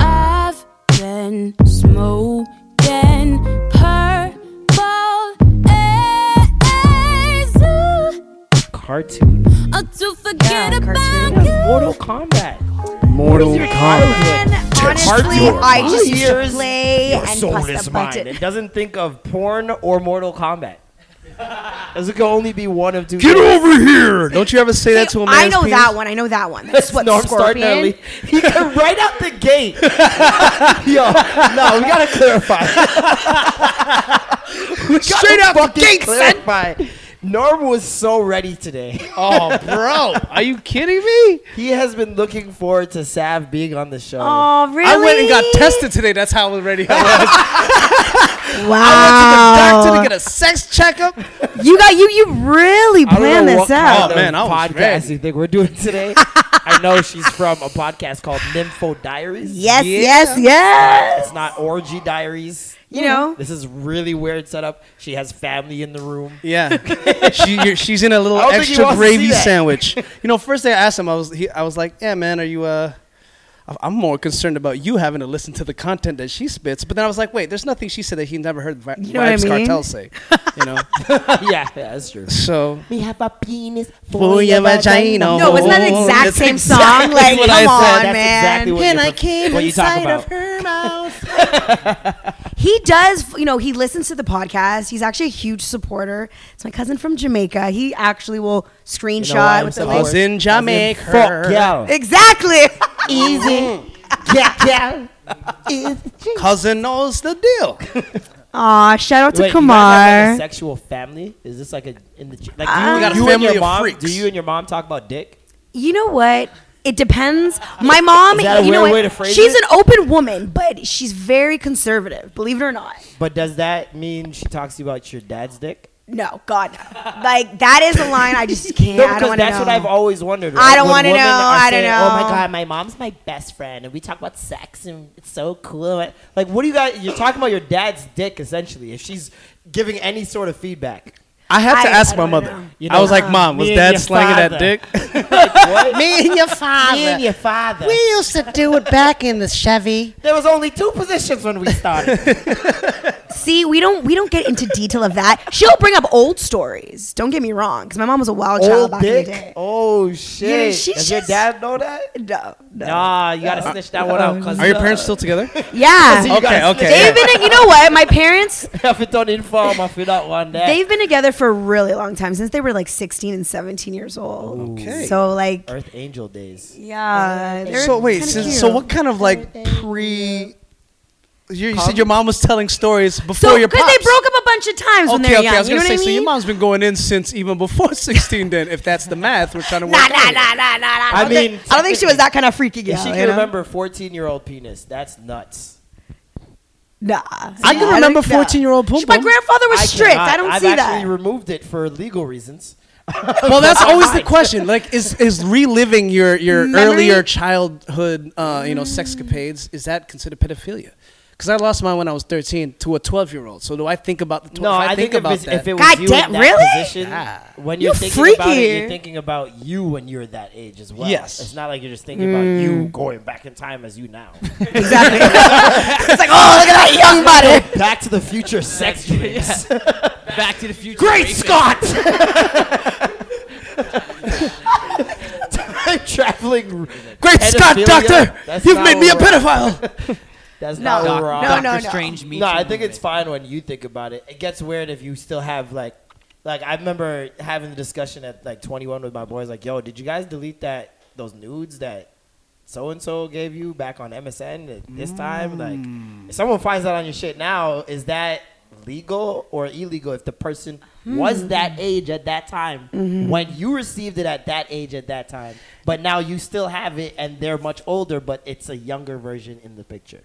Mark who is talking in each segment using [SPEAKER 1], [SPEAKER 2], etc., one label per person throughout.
[SPEAKER 1] I've been smoking purple haze
[SPEAKER 2] Cartoon.
[SPEAKER 1] uh, to forget about
[SPEAKER 2] Yeah, Mortal Kombat.
[SPEAKER 3] Mortal
[SPEAKER 2] Your
[SPEAKER 3] Kombat.
[SPEAKER 2] childhood.
[SPEAKER 4] Honestly,
[SPEAKER 3] your
[SPEAKER 4] I
[SPEAKER 3] mind.
[SPEAKER 4] just used to play
[SPEAKER 2] Your
[SPEAKER 4] and
[SPEAKER 2] soul
[SPEAKER 4] press
[SPEAKER 2] is
[SPEAKER 4] the
[SPEAKER 2] mine.
[SPEAKER 4] button.
[SPEAKER 2] It doesn't think of porn or Mortal Kombat. Does it can only be one of two?
[SPEAKER 3] Get
[SPEAKER 2] things.
[SPEAKER 3] over here! Don't you ever say that to a man?
[SPEAKER 4] I know that one. I know that one. That's what
[SPEAKER 2] no, I'm starting
[SPEAKER 4] Scorpion.
[SPEAKER 2] early. He got right out the gate. Yo, no, we gotta clarify. we
[SPEAKER 3] Straight out the
[SPEAKER 2] fucking
[SPEAKER 3] gate, son.
[SPEAKER 2] clarify. Norm was so ready today.
[SPEAKER 3] Oh, bro, are you kidding me?
[SPEAKER 2] He has been looking forward to Sav being on the show.
[SPEAKER 4] Oh, really?
[SPEAKER 3] I went and got tested today. That's how ready I was. I went to the doctor
[SPEAKER 4] Wow.
[SPEAKER 3] to get a sex checkup.
[SPEAKER 4] You got you. You really
[SPEAKER 2] I don't know
[SPEAKER 4] planned
[SPEAKER 2] what
[SPEAKER 4] this
[SPEAKER 2] kind
[SPEAKER 3] Oh,
[SPEAKER 2] of
[SPEAKER 4] out.
[SPEAKER 3] man, I was
[SPEAKER 2] podcast
[SPEAKER 3] ready.
[SPEAKER 2] you think we're doing today. I know she's from a podcast called Nympho Diaries.
[SPEAKER 4] Yes,
[SPEAKER 3] Yeah.
[SPEAKER 4] yes, yes.
[SPEAKER 2] It's not orgy diaries.
[SPEAKER 4] You know.
[SPEAKER 2] This is really weird setup. She has family in the room.
[SPEAKER 3] Yeah, she, you're- she's in a little
[SPEAKER 2] I don't think he
[SPEAKER 3] extra
[SPEAKER 2] wants to see
[SPEAKER 3] gravy
[SPEAKER 2] that.
[SPEAKER 3] sandwich. You know, first thing I asked him, I was he, I was like, "Yeah, man, are you uh?" I- I'm more concerned about you having to listen to the content that she spits. But then I was like, "Wait, there's nothing she said that he never heard Vi-
[SPEAKER 4] know what I
[SPEAKER 3] Vibes
[SPEAKER 4] mean?
[SPEAKER 3] Cartel say." You know,
[SPEAKER 2] yeah, yeah, that's true.
[SPEAKER 3] so
[SPEAKER 2] We have a penis
[SPEAKER 3] For your vagina.
[SPEAKER 4] No, it's not the
[SPEAKER 3] Oh,
[SPEAKER 4] exact
[SPEAKER 3] that's
[SPEAKER 4] same
[SPEAKER 3] exactly
[SPEAKER 4] song. Like,
[SPEAKER 3] what
[SPEAKER 4] come
[SPEAKER 3] I
[SPEAKER 4] on,
[SPEAKER 3] said.
[SPEAKER 2] That's
[SPEAKER 4] man.
[SPEAKER 2] exactly what you, what you talk about.
[SPEAKER 3] her mouth.
[SPEAKER 4] He does, you know, he listens to the podcast. He's actually a huge supporter. It's my cousin from Jamaica. He actually will screenshot
[SPEAKER 2] You know why I'm
[SPEAKER 4] with
[SPEAKER 2] so
[SPEAKER 4] the
[SPEAKER 3] I
[SPEAKER 4] link.
[SPEAKER 3] was in Jamaica.
[SPEAKER 2] Fuck yeah.
[SPEAKER 4] Exactly.
[SPEAKER 2] Easy. yeah, yeah. Easy.
[SPEAKER 3] Cousin knows the deal.
[SPEAKER 4] Aw, shout out to
[SPEAKER 2] Wait, you guys have, like, a
[SPEAKER 4] Kamar.
[SPEAKER 2] sexual family? Is this like a in the ch- like? Do you,
[SPEAKER 3] We got a
[SPEAKER 2] you and
[SPEAKER 3] family
[SPEAKER 2] your
[SPEAKER 3] of
[SPEAKER 2] mom?
[SPEAKER 3] freaks.
[SPEAKER 2] Do you and your mom talk about dick?
[SPEAKER 4] You know what? It depends. My mom,
[SPEAKER 2] Is that a
[SPEAKER 4] you know
[SPEAKER 2] weird
[SPEAKER 4] what?
[SPEAKER 2] way to phrase
[SPEAKER 4] she's
[SPEAKER 2] it?
[SPEAKER 4] an open woman, but she's very conservative, believe it or not.
[SPEAKER 2] But does that mean she talks to you about your dad's dick?
[SPEAKER 4] No, God, no. Like, that is a line I just can't.
[SPEAKER 2] No,
[SPEAKER 4] I
[SPEAKER 2] because
[SPEAKER 4] don't want to
[SPEAKER 2] that's
[SPEAKER 4] know.
[SPEAKER 2] what I've always wondered.
[SPEAKER 4] I don't
[SPEAKER 2] When
[SPEAKER 4] wanna
[SPEAKER 2] women
[SPEAKER 4] know,
[SPEAKER 2] are
[SPEAKER 4] I don't
[SPEAKER 2] saying,
[SPEAKER 4] know.
[SPEAKER 2] Oh my god, my mom's my best friend, and we talk about sex, and it's so cool. And- Like, what do you guys? You're talking about your dad's dick essentially. If she's giving any sort of feedback,
[SPEAKER 3] I had Uh-huh. to
[SPEAKER 4] I-
[SPEAKER 3] ask
[SPEAKER 4] I
[SPEAKER 3] my
[SPEAKER 4] don't
[SPEAKER 3] mother.
[SPEAKER 4] know.
[SPEAKER 2] You
[SPEAKER 3] I
[SPEAKER 2] know,
[SPEAKER 3] was like, "Mom,
[SPEAKER 2] me
[SPEAKER 3] was
[SPEAKER 2] and
[SPEAKER 3] Dad
[SPEAKER 2] your
[SPEAKER 3] slanging that
[SPEAKER 2] father."
[SPEAKER 3] dick?"
[SPEAKER 2] what?
[SPEAKER 5] Me and your father.
[SPEAKER 2] Me and your father.
[SPEAKER 5] we used to do it back in the Chevy.
[SPEAKER 2] there was only two positions when we started.
[SPEAKER 4] See, we don't we don't get into detail of that. She'll bring up old stories. Don't get me wrong, because my mom was a wild child
[SPEAKER 2] Old
[SPEAKER 4] back in the
[SPEAKER 2] dick.
[SPEAKER 4] day.
[SPEAKER 2] Oh shit.
[SPEAKER 4] Yeah, she's
[SPEAKER 2] Does your
[SPEAKER 4] just-
[SPEAKER 2] dad know that?
[SPEAKER 4] No, no.
[SPEAKER 2] Nah, you gotta snitch that one out. Cause uh,
[SPEAKER 3] Are your parents still together?
[SPEAKER 4] Yeah.
[SPEAKER 2] You
[SPEAKER 3] Okay,
[SPEAKER 2] gotta
[SPEAKER 3] okay.
[SPEAKER 4] They've
[SPEAKER 3] yeah.
[SPEAKER 4] been, you know what? My parents,
[SPEAKER 2] if it don't inform, I feel not one day.
[SPEAKER 4] they've been together for a really long time since they were like 16 and 17 years old.
[SPEAKER 3] Okay.
[SPEAKER 4] So like,
[SPEAKER 2] Earth Angel days.
[SPEAKER 4] yeah. they're
[SPEAKER 3] So wait,
[SPEAKER 4] kinda
[SPEAKER 3] so,
[SPEAKER 4] cute.
[SPEAKER 3] so what kind of like pre? You, you said your mom was telling stories before
[SPEAKER 4] So
[SPEAKER 3] your
[SPEAKER 4] because
[SPEAKER 3] pops.
[SPEAKER 4] they broke up a bunch of times when
[SPEAKER 3] Okay,
[SPEAKER 4] they were
[SPEAKER 3] okay.
[SPEAKER 4] young.
[SPEAKER 3] I was
[SPEAKER 4] you know
[SPEAKER 3] gonna
[SPEAKER 4] what
[SPEAKER 3] say.
[SPEAKER 4] I mean?
[SPEAKER 3] So your mom's been going in since even before 16. Then, if that's the math, we're trying to work.
[SPEAKER 4] Nah,
[SPEAKER 3] out.
[SPEAKER 4] nah, nah, nah, nah, nah.
[SPEAKER 2] I
[SPEAKER 4] don't think-
[SPEAKER 2] mean,
[SPEAKER 4] I don't think she was that kind of freaky girl.
[SPEAKER 2] If she
[SPEAKER 4] you
[SPEAKER 2] can
[SPEAKER 4] know?
[SPEAKER 2] remember 14 year old penis, that's nuts.
[SPEAKER 4] nah.
[SPEAKER 3] I can remember 14-year-old
[SPEAKER 4] She-
[SPEAKER 3] pum-pum.
[SPEAKER 4] My grandfather was
[SPEAKER 2] I
[SPEAKER 4] strict.
[SPEAKER 2] cannot.
[SPEAKER 4] I don't
[SPEAKER 2] I've
[SPEAKER 4] see
[SPEAKER 2] actually
[SPEAKER 4] that.
[SPEAKER 2] removed it for legal reasons.
[SPEAKER 3] Well, that's always the question. Like, is is reliving your your
[SPEAKER 4] Memory?
[SPEAKER 3] earlier childhood, uh, you know, sexcapades? Is that considered pedophilia? Because I lost mine when I was 13 to a 12 year old. So do I think about the 12?
[SPEAKER 2] No, I, think,
[SPEAKER 3] about
[SPEAKER 2] if, it's,
[SPEAKER 3] that.
[SPEAKER 2] if it was
[SPEAKER 4] God
[SPEAKER 2] you
[SPEAKER 4] damn,
[SPEAKER 2] in that
[SPEAKER 4] really?
[SPEAKER 2] position,
[SPEAKER 3] Yeah.
[SPEAKER 2] when
[SPEAKER 4] You
[SPEAKER 2] you're thinking about it,
[SPEAKER 4] freaky.
[SPEAKER 2] you're thinking about you when you're that age as well.
[SPEAKER 3] Yes.
[SPEAKER 2] It's not like you're just thinking about you
[SPEAKER 4] Mm.
[SPEAKER 2] going back in time as you now.
[SPEAKER 4] Exactly. it's like, oh, look at that young body.
[SPEAKER 2] back to the future sex dreams.
[SPEAKER 6] Back to the Future.
[SPEAKER 2] Great
[SPEAKER 6] rapist.
[SPEAKER 2] Scott! Time traveling.
[SPEAKER 3] Great Scott,
[SPEAKER 2] Pedophilia?
[SPEAKER 3] doctor,
[SPEAKER 2] That's
[SPEAKER 3] you've
[SPEAKER 2] not
[SPEAKER 3] made me a
[SPEAKER 2] what we're-
[SPEAKER 3] pedophile.
[SPEAKER 2] That's
[SPEAKER 4] No.
[SPEAKER 2] not
[SPEAKER 4] Doc-
[SPEAKER 2] what we're on.
[SPEAKER 4] No,
[SPEAKER 6] Doctor
[SPEAKER 4] no, no.
[SPEAKER 6] Strange meets
[SPEAKER 2] No, I
[SPEAKER 6] you
[SPEAKER 2] think
[SPEAKER 6] with-
[SPEAKER 2] it's fine when you think about it. It gets weird if you still have like, like I remember having the discussion at like 21 with my boys. Like, yo, did you guys delete that those nudes that so and so gave you back on MSN at this time? Like, if someone finds out on your shit now, is that legal or illegal if the person was that age at that time when you received it at that age at that time, but now you still have it and they're much older, but it's a younger version in the picture.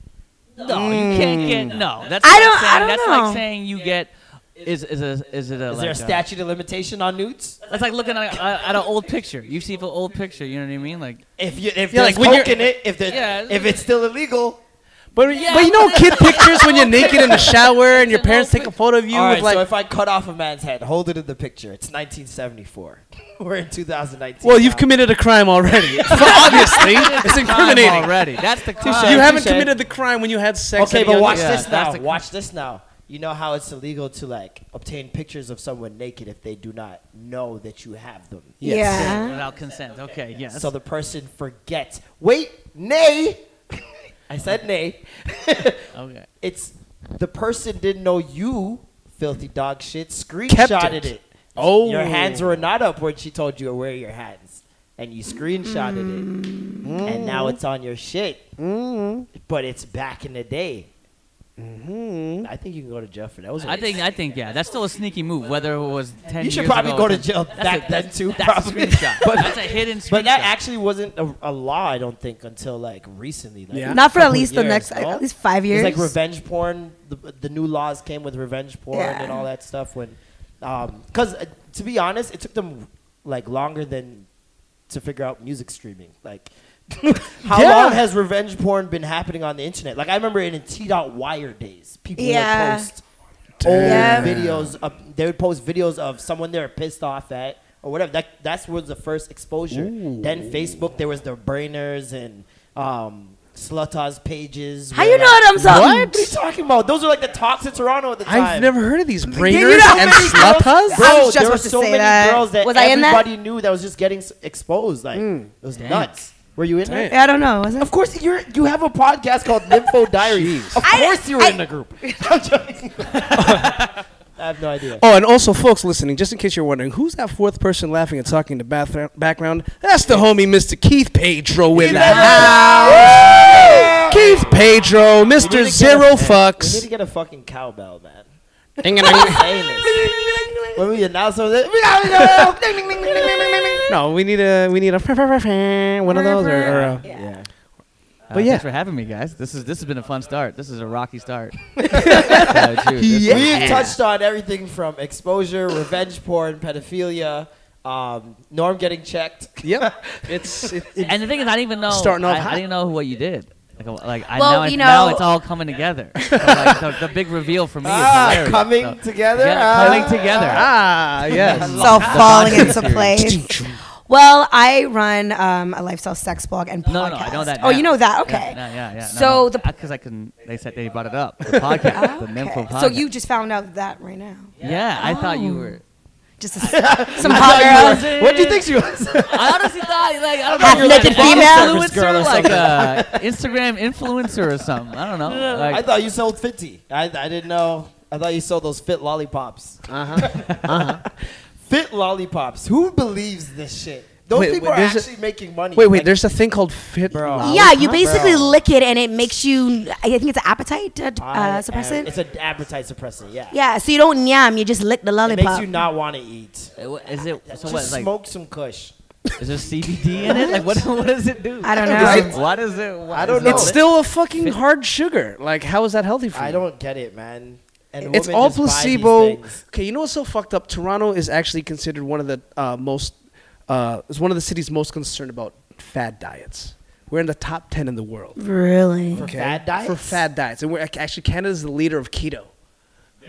[SPEAKER 6] No, you can't
[SPEAKER 2] Mm.
[SPEAKER 6] get no. That's
[SPEAKER 4] I
[SPEAKER 6] like
[SPEAKER 4] don't- I
[SPEAKER 6] saying-
[SPEAKER 4] don't
[SPEAKER 6] That's
[SPEAKER 4] know.
[SPEAKER 6] like saying you get is is a is it a
[SPEAKER 2] Is
[SPEAKER 6] like
[SPEAKER 2] there
[SPEAKER 6] a-
[SPEAKER 2] a statute of limitation on nudes?
[SPEAKER 6] That's like looking at, a- at an old picture. You see an old picture. You know what I mean? Like
[SPEAKER 2] If you if
[SPEAKER 3] Yeah,
[SPEAKER 2] there's
[SPEAKER 3] like when you're-
[SPEAKER 2] coke in it, if the
[SPEAKER 6] Yeah.
[SPEAKER 2] if it's still illegal,
[SPEAKER 3] But, but you know kid pictures when you're naked in the shower and your parents take a photo of you
[SPEAKER 2] All right,
[SPEAKER 3] with like
[SPEAKER 2] so if I cut off a man's head, hold it in the picture. It's 1974. We're in 2019.
[SPEAKER 3] Well, you've
[SPEAKER 2] now.
[SPEAKER 3] committed a crime already. Obviously, it's incriminating.
[SPEAKER 6] crime already. That's the crime.
[SPEAKER 3] you haven't
[SPEAKER 2] touche.
[SPEAKER 3] committed the crime when you had sex.
[SPEAKER 2] Okay,
[SPEAKER 3] at a
[SPEAKER 2] but
[SPEAKER 3] young
[SPEAKER 2] watch
[SPEAKER 3] age.
[SPEAKER 2] this
[SPEAKER 6] that's
[SPEAKER 2] now.
[SPEAKER 6] the-
[SPEAKER 2] Watch this now. You know how it's illegal to like obtain pictures of someone naked if they do not know that you have them.
[SPEAKER 4] Yeah.
[SPEAKER 6] without consent. Okay, yes.
[SPEAKER 2] So the person forgets. Wait, nay. I said nay.
[SPEAKER 6] okay.
[SPEAKER 2] It's the person didn't know you, filthy dog shit,
[SPEAKER 3] Kept
[SPEAKER 2] screenshotted
[SPEAKER 3] it.
[SPEAKER 2] it.
[SPEAKER 3] Oh,
[SPEAKER 2] Your hands were not up when she told you to wear your hands. And you screenshotted it.
[SPEAKER 3] Mm.
[SPEAKER 2] And now it's on your shit.
[SPEAKER 3] Mm-hmm.
[SPEAKER 2] But it's back in the day.
[SPEAKER 3] Mm-hmm.
[SPEAKER 2] I think you can go to jail for that. That was a
[SPEAKER 6] I think I think yeah. That's still a sneaky move. Whether it was ten.
[SPEAKER 2] You should
[SPEAKER 6] years
[SPEAKER 2] probably
[SPEAKER 6] ago,
[SPEAKER 2] go to jail
[SPEAKER 6] That's
[SPEAKER 2] back
[SPEAKER 6] a-
[SPEAKER 2] then too.
[SPEAKER 6] That's
[SPEAKER 2] probably.
[SPEAKER 6] a screenshot.
[SPEAKER 2] But-
[SPEAKER 6] that's a hidden screenshot.
[SPEAKER 2] But that actually wasn't a, a law, I don't think, until like recently. Like,
[SPEAKER 3] Yeah.
[SPEAKER 2] yeah.
[SPEAKER 4] Not for at
[SPEAKER 2] Couple
[SPEAKER 4] least the
[SPEAKER 2] years,
[SPEAKER 4] next,
[SPEAKER 2] no?
[SPEAKER 4] at least five years.
[SPEAKER 2] It's like revenge porn. The, the new laws came with revenge porn
[SPEAKER 4] Yeah.
[SPEAKER 2] and all that stuff. When, because uh, to be honest, it took them like longer than to figure out music streaming. Like, how
[SPEAKER 3] Yeah.
[SPEAKER 2] long has revenge porn been happening on the internet? Like, I remember in T dot wire days, people
[SPEAKER 4] Yeah.
[SPEAKER 2] would post old
[SPEAKER 4] Damn.
[SPEAKER 2] videos. Of, they would post videos of someone they were pissed off at or whatever. That that's was the first exposure. Then Facebook, there was the brainers and um, slutas pages.
[SPEAKER 4] How
[SPEAKER 2] where,
[SPEAKER 4] you know
[SPEAKER 2] like-
[SPEAKER 4] them something?
[SPEAKER 2] What are you talking about? Those are like the talks in Toronto at the time.
[SPEAKER 3] I've never heard of these
[SPEAKER 4] you
[SPEAKER 3] brainers
[SPEAKER 4] know
[SPEAKER 3] and
[SPEAKER 4] how many girls-
[SPEAKER 3] slutas.
[SPEAKER 2] Bro,
[SPEAKER 4] I was just
[SPEAKER 2] there were
[SPEAKER 4] about to
[SPEAKER 2] so
[SPEAKER 4] say
[SPEAKER 2] many
[SPEAKER 4] that.
[SPEAKER 2] girls that
[SPEAKER 4] Was I in that?
[SPEAKER 2] everybody knew that was just getting s- exposed. Like
[SPEAKER 3] Hmm.
[SPEAKER 2] it was nuts. Were you in there?
[SPEAKER 4] Yeah, I don't know. Was it?
[SPEAKER 2] Of course, you are you have a podcast called Nympho Diaries. Of
[SPEAKER 4] I-
[SPEAKER 2] course, you were
[SPEAKER 4] I-
[SPEAKER 2] in the group. I'm joking. I have no idea.
[SPEAKER 3] Oh, and also, folks listening, just in case you're wondering, who's that fourth person laughing and talking in the bathroom background? That's the homie, Mr. Keith Pedro, in the house. Keith Pedro,
[SPEAKER 2] We
[SPEAKER 3] Mr.
[SPEAKER 2] need to get
[SPEAKER 3] Zero
[SPEAKER 2] a- We need
[SPEAKER 3] Fucks.
[SPEAKER 2] to get a fucking cowbell, man.
[SPEAKER 3] Ding-a-ding.
[SPEAKER 2] Saying this. when we announce something, "Oh, we gotta go.
[SPEAKER 3] no, we need a we need a one of those or, or a,
[SPEAKER 2] yeah.
[SPEAKER 6] Uh,
[SPEAKER 3] But yeah.
[SPEAKER 6] thanks for having me, guys. This is this has been a fun start. This is a rocky start. Uh, dude, this-
[SPEAKER 2] We've touched on everything from exposure, revenge porn, pedophilia, um, Norm getting checked.
[SPEAKER 3] yep. It's it, it-
[SPEAKER 6] And the thing is, I didn't even know.
[SPEAKER 3] Starting off
[SPEAKER 6] I, I
[SPEAKER 3] hot.
[SPEAKER 6] didn't know what you did. Like, uh, like I
[SPEAKER 1] Well,
[SPEAKER 6] now,
[SPEAKER 1] you
[SPEAKER 6] it- now
[SPEAKER 1] know-
[SPEAKER 6] it's all coming together. So, like, the, the big reveal for me is
[SPEAKER 2] Ah,
[SPEAKER 6] hilarious.
[SPEAKER 2] coming
[SPEAKER 6] So,
[SPEAKER 2] together.
[SPEAKER 6] yeah, coming
[SPEAKER 2] ah.
[SPEAKER 6] together.
[SPEAKER 3] ah yes.
[SPEAKER 4] It's all falling into place. Well, I run um, a lifestyle sex blog and podcast.
[SPEAKER 6] No, no, no, I know that.
[SPEAKER 4] Oh,
[SPEAKER 6] now.
[SPEAKER 4] you know that?
[SPEAKER 6] Yeah,
[SPEAKER 4] Okay.
[SPEAKER 6] no, yeah, yeah.
[SPEAKER 4] So the
[SPEAKER 6] because I couldn't. They said they brought it up. The podcast, the Nympho
[SPEAKER 4] okay.
[SPEAKER 6] podcast.
[SPEAKER 4] so you just found out that right now.
[SPEAKER 6] Yeah, I thought you were.
[SPEAKER 4] Just a, some
[SPEAKER 2] Ah,
[SPEAKER 4] hot
[SPEAKER 2] you
[SPEAKER 4] girls.
[SPEAKER 2] were- What do you think she was?
[SPEAKER 6] I honestly thought like I don't
[SPEAKER 4] Half
[SPEAKER 6] know, you're like
[SPEAKER 4] naked
[SPEAKER 6] an
[SPEAKER 4] female?
[SPEAKER 6] influencer, like a Instagram influencer or something. I don't know. Like,
[SPEAKER 2] I thought you sold 50. I, I didn't know. I thought you sold those fit lollipops. Uh huh. Uh huh. fit lollipops. Who believes this shit? Those
[SPEAKER 3] Wait,
[SPEAKER 2] people
[SPEAKER 3] wait,
[SPEAKER 2] are
[SPEAKER 3] there's a-
[SPEAKER 2] actually making money.
[SPEAKER 3] Wait, wait.
[SPEAKER 2] Like,
[SPEAKER 3] There's a thing called fit. Bro.
[SPEAKER 4] Yeah, you basically lick it and it makes you. I think it's an appetite uh,
[SPEAKER 2] I
[SPEAKER 4] uh,
[SPEAKER 2] am-
[SPEAKER 4] suppressant.
[SPEAKER 2] It's an appetite suppressant. Yeah.
[SPEAKER 4] yeah, so you don't yam, you just lick the
[SPEAKER 2] It makes
[SPEAKER 4] lollipop.
[SPEAKER 2] you not want to eat.
[SPEAKER 6] is it so?
[SPEAKER 2] Just
[SPEAKER 6] What like
[SPEAKER 2] smoke some Kush.
[SPEAKER 6] is there CBD in it? Like what? What does it do?
[SPEAKER 4] I don't
[SPEAKER 6] Why-
[SPEAKER 4] know.
[SPEAKER 6] Why does it? Why
[SPEAKER 2] I don't
[SPEAKER 6] is it
[SPEAKER 2] know.
[SPEAKER 3] It's
[SPEAKER 2] No.
[SPEAKER 3] still a fucking hard sugar. Like, how is that healthy for you?
[SPEAKER 2] I don't get it, man. And
[SPEAKER 3] It's
[SPEAKER 2] women
[SPEAKER 3] all
[SPEAKER 2] just buy these
[SPEAKER 3] placebo.
[SPEAKER 2] things.
[SPEAKER 3] Okay, you know what's so fucked up? Toronto is actually considered one of the uh, most uh, is one of the cities most concerned about fad diets. We're in the top ten in the world.
[SPEAKER 4] really?
[SPEAKER 2] For fad diets?
[SPEAKER 3] for fad diets, and we're ac- actually Canada's the leader of keto.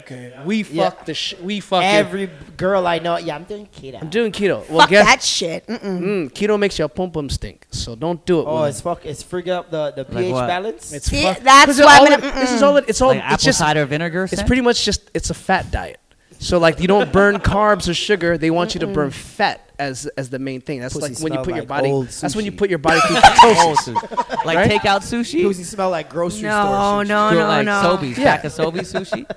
[SPEAKER 3] Okay, we
[SPEAKER 2] Yeah.
[SPEAKER 3] fuck the sh- we fuck Every-
[SPEAKER 2] Every girl I know, yeah, I'm doing keto.
[SPEAKER 3] I'm doing keto. Well,
[SPEAKER 4] Fuck
[SPEAKER 3] guess
[SPEAKER 4] that shit. Mm-mm.
[SPEAKER 3] Mm, keto makes your pum pum stink, so don't do it.
[SPEAKER 2] oh,
[SPEAKER 3] women.
[SPEAKER 2] it's fuck, it's freaking up the, the pH
[SPEAKER 6] what?
[SPEAKER 2] balance.
[SPEAKER 3] It's
[SPEAKER 4] See,
[SPEAKER 3] fuck-
[SPEAKER 4] that's
[SPEAKER 3] 'cause it
[SPEAKER 4] why I'm
[SPEAKER 3] all
[SPEAKER 4] gonna-
[SPEAKER 3] it- this is all it, it's all
[SPEAKER 6] Like apple
[SPEAKER 3] it's just
[SPEAKER 6] cider vinegar.
[SPEAKER 3] It's
[SPEAKER 6] scent?
[SPEAKER 3] pretty much just it's a fat diet. So like you don't burn carbs or sugar. They want you to burn fat as as the main thing. That's
[SPEAKER 2] Pussy
[SPEAKER 3] like when you
[SPEAKER 2] smell
[SPEAKER 3] put your
[SPEAKER 2] like
[SPEAKER 3] body.
[SPEAKER 2] old
[SPEAKER 3] That's when you
[SPEAKER 2] sushi.
[SPEAKER 3] put your body through ketosis.
[SPEAKER 6] like
[SPEAKER 3] right?
[SPEAKER 6] take out sushi.
[SPEAKER 2] Pussy smell like grocery
[SPEAKER 4] No,
[SPEAKER 2] store. sushi.
[SPEAKER 4] no,
[SPEAKER 6] Do it
[SPEAKER 4] no,
[SPEAKER 6] like
[SPEAKER 4] no.
[SPEAKER 6] Sobeys,
[SPEAKER 3] Yeah.
[SPEAKER 6] pack of Sobe sushi.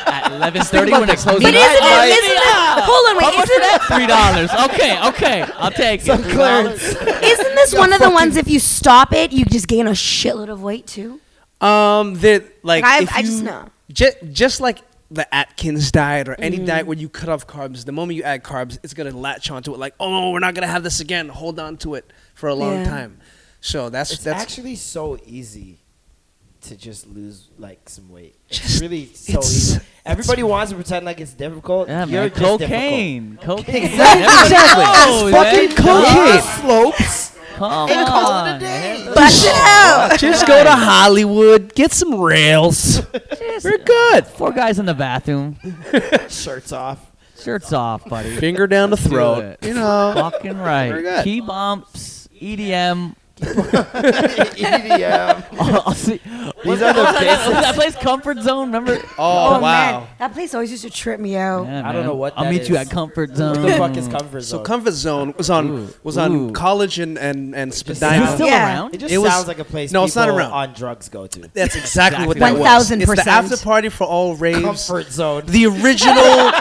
[SPEAKER 6] at eleven thirty
[SPEAKER 3] about
[SPEAKER 6] when it
[SPEAKER 3] this.
[SPEAKER 6] closes.
[SPEAKER 4] But isn't it?
[SPEAKER 2] all right.
[SPEAKER 4] Isn't it? Hold on, wait. Isn't, it,
[SPEAKER 6] Three dollars. Okay, okay, I'll take it. Three dollars.
[SPEAKER 4] isn't this one of the ones? If you stop it, you just gain a shitload of weight too.
[SPEAKER 3] um, that like
[SPEAKER 4] Like, I-
[SPEAKER 3] if
[SPEAKER 4] I just
[SPEAKER 3] you-
[SPEAKER 4] know.
[SPEAKER 3] ju- just like the Atkins diet or any
[SPEAKER 4] Mm-hmm.
[SPEAKER 3] diet where you cut off carbs, the moment you add carbs, it's gonna latch onto it. Like, oh, we're not gonna have this again. Hold on to it for a long
[SPEAKER 4] Yeah.
[SPEAKER 3] time. So that's
[SPEAKER 2] It's
[SPEAKER 3] that's
[SPEAKER 2] actually so easy to just lose like some weight. It's
[SPEAKER 3] Just-
[SPEAKER 2] really so
[SPEAKER 3] it's-
[SPEAKER 2] easy.
[SPEAKER 3] it's-
[SPEAKER 2] Everybody wants to pretend like it's difficult.
[SPEAKER 6] Yeah,
[SPEAKER 2] You're
[SPEAKER 6] man.
[SPEAKER 2] just difficult.
[SPEAKER 6] Cocaine. Cocaine.
[SPEAKER 2] Exactly.
[SPEAKER 6] Everybody
[SPEAKER 3] Exactly.
[SPEAKER 6] knows,
[SPEAKER 3] fucking
[SPEAKER 6] man.
[SPEAKER 3] cocaine.
[SPEAKER 2] Slopes.
[SPEAKER 6] Come
[SPEAKER 2] And
[SPEAKER 3] oh,
[SPEAKER 2] call it a
[SPEAKER 6] on,
[SPEAKER 2] day.
[SPEAKER 6] man.
[SPEAKER 4] Bust it out.
[SPEAKER 3] Just go to Hollywood, get some rails. We're good.
[SPEAKER 6] Four guys in the bathroom.
[SPEAKER 2] Shirts off.
[SPEAKER 6] Shirts off, buddy.
[SPEAKER 3] Finger down the throat.
[SPEAKER 6] it.
[SPEAKER 3] You know.
[SPEAKER 6] Fucking
[SPEAKER 3] Very
[SPEAKER 6] right. E
[SPEAKER 3] good.
[SPEAKER 6] Key bumps, EDM.
[SPEAKER 2] EDM.
[SPEAKER 6] I'll, I'll see.
[SPEAKER 2] These are the basics.
[SPEAKER 6] that place Comfort Zone, remember?
[SPEAKER 3] Oh,
[SPEAKER 4] man, that place always used to trip me out.
[SPEAKER 6] Yeah,
[SPEAKER 2] I don't
[SPEAKER 6] man.
[SPEAKER 2] know what
[SPEAKER 6] I'll
[SPEAKER 2] that
[SPEAKER 6] meet you
[SPEAKER 2] is.
[SPEAKER 6] at Comfort Zone.
[SPEAKER 2] What the fuck is comfort
[SPEAKER 3] Mm. So
[SPEAKER 2] zone?
[SPEAKER 3] Comfort Zone was on
[SPEAKER 6] Ooh.
[SPEAKER 3] was on
[SPEAKER 6] Ooh.
[SPEAKER 3] college and and and
[SPEAKER 2] just
[SPEAKER 6] Is
[SPEAKER 3] Spadina.
[SPEAKER 6] it still
[SPEAKER 4] Yeah.
[SPEAKER 6] around?
[SPEAKER 2] it just
[SPEAKER 3] It was-
[SPEAKER 2] sounds like a place
[SPEAKER 3] no, it's not
[SPEAKER 2] people
[SPEAKER 3] around.
[SPEAKER 2] on drugs go to.
[SPEAKER 3] That's exactly, what that
[SPEAKER 6] Exactly.
[SPEAKER 3] was. It's the
[SPEAKER 4] 1000%.
[SPEAKER 3] after party for all raves.
[SPEAKER 2] Comfort zone.
[SPEAKER 3] The original.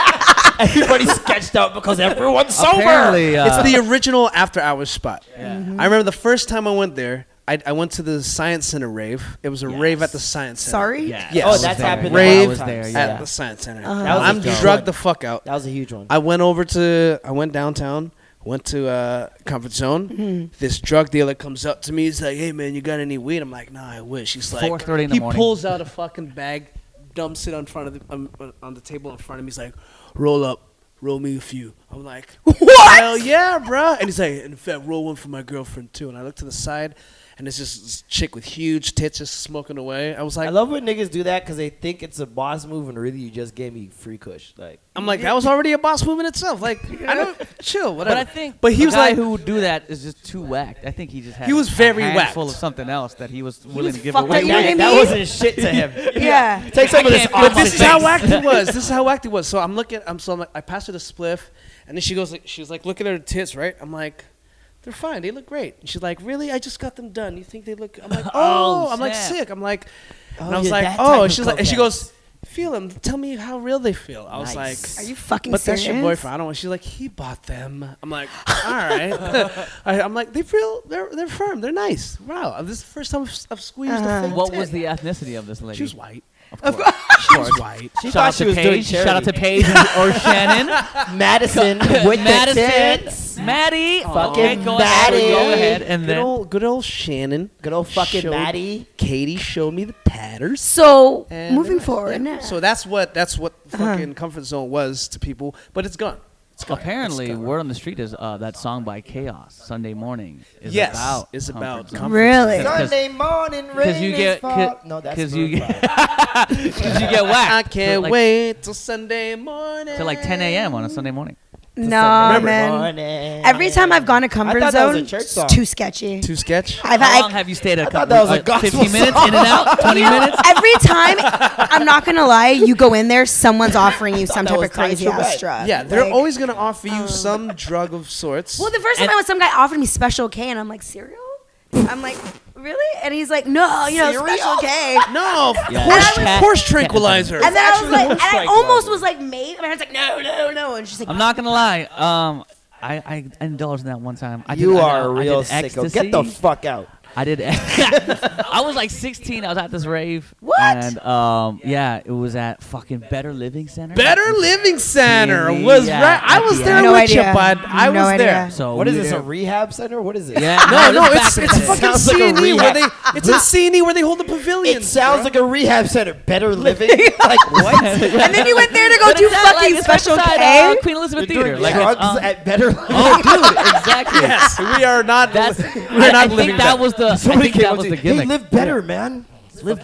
[SPEAKER 2] Everybody's sketched out because everyone's sober.
[SPEAKER 6] Apparently, uh,
[SPEAKER 3] it's the original after hours spot.
[SPEAKER 2] Mm-hmm.
[SPEAKER 3] I remember the first time I went there. I, I went to the Science Center rave. It was a rave at the Science Center.
[SPEAKER 4] Sorry?
[SPEAKER 6] yeah.
[SPEAKER 3] Yes.
[SPEAKER 2] Oh,
[SPEAKER 3] was
[SPEAKER 2] that's
[SPEAKER 6] there.
[SPEAKER 2] happened.
[SPEAKER 6] When
[SPEAKER 3] Rave
[SPEAKER 6] I was there.
[SPEAKER 2] at
[SPEAKER 3] at
[SPEAKER 6] Yeah.
[SPEAKER 3] the Science Center.
[SPEAKER 2] That was
[SPEAKER 3] I'm
[SPEAKER 2] a dope
[SPEAKER 3] drugged
[SPEAKER 2] one.
[SPEAKER 3] the fuck out.
[SPEAKER 2] That was a huge one.
[SPEAKER 3] I went over to I went downtown, went to uh, comfort zone. This drug dealer comes up to me. He's like, "Hey man, you got any weed?" I'm like, "Nah, I wish." He's like,
[SPEAKER 6] 4:30 in the
[SPEAKER 3] he
[SPEAKER 6] morning.
[SPEAKER 3] pulls out a fucking bag, dumps it on front of the um, uh, on the table in front of me. He's like, "Roll up, roll me a few." I'm like, "What? Hell yeah, bro!" And he's like, "In fact, roll one for my girlfriend too." And I look to the side, and it's just this chick with huge tits just smoking away. I was like,
[SPEAKER 2] I love when niggas do that because they think it's a boss move and really you just gave me free kush. Like,
[SPEAKER 3] I'm like, that was already a boss move in itself. Like, I don't chill, whatever.
[SPEAKER 6] But I think
[SPEAKER 3] but he
[SPEAKER 6] the
[SPEAKER 3] was
[SPEAKER 6] guy
[SPEAKER 3] like,
[SPEAKER 6] who would do that is just too whacked. I think he just had
[SPEAKER 3] He was very
[SPEAKER 6] a
[SPEAKER 3] whacked.
[SPEAKER 6] full of something else that he was willing to give
[SPEAKER 4] fucked
[SPEAKER 6] away.
[SPEAKER 4] up. You know what I
[SPEAKER 2] that, that
[SPEAKER 4] mean?
[SPEAKER 2] wasn't shit to him.
[SPEAKER 4] Yeah.
[SPEAKER 2] Take some of this off.
[SPEAKER 3] But this is how whacked it was. This is how whacked it was. So I'm looking. I'm so I'm like, I passed her the spliff, and then she goes like, she was like, look at her tits, right? I'm like, they're fine. They look great. And she's like, really? I just got them done. You think they look? I'm like, oh,
[SPEAKER 6] Oh,
[SPEAKER 3] I'm like
[SPEAKER 6] snap.
[SPEAKER 3] sick. I'm like, and
[SPEAKER 2] Oh,
[SPEAKER 3] I was
[SPEAKER 2] you're
[SPEAKER 3] like,
[SPEAKER 2] that type
[SPEAKER 3] oh.
[SPEAKER 2] of
[SPEAKER 3] She's like, and she
[SPEAKER 2] cokehead.
[SPEAKER 3] goes, feel them. Tell me how real they feel. I was
[SPEAKER 2] Nice.
[SPEAKER 3] like.
[SPEAKER 4] Are you fucking
[SPEAKER 3] But
[SPEAKER 4] serious?
[SPEAKER 3] that's your boyfriend. I don't want. She's like, he bought them. I'm like, all right. I, I'm like, they feel they're they're firm. They're nice. Wow, this is the first time I've, I've squeezed
[SPEAKER 2] Uh-huh.
[SPEAKER 3] a fake
[SPEAKER 6] What
[SPEAKER 3] tit.
[SPEAKER 6] was the ethnicity of this lady?
[SPEAKER 3] She was white.
[SPEAKER 6] Of course.
[SPEAKER 3] She was white.
[SPEAKER 2] She
[SPEAKER 6] Shout
[SPEAKER 2] thought
[SPEAKER 6] out
[SPEAKER 2] she
[SPEAKER 6] to
[SPEAKER 2] was doing
[SPEAKER 6] Paige. Shout out to
[SPEAKER 2] charity.
[SPEAKER 6] Paige and- or Shannon.
[SPEAKER 2] Madison with the tits.
[SPEAKER 6] Madison. Maddie.
[SPEAKER 2] Fucking
[SPEAKER 6] Okay, go ahead.
[SPEAKER 2] Maddie.
[SPEAKER 6] Go ahead. And
[SPEAKER 3] good
[SPEAKER 6] then
[SPEAKER 3] old, good old Shannon.
[SPEAKER 2] Good old fucking
[SPEAKER 3] showed-
[SPEAKER 2] Maddie.
[SPEAKER 3] Katie showed me the patterns.
[SPEAKER 4] So
[SPEAKER 3] And
[SPEAKER 4] moving
[SPEAKER 3] the rest.
[SPEAKER 4] forward, Uh-huh.
[SPEAKER 3] Yeah. So that's what that's what fucking comfort zone was to people, but it's gone. It's gone.
[SPEAKER 6] apparently,
[SPEAKER 3] It's gone.
[SPEAKER 6] word on the street is uh, that song by Chaos, Sunday Morning, is
[SPEAKER 3] yes,
[SPEAKER 6] about
[SPEAKER 3] it's
[SPEAKER 6] comfort
[SPEAKER 3] about
[SPEAKER 6] zone.
[SPEAKER 3] comfort
[SPEAKER 4] really,
[SPEAKER 6] Sorry. 'Cause-
[SPEAKER 2] Sunday morning rain
[SPEAKER 6] you
[SPEAKER 2] is
[SPEAKER 6] get-
[SPEAKER 2] fall-
[SPEAKER 6] 'cause-
[SPEAKER 2] no, that's
[SPEAKER 6] 'cause you
[SPEAKER 2] Maroon
[SPEAKER 6] get-
[SPEAKER 2] five.
[SPEAKER 6] 'Cause you get whacked.
[SPEAKER 3] I can't
[SPEAKER 6] Ah, like,
[SPEAKER 3] wait till Sunday morning.
[SPEAKER 6] Till like 10 a.m. on a Sunday morning.
[SPEAKER 4] no
[SPEAKER 2] Sunday
[SPEAKER 4] man.
[SPEAKER 2] morning.
[SPEAKER 4] Every time I've gone to comfort
[SPEAKER 2] thought that was
[SPEAKER 4] zone,
[SPEAKER 2] a church
[SPEAKER 4] it's
[SPEAKER 2] song.
[SPEAKER 4] too sketchy.
[SPEAKER 3] Two sketch.
[SPEAKER 4] I've
[SPEAKER 6] How
[SPEAKER 4] had-
[SPEAKER 6] long have you stayed at?
[SPEAKER 2] thought that was a gospel
[SPEAKER 6] 15 minutes in and out. 20 minutes.
[SPEAKER 4] Every time, I'm not gonna lie, you go in there, someone's offering you some type
[SPEAKER 2] was
[SPEAKER 4] of crazy
[SPEAKER 2] Tanya
[SPEAKER 4] ass
[SPEAKER 2] Truex.
[SPEAKER 4] drug.
[SPEAKER 3] Yeah, they're
[SPEAKER 4] Like- um,
[SPEAKER 3] always gonna offer you some drug of sorts.
[SPEAKER 4] Well, the first time I went, some guy offered me Special K, and I'm like, cereal? I'm like, really? And he's like, no, you know, Special K.
[SPEAKER 3] no,
[SPEAKER 4] And I was-
[SPEAKER 3] horse, horse tranquilizer.
[SPEAKER 4] And then I was
[SPEAKER 2] actually
[SPEAKER 4] like,
[SPEAKER 2] horse
[SPEAKER 4] and I
[SPEAKER 2] strike
[SPEAKER 4] almost
[SPEAKER 2] level.
[SPEAKER 4] was like, maybe. And I was like, no, no, no. And she's like,
[SPEAKER 6] I'm not gonna lie. Um, I, I indulged in that one time. I
[SPEAKER 2] You
[SPEAKER 6] did, I,
[SPEAKER 2] are a
[SPEAKER 6] know, I
[SPEAKER 2] real
[SPEAKER 6] did
[SPEAKER 2] sicko.
[SPEAKER 6] ecstasy.
[SPEAKER 2] Get the fuck out.
[SPEAKER 6] I did. I was like 16. I was at this rave.
[SPEAKER 4] What?
[SPEAKER 6] And um, yeah, it was at fucking Better Living Center.
[SPEAKER 3] Better Living Center was
[SPEAKER 6] Yeah,
[SPEAKER 3] right. I was
[SPEAKER 6] yeah.
[SPEAKER 3] there
[SPEAKER 4] No
[SPEAKER 3] with
[SPEAKER 4] idea.
[SPEAKER 3] you, bud. I
[SPEAKER 4] No
[SPEAKER 3] was there.
[SPEAKER 4] idea.
[SPEAKER 6] So
[SPEAKER 2] What is
[SPEAKER 6] we
[SPEAKER 2] this?
[SPEAKER 6] did-
[SPEAKER 2] A rehab center? What is it?
[SPEAKER 6] Yeah.
[SPEAKER 3] No, no, it's it's
[SPEAKER 6] this is back in the day.
[SPEAKER 3] fucking
[SPEAKER 2] Sounds like a
[SPEAKER 3] C and E where
[SPEAKER 2] rehab.
[SPEAKER 3] they it's a C and E where they hold the pavilion.
[SPEAKER 2] It sounds like a rehab center. Better living. like what?
[SPEAKER 4] and then you went there to go
[SPEAKER 6] But
[SPEAKER 4] do
[SPEAKER 6] it's at, like,
[SPEAKER 4] fucking
[SPEAKER 6] it's right
[SPEAKER 4] Special
[SPEAKER 6] beside,
[SPEAKER 4] K.
[SPEAKER 6] uh, Queen Elizabeth
[SPEAKER 2] You're
[SPEAKER 6] Theater.
[SPEAKER 2] doing
[SPEAKER 6] Like it's,
[SPEAKER 2] drugs
[SPEAKER 6] um,
[SPEAKER 2] at better living.
[SPEAKER 6] oh, dude, exactly.
[SPEAKER 3] yes. We are not.
[SPEAKER 6] That's.
[SPEAKER 3] we're
[SPEAKER 6] I,
[SPEAKER 3] not
[SPEAKER 6] I
[SPEAKER 3] living
[SPEAKER 6] think that was the. I think that was the
[SPEAKER 2] They
[SPEAKER 6] gimmick.
[SPEAKER 2] live better, man.
[SPEAKER 6] Live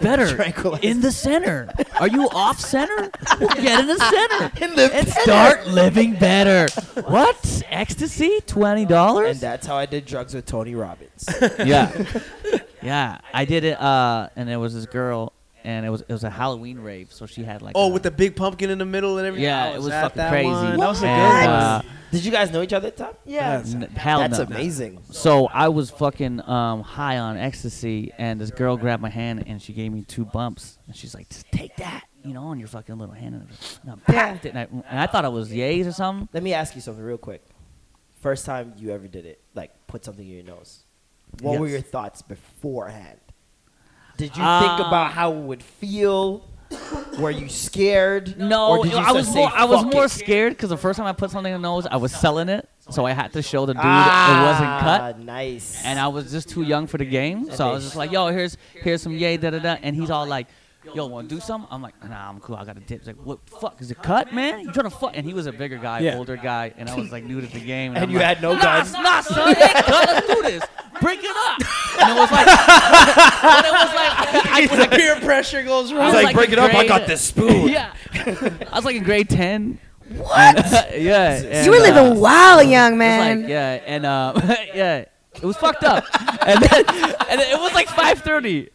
[SPEAKER 6] better
[SPEAKER 2] tranquilizer.
[SPEAKER 6] in the center. Are you off center? Well, get in the center
[SPEAKER 2] And live
[SPEAKER 6] and
[SPEAKER 2] better.
[SPEAKER 6] start living better. What ecstasy? Twenty
[SPEAKER 2] And
[SPEAKER 6] dollars?
[SPEAKER 2] that's how I did drugs with Tony Robbins.
[SPEAKER 6] uh, Yeah, yeah. I did it, uh, and there was this girl, and it was it was a Halloween rave, so she had like
[SPEAKER 3] Oh,
[SPEAKER 6] a-
[SPEAKER 3] with the big pumpkin in the middle and everything.
[SPEAKER 6] yeah,
[SPEAKER 3] I
[SPEAKER 6] it was
[SPEAKER 3] at
[SPEAKER 6] fucking
[SPEAKER 3] that
[SPEAKER 6] crazy.
[SPEAKER 3] one. That was a good
[SPEAKER 6] And,
[SPEAKER 3] one.
[SPEAKER 6] uh,
[SPEAKER 2] Did you guys know each other at the time?
[SPEAKER 4] Yeah.
[SPEAKER 6] n- hell
[SPEAKER 2] That's
[SPEAKER 6] no.
[SPEAKER 2] amazing.
[SPEAKER 6] So I was fucking um, high on ecstasy, and this girl grabbed my hand and she gave me two bumps, and she's like, "Just take that, you know, on your fucking little hand." And I was- And I packed it, and I, and I thought it was yays or something.
[SPEAKER 2] Let me ask you something real quick. First time you ever did it, like put something in your nose. What were
[SPEAKER 6] Yes. Uh,
[SPEAKER 2] your thoughts beforehand? Did you think about how it would feel? Were you scared?
[SPEAKER 6] No,
[SPEAKER 2] Or did you
[SPEAKER 6] I
[SPEAKER 2] just
[SPEAKER 6] was
[SPEAKER 2] say,
[SPEAKER 6] more I was
[SPEAKER 2] "Fuck
[SPEAKER 6] more
[SPEAKER 2] it"?
[SPEAKER 6] scared because the first time I put something in the nose, I was selling it, so I had to show the dude it wasn't cut.
[SPEAKER 2] Ah, Nice.
[SPEAKER 6] and I was just too young for the game, so I was just like, "Yo, here's here's some yay da da da," and he's all like, "Yo, want to do something?" I'm like, "Nah, I'm cool. I got a dip." He's like, "What the fuck is it cut, man? You trying to fuck?" And he was a bigger guy,
[SPEAKER 3] Yeah.
[SPEAKER 6] older guy, and I was like new to the game.
[SPEAKER 2] And
[SPEAKER 6] I'm
[SPEAKER 2] you
[SPEAKER 6] like,
[SPEAKER 2] had no
[SPEAKER 6] nah,
[SPEAKER 2] gun."
[SPEAKER 6] s- Nah, son, it ain't cut. Let's do this. Break it up. And it was like, but it was like, I, I, like
[SPEAKER 3] Peer pressure goes
[SPEAKER 6] I
[SPEAKER 3] wrong.
[SPEAKER 6] was like,
[SPEAKER 2] break
[SPEAKER 6] in
[SPEAKER 2] it up. I
[SPEAKER 6] grade-
[SPEAKER 2] got this spoon.
[SPEAKER 6] Yeah, I was like in grade ten. What? yeah. and,
[SPEAKER 4] you were
[SPEAKER 6] uh,
[SPEAKER 4] living wild, young
[SPEAKER 6] it's
[SPEAKER 4] man.
[SPEAKER 6] like, yeah, and uh, yeah, it was fucked up, and then, and then it was like five thirty.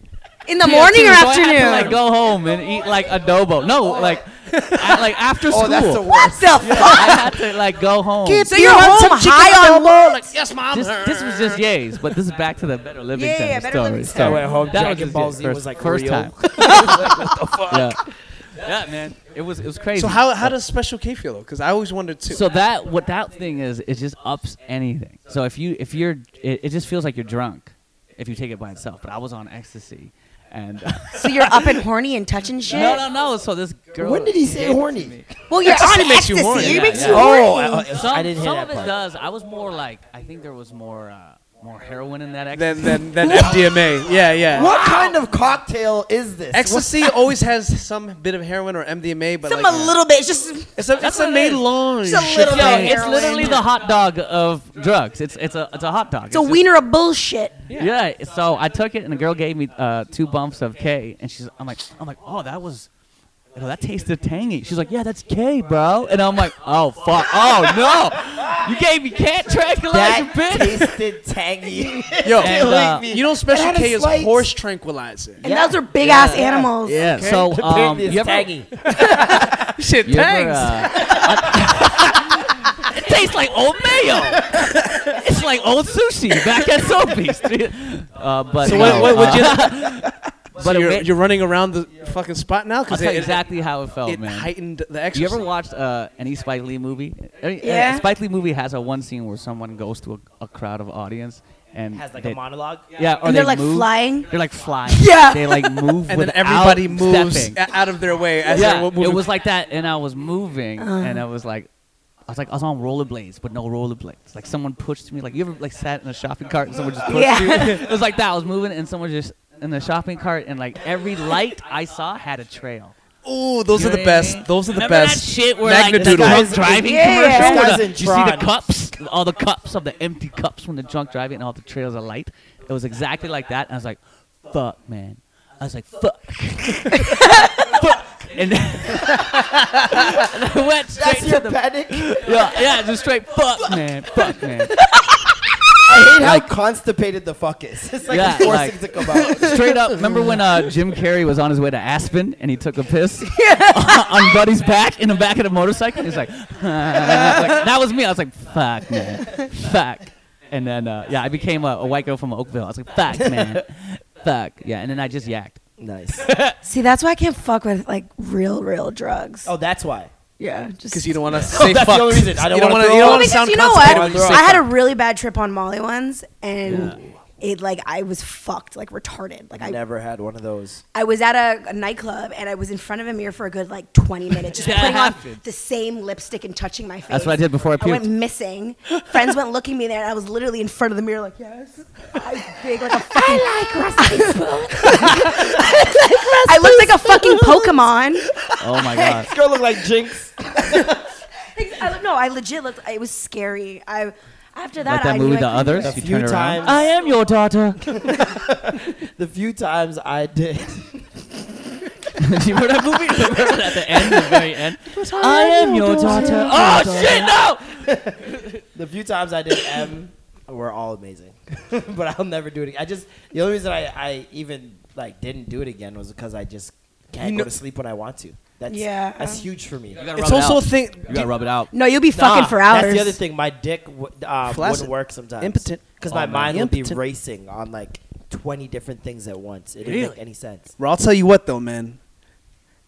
[SPEAKER 4] In the morning or
[SPEAKER 6] So I had to,
[SPEAKER 4] afternoon?
[SPEAKER 6] like go home and eat like adobo. No, like, at, like after school.
[SPEAKER 2] Oh, that's the
[SPEAKER 4] what
[SPEAKER 2] worst.
[SPEAKER 4] the fuck?
[SPEAKER 6] I had to like go home.
[SPEAKER 4] So you're home high on
[SPEAKER 3] low. Like, yes, mom.
[SPEAKER 6] This, this was just yays, but this is back to the better living
[SPEAKER 4] Yeah, yeah,
[SPEAKER 6] center
[SPEAKER 4] Better
[SPEAKER 6] story.
[SPEAKER 4] Living
[SPEAKER 6] story.
[SPEAKER 2] I went home.
[SPEAKER 6] That
[SPEAKER 2] Dragon
[SPEAKER 6] was
[SPEAKER 2] Ball
[SPEAKER 6] just
[SPEAKER 2] Z
[SPEAKER 6] it.
[SPEAKER 2] was like
[SPEAKER 6] first
[SPEAKER 2] real.
[SPEAKER 6] time. Yeah. yeah, man, it was it was crazy.
[SPEAKER 3] So how how does Special K feel though? Because I always wondered too.
[SPEAKER 6] So that what that thing is, it just ups anything. So if you if you're, it, it just feels like you're drunk if you take it by itself. But I was on ecstasy, and
[SPEAKER 4] so you're up and horny and touching shit?
[SPEAKER 6] no, no, no. So this girl.
[SPEAKER 2] When did he say
[SPEAKER 6] gave it to
[SPEAKER 2] horny?
[SPEAKER 6] me.
[SPEAKER 4] Well, you're
[SPEAKER 3] Ecstasy
[SPEAKER 4] on
[SPEAKER 3] makes you
[SPEAKER 4] ecstasy.
[SPEAKER 3] horny.
[SPEAKER 4] It
[SPEAKER 3] Yeah,
[SPEAKER 4] makes
[SPEAKER 6] yeah.
[SPEAKER 4] you
[SPEAKER 2] Oh,
[SPEAKER 4] horny.
[SPEAKER 2] I- I-
[SPEAKER 6] Some,
[SPEAKER 2] I didn't hear
[SPEAKER 6] some
[SPEAKER 2] that
[SPEAKER 6] of it
[SPEAKER 2] part.
[SPEAKER 6] does. I was more like I think there was more uh, more heroin in that ecstasy.
[SPEAKER 3] Then then then MDMA. Yeah, yeah.
[SPEAKER 2] What kind of cocktail is this?
[SPEAKER 3] Ecstasy always has some bit of heroin or MDMA, but
[SPEAKER 4] Some
[SPEAKER 3] like
[SPEAKER 4] a little bit. It's just
[SPEAKER 3] it's a it's a
[SPEAKER 6] what it
[SPEAKER 3] made
[SPEAKER 6] is.
[SPEAKER 3] long.
[SPEAKER 4] Just a little
[SPEAKER 6] Yo,
[SPEAKER 4] Yeah,
[SPEAKER 6] it's
[SPEAKER 4] heroin.
[SPEAKER 6] literally the hot dog of drugs. It's it's a it's a hot dog.
[SPEAKER 4] it's a
[SPEAKER 6] just-
[SPEAKER 4] wiener of bullshit.
[SPEAKER 6] Yeah. So I took it, and the girl gave me uh, two bumps of K, and she's, I'm like, I'm like, oh, that was, you know, that tasted tangy. She's like, yeah, that's K, bro, and I'm like, oh fuck, oh no, you gave me cat tranquilizer,
[SPEAKER 2] that
[SPEAKER 6] bitch.
[SPEAKER 2] tasted tangy.
[SPEAKER 3] Yo,
[SPEAKER 6] And, uh,
[SPEAKER 3] you know, Special
[SPEAKER 2] It had a
[SPEAKER 3] K is
[SPEAKER 2] slight-
[SPEAKER 3] horse tranquilizer.
[SPEAKER 4] And those are big ass animals.
[SPEAKER 6] Yeah. So um, you ever,
[SPEAKER 2] tangy.
[SPEAKER 3] Shit,
[SPEAKER 6] you ever,
[SPEAKER 3] thanks.
[SPEAKER 6] uh, it tastes like old mayo. it's like old sushi back at Soapy's. Uh, but
[SPEAKER 3] So what-
[SPEAKER 6] no,
[SPEAKER 3] what would you-
[SPEAKER 6] uh,
[SPEAKER 3] But
[SPEAKER 6] but it
[SPEAKER 3] you're,
[SPEAKER 6] ma-
[SPEAKER 3] you're running around the fucking spot now
[SPEAKER 6] I'll
[SPEAKER 3] because
[SPEAKER 6] tell
[SPEAKER 3] it,
[SPEAKER 6] you
[SPEAKER 3] it-
[SPEAKER 6] exactly how it felt,
[SPEAKER 3] it
[SPEAKER 6] man.
[SPEAKER 3] heightened the exercise.
[SPEAKER 6] You ever watched uh, any Spike Lee movie? I mean, uh,
[SPEAKER 4] Yeah.
[SPEAKER 6] Spike Lee movie has a one scene where someone goes to a, a crowd of audience and
[SPEAKER 2] Has like
[SPEAKER 6] they,
[SPEAKER 2] a monologue.
[SPEAKER 6] Yeah, or
[SPEAKER 4] And
[SPEAKER 6] they
[SPEAKER 4] they're like
[SPEAKER 6] move.
[SPEAKER 4] flying.
[SPEAKER 6] They're like flying.
[SPEAKER 4] Yeah.
[SPEAKER 6] They like
[SPEAKER 3] and
[SPEAKER 6] move
[SPEAKER 3] then
[SPEAKER 6] without
[SPEAKER 3] everybody moves
[SPEAKER 6] stepping.
[SPEAKER 3] a- out of their way as
[SPEAKER 6] yeah.
[SPEAKER 3] they're moving.
[SPEAKER 6] It was like that, and I was moving, and I was like. I was like, I was on rollerblades, but no rollerblades. Like someone pushed me. Like you ever like sat in a shopping cart and someone just pushed
[SPEAKER 4] Yeah.
[SPEAKER 6] you? It was like that. I was moving and someone just in the shopping cart and like every light I saw had a trail.
[SPEAKER 3] Ooh, those
[SPEAKER 6] You
[SPEAKER 3] are the
[SPEAKER 6] know what I mean?
[SPEAKER 3] best. Those are the
[SPEAKER 6] Remember
[SPEAKER 3] best.
[SPEAKER 6] That shit where
[SPEAKER 3] Magna
[SPEAKER 6] like the
[SPEAKER 3] Doodle.
[SPEAKER 6] drunk
[SPEAKER 2] Guys-
[SPEAKER 6] driving
[SPEAKER 4] yeah.
[SPEAKER 6] commercial.
[SPEAKER 2] Guys
[SPEAKER 6] where the-
[SPEAKER 2] in
[SPEAKER 6] you see the
[SPEAKER 2] Tron.
[SPEAKER 6] cups, all the cups of the empty cups when the drunk driving and all the trails of light. It was exactly like that. And I was like, fuck, man. I was like, fuck. fuck. And then, and I went straight
[SPEAKER 2] That's your
[SPEAKER 6] to the
[SPEAKER 2] panic. I
[SPEAKER 6] yeah, yeah, just straight fuck, man, fuck man,
[SPEAKER 2] hate how constipated the fuck is. It's like
[SPEAKER 6] Yeah,
[SPEAKER 2] forcing
[SPEAKER 6] like-
[SPEAKER 2] to come out.
[SPEAKER 6] straight up. Remember when uh, Jim Carrey was on his way to Aspen and he took a piss on Buddy's back in the back of the motorcycle? He's like, like, that was me. I was like, fuck man, fuck. And then uh, yeah, I became a, a white girl from Oakville. I was like, fuck man, fuck yeah. And then I just yacked.
[SPEAKER 2] Nice.
[SPEAKER 4] See, that's why I can't fuck with like real, real drugs.
[SPEAKER 2] Oh, that's why.
[SPEAKER 4] yeah. Just
[SPEAKER 3] Because you don't want to say
[SPEAKER 2] Oh, that's the
[SPEAKER 3] fuck.
[SPEAKER 2] only reason. I don't
[SPEAKER 3] you don't
[SPEAKER 2] wanna throw
[SPEAKER 3] wanna- you
[SPEAKER 2] up.
[SPEAKER 3] don't
[SPEAKER 4] Well,
[SPEAKER 3] wanna
[SPEAKER 4] because
[SPEAKER 3] sound
[SPEAKER 4] you know what?
[SPEAKER 3] constipated when you say
[SPEAKER 4] I had a
[SPEAKER 3] fuck.
[SPEAKER 4] really bad trip on Molly once, and it like I was fucked, like retarded. Like I,
[SPEAKER 2] Never had one of those.
[SPEAKER 4] I was at a, a nightclub, and I was in front of a mirror for a good like 20 minutes, just
[SPEAKER 6] That
[SPEAKER 4] putting on
[SPEAKER 6] happened.
[SPEAKER 4] the same lipstick and touching my face.
[SPEAKER 6] That's what I did before I
[SPEAKER 4] I went
[SPEAKER 6] puked.
[SPEAKER 4] missing. Friends went looking me there, and I was literally in front of the mirror, like yes, I was big like a fucking. I looked like a fucking Pokemon.
[SPEAKER 6] Oh my god.
[SPEAKER 2] This girl looked like Jinx.
[SPEAKER 4] I, don't- no, I legit looked. It was scary. I after that,
[SPEAKER 6] Like that
[SPEAKER 4] I
[SPEAKER 6] movie,
[SPEAKER 4] knew I couldn't do
[SPEAKER 6] The Others.
[SPEAKER 4] it.
[SPEAKER 6] You
[SPEAKER 2] few
[SPEAKER 6] turn around.
[SPEAKER 2] times-
[SPEAKER 6] I am your daughter.
[SPEAKER 2] The few times I did.
[SPEAKER 6] you remember that movie? Remember at the end, the very end. I am your daughter. Oh shit, no!
[SPEAKER 2] The few times I did M were all amazing, but I'll never do it. Again. I just the only reason I, I even like didn't do it again was because I just can't go
[SPEAKER 3] You know-
[SPEAKER 2] to sleep when I want to. That's
[SPEAKER 4] Yeah.
[SPEAKER 2] that's huge for me.
[SPEAKER 3] It's also a thing.
[SPEAKER 6] You gotta rub it out.
[SPEAKER 4] No, you'll be
[SPEAKER 2] Nah,
[SPEAKER 4] fucking for hours.
[SPEAKER 2] That's the other thing. My dick w- uh, wouldn't
[SPEAKER 3] Flaccid.
[SPEAKER 2] work sometimes.
[SPEAKER 3] Impotent.
[SPEAKER 2] because
[SPEAKER 6] Oh,
[SPEAKER 2] my
[SPEAKER 6] man.
[SPEAKER 2] mind would be
[SPEAKER 3] Impotent.
[SPEAKER 2] racing on like twenty different things at once. It didn't make
[SPEAKER 6] Really?
[SPEAKER 2] any sense.
[SPEAKER 3] Well, I'll tell you what though, man.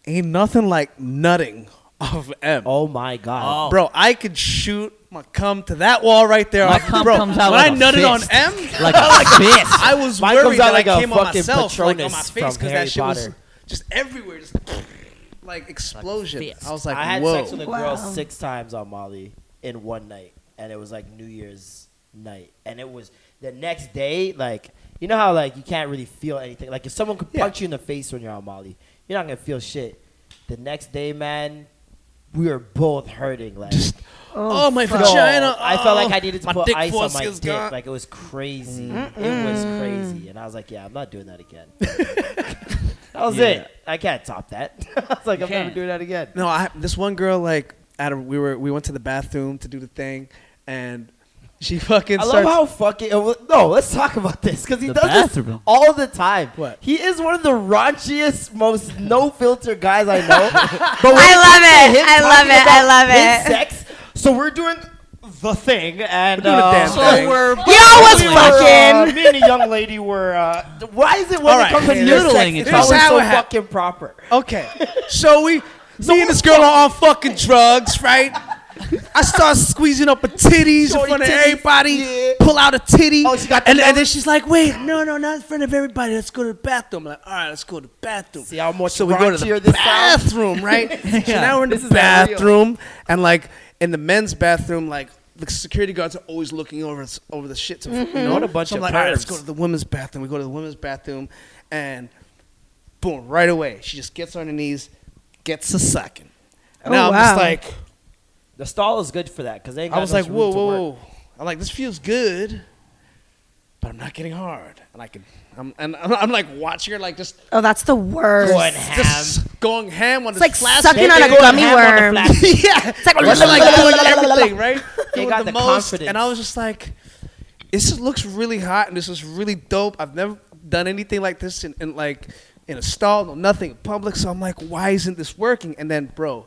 [SPEAKER 3] Ain't nothing like nutting off M.
[SPEAKER 2] Oh my god!
[SPEAKER 3] Bro, I could shoot my cum to that wall right there.
[SPEAKER 6] My
[SPEAKER 3] off-
[SPEAKER 6] cum
[SPEAKER 3] bro,
[SPEAKER 6] comes out
[SPEAKER 3] when
[SPEAKER 6] like
[SPEAKER 3] I
[SPEAKER 6] a
[SPEAKER 3] nutted on
[SPEAKER 6] fist.
[SPEAKER 3] M,
[SPEAKER 6] Like a fist.
[SPEAKER 3] I was
[SPEAKER 2] Mine
[SPEAKER 3] worried
[SPEAKER 2] comes out
[SPEAKER 3] that
[SPEAKER 2] like
[SPEAKER 3] I
[SPEAKER 2] a
[SPEAKER 3] came on
[SPEAKER 2] fucking
[SPEAKER 3] myself, like on my
[SPEAKER 2] Patronus
[SPEAKER 3] face,
[SPEAKER 2] from
[SPEAKER 3] because
[SPEAKER 2] Harry
[SPEAKER 3] that shit was
[SPEAKER 2] Potter.
[SPEAKER 3] just everywhere. Just like explosion.
[SPEAKER 6] fist.
[SPEAKER 3] I was like,
[SPEAKER 2] I had
[SPEAKER 3] whoa.
[SPEAKER 2] sex with a girl
[SPEAKER 4] Wow.
[SPEAKER 2] six times on Molly in one night, and it was like New Year's night, and it was the next day. Like you know how like you can't really feel anything. Like if someone could
[SPEAKER 3] Yeah.
[SPEAKER 2] punch you in the face when you're on Molly, you're not gonna feel shit. The next day, man, we were both hurting. Like
[SPEAKER 3] oh, my
[SPEAKER 2] no,
[SPEAKER 3] vagina!
[SPEAKER 2] I felt like
[SPEAKER 3] oh,
[SPEAKER 2] I needed to
[SPEAKER 3] my
[SPEAKER 2] put
[SPEAKER 3] dick
[SPEAKER 2] ice on my
[SPEAKER 3] foreskin's
[SPEAKER 2] dick.
[SPEAKER 3] gone.
[SPEAKER 2] Like it was crazy. It was crazy, and I was like, yeah, I'm not doing that again. That was
[SPEAKER 6] Yeah.
[SPEAKER 2] it. I can't top that. I was like, I'm never
[SPEAKER 6] can't.
[SPEAKER 2] doing that again.
[SPEAKER 3] No, I, this one girl like out of we were we went to the bathroom to do the thing, and she fucking
[SPEAKER 2] I love
[SPEAKER 3] starts.
[SPEAKER 2] how fucking. oh, No, let's talk about this because he
[SPEAKER 6] The
[SPEAKER 2] does this
[SPEAKER 6] bathroom.
[SPEAKER 2] all the time.
[SPEAKER 3] What?
[SPEAKER 2] He is one of the raunchiest, most no filter guys I know. but when
[SPEAKER 4] I love
[SPEAKER 2] comes to
[SPEAKER 4] it.
[SPEAKER 2] him
[SPEAKER 4] I love
[SPEAKER 2] talking
[SPEAKER 4] it. I
[SPEAKER 2] about
[SPEAKER 4] love
[SPEAKER 2] his
[SPEAKER 4] it.
[SPEAKER 2] Sex. So we're doing the thing, and
[SPEAKER 3] doing the
[SPEAKER 2] uh,
[SPEAKER 3] damn
[SPEAKER 2] so
[SPEAKER 3] thing.
[SPEAKER 2] we're.
[SPEAKER 4] Y'all was
[SPEAKER 2] we were, uh,
[SPEAKER 4] fucking.
[SPEAKER 2] me and a young lady were. Uh, why is it when
[SPEAKER 3] All
[SPEAKER 2] it
[SPEAKER 3] right,
[SPEAKER 2] comes to
[SPEAKER 3] here's-
[SPEAKER 2] your sex,
[SPEAKER 6] Noodling
[SPEAKER 2] it's
[SPEAKER 6] each other.
[SPEAKER 2] always
[SPEAKER 3] Here's how
[SPEAKER 2] so
[SPEAKER 3] it hap-
[SPEAKER 2] fucking proper?
[SPEAKER 3] Okay, so we, me and this girl are on fucking drugs, right? I start squeezing up her titties in
[SPEAKER 2] Shorty
[SPEAKER 3] front of
[SPEAKER 2] titties,
[SPEAKER 3] everybody.
[SPEAKER 2] yeah.
[SPEAKER 3] Pull out a titty.
[SPEAKER 2] Oh, she got the
[SPEAKER 3] and, and
[SPEAKER 2] nose?
[SPEAKER 3] then she's like, "Wait, no, no, not in front of everybody. Let's go to the bathroom." I'm like, all right, let's go to the bathroom.
[SPEAKER 2] See how much
[SPEAKER 3] so we go to the
[SPEAKER 2] raunchier this sounds?
[SPEAKER 3] bathroom, right? So
[SPEAKER 6] Yeah.
[SPEAKER 3] now we're in
[SPEAKER 2] This
[SPEAKER 3] the
[SPEAKER 2] is unreal.
[SPEAKER 3] bathroom, and like in the men's bathroom, like the security guards are always looking over us- over the shit. To, you know
[SPEAKER 2] What a bunch
[SPEAKER 3] so I'm
[SPEAKER 2] of
[SPEAKER 3] like, all right, let's
[SPEAKER 2] pervs.
[SPEAKER 3] go to the women's bathroom. We go to the women's bathroom, and boom, right away, she just gets on her knees, gets a sucking.
[SPEAKER 4] Oh,
[SPEAKER 3] now I'm just
[SPEAKER 4] wow.
[SPEAKER 3] like,
[SPEAKER 2] The stall is good for that because they. Ain't got
[SPEAKER 3] I was
[SPEAKER 2] no
[SPEAKER 3] like,
[SPEAKER 2] room
[SPEAKER 3] whoa,
[SPEAKER 2] to
[SPEAKER 3] whoa,
[SPEAKER 2] work.
[SPEAKER 3] whoa. I'm like, this feels good, but I'm not getting hard. And I can, I'm, and I'm, I'm like watching her like just,
[SPEAKER 4] Oh, that's the worst.
[SPEAKER 2] Going ham.
[SPEAKER 3] just going ham on
[SPEAKER 4] It's
[SPEAKER 3] this
[SPEAKER 4] like
[SPEAKER 3] flask.
[SPEAKER 4] sucking
[SPEAKER 2] They
[SPEAKER 4] on a
[SPEAKER 2] go
[SPEAKER 4] gummy
[SPEAKER 2] ham on the
[SPEAKER 4] worm.
[SPEAKER 2] flask.
[SPEAKER 3] yeah. It's like, like doing everything, right?
[SPEAKER 2] They
[SPEAKER 3] Doing
[SPEAKER 2] got the
[SPEAKER 3] most.
[SPEAKER 2] confidence.
[SPEAKER 3] And I was just like, this is- looks really hot and this is really dope. I've never done anything like this in, in like in a stall, no nothing in public. So I'm like, why isn't this working? And then, bro,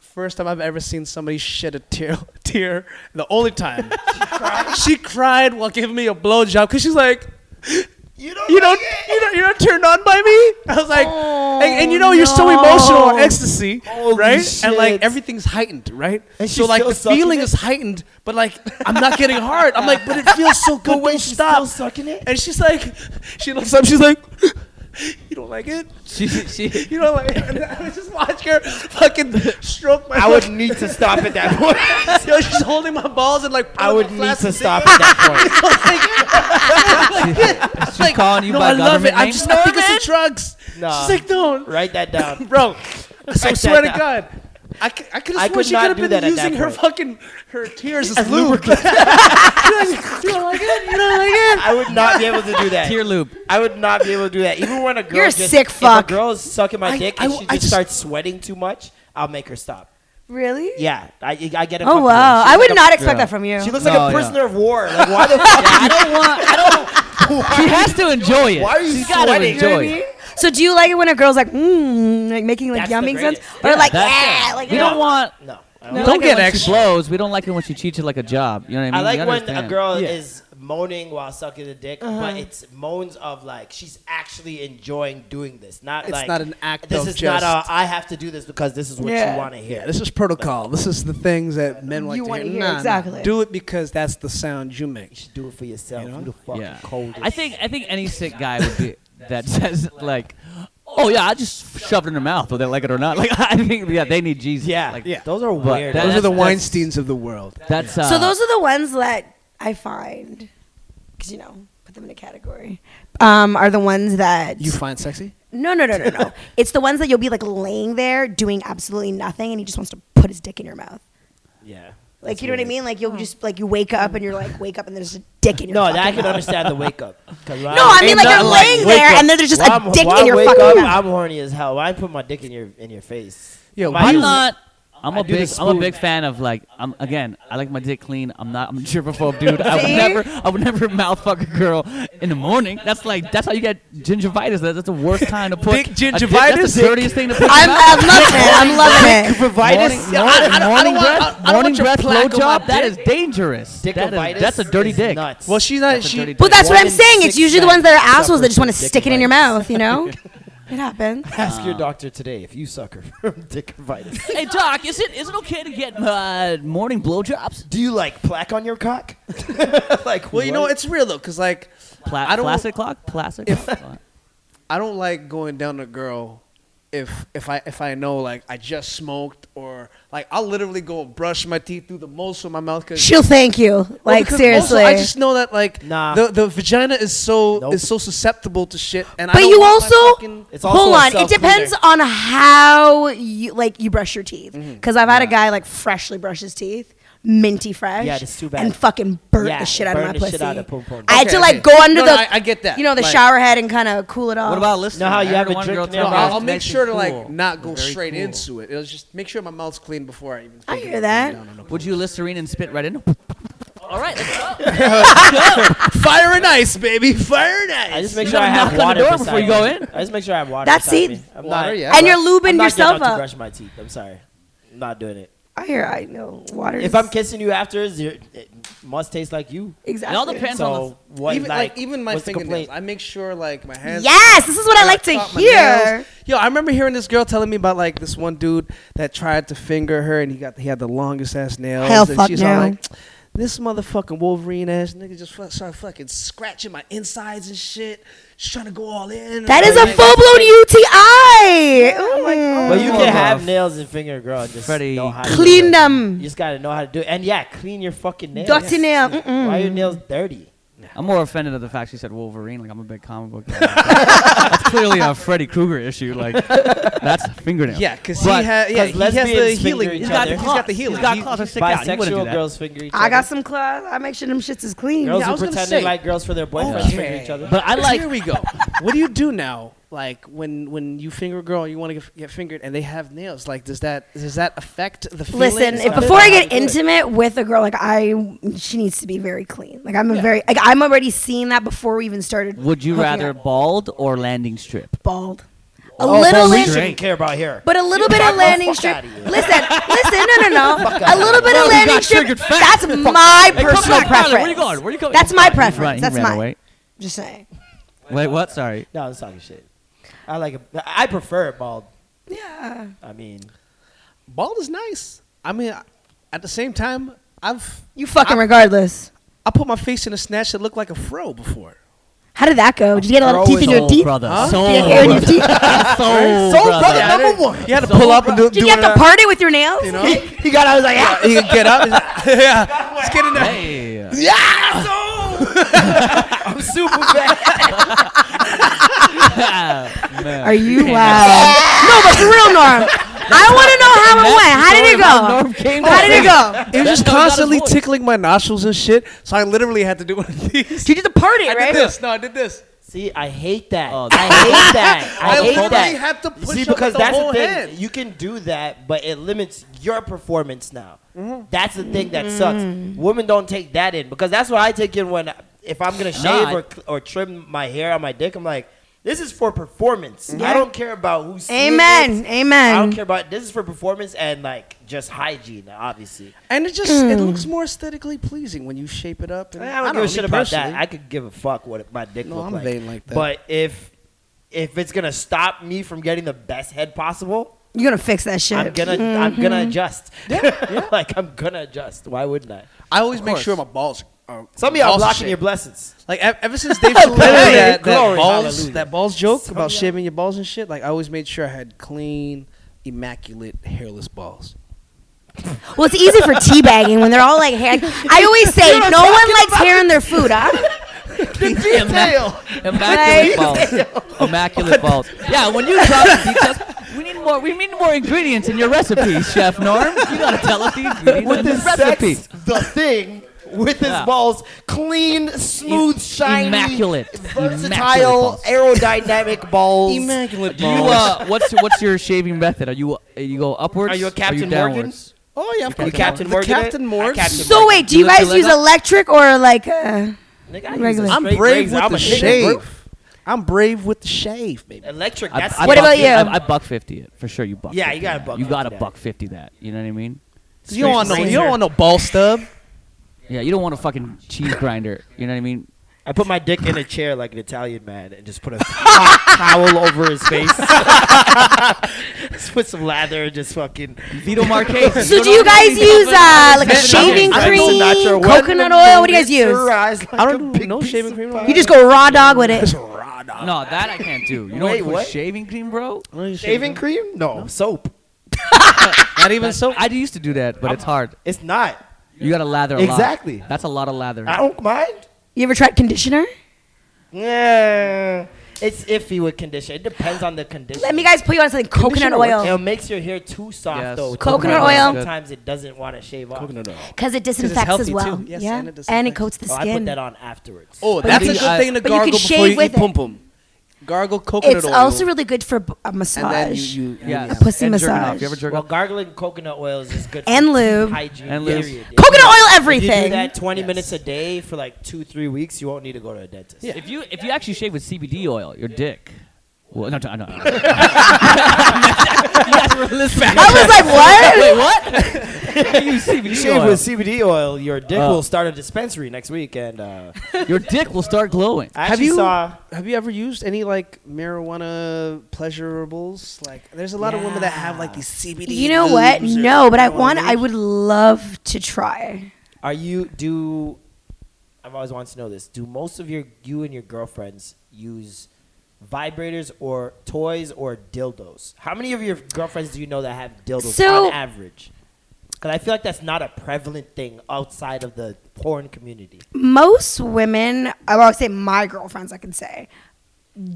[SPEAKER 3] first time I've ever seen somebody shed a tear, tear the only time. she cried while giving me a blowjob because she's like, you don't, you don't, you don't, you're not turned on by me. I was like, and, and you know, you're so emotional on ecstasy,
[SPEAKER 2] Holy
[SPEAKER 3] right? And
[SPEAKER 2] shit.
[SPEAKER 3] like everything's heightened, right?
[SPEAKER 2] And
[SPEAKER 3] so
[SPEAKER 2] she's
[SPEAKER 3] like
[SPEAKER 2] still
[SPEAKER 3] the
[SPEAKER 2] sucking
[SPEAKER 3] feeling
[SPEAKER 2] it?
[SPEAKER 3] is heightened, but like I'm not getting hard. I'm like, but it feels so good.
[SPEAKER 2] But wait,
[SPEAKER 3] don't
[SPEAKER 2] she's
[SPEAKER 3] stop.
[SPEAKER 2] still sucking it?
[SPEAKER 3] And she's like, she looks up. She's like, you don't like it.
[SPEAKER 6] She, she,
[SPEAKER 3] You know, like and I was just watching her fucking stroke my.
[SPEAKER 2] I would need to stop at that point.
[SPEAKER 3] Yo, she's holding my balls and like.
[SPEAKER 2] I would
[SPEAKER 3] pulling my
[SPEAKER 2] need to
[SPEAKER 3] plastic
[SPEAKER 2] stop at that point.
[SPEAKER 6] she's calling you
[SPEAKER 3] No,
[SPEAKER 6] by
[SPEAKER 3] I love it.
[SPEAKER 6] government
[SPEAKER 3] I'm
[SPEAKER 6] name?
[SPEAKER 3] just not because of drugs.
[SPEAKER 2] Nah.
[SPEAKER 3] She's like, no,
[SPEAKER 2] Write that down.
[SPEAKER 3] bro. I
[SPEAKER 2] that
[SPEAKER 3] swear to
[SPEAKER 2] down.
[SPEAKER 3] God, I, c- I could
[SPEAKER 2] I
[SPEAKER 3] have sworn
[SPEAKER 2] could
[SPEAKER 3] she
[SPEAKER 2] not
[SPEAKER 3] could have
[SPEAKER 2] do
[SPEAKER 3] been
[SPEAKER 2] that at that
[SPEAKER 3] using her
[SPEAKER 2] point.
[SPEAKER 3] fucking her tears as lubricant. you don't like it? You don't like it?
[SPEAKER 2] I would not be able to do that.
[SPEAKER 6] Tear lube.
[SPEAKER 2] I would not be able to do that. Even when a girl
[SPEAKER 4] You're a
[SPEAKER 2] just,
[SPEAKER 4] sick fuck.
[SPEAKER 2] If a girl is sucking my
[SPEAKER 3] I-
[SPEAKER 2] dick
[SPEAKER 3] I-
[SPEAKER 2] and she
[SPEAKER 3] I
[SPEAKER 2] just,
[SPEAKER 3] just-
[SPEAKER 2] starts sweating too much, I'll make her stop.
[SPEAKER 4] Really?
[SPEAKER 2] Yeah, I, I get it.
[SPEAKER 4] Oh wow! I would not expect that from you.
[SPEAKER 2] She looks
[SPEAKER 6] No,
[SPEAKER 2] like a
[SPEAKER 6] yeah.
[SPEAKER 2] prisoner of war. Like why the fuck?
[SPEAKER 6] I don't want. I don't. she has to enjoy it.
[SPEAKER 2] Why are you
[SPEAKER 6] She's gotta
[SPEAKER 2] sweating?
[SPEAKER 6] enjoy it.
[SPEAKER 4] So do you like it when a girl's like, mmm, like making like
[SPEAKER 2] That's the
[SPEAKER 4] yummy sounds,
[SPEAKER 2] greatest.
[SPEAKER 4] or like
[SPEAKER 6] That's
[SPEAKER 4] yeah,
[SPEAKER 6] it.
[SPEAKER 4] like
[SPEAKER 6] we
[SPEAKER 4] you know?
[SPEAKER 6] don't want.
[SPEAKER 2] No. I
[SPEAKER 6] we
[SPEAKER 2] don't.
[SPEAKER 6] don't
[SPEAKER 3] like it
[SPEAKER 6] get
[SPEAKER 3] when
[SPEAKER 6] extra
[SPEAKER 3] she-
[SPEAKER 6] blows. We don't like it when she treats you like a job. You know what I mean?
[SPEAKER 2] I like
[SPEAKER 6] You
[SPEAKER 2] when a
[SPEAKER 6] understand.
[SPEAKER 2] girl
[SPEAKER 3] Yeah.
[SPEAKER 2] is moaning while sucking the dick,
[SPEAKER 3] Uh-huh.
[SPEAKER 2] but it's moans of like she's actually enjoying doing this. Not
[SPEAKER 3] It's
[SPEAKER 2] like
[SPEAKER 3] not an act
[SPEAKER 2] This
[SPEAKER 3] of
[SPEAKER 2] is not
[SPEAKER 3] just-
[SPEAKER 2] a I have to do this because this is what
[SPEAKER 4] Yeah.
[SPEAKER 2] you want to hear.
[SPEAKER 3] Yeah, this is protocol. This is the things that men like
[SPEAKER 4] You
[SPEAKER 3] to
[SPEAKER 4] wanna
[SPEAKER 3] hear.
[SPEAKER 4] hear,
[SPEAKER 3] Nah, nah,
[SPEAKER 4] exactly.
[SPEAKER 3] Do it because that's the sound you make.
[SPEAKER 2] should do it for yourself. You
[SPEAKER 3] You know?
[SPEAKER 2] the fucking
[SPEAKER 6] Yeah.
[SPEAKER 2] coldest.
[SPEAKER 6] I think I think any sick guy would be that says like, oh yeah, I just shoved it in her mouth whether they like it or not. Like I think yeah, they need Jesus.
[SPEAKER 2] Yeah,
[SPEAKER 6] like,
[SPEAKER 3] yeah.
[SPEAKER 2] Those are
[SPEAKER 6] But
[SPEAKER 2] weird.
[SPEAKER 6] that-
[SPEAKER 3] Those are the
[SPEAKER 6] that's-
[SPEAKER 3] Weinsteins of the world.
[SPEAKER 6] That's uh,
[SPEAKER 4] So those are the ones that I find, because you know, put them in a category. Um, are the ones that
[SPEAKER 3] You find sexy?
[SPEAKER 4] no no no no no. it's the ones that you'll be like laying there doing absolutely nothing, and he just wants to put his dick in your mouth.
[SPEAKER 2] yeah.
[SPEAKER 4] Like you know what I mean? Like you'll just like you wake up and you're like wake up and there's a dick in your.
[SPEAKER 2] No,
[SPEAKER 4] fucking
[SPEAKER 2] that I can
[SPEAKER 4] mouth.
[SPEAKER 2] understand the wake up. No,
[SPEAKER 4] No, I mean like you're laying there and then there's just a dick in your
[SPEAKER 2] wake
[SPEAKER 4] fucking
[SPEAKER 2] up, I'm
[SPEAKER 4] mouth.
[SPEAKER 2] horny as hell. Why put my dick in your in your face?
[SPEAKER 3] Yeah,
[SPEAKER 2] My
[SPEAKER 3] why
[SPEAKER 6] I'm
[SPEAKER 2] use-
[SPEAKER 6] not. I'm
[SPEAKER 2] I
[SPEAKER 6] a
[SPEAKER 2] do
[SPEAKER 6] big.
[SPEAKER 2] the
[SPEAKER 6] I'm a
[SPEAKER 2] spoon.
[SPEAKER 6] big fan of like. I'm again. I like my dick clean. I'm not. I'm a germaphobe, dude. I would
[SPEAKER 4] See?
[SPEAKER 6] never. I would never mouth fuck a girl in the morning. That's like. That's how you get gingivitis. That- That's the worst time to put.
[SPEAKER 3] Dick
[SPEAKER 6] a dick- That's the
[SPEAKER 3] gingivitis?
[SPEAKER 6] dirtiest thing to put. in your
[SPEAKER 4] I'm,
[SPEAKER 6] mouth.
[SPEAKER 4] I'm loving it. I'm loving it.
[SPEAKER 6] Morning, morning,
[SPEAKER 3] Yeah, I- I don't- I
[SPEAKER 6] morning
[SPEAKER 3] don't want- I- I
[SPEAKER 6] breath,
[SPEAKER 3] don't
[SPEAKER 6] morning
[SPEAKER 3] want your
[SPEAKER 6] breath,
[SPEAKER 3] plaque on my
[SPEAKER 6] blowjob. That is dangerous. That
[SPEAKER 2] Dickovitis
[SPEAKER 6] is, that's a dirty
[SPEAKER 2] is
[SPEAKER 6] dick.
[SPEAKER 2] Nuts.
[SPEAKER 3] Well, she's not.
[SPEAKER 6] That's a dirty
[SPEAKER 3] She,
[SPEAKER 6] dick.
[SPEAKER 4] Well, that's what
[SPEAKER 2] One
[SPEAKER 4] I'm
[SPEAKER 2] in
[SPEAKER 4] saying.
[SPEAKER 2] six
[SPEAKER 4] It's usually the ones that
[SPEAKER 2] men
[SPEAKER 4] are assholes that just want to
[SPEAKER 2] suffers from
[SPEAKER 4] stick it in your
[SPEAKER 2] dickivitis.
[SPEAKER 4] mouth. You know, it happens.
[SPEAKER 2] ask your doctor today if you suffer from dickovitis.
[SPEAKER 6] hey, doc, is it is it okay to get uh, morning blowjobs?
[SPEAKER 2] Do you like plaque on your cock? like,
[SPEAKER 3] well, you know, it's real though, because like,
[SPEAKER 6] Pla-
[SPEAKER 3] I don't.
[SPEAKER 6] plastic clock, plastic. clock?
[SPEAKER 3] I don't like going down to a girl if if I if I know like I just smoked or like I'll literally go brush my teeth, do the most with my mouth because
[SPEAKER 4] She'll thank you. Like seriously.
[SPEAKER 3] I just know that like
[SPEAKER 2] Nah.
[SPEAKER 3] the the vagina is so
[SPEAKER 2] Nope.
[SPEAKER 3] is so susceptible to shit, and I
[SPEAKER 4] but
[SPEAKER 3] don't
[SPEAKER 4] you
[SPEAKER 3] want my
[SPEAKER 4] also
[SPEAKER 3] fucking-
[SPEAKER 2] It's also a
[SPEAKER 4] hold on. It
[SPEAKER 2] self-cleaner.
[SPEAKER 4] depends on how you like you brush your teeth. Because I've had a guy like freshly brush his teeth, minty fresh.
[SPEAKER 2] Yeah, that's too bad.
[SPEAKER 4] And fucking burnt
[SPEAKER 2] Yeah,
[SPEAKER 4] the shit out of
[SPEAKER 2] burn
[SPEAKER 4] my
[SPEAKER 2] the
[SPEAKER 4] pussy.
[SPEAKER 2] shit out of pum pum.
[SPEAKER 4] I had
[SPEAKER 3] Okay,
[SPEAKER 4] to like
[SPEAKER 3] okay.
[SPEAKER 4] go under
[SPEAKER 3] No,
[SPEAKER 4] the.
[SPEAKER 3] no, I- I get that.
[SPEAKER 4] You know the
[SPEAKER 3] Like-
[SPEAKER 4] shower head and kind of cool it off.
[SPEAKER 6] What about listening?
[SPEAKER 2] how
[SPEAKER 6] I
[SPEAKER 2] you
[SPEAKER 6] heard
[SPEAKER 2] have a
[SPEAKER 6] one
[SPEAKER 2] drink
[SPEAKER 6] girl
[SPEAKER 2] in
[SPEAKER 6] tell
[SPEAKER 2] your
[SPEAKER 6] me
[SPEAKER 3] I'll,
[SPEAKER 2] mouth?
[SPEAKER 6] it's
[SPEAKER 3] I'll make
[SPEAKER 6] nice and
[SPEAKER 3] sure to like
[SPEAKER 6] cool.
[SPEAKER 3] not go
[SPEAKER 6] It's very
[SPEAKER 3] straight
[SPEAKER 6] cool.
[SPEAKER 3] into it. It'll just make sure my mouth's clean before I even.
[SPEAKER 4] I
[SPEAKER 3] think
[SPEAKER 4] hear
[SPEAKER 3] of
[SPEAKER 4] that.
[SPEAKER 3] going down on a-
[SPEAKER 6] Would you Listerine and spit right in? All right, let's go.
[SPEAKER 3] Fire and ice, baby. Fire and ice.
[SPEAKER 2] I just make
[SPEAKER 6] You
[SPEAKER 2] sure I
[SPEAKER 6] gotta
[SPEAKER 2] have
[SPEAKER 6] knock on the
[SPEAKER 2] water
[SPEAKER 6] door
[SPEAKER 2] beside
[SPEAKER 6] before you go
[SPEAKER 2] me.
[SPEAKER 6] in.
[SPEAKER 2] I just make sure I have water.
[SPEAKER 4] That's
[SPEAKER 2] beside
[SPEAKER 3] it.
[SPEAKER 2] me. I'm
[SPEAKER 3] Water,
[SPEAKER 2] not,
[SPEAKER 3] yeah.
[SPEAKER 4] And you're
[SPEAKER 2] I'm
[SPEAKER 4] lubing
[SPEAKER 2] not getting
[SPEAKER 4] yourself
[SPEAKER 2] up to
[SPEAKER 4] up.
[SPEAKER 2] brush my teeth. I'm sorry. I'm not doing it.
[SPEAKER 4] I hear. I know. Water.
[SPEAKER 2] If
[SPEAKER 4] is-
[SPEAKER 2] I'm kissing you after, it must taste like you.
[SPEAKER 4] exactly.
[SPEAKER 6] It all depends on the.
[SPEAKER 2] So what?
[SPEAKER 3] even like,
[SPEAKER 2] like,
[SPEAKER 3] even my
[SPEAKER 2] what's the
[SPEAKER 3] fingernails.
[SPEAKER 2] complaint?
[SPEAKER 3] I make sure like my hands.
[SPEAKER 4] Yes, this is what I like to
[SPEAKER 3] chop my
[SPEAKER 4] hear.
[SPEAKER 3] nails. Yo, I remember hearing this girl telling me about like this one dude that tried to finger her and he got he had the longest ass nails.
[SPEAKER 4] Hell
[SPEAKER 3] and
[SPEAKER 4] fuck
[SPEAKER 3] she's all
[SPEAKER 4] no.
[SPEAKER 3] like, this motherfucking Wolverine ass nigga just fu- started fucking scratching my insides and shit. She's trying to go all in.
[SPEAKER 4] That is a
[SPEAKER 3] Like,
[SPEAKER 4] full blown UTI. Oh my god.
[SPEAKER 2] But you
[SPEAKER 6] Hold
[SPEAKER 2] can have
[SPEAKER 6] off.
[SPEAKER 2] nails and finger girl. Just
[SPEAKER 6] Freddie,
[SPEAKER 2] know how to do
[SPEAKER 4] Clean
[SPEAKER 2] it.
[SPEAKER 4] them.
[SPEAKER 2] You just gotta know how to do it. And yeah, clean your fucking nails.
[SPEAKER 4] Dirty nail. Mm-mm.
[SPEAKER 2] Why are your nails dirty?
[SPEAKER 6] I'm more offended at the fact she said Wolverine. Like I'm a big comic book. guy. that's clearly a Freddy Krueger issue. Like that's a fingernail.
[SPEAKER 3] Yeah, because he,
[SPEAKER 6] But-
[SPEAKER 3] ha- Uh, yeah,
[SPEAKER 2] 'cause
[SPEAKER 3] he has the
[SPEAKER 2] lesbians finger
[SPEAKER 3] healing.
[SPEAKER 2] each
[SPEAKER 3] He's got,
[SPEAKER 2] other.
[SPEAKER 3] the- he's got the healing.
[SPEAKER 6] He's got
[SPEAKER 3] He-
[SPEAKER 6] claws that stick out. He wouldn't do
[SPEAKER 2] Bisexual
[SPEAKER 6] that.
[SPEAKER 2] girls finger each other.
[SPEAKER 4] I got some claws. I make sure them shits is clean.
[SPEAKER 2] girls
[SPEAKER 3] Yeah, I
[SPEAKER 2] who
[SPEAKER 3] was gonna
[SPEAKER 2] pretending
[SPEAKER 3] say. Oh,
[SPEAKER 2] like girls for their boyfriends
[SPEAKER 3] Okay.
[SPEAKER 2] finger each other.
[SPEAKER 6] But I like.
[SPEAKER 3] here we go. what do you do now? Like when when you finger a girl, you want to get, get fingered, and they have nails. Like does that does that affect the? feeling?
[SPEAKER 4] Listen,
[SPEAKER 3] Is
[SPEAKER 4] if,
[SPEAKER 3] that-
[SPEAKER 4] before I get
[SPEAKER 2] Yeah, good.
[SPEAKER 4] intimate with a girl, like I, she needs to be very clean. Like I'm a very, like I'm already seeing that before we even started.
[SPEAKER 6] Would you
[SPEAKER 4] hooking
[SPEAKER 6] rather Oh,
[SPEAKER 4] up.
[SPEAKER 6] bald or landing strip?
[SPEAKER 4] bald? A little
[SPEAKER 2] we
[SPEAKER 4] landing,
[SPEAKER 2] shouldn't care about hair.
[SPEAKER 4] but a little bit of landing strip.
[SPEAKER 2] outta
[SPEAKER 4] Listen,
[SPEAKER 2] here.
[SPEAKER 4] listen, no, no, no. A little bit of
[SPEAKER 6] Well, you
[SPEAKER 4] landing
[SPEAKER 6] got
[SPEAKER 4] strip.
[SPEAKER 6] triggered fast.
[SPEAKER 4] That's my personal
[SPEAKER 6] back,
[SPEAKER 4] preference.
[SPEAKER 6] Tyler. Where you going? Where you going?
[SPEAKER 4] That's
[SPEAKER 6] He's
[SPEAKER 4] my
[SPEAKER 6] running. He's
[SPEAKER 4] preference.
[SPEAKER 6] running. He
[SPEAKER 4] That's
[SPEAKER 6] ran
[SPEAKER 4] mine.
[SPEAKER 6] away.
[SPEAKER 4] Just saying.
[SPEAKER 6] Wait, what? Sorry.
[SPEAKER 2] no, I'm talking shit. I like a, I prefer it bald.
[SPEAKER 4] Yeah.
[SPEAKER 2] I mean,
[SPEAKER 3] bald is nice. I mean, I- at the same time, I've
[SPEAKER 4] You fucking regardless.
[SPEAKER 3] I put my face in a snatch that looked like a fro before.
[SPEAKER 4] How did that go? Did you get a lot of teeth in your teeth?
[SPEAKER 6] brother.
[SPEAKER 3] Huh?
[SPEAKER 6] Soul,
[SPEAKER 4] Did you get hair in your
[SPEAKER 6] brother.
[SPEAKER 4] teeth?
[SPEAKER 6] Soul,
[SPEAKER 3] Soul
[SPEAKER 6] brother.
[SPEAKER 3] brother number one. You had to pull up and do,
[SPEAKER 4] Did
[SPEAKER 3] do
[SPEAKER 4] you have
[SPEAKER 3] it,
[SPEAKER 4] to party with your nails?
[SPEAKER 3] You know,
[SPEAKER 2] he got. I was like,
[SPEAKER 4] "Ah."
[SPEAKER 2] yeah.
[SPEAKER 3] he could get up. yeah, let's get in there.
[SPEAKER 6] Hey.
[SPEAKER 2] I'm super bad.
[SPEAKER 4] Are you wow? no, but for real, Norm. I want to know how it went. How did it
[SPEAKER 6] Norm
[SPEAKER 4] go?
[SPEAKER 6] came
[SPEAKER 4] How
[SPEAKER 6] back.
[SPEAKER 4] did it go?
[SPEAKER 3] It was just
[SPEAKER 6] comes out his
[SPEAKER 3] constantly
[SPEAKER 6] voice.
[SPEAKER 3] tickling my nostrils and shit, so I literally had to do one of these.
[SPEAKER 4] You did the party,
[SPEAKER 3] I
[SPEAKER 4] right?
[SPEAKER 3] did this. No, I did this.
[SPEAKER 2] See, I hate that.
[SPEAKER 6] Oh,
[SPEAKER 2] I hate that. I,
[SPEAKER 3] I
[SPEAKER 2] hate
[SPEAKER 3] literally
[SPEAKER 2] that.
[SPEAKER 3] have to
[SPEAKER 2] You
[SPEAKER 3] push
[SPEAKER 2] See,
[SPEAKER 3] up with
[SPEAKER 2] because
[SPEAKER 3] the
[SPEAKER 2] that's
[SPEAKER 3] whole
[SPEAKER 2] the thing.
[SPEAKER 3] hand.
[SPEAKER 2] You can do that, but it limits your performance now.
[SPEAKER 3] Mm-hmm.
[SPEAKER 2] That's the thing that sucks.
[SPEAKER 4] Mm.
[SPEAKER 2] Women don't take that in because that's what I take in when if I'm gonna shave
[SPEAKER 6] I-
[SPEAKER 2] or cl- or trim my hair on my dick. I'm like, this is for performance. I don't care about who's. seeing
[SPEAKER 4] Amen.
[SPEAKER 2] this. I don't
[SPEAKER 4] Amen.
[SPEAKER 2] care about this is for performance and like just hygiene, obviously.
[SPEAKER 3] And it just
[SPEAKER 4] Hmm.
[SPEAKER 3] it looks more aesthetically pleasing when you shape it up. And,
[SPEAKER 2] I don't, give a shit about that. I could give a fuck what my dick
[SPEAKER 3] No,
[SPEAKER 2] look
[SPEAKER 3] I'm
[SPEAKER 2] like.
[SPEAKER 3] vain like that.
[SPEAKER 2] But if if it's gonna stop me from getting the best head possible,
[SPEAKER 4] You're gonna fix that shit.
[SPEAKER 2] I'm gonna I'm
[SPEAKER 6] Mm-hmm.
[SPEAKER 2] gonna adjust. like I'm gonna adjust. Why wouldn't I?
[SPEAKER 3] I always make
[SPEAKER 6] course.
[SPEAKER 3] sure my balls are.
[SPEAKER 2] Some of y'all are
[SPEAKER 3] balls are
[SPEAKER 2] blocking your
[SPEAKER 3] shaped.
[SPEAKER 2] blessings.
[SPEAKER 3] Like ev- ever since Dave Chappelle
[SPEAKER 2] Glory,
[SPEAKER 3] that, that
[SPEAKER 2] glory,
[SPEAKER 3] balls
[SPEAKER 2] hallelujah.
[SPEAKER 3] that balls joke about shaving your balls and shit, like I always made sure I had clean, immaculate, hairless balls.
[SPEAKER 4] Well, it's easy for teabagging when they're all like hair. I always say no one likes hair in their food, huh?
[SPEAKER 6] Immaculate balls. Immaculate balls. Yeah, when you drop the details, we need more. We need more ingredients in your recipe, Chef Norm. You gotta tell us the ingredients in this recipe.
[SPEAKER 2] sex, the thing with his
[SPEAKER 6] Yeah.
[SPEAKER 2] balls, clean, smooth, shiny,
[SPEAKER 6] immaculate.
[SPEAKER 2] versatile,
[SPEAKER 6] Immaculate balls.
[SPEAKER 2] aerodynamic balls.
[SPEAKER 3] Immaculate
[SPEAKER 6] Do you, uh, what's what's your shaving method? Are you uh, you go upwards?
[SPEAKER 2] Are you a Captain Morgan?
[SPEAKER 6] downwards?
[SPEAKER 3] Oh yeah, of
[SPEAKER 2] You
[SPEAKER 3] course.
[SPEAKER 2] Captain
[SPEAKER 3] The
[SPEAKER 2] Morgan.
[SPEAKER 3] Captain
[SPEAKER 2] it?
[SPEAKER 3] Morgan.
[SPEAKER 2] I Captain
[SPEAKER 4] So
[SPEAKER 2] Morgan.
[SPEAKER 4] wait, do you
[SPEAKER 6] lift
[SPEAKER 4] guys
[SPEAKER 6] your leg
[SPEAKER 4] use
[SPEAKER 6] up?
[SPEAKER 4] electric or like? Uh,
[SPEAKER 2] Nigga, I use a
[SPEAKER 4] Regular.
[SPEAKER 2] straight
[SPEAKER 3] I'm brave
[SPEAKER 2] razor.
[SPEAKER 3] with
[SPEAKER 2] I'm
[SPEAKER 3] the
[SPEAKER 2] a nigga, bro.
[SPEAKER 3] shave. I'm brave with the shave, baby.
[SPEAKER 2] Electric.
[SPEAKER 6] I,
[SPEAKER 2] That's
[SPEAKER 6] I
[SPEAKER 4] What
[SPEAKER 6] buck
[SPEAKER 4] about
[SPEAKER 6] it-
[SPEAKER 4] you?
[SPEAKER 6] I, I buck fifty it for sure. You buck.
[SPEAKER 2] Yeah,
[SPEAKER 6] 50
[SPEAKER 2] you gotta
[SPEAKER 6] that.
[SPEAKER 2] buck
[SPEAKER 6] You gotta
[SPEAKER 2] 50 that.
[SPEAKER 6] buck fifty that. You know what I mean?
[SPEAKER 3] You don't want no, you
[SPEAKER 2] razor.
[SPEAKER 3] don't want no ball stub.
[SPEAKER 6] Yeah, you don't want a fucking cheese grinder. You know what I mean?
[SPEAKER 2] I put my dick in a chair like an Italian man and just put a hot towel over his face. just put some lather and just fucking.
[SPEAKER 6] Vito Marquez.
[SPEAKER 4] so do you guys use uh, like a shaving
[SPEAKER 2] Frank Sinatra,
[SPEAKER 4] cream,
[SPEAKER 2] when
[SPEAKER 4] coconut
[SPEAKER 2] the
[SPEAKER 4] oil? What do you
[SPEAKER 2] moon hits
[SPEAKER 4] guys use?
[SPEAKER 2] your eyes like
[SPEAKER 3] I
[SPEAKER 2] a
[SPEAKER 3] don't do
[SPEAKER 2] big
[SPEAKER 3] no
[SPEAKER 2] piece
[SPEAKER 3] shaving
[SPEAKER 2] of
[SPEAKER 3] cream.
[SPEAKER 2] pie.
[SPEAKER 4] You just go raw dog with it.
[SPEAKER 3] Rada.
[SPEAKER 6] No, that I can't do. You know
[SPEAKER 2] Wait,
[SPEAKER 6] what?
[SPEAKER 2] what?
[SPEAKER 6] Shaving cream, bro?
[SPEAKER 2] Shaving cream? No, soap.
[SPEAKER 6] Not even so. I used to do that, but it's hard.
[SPEAKER 2] It's not.
[SPEAKER 6] You gotta lather a lot.
[SPEAKER 2] Exactly.
[SPEAKER 6] That's a lot of lathering.
[SPEAKER 2] I don't mind.
[SPEAKER 4] You ever tried conditioner?
[SPEAKER 2] Yeah, it's iffy with condition. It depends on the condition.
[SPEAKER 4] Let me guys put you on something. Coconut
[SPEAKER 2] It
[SPEAKER 4] oil,
[SPEAKER 2] makes your hair too soft
[SPEAKER 6] Yes.
[SPEAKER 2] though.
[SPEAKER 4] Coconut oil.
[SPEAKER 2] Sometimes it doesn't want to shave off. Coconut oil.
[SPEAKER 4] because it disinfects as
[SPEAKER 3] healthy,
[SPEAKER 4] well.
[SPEAKER 3] too. Yes,
[SPEAKER 4] yeah,
[SPEAKER 3] and it
[SPEAKER 4] and it
[SPEAKER 3] disinfects.
[SPEAKER 4] coats the
[SPEAKER 2] Oh, I
[SPEAKER 4] skin.
[SPEAKER 2] put that on afterwards.
[SPEAKER 3] Oh, that's
[SPEAKER 6] you
[SPEAKER 3] a
[SPEAKER 6] can-
[SPEAKER 3] good thing to
[SPEAKER 4] but you can
[SPEAKER 3] gargle
[SPEAKER 4] shave
[SPEAKER 3] before you
[SPEAKER 4] with
[SPEAKER 3] eat
[SPEAKER 4] it.
[SPEAKER 3] pum pum. Gargle coconut
[SPEAKER 4] it's
[SPEAKER 3] oil.
[SPEAKER 4] also really good for b- a massage.
[SPEAKER 3] and then you, you, you
[SPEAKER 6] Yes.
[SPEAKER 4] A pussy
[SPEAKER 6] And jerking off.
[SPEAKER 4] massage.
[SPEAKER 6] You ever jerk
[SPEAKER 2] Well,
[SPEAKER 6] off?
[SPEAKER 2] gargling coconut oil is just good
[SPEAKER 4] And
[SPEAKER 2] for
[SPEAKER 4] lube.
[SPEAKER 2] hygiene.
[SPEAKER 6] And lube.
[SPEAKER 2] Period. If
[SPEAKER 4] Coconut
[SPEAKER 2] you-
[SPEAKER 4] oil,
[SPEAKER 2] If you do
[SPEAKER 4] everything.
[SPEAKER 2] that 20 minutes a day for like two, three weeks, you won't need to go to a dentist.
[SPEAKER 6] If you if you actually shave with CBD oil, your dick. Well, no, no, no. no. you guys were listening.
[SPEAKER 4] I was like, what?
[SPEAKER 6] Wait, what? you use CBD
[SPEAKER 2] Shave
[SPEAKER 6] oil.
[SPEAKER 2] with CBD oil, your dick
[SPEAKER 6] Oh.
[SPEAKER 2] will start a dispensary next week. And uh,
[SPEAKER 6] Your dick will start glowing.
[SPEAKER 2] I
[SPEAKER 3] Have
[SPEAKER 2] actually
[SPEAKER 3] you
[SPEAKER 2] saw.
[SPEAKER 3] have you ever used any like marijuana pleasurables? Like, there's a lot of women that have like these CBD.
[SPEAKER 4] You know what?
[SPEAKER 3] lubes or-
[SPEAKER 4] No, but I
[SPEAKER 3] you know what
[SPEAKER 4] want. I
[SPEAKER 3] mean?
[SPEAKER 4] would love to try.
[SPEAKER 2] Are you do? I've always wanted to know this. Do most of your you and your girlfriends use vibrators or toys or dildos? How many of your girlfriends do you know that have dildos
[SPEAKER 4] So-
[SPEAKER 2] on average? Because I feel like that's not a prevalent thing outside of the porn community.
[SPEAKER 4] Most women, I would say my girlfriends, I can say,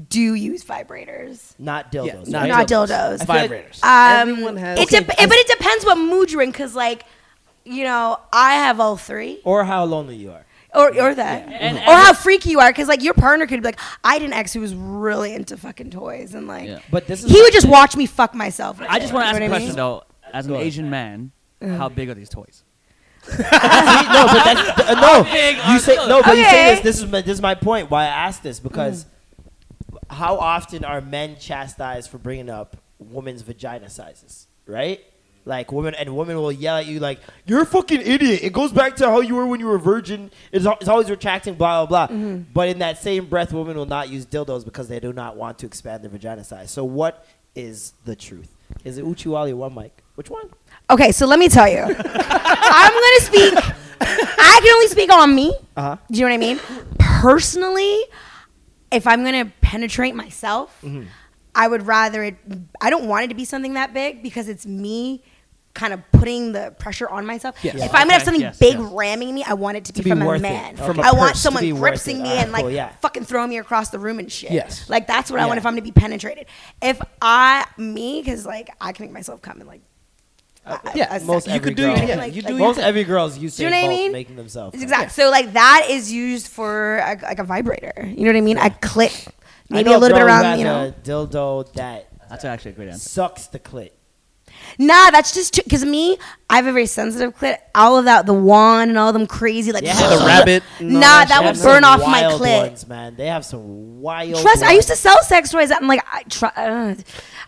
[SPEAKER 4] do use vibrators,
[SPEAKER 2] Not dildos.
[SPEAKER 3] not
[SPEAKER 2] right?
[SPEAKER 4] not
[SPEAKER 3] dildos.
[SPEAKER 4] dildos.
[SPEAKER 2] I feel like-
[SPEAKER 3] Vibrators.
[SPEAKER 4] Um,
[SPEAKER 3] Everyone has.
[SPEAKER 4] It dep- but it depends what mood you're in, because like, you know, I have all three,
[SPEAKER 2] or how lonely you are.
[SPEAKER 4] or or that,
[SPEAKER 6] And-
[SPEAKER 4] or how freaky you are, because like your partner could be like, I had an ex who was really into fucking toys, and like,
[SPEAKER 6] Yeah.
[SPEAKER 2] But this is
[SPEAKER 4] he would just watch me fuck myself. with
[SPEAKER 6] I
[SPEAKER 4] it,
[SPEAKER 6] just want to
[SPEAKER 4] you
[SPEAKER 6] ask
[SPEAKER 4] know
[SPEAKER 6] a
[SPEAKER 4] what I
[SPEAKER 6] question
[SPEAKER 4] mean?
[SPEAKER 6] though. As an Asian man, how big are these toys?
[SPEAKER 2] no, but that's uh, no. You say no, but you say
[SPEAKER 4] Okay.
[SPEAKER 2] this. This is my, this is my point. Why I asked this because how often are men chastised for bringing up women's vagina sizes? Right. Like women and women will yell at you like you're a fucking idiot. It goes back to how you were when you were a virgin. It's, al- it's always retracting, blah blah blah. But in that same breath, women will not use dildos because they do not want to expand their vagina size. So what is the truth? Is it Uchiwali or one mic? Which one?
[SPEAKER 4] Okay, so let me tell you. I'm gonna speak. I can only speak on me.
[SPEAKER 2] Uh-huh.
[SPEAKER 4] Do you know what I mean? Personally, if I'm gonna penetrate myself,
[SPEAKER 2] Mm-hmm.
[SPEAKER 4] I would rather it. I don't want it to be something that big because it's me kind of putting the pressure on myself.
[SPEAKER 6] Yes.
[SPEAKER 4] If I'm gonna have
[SPEAKER 6] Okay,
[SPEAKER 4] something
[SPEAKER 6] yes,
[SPEAKER 4] big
[SPEAKER 6] yes.
[SPEAKER 4] ramming me, I want it to,
[SPEAKER 2] be
[SPEAKER 4] be, from a
[SPEAKER 2] worth it.
[SPEAKER 4] man.
[SPEAKER 2] From a
[SPEAKER 4] I want
[SPEAKER 2] purse to
[SPEAKER 4] someone
[SPEAKER 2] be worth
[SPEAKER 4] gripsing
[SPEAKER 2] it.
[SPEAKER 4] me
[SPEAKER 2] Alright,
[SPEAKER 4] and like
[SPEAKER 2] cool, yeah.
[SPEAKER 4] fucking throwing me across the room and shit.
[SPEAKER 2] Yes.
[SPEAKER 4] Like that's what I want
[SPEAKER 2] Yeah.
[SPEAKER 4] if I'm gonna be penetrated. If I me, because like I can make myself come and like. I- I- I-
[SPEAKER 2] most
[SPEAKER 3] You
[SPEAKER 2] every
[SPEAKER 3] could do.
[SPEAKER 2] girl.
[SPEAKER 3] Yeah,
[SPEAKER 4] Like-
[SPEAKER 3] you
[SPEAKER 4] like-
[SPEAKER 3] do.
[SPEAKER 2] Most every girl's used
[SPEAKER 4] Do
[SPEAKER 2] to
[SPEAKER 4] you know what I
[SPEAKER 2] both
[SPEAKER 4] mean?
[SPEAKER 2] making themselves.
[SPEAKER 4] Exactly. So like that is used for a, like a vibrator. You know what I mean? A clip,
[SPEAKER 2] I
[SPEAKER 4] maybe
[SPEAKER 2] know
[SPEAKER 4] a little bit
[SPEAKER 2] girl who
[SPEAKER 4] around.
[SPEAKER 2] has
[SPEAKER 4] You know,
[SPEAKER 2] a dildo that
[SPEAKER 6] That's actually a great answer.
[SPEAKER 2] sucks the clit.
[SPEAKER 4] nah, that's just because me. I have a very sensitive clit. All of that, the wand and all them crazy like
[SPEAKER 2] Yeah. The
[SPEAKER 3] rabbit and all
[SPEAKER 4] Nah,
[SPEAKER 3] that shit.
[SPEAKER 4] that,
[SPEAKER 2] They have
[SPEAKER 4] would
[SPEAKER 2] some
[SPEAKER 4] burn off my
[SPEAKER 2] wild
[SPEAKER 4] clit.
[SPEAKER 2] Ones, man, they have some wild.
[SPEAKER 4] Trust. I used to
[SPEAKER 2] ones.
[SPEAKER 4] sell sex toys. I'm like, I try. Uh,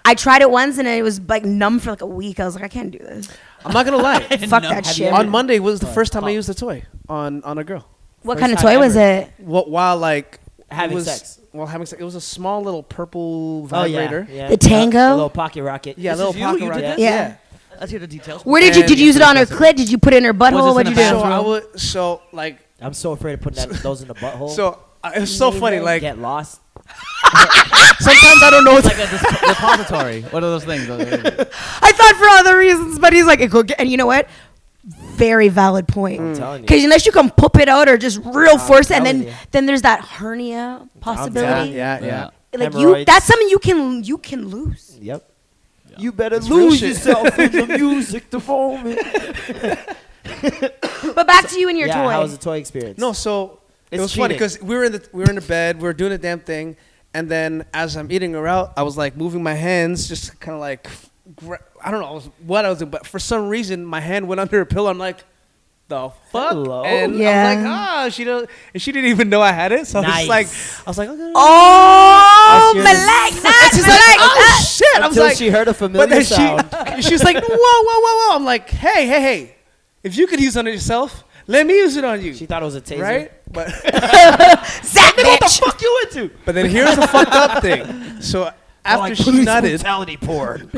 [SPEAKER 4] I tried it once and it was like numb for like a week. I was like, I can't do this.
[SPEAKER 3] I'm not gonna lie.
[SPEAKER 4] Fuck that shit.
[SPEAKER 3] on Monday was the first time I used a toy on on a girl.
[SPEAKER 4] What
[SPEAKER 2] first
[SPEAKER 4] kind of
[SPEAKER 2] time
[SPEAKER 4] toy was
[SPEAKER 2] ever.
[SPEAKER 4] it?
[SPEAKER 3] What while like it
[SPEAKER 2] Having
[SPEAKER 3] was-
[SPEAKER 2] sex.
[SPEAKER 3] While having sex, it was a small little purple
[SPEAKER 2] Oh, yeah,
[SPEAKER 3] vibrator.
[SPEAKER 2] yeah.
[SPEAKER 4] The tango?
[SPEAKER 2] Yeah, a little pocket rocket.
[SPEAKER 3] Yeah,
[SPEAKER 2] This
[SPEAKER 3] little
[SPEAKER 2] is
[SPEAKER 3] pocket
[SPEAKER 6] you did
[SPEAKER 3] rocket.
[SPEAKER 6] that?
[SPEAKER 4] Yeah.
[SPEAKER 6] Let's hear the details.
[SPEAKER 4] Where did you
[SPEAKER 3] And
[SPEAKER 4] did you use it on her
[SPEAKER 6] it's
[SPEAKER 4] clit? Did you put it in her butthole?
[SPEAKER 6] in
[SPEAKER 4] What'd
[SPEAKER 6] a
[SPEAKER 4] you
[SPEAKER 6] Yeah.
[SPEAKER 3] So
[SPEAKER 6] bathroom?
[SPEAKER 3] I
[SPEAKER 4] do?
[SPEAKER 3] would so like
[SPEAKER 2] I'm so afraid of putting that, those in the butthole.
[SPEAKER 3] so uh, it was so funny. Like
[SPEAKER 2] get lost.
[SPEAKER 3] sometimes I don't know what
[SPEAKER 6] like a dis- depository. What are those things?
[SPEAKER 4] I thought for other reasons, but he's like, it could get, and you know what? Very valid point.
[SPEAKER 2] telling you.
[SPEAKER 4] Because unless you can pop it out or just real force, and
[SPEAKER 2] Mm. telling
[SPEAKER 4] then
[SPEAKER 2] you.
[SPEAKER 4] then there's that hernia possibility.
[SPEAKER 3] yeah, yeah, yeah.
[SPEAKER 6] Yeah.
[SPEAKER 4] Like you,
[SPEAKER 2] Hemorrhoids.
[SPEAKER 4] that's something you can you can lose.
[SPEAKER 2] Yep. You better
[SPEAKER 3] real
[SPEAKER 2] lose
[SPEAKER 3] shit.
[SPEAKER 2] yourself in the music to form it.
[SPEAKER 4] But back to you and your
[SPEAKER 2] yeah,
[SPEAKER 4] toy.
[SPEAKER 2] how was the toy experience?
[SPEAKER 3] No, so it
[SPEAKER 2] It's
[SPEAKER 3] was funny
[SPEAKER 2] cheating.
[SPEAKER 3] because we were in the we were in the bed, we were doing the damn thing, and then as I'm eating her out, I was like moving my hands, just kind of like gra- I don't know I was- what I was doing, but for some reason my hand went under her pillow. I'm like. The fuck,
[SPEAKER 2] Hello?
[SPEAKER 3] and
[SPEAKER 4] Yeah.
[SPEAKER 3] I'm like, ah, she don't, and she didn't even know I had it. So I was
[SPEAKER 2] Nice.
[SPEAKER 3] like, I was like, okay.
[SPEAKER 4] oh,
[SPEAKER 2] That's your-
[SPEAKER 4] Malak, that
[SPEAKER 3] she's like,
[SPEAKER 4] Malak,
[SPEAKER 3] oh
[SPEAKER 4] that.
[SPEAKER 3] shit! I was
[SPEAKER 2] Until
[SPEAKER 3] like,
[SPEAKER 2] she heard a
[SPEAKER 3] but then
[SPEAKER 2] familiar
[SPEAKER 3] she,
[SPEAKER 2] sound.
[SPEAKER 3] she was like, whoa, whoa, whoa, whoa! I'm like, hey, hey, hey! If you could use it on yourself, let me use it on you,
[SPEAKER 2] She thought it was a taser.
[SPEAKER 3] right? But
[SPEAKER 4] Zach, bitch.
[SPEAKER 2] Fuck you into.
[SPEAKER 3] But then here's the fucked up thing. So after she
[SPEAKER 2] police
[SPEAKER 3] nutted,
[SPEAKER 2] brutality porn.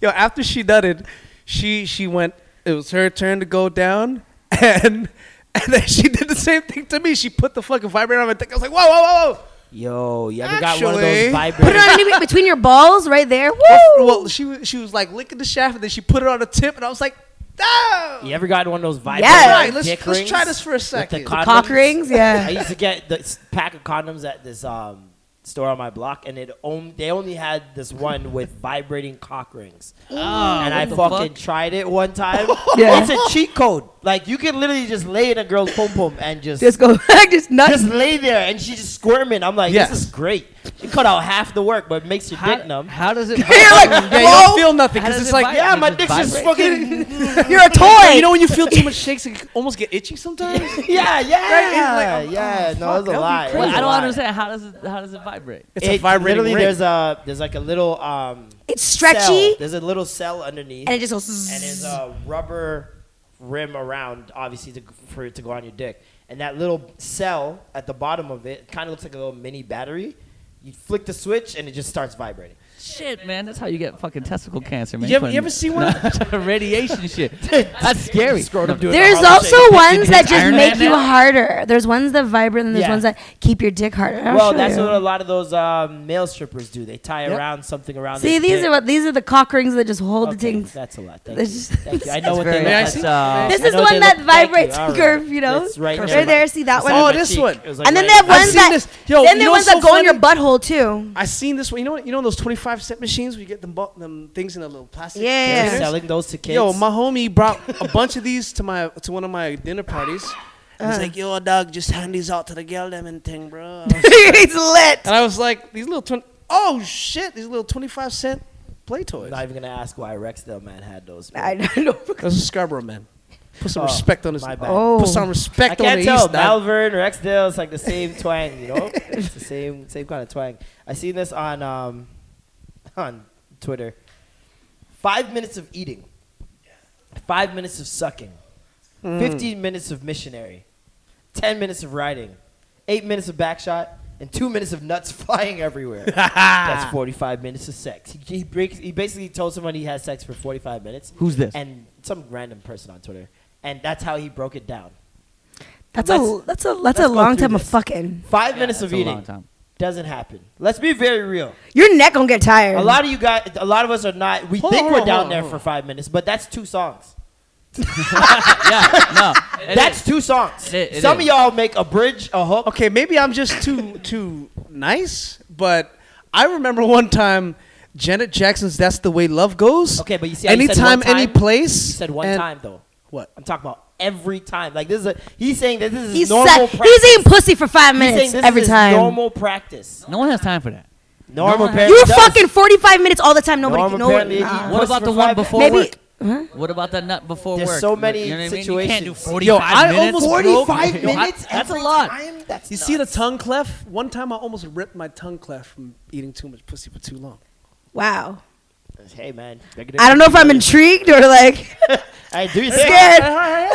[SPEAKER 3] yo, after she nutted, she she went. It was her turn to go down, and And then she did the same thing to me. She put the fucking vibrator on my dick. I was like, whoa, whoa, whoa,
[SPEAKER 2] Yo, you ever got one of
[SPEAKER 3] Actually-
[SPEAKER 2] those
[SPEAKER 4] Put it
[SPEAKER 2] vibrators?
[SPEAKER 4] on any- between your balls right there.
[SPEAKER 3] whoa.
[SPEAKER 4] Woo!
[SPEAKER 3] Well, she was she was like licking the shaft, and then she put it on the tip, and I was like, no.
[SPEAKER 2] You ever got one of those vibrators?
[SPEAKER 4] Yes.
[SPEAKER 2] with
[SPEAKER 3] Right, let's-
[SPEAKER 2] dick
[SPEAKER 3] let's
[SPEAKER 2] rings?
[SPEAKER 3] try this for a
[SPEAKER 2] With the
[SPEAKER 3] second. The
[SPEAKER 2] condoms?
[SPEAKER 4] Cock rings, yeah.
[SPEAKER 2] I used to get this pack of condoms at this um, store on my block, and it on, they only had this one with vibrating cock rings.
[SPEAKER 4] Oh,
[SPEAKER 2] and I fucking tried it one time.
[SPEAKER 4] Yeah.
[SPEAKER 2] It's a cheat code. Like you can literally just lay in a girl's pom pom and just
[SPEAKER 4] Just go, just nuts.
[SPEAKER 2] just lay there, and she's just squirming. I'm like,
[SPEAKER 3] Yes.
[SPEAKER 2] this is great. It cut out half the work, but it makes your dick
[SPEAKER 6] How,
[SPEAKER 2] numb.
[SPEAKER 6] how does it?
[SPEAKER 3] Yeah,
[SPEAKER 6] vibrate?
[SPEAKER 3] like, yeah, you don't feel nothing
[SPEAKER 6] How
[SPEAKER 3] because
[SPEAKER 6] does
[SPEAKER 3] it's
[SPEAKER 6] it
[SPEAKER 3] like,
[SPEAKER 6] vibrate?
[SPEAKER 2] yeah,
[SPEAKER 6] Does
[SPEAKER 2] my
[SPEAKER 6] it
[SPEAKER 2] dick's just
[SPEAKER 6] vibrate?
[SPEAKER 2] fucking.
[SPEAKER 4] You're a
[SPEAKER 3] Yeah,
[SPEAKER 4] toy.
[SPEAKER 3] you know when you feel too much shakes, it almost get itchy sometimes.
[SPEAKER 2] Yeah, yeah,
[SPEAKER 4] oh,
[SPEAKER 3] Right? It's like,
[SPEAKER 2] yeah. No, it's a lot.
[SPEAKER 6] Well,
[SPEAKER 2] It's
[SPEAKER 6] I
[SPEAKER 2] a
[SPEAKER 6] don't
[SPEAKER 2] lot.
[SPEAKER 6] understand. How does it? How does it vibrate?
[SPEAKER 3] It's
[SPEAKER 2] It-
[SPEAKER 3] a vibrating
[SPEAKER 2] Literally,
[SPEAKER 3] ring.
[SPEAKER 2] there's a there's like a little um.
[SPEAKER 4] it's stretchy,
[SPEAKER 2] cell. There's a little cell underneath,
[SPEAKER 4] and it just goes.
[SPEAKER 2] and there's a rubber rim around, obviously, to, for it to go on your dick. And that little cell at the bottom of it kind of looks like a little mini battery. You flick the switch, and it just starts vibrating.
[SPEAKER 6] Shit, man, that's how you get fucking testicle cancer, man.
[SPEAKER 3] You ever- you ever see one
[SPEAKER 6] radiation shit? That's scary.
[SPEAKER 2] Scrotum doing
[SPEAKER 4] There's
[SPEAKER 2] the hollow
[SPEAKER 4] also
[SPEAKER 2] shape.
[SPEAKER 4] ones that just
[SPEAKER 6] Iron
[SPEAKER 4] make
[SPEAKER 6] Man
[SPEAKER 4] you
[SPEAKER 6] now?
[SPEAKER 4] harder. There's ones that vibrate, and there's
[SPEAKER 2] Yeah.
[SPEAKER 4] ones that keep your dick harder. I'll
[SPEAKER 2] Well,
[SPEAKER 4] show
[SPEAKER 2] that's
[SPEAKER 4] you.
[SPEAKER 2] what a lot of those um, male strippers do. They tie around something around.
[SPEAKER 4] See,
[SPEAKER 2] their
[SPEAKER 4] these
[SPEAKER 2] dick.
[SPEAKER 4] are what these are the cock rings that just hold the
[SPEAKER 2] Okay,
[SPEAKER 4] things.
[SPEAKER 2] That's a lot. Thank you.
[SPEAKER 4] That's just-
[SPEAKER 2] Thank you. I know what
[SPEAKER 6] very
[SPEAKER 2] they look
[SPEAKER 3] nice.
[SPEAKER 2] like.
[SPEAKER 6] Uh,
[SPEAKER 4] This
[SPEAKER 2] I
[SPEAKER 4] is
[SPEAKER 2] know
[SPEAKER 4] the
[SPEAKER 2] what
[SPEAKER 4] one
[SPEAKER 2] they
[SPEAKER 4] that
[SPEAKER 2] look- thank you.
[SPEAKER 4] vibrates
[SPEAKER 2] All right.
[SPEAKER 4] curve, you know?
[SPEAKER 2] It's right
[SPEAKER 4] Right
[SPEAKER 2] near my-
[SPEAKER 4] there, see that
[SPEAKER 2] it's
[SPEAKER 4] one?
[SPEAKER 2] on
[SPEAKER 3] Oh,
[SPEAKER 2] my
[SPEAKER 3] this
[SPEAKER 2] cheek.
[SPEAKER 3] one.
[SPEAKER 2] It was, like,
[SPEAKER 4] And then
[SPEAKER 2] right
[SPEAKER 4] they have
[SPEAKER 2] there.
[SPEAKER 3] I've
[SPEAKER 4] ones
[SPEAKER 3] seen
[SPEAKER 4] that
[SPEAKER 3] this. Yo, you
[SPEAKER 4] then there
[SPEAKER 3] know
[SPEAKER 4] are ones
[SPEAKER 3] what's
[SPEAKER 4] that
[SPEAKER 3] so
[SPEAKER 4] go in your
[SPEAKER 3] funny?
[SPEAKER 4] butthole too.
[SPEAKER 3] I seen this one. You know what? You know those 25 cent machines where you get them, bu- them things in a little plastic.
[SPEAKER 4] Yeah.
[SPEAKER 2] They're
[SPEAKER 3] containers?
[SPEAKER 2] selling those to kids.
[SPEAKER 3] Yo, my homie brought a bunch of these to my to one of my dinner parties. And He's like, yo, dog, just hand these out to the girl, them and thing, bro.
[SPEAKER 4] He's lit.
[SPEAKER 3] and I was like, these little twenty. Oh shit, these little 25 cent play toys.
[SPEAKER 2] I'm not even gonna ask why Rexdale man had those. man.
[SPEAKER 4] I know.
[SPEAKER 3] That's a Scarborough man. Put some
[SPEAKER 2] Oh,
[SPEAKER 3] respect on his.
[SPEAKER 2] my bad.
[SPEAKER 3] Put some
[SPEAKER 2] I
[SPEAKER 3] respect on
[SPEAKER 2] can't
[SPEAKER 3] the
[SPEAKER 2] tell.
[SPEAKER 3] East. dog.
[SPEAKER 2] Malvern, Rexdale, it's like the same twang, you know? it's the same same kind of twang. I seen this on um, on Twitter. Five minutes of eating. Five minutes of sucking.
[SPEAKER 3] Hmm.
[SPEAKER 2] Fifteen minutes of missionary. Ten minutes of riding. Eight minutes of backshot. And two minutes of nuts flying everywhere. That's forty-five minutes of sex. He, he breaks. He basically told someone he had sex for forty-five minutes.
[SPEAKER 6] Who's this?
[SPEAKER 2] And some random person on Twitter. And that's how he broke it down.
[SPEAKER 4] That's a
[SPEAKER 2] Let's-
[SPEAKER 4] that's a that's
[SPEAKER 2] let's
[SPEAKER 4] a
[SPEAKER 2] go
[SPEAKER 4] long
[SPEAKER 2] through
[SPEAKER 4] time of
[SPEAKER 2] this.
[SPEAKER 4] fucking.
[SPEAKER 2] Five minutes of
[SPEAKER 6] That's a long
[SPEAKER 2] eating
[SPEAKER 6] time.
[SPEAKER 2] doesn't happen. Let's be very real.
[SPEAKER 4] Your neck gonna get tired.
[SPEAKER 2] A lot of you guys, a lot of us are not. We
[SPEAKER 3] Hold
[SPEAKER 2] think
[SPEAKER 3] on,
[SPEAKER 2] we're
[SPEAKER 3] hold
[SPEAKER 2] down
[SPEAKER 3] on,
[SPEAKER 2] there
[SPEAKER 3] hold
[SPEAKER 2] for five minutes, but that's two songs.
[SPEAKER 6] Yeah, no. it
[SPEAKER 2] that's
[SPEAKER 6] is.
[SPEAKER 2] two songs.
[SPEAKER 6] It- it
[SPEAKER 2] Some
[SPEAKER 6] is.
[SPEAKER 2] of y'all make a bridge, a hook.
[SPEAKER 3] Okay, maybe I'm just too too nice, but I remember one time Janet Jackson's "That's the Way Love Goes."
[SPEAKER 2] Okay, but you see, how you said
[SPEAKER 3] anytime,
[SPEAKER 2] one time?
[SPEAKER 3] any place.
[SPEAKER 2] You said one
[SPEAKER 3] and-
[SPEAKER 2] time though.
[SPEAKER 3] What?
[SPEAKER 2] I'm talking about every time. Like this is a. He's saying that this is
[SPEAKER 4] he's
[SPEAKER 2] normal.
[SPEAKER 4] set,
[SPEAKER 2] practice.
[SPEAKER 4] he's eating pussy for five
[SPEAKER 2] He's saying
[SPEAKER 4] minutes
[SPEAKER 2] this
[SPEAKER 4] every
[SPEAKER 2] is his
[SPEAKER 4] time.
[SPEAKER 2] Normal practice.
[SPEAKER 6] No one has time for that.
[SPEAKER 2] Normal.
[SPEAKER 6] one-
[SPEAKER 2] parent
[SPEAKER 4] you were
[SPEAKER 2] does.
[SPEAKER 4] fucking forty five minutes all the time. Nobody
[SPEAKER 2] Norm
[SPEAKER 4] can know
[SPEAKER 2] apparently
[SPEAKER 4] it.
[SPEAKER 2] eat
[SPEAKER 4] Nah.
[SPEAKER 6] What
[SPEAKER 2] pussy
[SPEAKER 6] about
[SPEAKER 2] Ah. for
[SPEAKER 6] the
[SPEAKER 2] five
[SPEAKER 6] one
[SPEAKER 2] minutes?
[SPEAKER 6] before
[SPEAKER 4] Maybe-
[SPEAKER 6] work? What about that nut before
[SPEAKER 2] There's
[SPEAKER 6] work?
[SPEAKER 2] so many
[SPEAKER 6] you know what I mean? You can't do
[SPEAKER 2] situations.
[SPEAKER 6] 45
[SPEAKER 3] Yo, I
[SPEAKER 6] minutes.
[SPEAKER 3] almost
[SPEAKER 6] bro.
[SPEAKER 3] broke- Yo, I-
[SPEAKER 6] That's a
[SPEAKER 2] every
[SPEAKER 6] lot.
[SPEAKER 2] time? That's
[SPEAKER 3] You see the
[SPEAKER 2] nuts.
[SPEAKER 3] tongue cleft? One time I almost ripped my tongue cleft from eating too much pussy for too long.
[SPEAKER 4] Wow.
[SPEAKER 2] Hey man.
[SPEAKER 4] I don't know if I'm intrigued or like
[SPEAKER 2] Hey, do you
[SPEAKER 4] scared.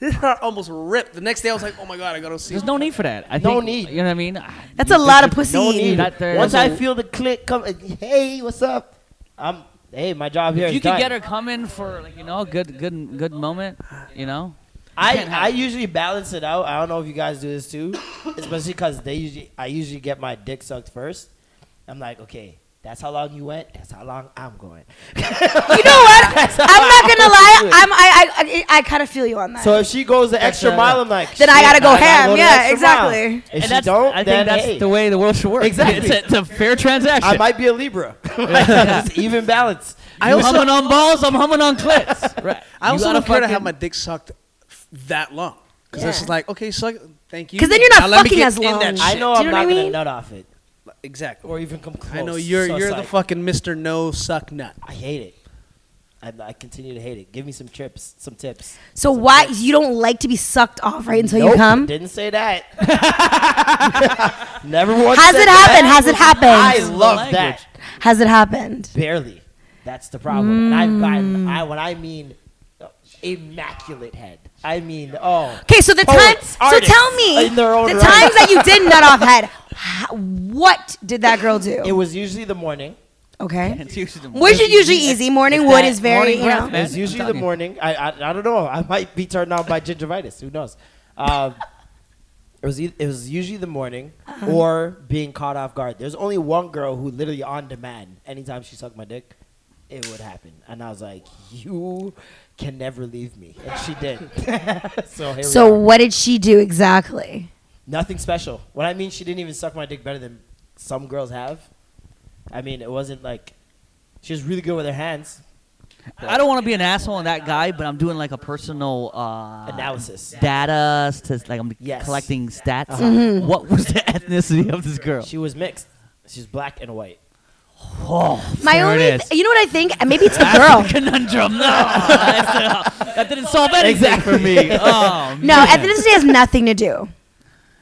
[SPEAKER 3] This part almost ripped. The next day I was like, oh my god, I gotta see.
[SPEAKER 6] There's no need for that. I
[SPEAKER 2] No
[SPEAKER 6] think,
[SPEAKER 2] need.
[SPEAKER 6] You know what I mean?
[SPEAKER 4] That's a lot of pussy
[SPEAKER 2] No
[SPEAKER 4] eating.
[SPEAKER 2] need.
[SPEAKER 6] That there
[SPEAKER 2] Once
[SPEAKER 6] is a-
[SPEAKER 2] I feel the click come, hey, what's up? I'm. Hey, my job here.
[SPEAKER 6] If you
[SPEAKER 2] is done.
[SPEAKER 6] could get her coming for like you know a good good good moment, you know.
[SPEAKER 2] I, I usually balance it out. I don't know if you guys do this too, especially because they usually I usually get my dick sucked first. I'm like, okay, that's how long you went. That's how long I'm going.
[SPEAKER 4] You know what? I'm not gonna lie. I'm I I I, I kind of feel you on that.
[SPEAKER 2] So if she goes the extra
[SPEAKER 6] uh,
[SPEAKER 2] mile, I'm like,
[SPEAKER 4] Then I
[SPEAKER 2] shit,
[SPEAKER 4] gotta go
[SPEAKER 2] now
[SPEAKER 4] ham.
[SPEAKER 2] the
[SPEAKER 4] Yeah,
[SPEAKER 2] extra
[SPEAKER 4] exactly.
[SPEAKER 2] mile. If
[SPEAKER 6] And
[SPEAKER 2] she
[SPEAKER 6] that's,
[SPEAKER 2] don't,
[SPEAKER 6] I
[SPEAKER 2] then
[SPEAKER 6] think that's
[SPEAKER 2] hey,
[SPEAKER 6] the way the world should work.
[SPEAKER 2] Exactly.
[SPEAKER 6] It's a, it's a fair transaction.
[SPEAKER 2] I might be a Libra. Just even balance.
[SPEAKER 3] I
[SPEAKER 6] you
[SPEAKER 3] also,
[SPEAKER 6] humming on balls, I'm humming on clits. right.
[SPEAKER 3] I
[SPEAKER 6] You
[SPEAKER 3] also
[SPEAKER 6] gotta
[SPEAKER 3] don't care to have
[SPEAKER 6] fucking-
[SPEAKER 3] my dick sucked f- that long. Because that's
[SPEAKER 4] Yeah.
[SPEAKER 3] just like, okay, suck. Thank you.
[SPEAKER 4] 'Cause then you're not
[SPEAKER 3] Now let me
[SPEAKER 4] fucking
[SPEAKER 3] get
[SPEAKER 4] as
[SPEAKER 3] in that
[SPEAKER 4] long.
[SPEAKER 3] shit.
[SPEAKER 2] I know
[SPEAKER 4] Do
[SPEAKER 2] I'm
[SPEAKER 4] you know what
[SPEAKER 2] not
[SPEAKER 4] I
[SPEAKER 2] gonna
[SPEAKER 4] mean?
[SPEAKER 2] nut off it
[SPEAKER 3] Exactly.
[SPEAKER 2] or even come close.
[SPEAKER 3] I know you're
[SPEAKER 2] So it's
[SPEAKER 3] you're the
[SPEAKER 2] like-
[SPEAKER 3] fucking Mr. No Suck Nut.
[SPEAKER 2] I hate it. I, I continue to hate it. Give me some tips. Some tips.
[SPEAKER 4] So why you don't like to be sucked off right until
[SPEAKER 2] Nope,
[SPEAKER 4] you come?
[SPEAKER 2] Didn't say that. Never once.
[SPEAKER 4] Has
[SPEAKER 2] said
[SPEAKER 4] it
[SPEAKER 2] that.
[SPEAKER 4] happened? Has it
[SPEAKER 2] I
[SPEAKER 4] happened?
[SPEAKER 2] love
[SPEAKER 6] Language.
[SPEAKER 2] that.
[SPEAKER 4] Has it happened?
[SPEAKER 2] Barely. That's the problem. And I've
[SPEAKER 4] Mm.
[SPEAKER 2] gotten. I when I mean uh, immaculate head. I mean oh.
[SPEAKER 4] Okay, so the time.
[SPEAKER 2] Poets,
[SPEAKER 4] So
[SPEAKER 2] artists,
[SPEAKER 4] tell me
[SPEAKER 2] in their own
[SPEAKER 4] the
[SPEAKER 2] right.
[SPEAKER 4] times that you did nut off head. h- What did that girl do?
[SPEAKER 2] It was usually the morning.
[SPEAKER 4] Okay.
[SPEAKER 6] It's usually the
[SPEAKER 4] Which is
[SPEAKER 6] morning.
[SPEAKER 4] usually easy. Morning wood
[SPEAKER 6] that
[SPEAKER 4] is very,
[SPEAKER 6] morning
[SPEAKER 4] you know.
[SPEAKER 6] breath.
[SPEAKER 2] It's
[SPEAKER 6] I'm
[SPEAKER 2] usually the
[SPEAKER 6] telling you.
[SPEAKER 2] morning. I, I I don't know. I might be turned on by gingivitis. Who knows? Um, it was e- it was usually the morning
[SPEAKER 6] Uh-huh.
[SPEAKER 2] or being caught off guard. There's only one girl who literally on demand. Anytime she sucked my dick, it would happen, and I was like, "You can never leave me," and she did. so here
[SPEAKER 4] So
[SPEAKER 2] we are.
[SPEAKER 4] what did she do exactly?
[SPEAKER 2] nothing special. What I mean, she didn't even suck my dick better than some girls have. I mean, it wasn't like she was really good with her hands.
[SPEAKER 6] I don't want to be an asshole on that guy, but I'm doing like a personal uh,
[SPEAKER 2] Analysis.
[SPEAKER 6] data, st- like I'm
[SPEAKER 2] Yes.
[SPEAKER 6] collecting stats. What was the ethnicity of this girl?
[SPEAKER 2] She was mixed. She's black and white.
[SPEAKER 6] Oh,
[SPEAKER 4] My
[SPEAKER 6] there it
[SPEAKER 4] only,
[SPEAKER 6] is.
[SPEAKER 4] you know what I think? Maybe it's the girl.
[SPEAKER 6] conundrum. No, That's, uh, that didn't solve anything for me. Oh,
[SPEAKER 4] No, ethnicity has nothing to do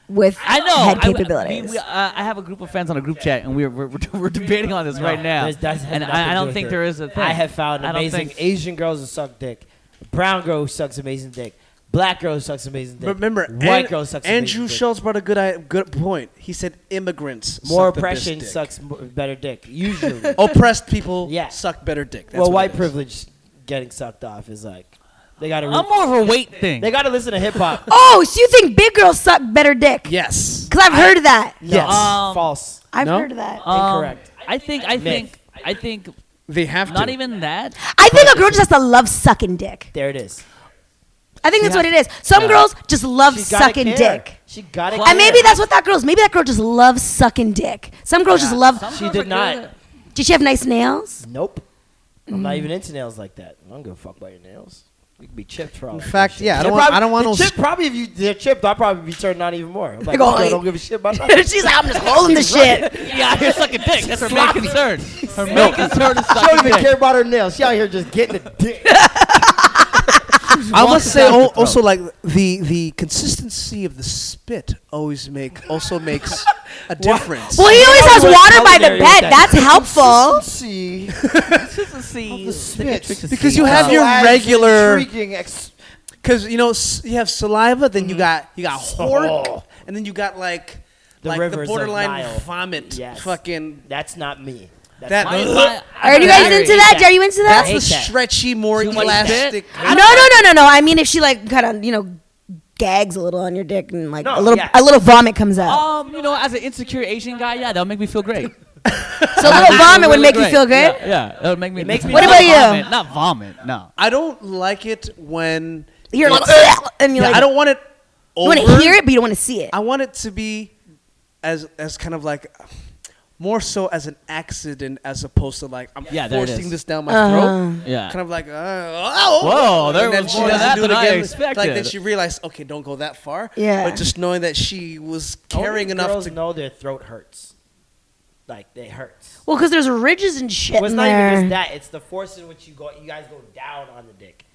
[SPEAKER 4] with
[SPEAKER 6] I know.
[SPEAKER 4] head
[SPEAKER 6] I- we-
[SPEAKER 4] capabilities.
[SPEAKER 6] we- uh, I have a group of fans on a group chat, and we're we're, we're, we're debating on this right now.
[SPEAKER 2] There's- that's- has
[SPEAKER 6] and
[SPEAKER 2] nothing
[SPEAKER 6] I,
[SPEAKER 2] to
[SPEAKER 6] I
[SPEAKER 2] do
[SPEAKER 6] don't
[SPEAKER 2] with
[SPEAKER 6] think
[SPEAKER 2] it.
[SPEAKER 6] there is a thing.
[SPEAKER 2] I have found
[SPEAKER 6] I don't
[SPEAKER 2] amazing
[SPEAKER 6] think-
[SPEAKER 2] Asian girls who suck dick, brown girl who sucks amazing dick, black girl who sucks amazing dick.
[SPEAKER 3] Remember,
[SPEAKER 2] white
[SPEAKER 3] An-
[SPEAKER 2] girl who sucks
[SPEAKER 3] Andrew
[SPEAKER 2] amazing dick.
[SPEAKER 3] Schultz brought a good i- good point. He said immigrants
[SPEAKER 2] More
[SPEAKER 3] suck the best
[SPEAKER 2] oppression
[SPEAKER 3] dick.
[SPEAKER 2] sucks mo- better dick usually.
[SPEAKER 3] Oppressed people
[SPEAKER 2] Yeah.
[SPEAKER 3] suck better dick. That's
[SPEAKER 2] well,
[SPEAKER 3] what it
[SPEAKER 2] white
[SPEAKER 3] is.
[SPEAKER 2] privilege getting sucked off is like they gotta re-
[SPEAKER 6] I'm more of a weight thing.
[SPEAKER 2] they gotta listen to hip hop.
[SPEAKER 4] oh, so you think big girls suck better dick?
[SPEAKER 3] Yes.
[SPEAKER 4] Because I've heard of that.
[SPEAKER 2] yes,
[SPEAKER 6] Um,
[SPEAKER 2] false.
[SPEAKER 4] I've
[SPEAKER 3] No?
[SPEAKER 4] heard of that.
[SPEAKER 6] Um,
[SPEAKER 2] Incorrect.
[SPEAKER 6] I think. I think. I think.
[SPEAKER 3] They have
[SPEAKER 6] Not
[SPEAKER 3] to.
[SPEAKER 6] even that.
[SPEAKER 4] I think a girl just has to love sucking dick.
[SPEAKER 2] There it is.
[SPEAKER 4] I think that's what it is. Some girls just love
[SPEAKER 2] She gotta
[SPEAKER 4] sucking
[SPEAKER 2] care.
[SPEAKER 4] dick.
[SPEAKER 2] She got it.
[SPEAKER 4] And maybe that's what that girl's. Maybe that girl just loves sucking dick. Some girls just love.
[SPEAKER 2] she did not.
[SPEAKER 4] Did she have nice nails?
[SPEAKER 2] Nope. I'm not even into nails like that. I don't give a fuck about your nails. You could be chipped for all
[SPEAKER 5] In
[SPEAKER 2] that
[SPEAKER 5] fact,
[SPEAKER 2] shit.
[SPEAKER 5] yeah, I don't
[SPEAKER 2] They're
[SPEAKER 5] want- I
[SPEAKER 2] probably-
[SPEAKER 5] don't want
[SPEAKER 2] they're
[SPEAKER 5] no
[SPEAKER 2] chipped. Probably if you they're chipped, I'd probably be turned on even more. I'm like,
[SPEAKER 4] go,
[SPEAKER 2] "Yo, I
[SPEAKER 4] like-
[SPEAKER 2] don't give a shit about that.
[SPEAKER 4] She's like, I'm just holding the shit.
[SPEAKER 6] Yeah, you're sucking dick. That's her main concern. Her main concern is
[SPEAKER 2] She don't
[SPEAKER 6] sucking
[SPEAKER 2] even
[SPEAKER 6] dick.
[SPEAKER 2] care about her nails. She out here just getting the dick.
[SPEAKER 3] I must say
[SPEAKER 6] down
[SPEAKER 3] al-
[SPEAKER 6] the throat.
[SPEAKER 3] also like the the consistency of the spit always make also makes a difference.
[SPEAKER 4] Well, he always has
[SPEAKER 2] Everyone's
[SPEAKER 4] water by the
[SPEAKER 2] culinary with
[SPEAKER 4] bed.
[SPEAKER 2] that.
[SPEAKER 4] That's helpful.
[SPEAKER 2] See,
[SPEAKER 3] because you have
[SPEAKER 6] Wow.
[SPEAKER 3] your
[SPEAKER 2] Wow.
[SPEAKER 3] regular
[SPEAKER 2] intriguing ex-
[SPEAKER 3] because you know s- you have saliva, then
[SPEAKER 2] Mm-hmm.
[SPEAKER 3] you got you got hork,
[SPEAKER 2] Oh.
[SPEAKER 3] and then you got like
[SPEAKER 2] The
[SPEAKER 3] like
[SPEAKER 2] rivers
[SPEAKER 3] the
[SPEAKER 2] of
[SPEAKER 3] borderline
[SPEAKER 2] Nile.
[SPEAKER 3] vomit.
[SPEAKER 2] Yes.
[SPEAKER 3] Fucking
[SPEAKER 2] That's not me. That's
[SPEAKER 3] that.
[SPEAKER 6] Mine is my-
[SPEAKER 4] Are you guys
[SPEAKER 2] Jerry.
[SPEAKER 4] into that? Jerry, you into
[SPEAKER 3] that's
[SPEAKER 4] that?
[SPEAKER 3] the
[SPEAKER 2] hate that.
[SPEAKER 3] stretchy, more
[SPEAKER 6] Too much
[SPEAKER 3] elastic.
[SPEAKER 4] No, no, no, no, no. I mean, if she like kind of you know gags a little on your dick and like
[SPEAKER 2] No,
[SPEAKER 4] a little
[SPEAKER 2] yeah.
[SPEAKER 4] a little vomit comes out.
[SPEAKER 6] Um, you know, as an insecure Asian guy, yeah, that'll make me feel great.
[SPEAKER 4] so a little vomit would
[SPEAKER 6] Really
[SPEAKER 4] make you
[SPEAKER 6] great.
[SPEAKER 4] feel good.
[SPEAKER 6] Yeah, yeah, that'll make me.
[SPEAKER 2] makes me
[SPEAKER 4] What
[SPEAKER 6] not
[SPEAKER 4] about you?
[SPEAKER 6] vomit, Not vomit. No.
[SPEAKER 3] I don't like it when
[SPEAKER 4] You're like,
[SPEAKER 3] it's-
[SPEAKER 4] "Ugh," and you're
[SPEAKER 3] Yeah,
[SPEAKER 4] like,
[SPEAKER 3] I don't want it.
[SPEAKER 4] you
[SPEAKER 3] Over.
[SPEAKER 4] want to hear it, but you don't want to see it.
[SPEAKER 3] I want it to be as as kind of like more so as an accident as opposed to like I'm
[SPEAKER 6] Yeah, there it
[SPEAKER 3] forcing
[SPEAKER 6] is.
[SPEAKER 3] this down my
[SPEAKER 4] Uh-huh.
[SPEAKER 3] throat.
[SPEAKER 6] Yeah.
[SPEAKER 3] Kind of like uh, oh,
[SPEAKER 6] Whoa, there
[SPEAKER 3] and then
[SPEAKER 6] was
[SPEAKER 3] she
[SPEAKER 6] more to
[SPEAKER 3] doesn't
[SPEAKER 6] that
[SPEAKER 3] do
[SPEAKER 6] than
[SPEAKER 3] it
[SPEAKER 6] I
[SPEAKER 3] again.
[SPEAKER 6] expected.
[SPEAKER 3] Like then she realized, okay, don't go that far.
[SPEAKER 4] Yeah.
[SPEAKER 3] But just knowing that she was
[SPEAKER 2] Only
[SPEAKER 3] caring enough
[SPEAKER 2] Girls
[SPEAKER 3] to
[SPEAKER 2] know their throat hurts. Like they hurts.
[SPEAKER 4] Well, because there's ridges and shit
[SPEAKER 2] Well, it's
[SPEAKER 4] in
[SPEAKER 2] not
[SPEAKER 4] there.
[SPEAKER 2] even just that. It's the force in which you go. You guys go down on the dick.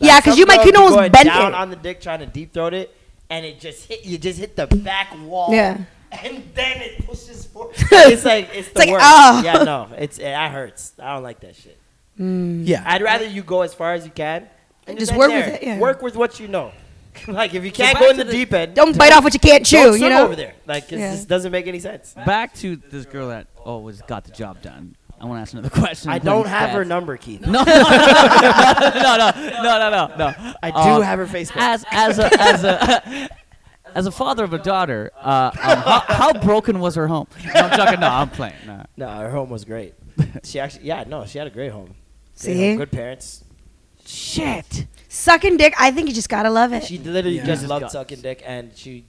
[SPEAKER 4] Yeah, because
[SPEAKER 2] Some
[SPEAKER 4] you might
[SPEAKER 2] girls
[SPEAKER 4] you can
[SPEAKER 2] be
[SPEAKER 4] almost
[SPEAKER 2] going
[SPEAKER 4] bend
[SPEAKER 2] down
[SPEAKER 4] it.
[SPEAKER 2] on the dick trying to deep throat it, and it just hit. You just hit the back wall.
[SPEAKER 4] Yeah.
[SPEAKER 2] And then it pushes forward. it's like it's the
[SPEAKER 4] like,
[SPEAKER 2] worst.
[SPEAKER 4] oh.
[SPEAKER 2] Yeah, no, it's it, that hurts. I don't like that shit.
[SPEAKER 3] Yeah.
[SPEAKER 2] I'd rather you go as far as you can and
[SPEAKER 4] Mm. Just
[SPEAKER 2] end
[SPEAKER 4] work with
[SPEAKER 2] there.
[SPEAKER 4] it, yeah.
[SPEAKER 2] Work with what you know. like if you can't
[SPEAKER 6] back
[SPEAKER 2] go in
[SPEAKER 6] to
[SPEAKER 2] the,
[SPEAKER 6] the-
[SPEAKER 2] deep end,
[SPEAKER 4] Don't bite off what you can't chew.
[SPEAKER 2] don't
[SPEAKER 4] you
[SPEAKER 2] swim
[SPEAKER 4] know.
[SPEAKER 2] over there. Like it
[SPEAKER 4] Yeah.
[SPEAKER 2] just doesn't make any sense.
[SPEAKER 6] Back to this girl that always got the job done. I want to ask another question.
[SPEAKER 2] I
[SPEAKER 6] including
[SPEAKER 2] don't have her
[SPEAKER 6] stats.
[SPEAKER 2] number, Keith.
[SPEAKER 6] No, no, no, no, no, no, no, no.
[SPEAKER 2] I do
[SPEAKER 6] Uh,
[SPEAKER 2] have her Facebook.
[SPEAKER 6] As as a as a as a father of a daughter, uh, um, how, how broken was her home? No, I'm joking. No, I'm playing. No.
[SPEAKER 2] No, her home was great. She actually, yeah, no, she had a great home. Great
[SPEAKER 4] See?
[SPEAKER 2] home, good parents.
[SPEAKER 6] Shit.
[SPEAKER 4] Sucking dick, I think you just gotta love it.
[SPEAKER 2] She literally
[SPEAKER 3] Yeah.
[SPEAKER 2] just loved sucking dick, and she,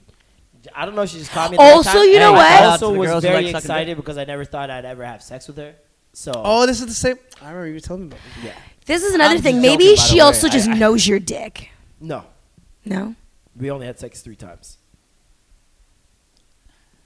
[SPEAKER 2] I don't know, she just caught me.
[SPEAKER 4] Also,
[SPEAKER 2] the right time,
[SPEAKER 4] you know
[SPEAKER 2] and
[SPEAKER 4] what?
[SPEAKER 2] I
[SPEAKER 6] Shout out
[SPEAKER 2] also
[SPEAKER 6] to the
[SPEAKER 2] was
[SPEAKER 6] girls who
[SPEAKER 2] very
[SPEAKER 6] like sucking
[SPEAKER 2] excited because I never thought I'd ever have sex with her. So,
[SPEAKER 3] Oh, this is the same. I remember you telling me. About this.
[SPEAKER 4] this is another
[SPEAKER 6] I'm
[SPEAKER 4] thing.
[SPEAKER 6] just
[SPEAKER 4] Maybe
[SPEAKER 6] joking, by the
[SPEAKER 4] she
[SPEAKER 6] way.
[SPEAKER 4] also
[SPEAKER 6] I-
[SPEAKER 4] just
[SPEAKER 6] I-
[SPEAKER 4] knows your dick.
[SPEAKER 2] no,
[SPEAKER 4] No.
[SPEAKER 2] we only had sex three times.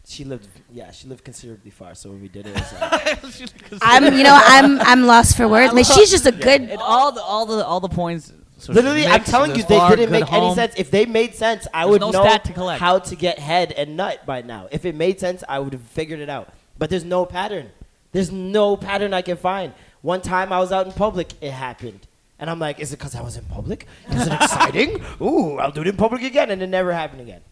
[SPEAKER 2] She lived, yeah, she lived considerably far. So when we did it, it was like,
[SPEAKER 4] I'm, you know, I'm, I'm lost for words. I mean, she's just a good.
[SPEAKER 6] And all the all the all the points. so she
[SPEAKER 2] literally, I'm
[SPEAKER 6] mixed,
[SPEAKER 2] telling you,
[SPEAKER 6] there's
[SPEAKER 2] they
[SPEAKER 6] far,
[SPEAKER 2] didn't
[SPEAKER 6] good
[SPEAKER 2] make any
[SPEAKER 6] home.
[SPEAKER 2] sense. If they made sense, I
[SPEAKER 6] There's
[SPEAKER 2] would
[SPEAKER 6] no
[SPEAKER 2] know
[SPEAKER 6] stat to collect.
[SPEAKER 2] how to get head and nut by now. If it made sense, I would have figured it out. But there's no pattern. There's no pattern I can find. One time I was out in public, it happened. And I'm like, is it because I was in public? Is it exciting? Ooh, I'll do it in public again. And it never happened again.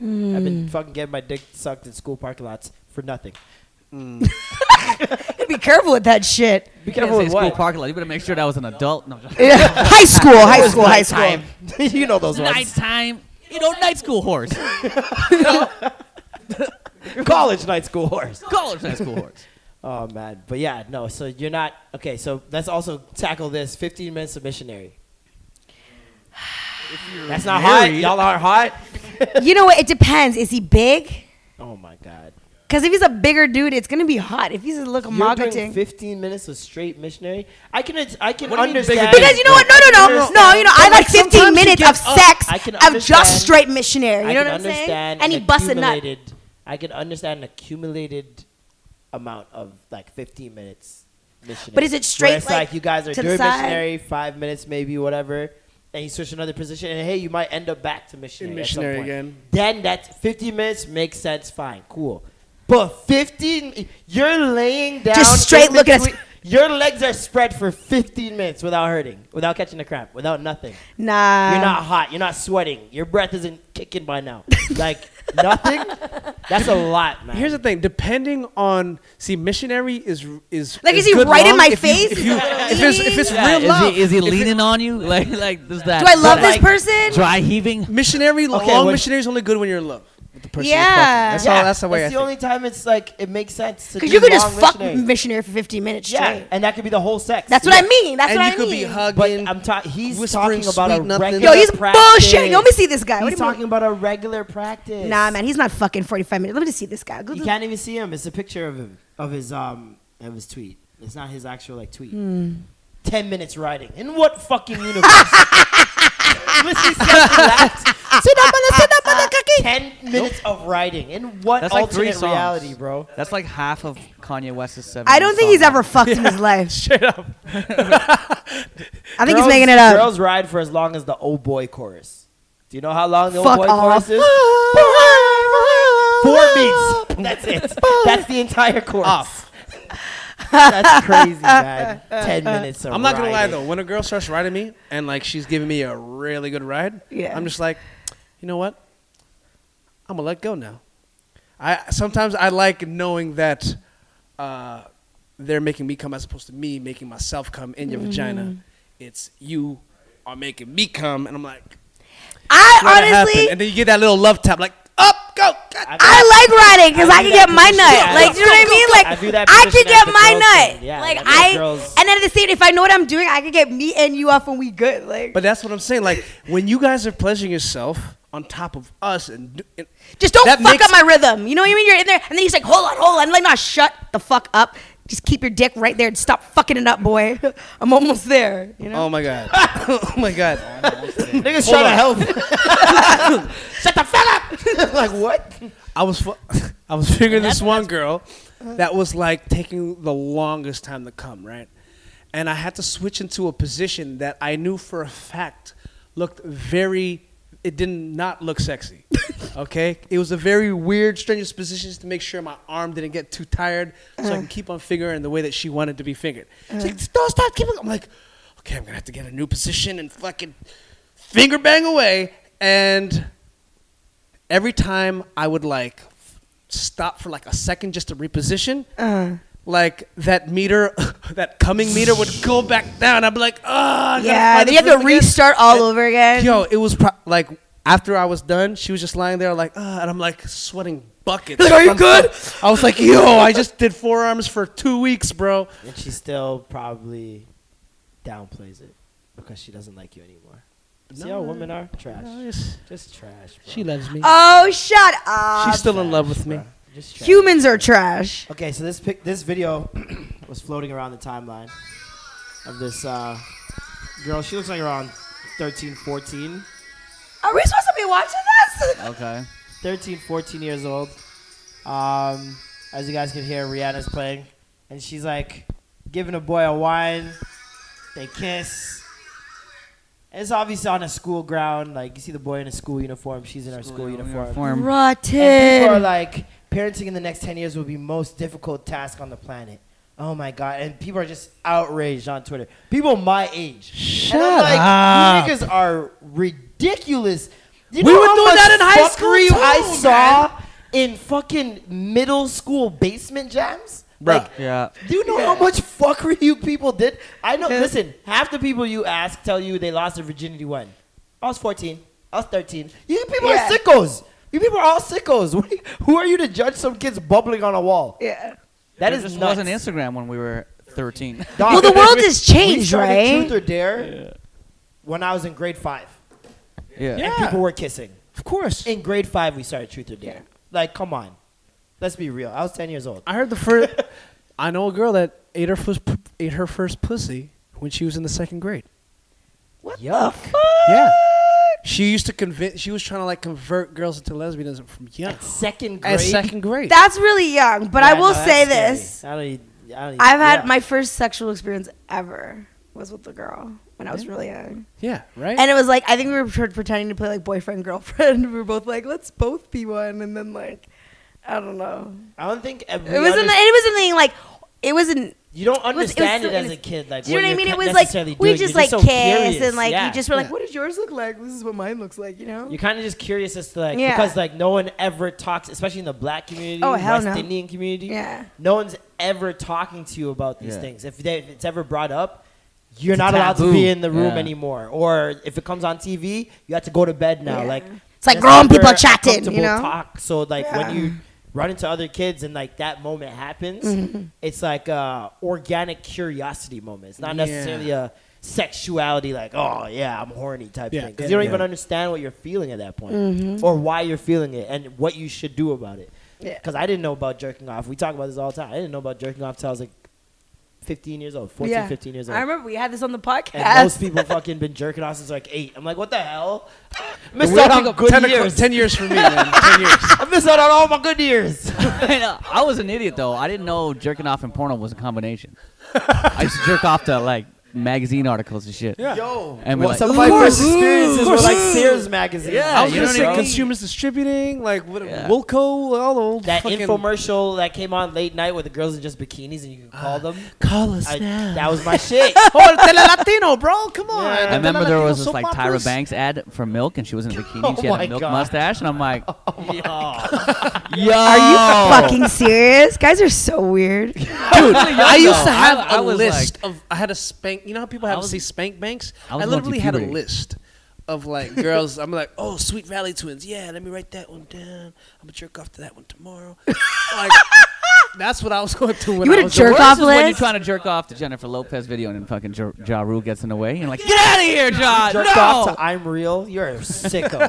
[SPEAKER 2] I've been fucking getting my dick sucked in school parking lots for nothing.
[SPEAKER 4] It'd be careful with that shit.
[SPEAKER 2] Be careful with
[SPEAKER 6] school
[SPEAKER 2] what?
[SPEAKER 6] parking lot. You better make sure that was an adult. No, just
[SPEAKER 4] Yeah. high school, high school, high school.
[SPEAKER 2] Time. you know those ones.
[SPEAKER 6] nighttime. You know, night school horse.
[SPEAKER 2] College night school horse.
[SPEAKER 6] College night school horse.
[SPEAKER 2] Oh man, but yeah, no. So you're not okay. So let's also tackle this 15 minutes of missionary. That's not hot. Y'all aren't hot.
[SPEAKER 4] You know what? It depends. Is he big?
[SPEAKER 2] Oh my god.
[SPEAKER 4] Because if he's a bigger dude, it's gonna be hot. If he's a little
[SPEAKER 2] You're
[SPEAKER 4] maga
[SPEAKER 2] doing
[SPEAKER 4] ting.
[SPEAKER 2] 15 minutes of straight missionary. I can I can
[SPEAKER 6] What do you mean
[SPEAKER 2] understand
[SPEAKER 6] bigger
[SPEAKER 4] Because you know what? No, no, no, no. You know, I
[SPEAKER 2] But,
[SPEAKER 4] like
[SPEAKER 2] like, sometimes
[SPEAKER 4] 15
[SPEAKER 2] you
[SPEAKER 4] minutes
[SPEAKER 2] give
[SPEAKER 4] of
[SPEAKER 2] up.
[SPEAKER 4] sex
[SPEAKER 2] I can
[SPEAKER 4] of
[SPEAKER 2] understand-
[SPEAKER 4] just straight missionary.
[SPEAKER 2] I
[SPEAKER 4] You know
[SPEAKER 2] can
[SPEAKER 4] what I'm saying?
[SPEAKER 2] understand
[SPEAKER 4] And he
[SPEAKER 2] an
[SPEAKER 4] busted nut.
[SPEAKER 2] accumulated- I can understand an accumulated amount of like 15 minutes missionary.
[SPEAKER 4] But is it straight,
[SPEAKER 2] Where it's
[SPEAKER 4] like,
[SPEAKER 2] like, you guys are
[SPEAKER 4] to the
[SPEAKER 2] doing
[SPEAKER 4] side?
[SPEAKER 2] missionary, five minutes maybe, whatever, and you switch another position, and hey, you might end up back to missionary. at some
[SPEAKER 3] missionary
[SPEAKER 2] point.
[SPEAKER 3] again.
[SPEAKER 2] Then that's 15 minutes makes sense, fine, cool. But 15, you're laying down. in
[SPEAKER 4] straight looking at-
[SPEAKER 2] between- Your legs are spread for 15 minutes without hurting, without catching a cramp, without nothing.
[SPEAKER 4] Nah.
[SPEAKER 2] You're not hot. You're not sweating. Your breath isn't kicking by now. Like nothing. That's a lot, man.
[SPEAKER 3] Here's the thing. Depending on see, missionary is is
[SPEAKER 4] Like, is he
[SPEAKER 3] good
[SPEAKER 4] right in
[SPEAKER 3] love
[SPEAKER 4] my
[SPEAKER 3] if you-
[SPEAKER 4] face?
[SPEAKER 3] if,
[SPEAKER 4] Is
[SPEAKER 3] you,
[SPEAKER 4] he a little
[SPEAKER 3] if it's if it's
[SPEAKER 6] Yeah,
[SPEAKER 3] real
[SPEAKER 6] is
[SPEAKER 3] love,
[SPEAKER 6] he, is he
[SPEAKER 3] If it-
[SPEAKER 6] leaning on you? Like like does that?
[SPEAKER 4] Do I love this
[SPEAKER 2] like-
[SPEAKER 4] person?
[SPEAKER 6] Dry heaving.
[SPEAKER 3] missionary,
[SPEAKER 2] Okay,
[SPEAKER 3] long
[SPEAKER 2] when-
[SPEAKER 3] missionary is only good when you're in love with the person. you're
[SPEAKER 4] Yeah.
[SPEAKER 3] fucking. that's all. That's the way I
[SPEAKER 2] That's the
[SPEAKER 3] think.
[SPEAKER 2] only time it's like it makes sense.
[SPEAKER 4] Because you could just fuck missionary for 15 minutes straight.
[SPEAKER 2] Yeah, and that could be the whole sex.
[SPEAKER 4] That's what I mean. That's
[SPEAKER 3] and
[SPEAKER 4] what
[SPEAKER 3] you
[SPEAKER 4] I
[SPEAKER 3] could
[SPEAKER 4] mean.
[SPEAKER 3] be hugging.
[SPEAKER 2] But I'm ta- he's
[SPEAKER 3] Whispering
[SPEAKER 2] talking about a
[SPEAKER 3] sweet nothing.
[SPEAKER 2] regular
[SPEAKER 4] Yo, he's
[SPEAKER 2] practice.
[SPEAKER 4] bullshitting. Let me see this guy. What
[SPEAKER 2] He's
[SPEAKER 4] do you mean?
[SPEAKER 2] talking about a regular practice.
[SPEAKER 4] Nah, man, he's not fucking 45 minutes. Let me just see this guy. Go
[SPEAKER 2] You
[SPEAKER 4] to-
[SPEAKER 2] can't even see him. It's a picture of him, of his um, of his tweet. It's not his actual like tweet.
[SPEAKER 4] Hmm.
[SPEAKER 2] Ten minutes riding. In what fucking universe? Listen, sit up on the- sit up on the- sit up on the cocky. Ten minutes of riding. In what
[SPEAKER 6] That's like
[SPEAKER 2] alternate
[SPEAKER 6] three songs.
[SPEAKER 2] reality, bro?
[SPEAKER 6] That's like half of Kanye West's seven.
[SPEAKER 4] I don't think he's
[SPEAKER 6] songs.
[SPEAKER 4] ever fucked in his life. Straight up. I think he's making it up.
[SPEAKER 2] Girls ride for as long as the old boy chorus. Do you know how long the
[SPEAKER 4] Fuck
[SPEAKER 2] old boy
[SPEAKER 4] off.
[SPEAKER 2] chorus is? Four beats. That's it. That's the entire chorus. That's crazy, man. Ten minutes of
[SPEAKER 3] I'm not gonna lie
[SPEAKER 2] riding.
[SPEAKER 3] though. When a girl starts riding me and like she's giving me a really good ride,
[SPEAKER 4] Yeah.
[SPEAKER 3] I'm just like, you know what? I'm gonna let go now. I sometimes I like knowing that uh, they're making me come as opposed to me making myself come in your
[SPEAKER 4] Mm-hmm.
[SPEAKER 3] vagina. It's you are making me come, and I'm like, let it
[SPEAKER 4] I
[SPEAKER 3] happen.
[SPEAKER 4] honestly,
[SPEAKER 3] and then you get that little love tap, like up, go. God.
[SPEAKER 4] I like riding because
[SPEAKER 2] I
[SPEAKER 4] I,
[SPEAKER 2] do
[SPEAKER 4] can
[SPEAKER 2] that
[SPEAKER 4] get my
[SPEAKER 2] position.
[SPEAKER 4] nut.
[SPEAKER 2] Yeah,
[SPEAKER 4] like,
[SPEAKER 2] I
[SPEAKER 4] do you know what I mean? Like,
[SPEAKER 2] I do that
[SPEAKER 4] I,
[SPEAKER 2] position
[SPEAKER 4] can get
[SPEAKER 2] at the
[SPEAKER 4] my
[SPEAKER 2] girls'
[SPEAKER 4] nut.
[SPEAKER 2] thing. Yeah,
[SPEAKER 4] like,
[SPEAKER 2] I do that
[SPEAKER 4] I,
[SPEAKER 2] girls-
[SPEAKER 4] and then at the same, if I know what I'm doing, I can get me and you off when we good. Like,
[SPEAKER 3] But that's what I'm saying. Like when you guys are pleasuring yourself on top of us, and, do- and
[SPEAKER 4] just don't
[SPEAKER 3] that
[SPEAKER 4] fuck
[SPEAKER 3] makes-
[SPEAKER 4] up my rhythm. You know what I mean? You're in there, and then he's like, hold on, hold on. like, no, shut the fuck up. Just keep your dick right there and stop fucking it up, boy. I'm almost there. You know?
[SPEAKER 3] Oh my god. oh my god.
[SPEAKER 2] Niggas trying to help. Shut the fuck up. like what?
[SPEAKER 3] I was fu- I was figuring this one girl that was like taking the longest time to come, right? And I had to switch into a position that I knew for a fact looked very it did not look sexy. Okay? It was a very weird, strenuous position just to make sure my arm didn't get too tired so I can keep on fingering the way that she wanted to be fingered. She's like, don't stop keeping I'm like, okay, I'm gonna have to get a new position and fucking finger bang away and every time I would like f- stop for like a second just to reposition,
[SPEAKER 4] Uh-huh.
[SPEAKER 3] like that meter, that coming meter would go back down. I'd be like, ah, oh,
[SPEAKER 4] Yeah, then you have to restart all over again.
[SPEAKER 3] Yo, it was pro- like after I was done, she was just lying there like, ah, and I'm like sweating buckets.
[SPEAKER 4] Like, are you
[SPEAKER 3] I'm-
[SPEAKER 4] good?
[SPEAKER 3] I was like, yo, I just did forearms for two weeks, bro.
[SPEAKER 2] And she still probably downplays it because she doesn't like you anymore. See how women are? Trash. Just trash, bro.
[SPEAKER 3] She loves me.
[SPEAKER 4] Oh, shut up.
[SPEAKER 3] She's still in love with me.
[SPEAKER 2] Just trash.
[SPEAKER 4] Humans are trash.
[SPEAKER 2] Okay, so this pic, this video was floating around the timeline of this uh, girl. She looks like around 13, 14.
[SPEAKER 4] Are we supposed to be watching this?
[SPEAKER 6] Okay.
[SPEAKER 2] 13, 14 years old. Um, as you guys can hear, Rihanna's playing. And she's like giving a boy a wine. They kiss. It's obviously on a school ground. Like, you see the boy in a school uniform. She's in her school, uniform.
[SPEAKER 6] Form.
[SPEAKER 2] And people are
[SPEAKER 4] Rotten.
[SPEAKER 2] like, parenting in the next 10 years will be most difficult task on the planet. Oh my God. And people are just outraged on Twitter. People my age. Shut and I'm like, You niggas are ridiculous. You
[SPEAKER 3] We
[SPEAKER 2] know
[SPEAKER 3] were
[SPEAKER 2] how
[SPEAKER 3] doing
[SPEAKER 2] much
[SPEAKER 3] that in high school
[SPEAKER 2] fuckery
[SPEAKER 3] too,
[SPEAKER 2] I saw in fucking middle school basement jams?
[SPEAKER 3] Bruh.
[SPEAKER 6] Yeah.
[SPEAKER 2] Do you know how much fuckery you people did? I know.
[SPEAKER 4] Yeah.
[SPEAKER 2] Listen, half the people you ask tell you they lost their virginity when I was 14, I was 13. You people
[SPEAKER 4] Yeah.
[SPEAKER 2] are sickos. You people are all sickos. What are you- Who are you to judge some kids bubbling on a wall?
[SPEAKER 4] Yeah.
[SPEAKER 2] That
[SPEAKER 6] There
[SPEAKER 2] is
[SPEAKER 6] just
[SPEAKER 2] nuts.
[SPEAKER 6] wasn't Instagram when we were 13.
[SPEAKER 2] Dog,
[SPEAKER 4] Well, the world
[SPEAKER 2] we-
[SPEAKER 4] has changed,
[SPEAKER 2] we started
[SPEAKER 4] right?
[SPEAKER 2] Truth or Dare when I was in grade five.
[SPEAKER 6] yeah.
[SPEAKER 3] Yeah.
[SPEAKER 2] People were kissing.
[SPEAKER 3] Of course.
[SPEAKER 2] In grade five, we started Truth or Dare. Like, come on. Let's be real. I was 10 years old.
[SPEAKER 3] I heard the first. I know a girl that ate her first p- ate her first pussy when she was in the second grade.
[SPEAKER 2] What Yuck.
[SPEAKER 3] Yeah. She used to convince. She was trying to like convert girls into lesbianism from young.
[SPEAKER 2] Second grade.
[SPEAKER 3] At second grade.
[SPEAKER 4] That's really young, but I
[SPEAKER 2] Yeah,
[SPEAKER 4] will
[SPEAKER 2] no, that's
[SPEAKER 4] say
[SPEAKER 2] scary.
[SPEAKER 4] this.
[SPEAKER 2] I don't, e- I don't e-
[SPEAKER 4] I've had
[SPEAKER 2] yeah.
[SPEAKER 4] my first sexual experience ever was with a girl when I was really young.
[SPEAKER 3] yeah. Right.
[SPEAKER 4] And it was like I think we were pre- pretending to play like boyfriend girlfriend. We were both like, let's both be one, and then like, I don't know.
[SPEAKER 2] I don't think it
[SPEAKER 4] It wasn't. It wasn't anything like. It wasn't.
[SPEAKER 2] you don't
[SPEAKER 4] was- it was
[SPEAKER 2] understand
[SPEAKER 4] so
[SPEAKER 2] it, as a
[SPEAKER 4] innocent.
[SPEAKER 2] kid. Like,
[SPEAKER 4] Do you know what I
[SPEAKER 2] you're
[SPEAKER 4] mean? It
[SPEAKER 2] ca-
[SPEAKER 4] was
[SPEAKER 2] necessarily
[SPEAKER 4] like we
[SPEAKER 2] doing.
[SPEAKER 4] just
[SPEAKER 2] You're
[SPEAKER 4] like
[SPEAKER 2] so
[SPEAKER 4] kiss
[SPEAKER 2] curious.
[SPEAKER 4] and like
[SPEAKER 2] yeah.
[SPEAKER 4] you just were like, what does yours look like? This is what mine looks like, you know?
[SPEAKER 2] You're kind of just curious as to like
[SPEAKER 4] Yeah.
[SPEAKER 2] because like no one ever talks, especially in the black community,
[SPEAKER 4] Oh, hell
[SPEAKER 2] West
[SPEAKER 4] no.
[SPEAKER 2] Indian community.
[SPEAKER 4] Yeah.
[SPEAKER 2] no one's ever talking to you about these
[SPEAKER 6] Yeah.
[SPEAKER 2] things. If, they, if it's ever brought up, you're
[SPEAKER 6] It's
[SPEAKER 2] not allowed to
[SPEAKER 6] taboo.
[SPEAKER 2] be in the room
[SPEAKER 6] Yeah.
[SPEAKER 2] anymore. Or if it comes on TV, you have to go to bed now.
[SPEAKER 4] Yeah.
[SPEAKER 2] Like
[SPEAKER 4] It's like
[SPEAKER 2] that's
[SPEAKER 4] grown people
[SPEAKER 2] never a
[SPEAKER 4] chatting, you
[SPEAKER 2] comfortable
[SPEAKER 4] know?
[SPEAKER 2] Talk. So like when
[SPEAKER 4] Yeah.
[SPEAKER 2] you run into other kids and like that moment happens,
[SPEAKER 4] Mm-hmm.
[SPEAKER 2] it's like uh organic curiosity moment. It's not
[SPEAKER 3] Yeah.
[SPEAKER 2] necessarily a sexuality like oh yeah I'm horny type
[SPEAKER 3] Yeah,
[SPEAKER 2] thing because
[SPEAKER 3] yeah,
[SPEAKER 2] you don't
[SPEAKER 3] yeah.
[SPEAKER 2] even understand what you're feeling at that point or why you're feeling it and what you should do about it.
[SPEAKER 4] Mm-hmm. Yeah.
[SPEAKER 2] Because I didn't know about jerking off. We talk about this all the time. I didn't know about jerking off till I was like 15 years old, 14, 15 years old.
[SPEAKER 4] I remember we had this on the
[SPEAKER 2] and
[SPEAKER 4] podcast.
[SPEAKER 2] most people fucking been jerking off since like eight. I'm like, what the hell? missed
[SPEAKER 3] We're
[SPEAKER 2] out
[SPEAKER 3] talking
[SPEAKER 2] on good
[SPEAKER 3] ten, o'clock-
[SPEAKER 2] years.
[SPEAKER 3] ten years for me. Man. ten years.
[SPEAKER 2] I missed out on all my good years.
[SPEAKER 6] I know. I was an idiot though. I didn't know jerking off and porno was a combination. I used to jerk off to like magazine articles and shit. Yeah.
[SPEAKER 2] Yo.
[SPEAKER 6] And we're
[SPEAKER 2] Well,
[SPEAKER 6] like,
[SPEAKER 2] some of
[SPEAKER 6] "Ooh,
[SPEAKER 2] my first
[SPEAKER 6] ooh,
[SPEAKER 2] experiences
[SPEAKER 6] of
[SPEAKER 2] were
[SPEAKER 6] course,
[SPEAKER 2] like
[SPEAKER 6] ooh."
[SPEAKER 2] Sears magazine.
[SPEAKER 6] Yeah,
[SPEAKER 3] I was
[SPEAKER 6] you
[SPEAKER 3] gonna
[SPEAKER 6] know
[SPEAKER 3] say
[SPEAKER 6] what I mean?
[SPEAKER 3] consumers distributing, like what,
[SPEAKER 6] Yeah.
[SPEAKER 3] Wilco, all the old
[SPEAKER 2] That
[SPEAKER 3] fucking-
[SPEAKER 2] infomercial that came on late night with the girls in just bikinis and you could
[SPEAKER 6] Uh,
[SPEAKER 2] call them.
[SPEAKER 3] Call us
[SPEAKER 2] I,
[SPEAKER 3] now.
[SPEAKER 2] that was my shit.
[SPEAKER 3] oh, Tele Latino, bro, come on.
[SPEAKER 2] Yeah. I
[SPEAKER 6] I remember there was this
[SPEAKER 3] Soap
[SPEAKER 6] like
[SPEAKER 3] operas.
[SPEAKER 6] Tyra Banks ad for milk, and she was in a bikini. and she
[SPEAKER 2] Oh
[SPEAKER 6] had
[SPEAKER 2] my
[SPEAKER 6] a milk
[SPEAKER 2] God.
[SPEAKER 6] mustache, and I'm like, yo,
[SPEAKER 4] Are you fucking serious? Guys are so weird.
[SPEAKER 3] Dude, I used
[SPEAKER 6] though.
[SPEAKER 3] to have
[SPEAKER 6] I- I
[SPEAKER 3] a
[SPEAKER 6] was
[SPEAKER 3] list of. I had a spank. You know how people have
[SPEAKER 6] was-
[SPEAKER 3] say spank banks?
[SPEAKER 6] I
[SPEAKER 3] I,
[SPEAKER 6] was going
[SPEAKER 3] literally
[SPEAKER 6] through
[SPEAKER 3] had a
[SPEAKER 6] puberty.
[SPEAKER 3] list of like girls. I'm like, oh, Sweet Valley Twins. Yeah, let me write that one down. I'm gonna jerk off to that one tomorrow. like, that's what I was going through when
[SPEAKER 4] You
[SPEAKER 3] I
[SPEAKER 4] would've
[SPEAKER 3] was
[SPEAKER 4] jerked
[SPEAKER 3] a-
[SPEAKER 6] Worse
[SPEAKER 4] off
[SPEAKER 6] is when you're
[SPEAKER 4] list?
[SPEAKER 6] trying to jerk off to Jennifer Lopez video, and then fucking Jer- Ja Rule gets in the way, and you're like, get out of here, Ja!
[SPEAKER 2] Jerked off
[SPEAKER 6] No!
[SPEAKER 2] to I'm real. You're a sicko.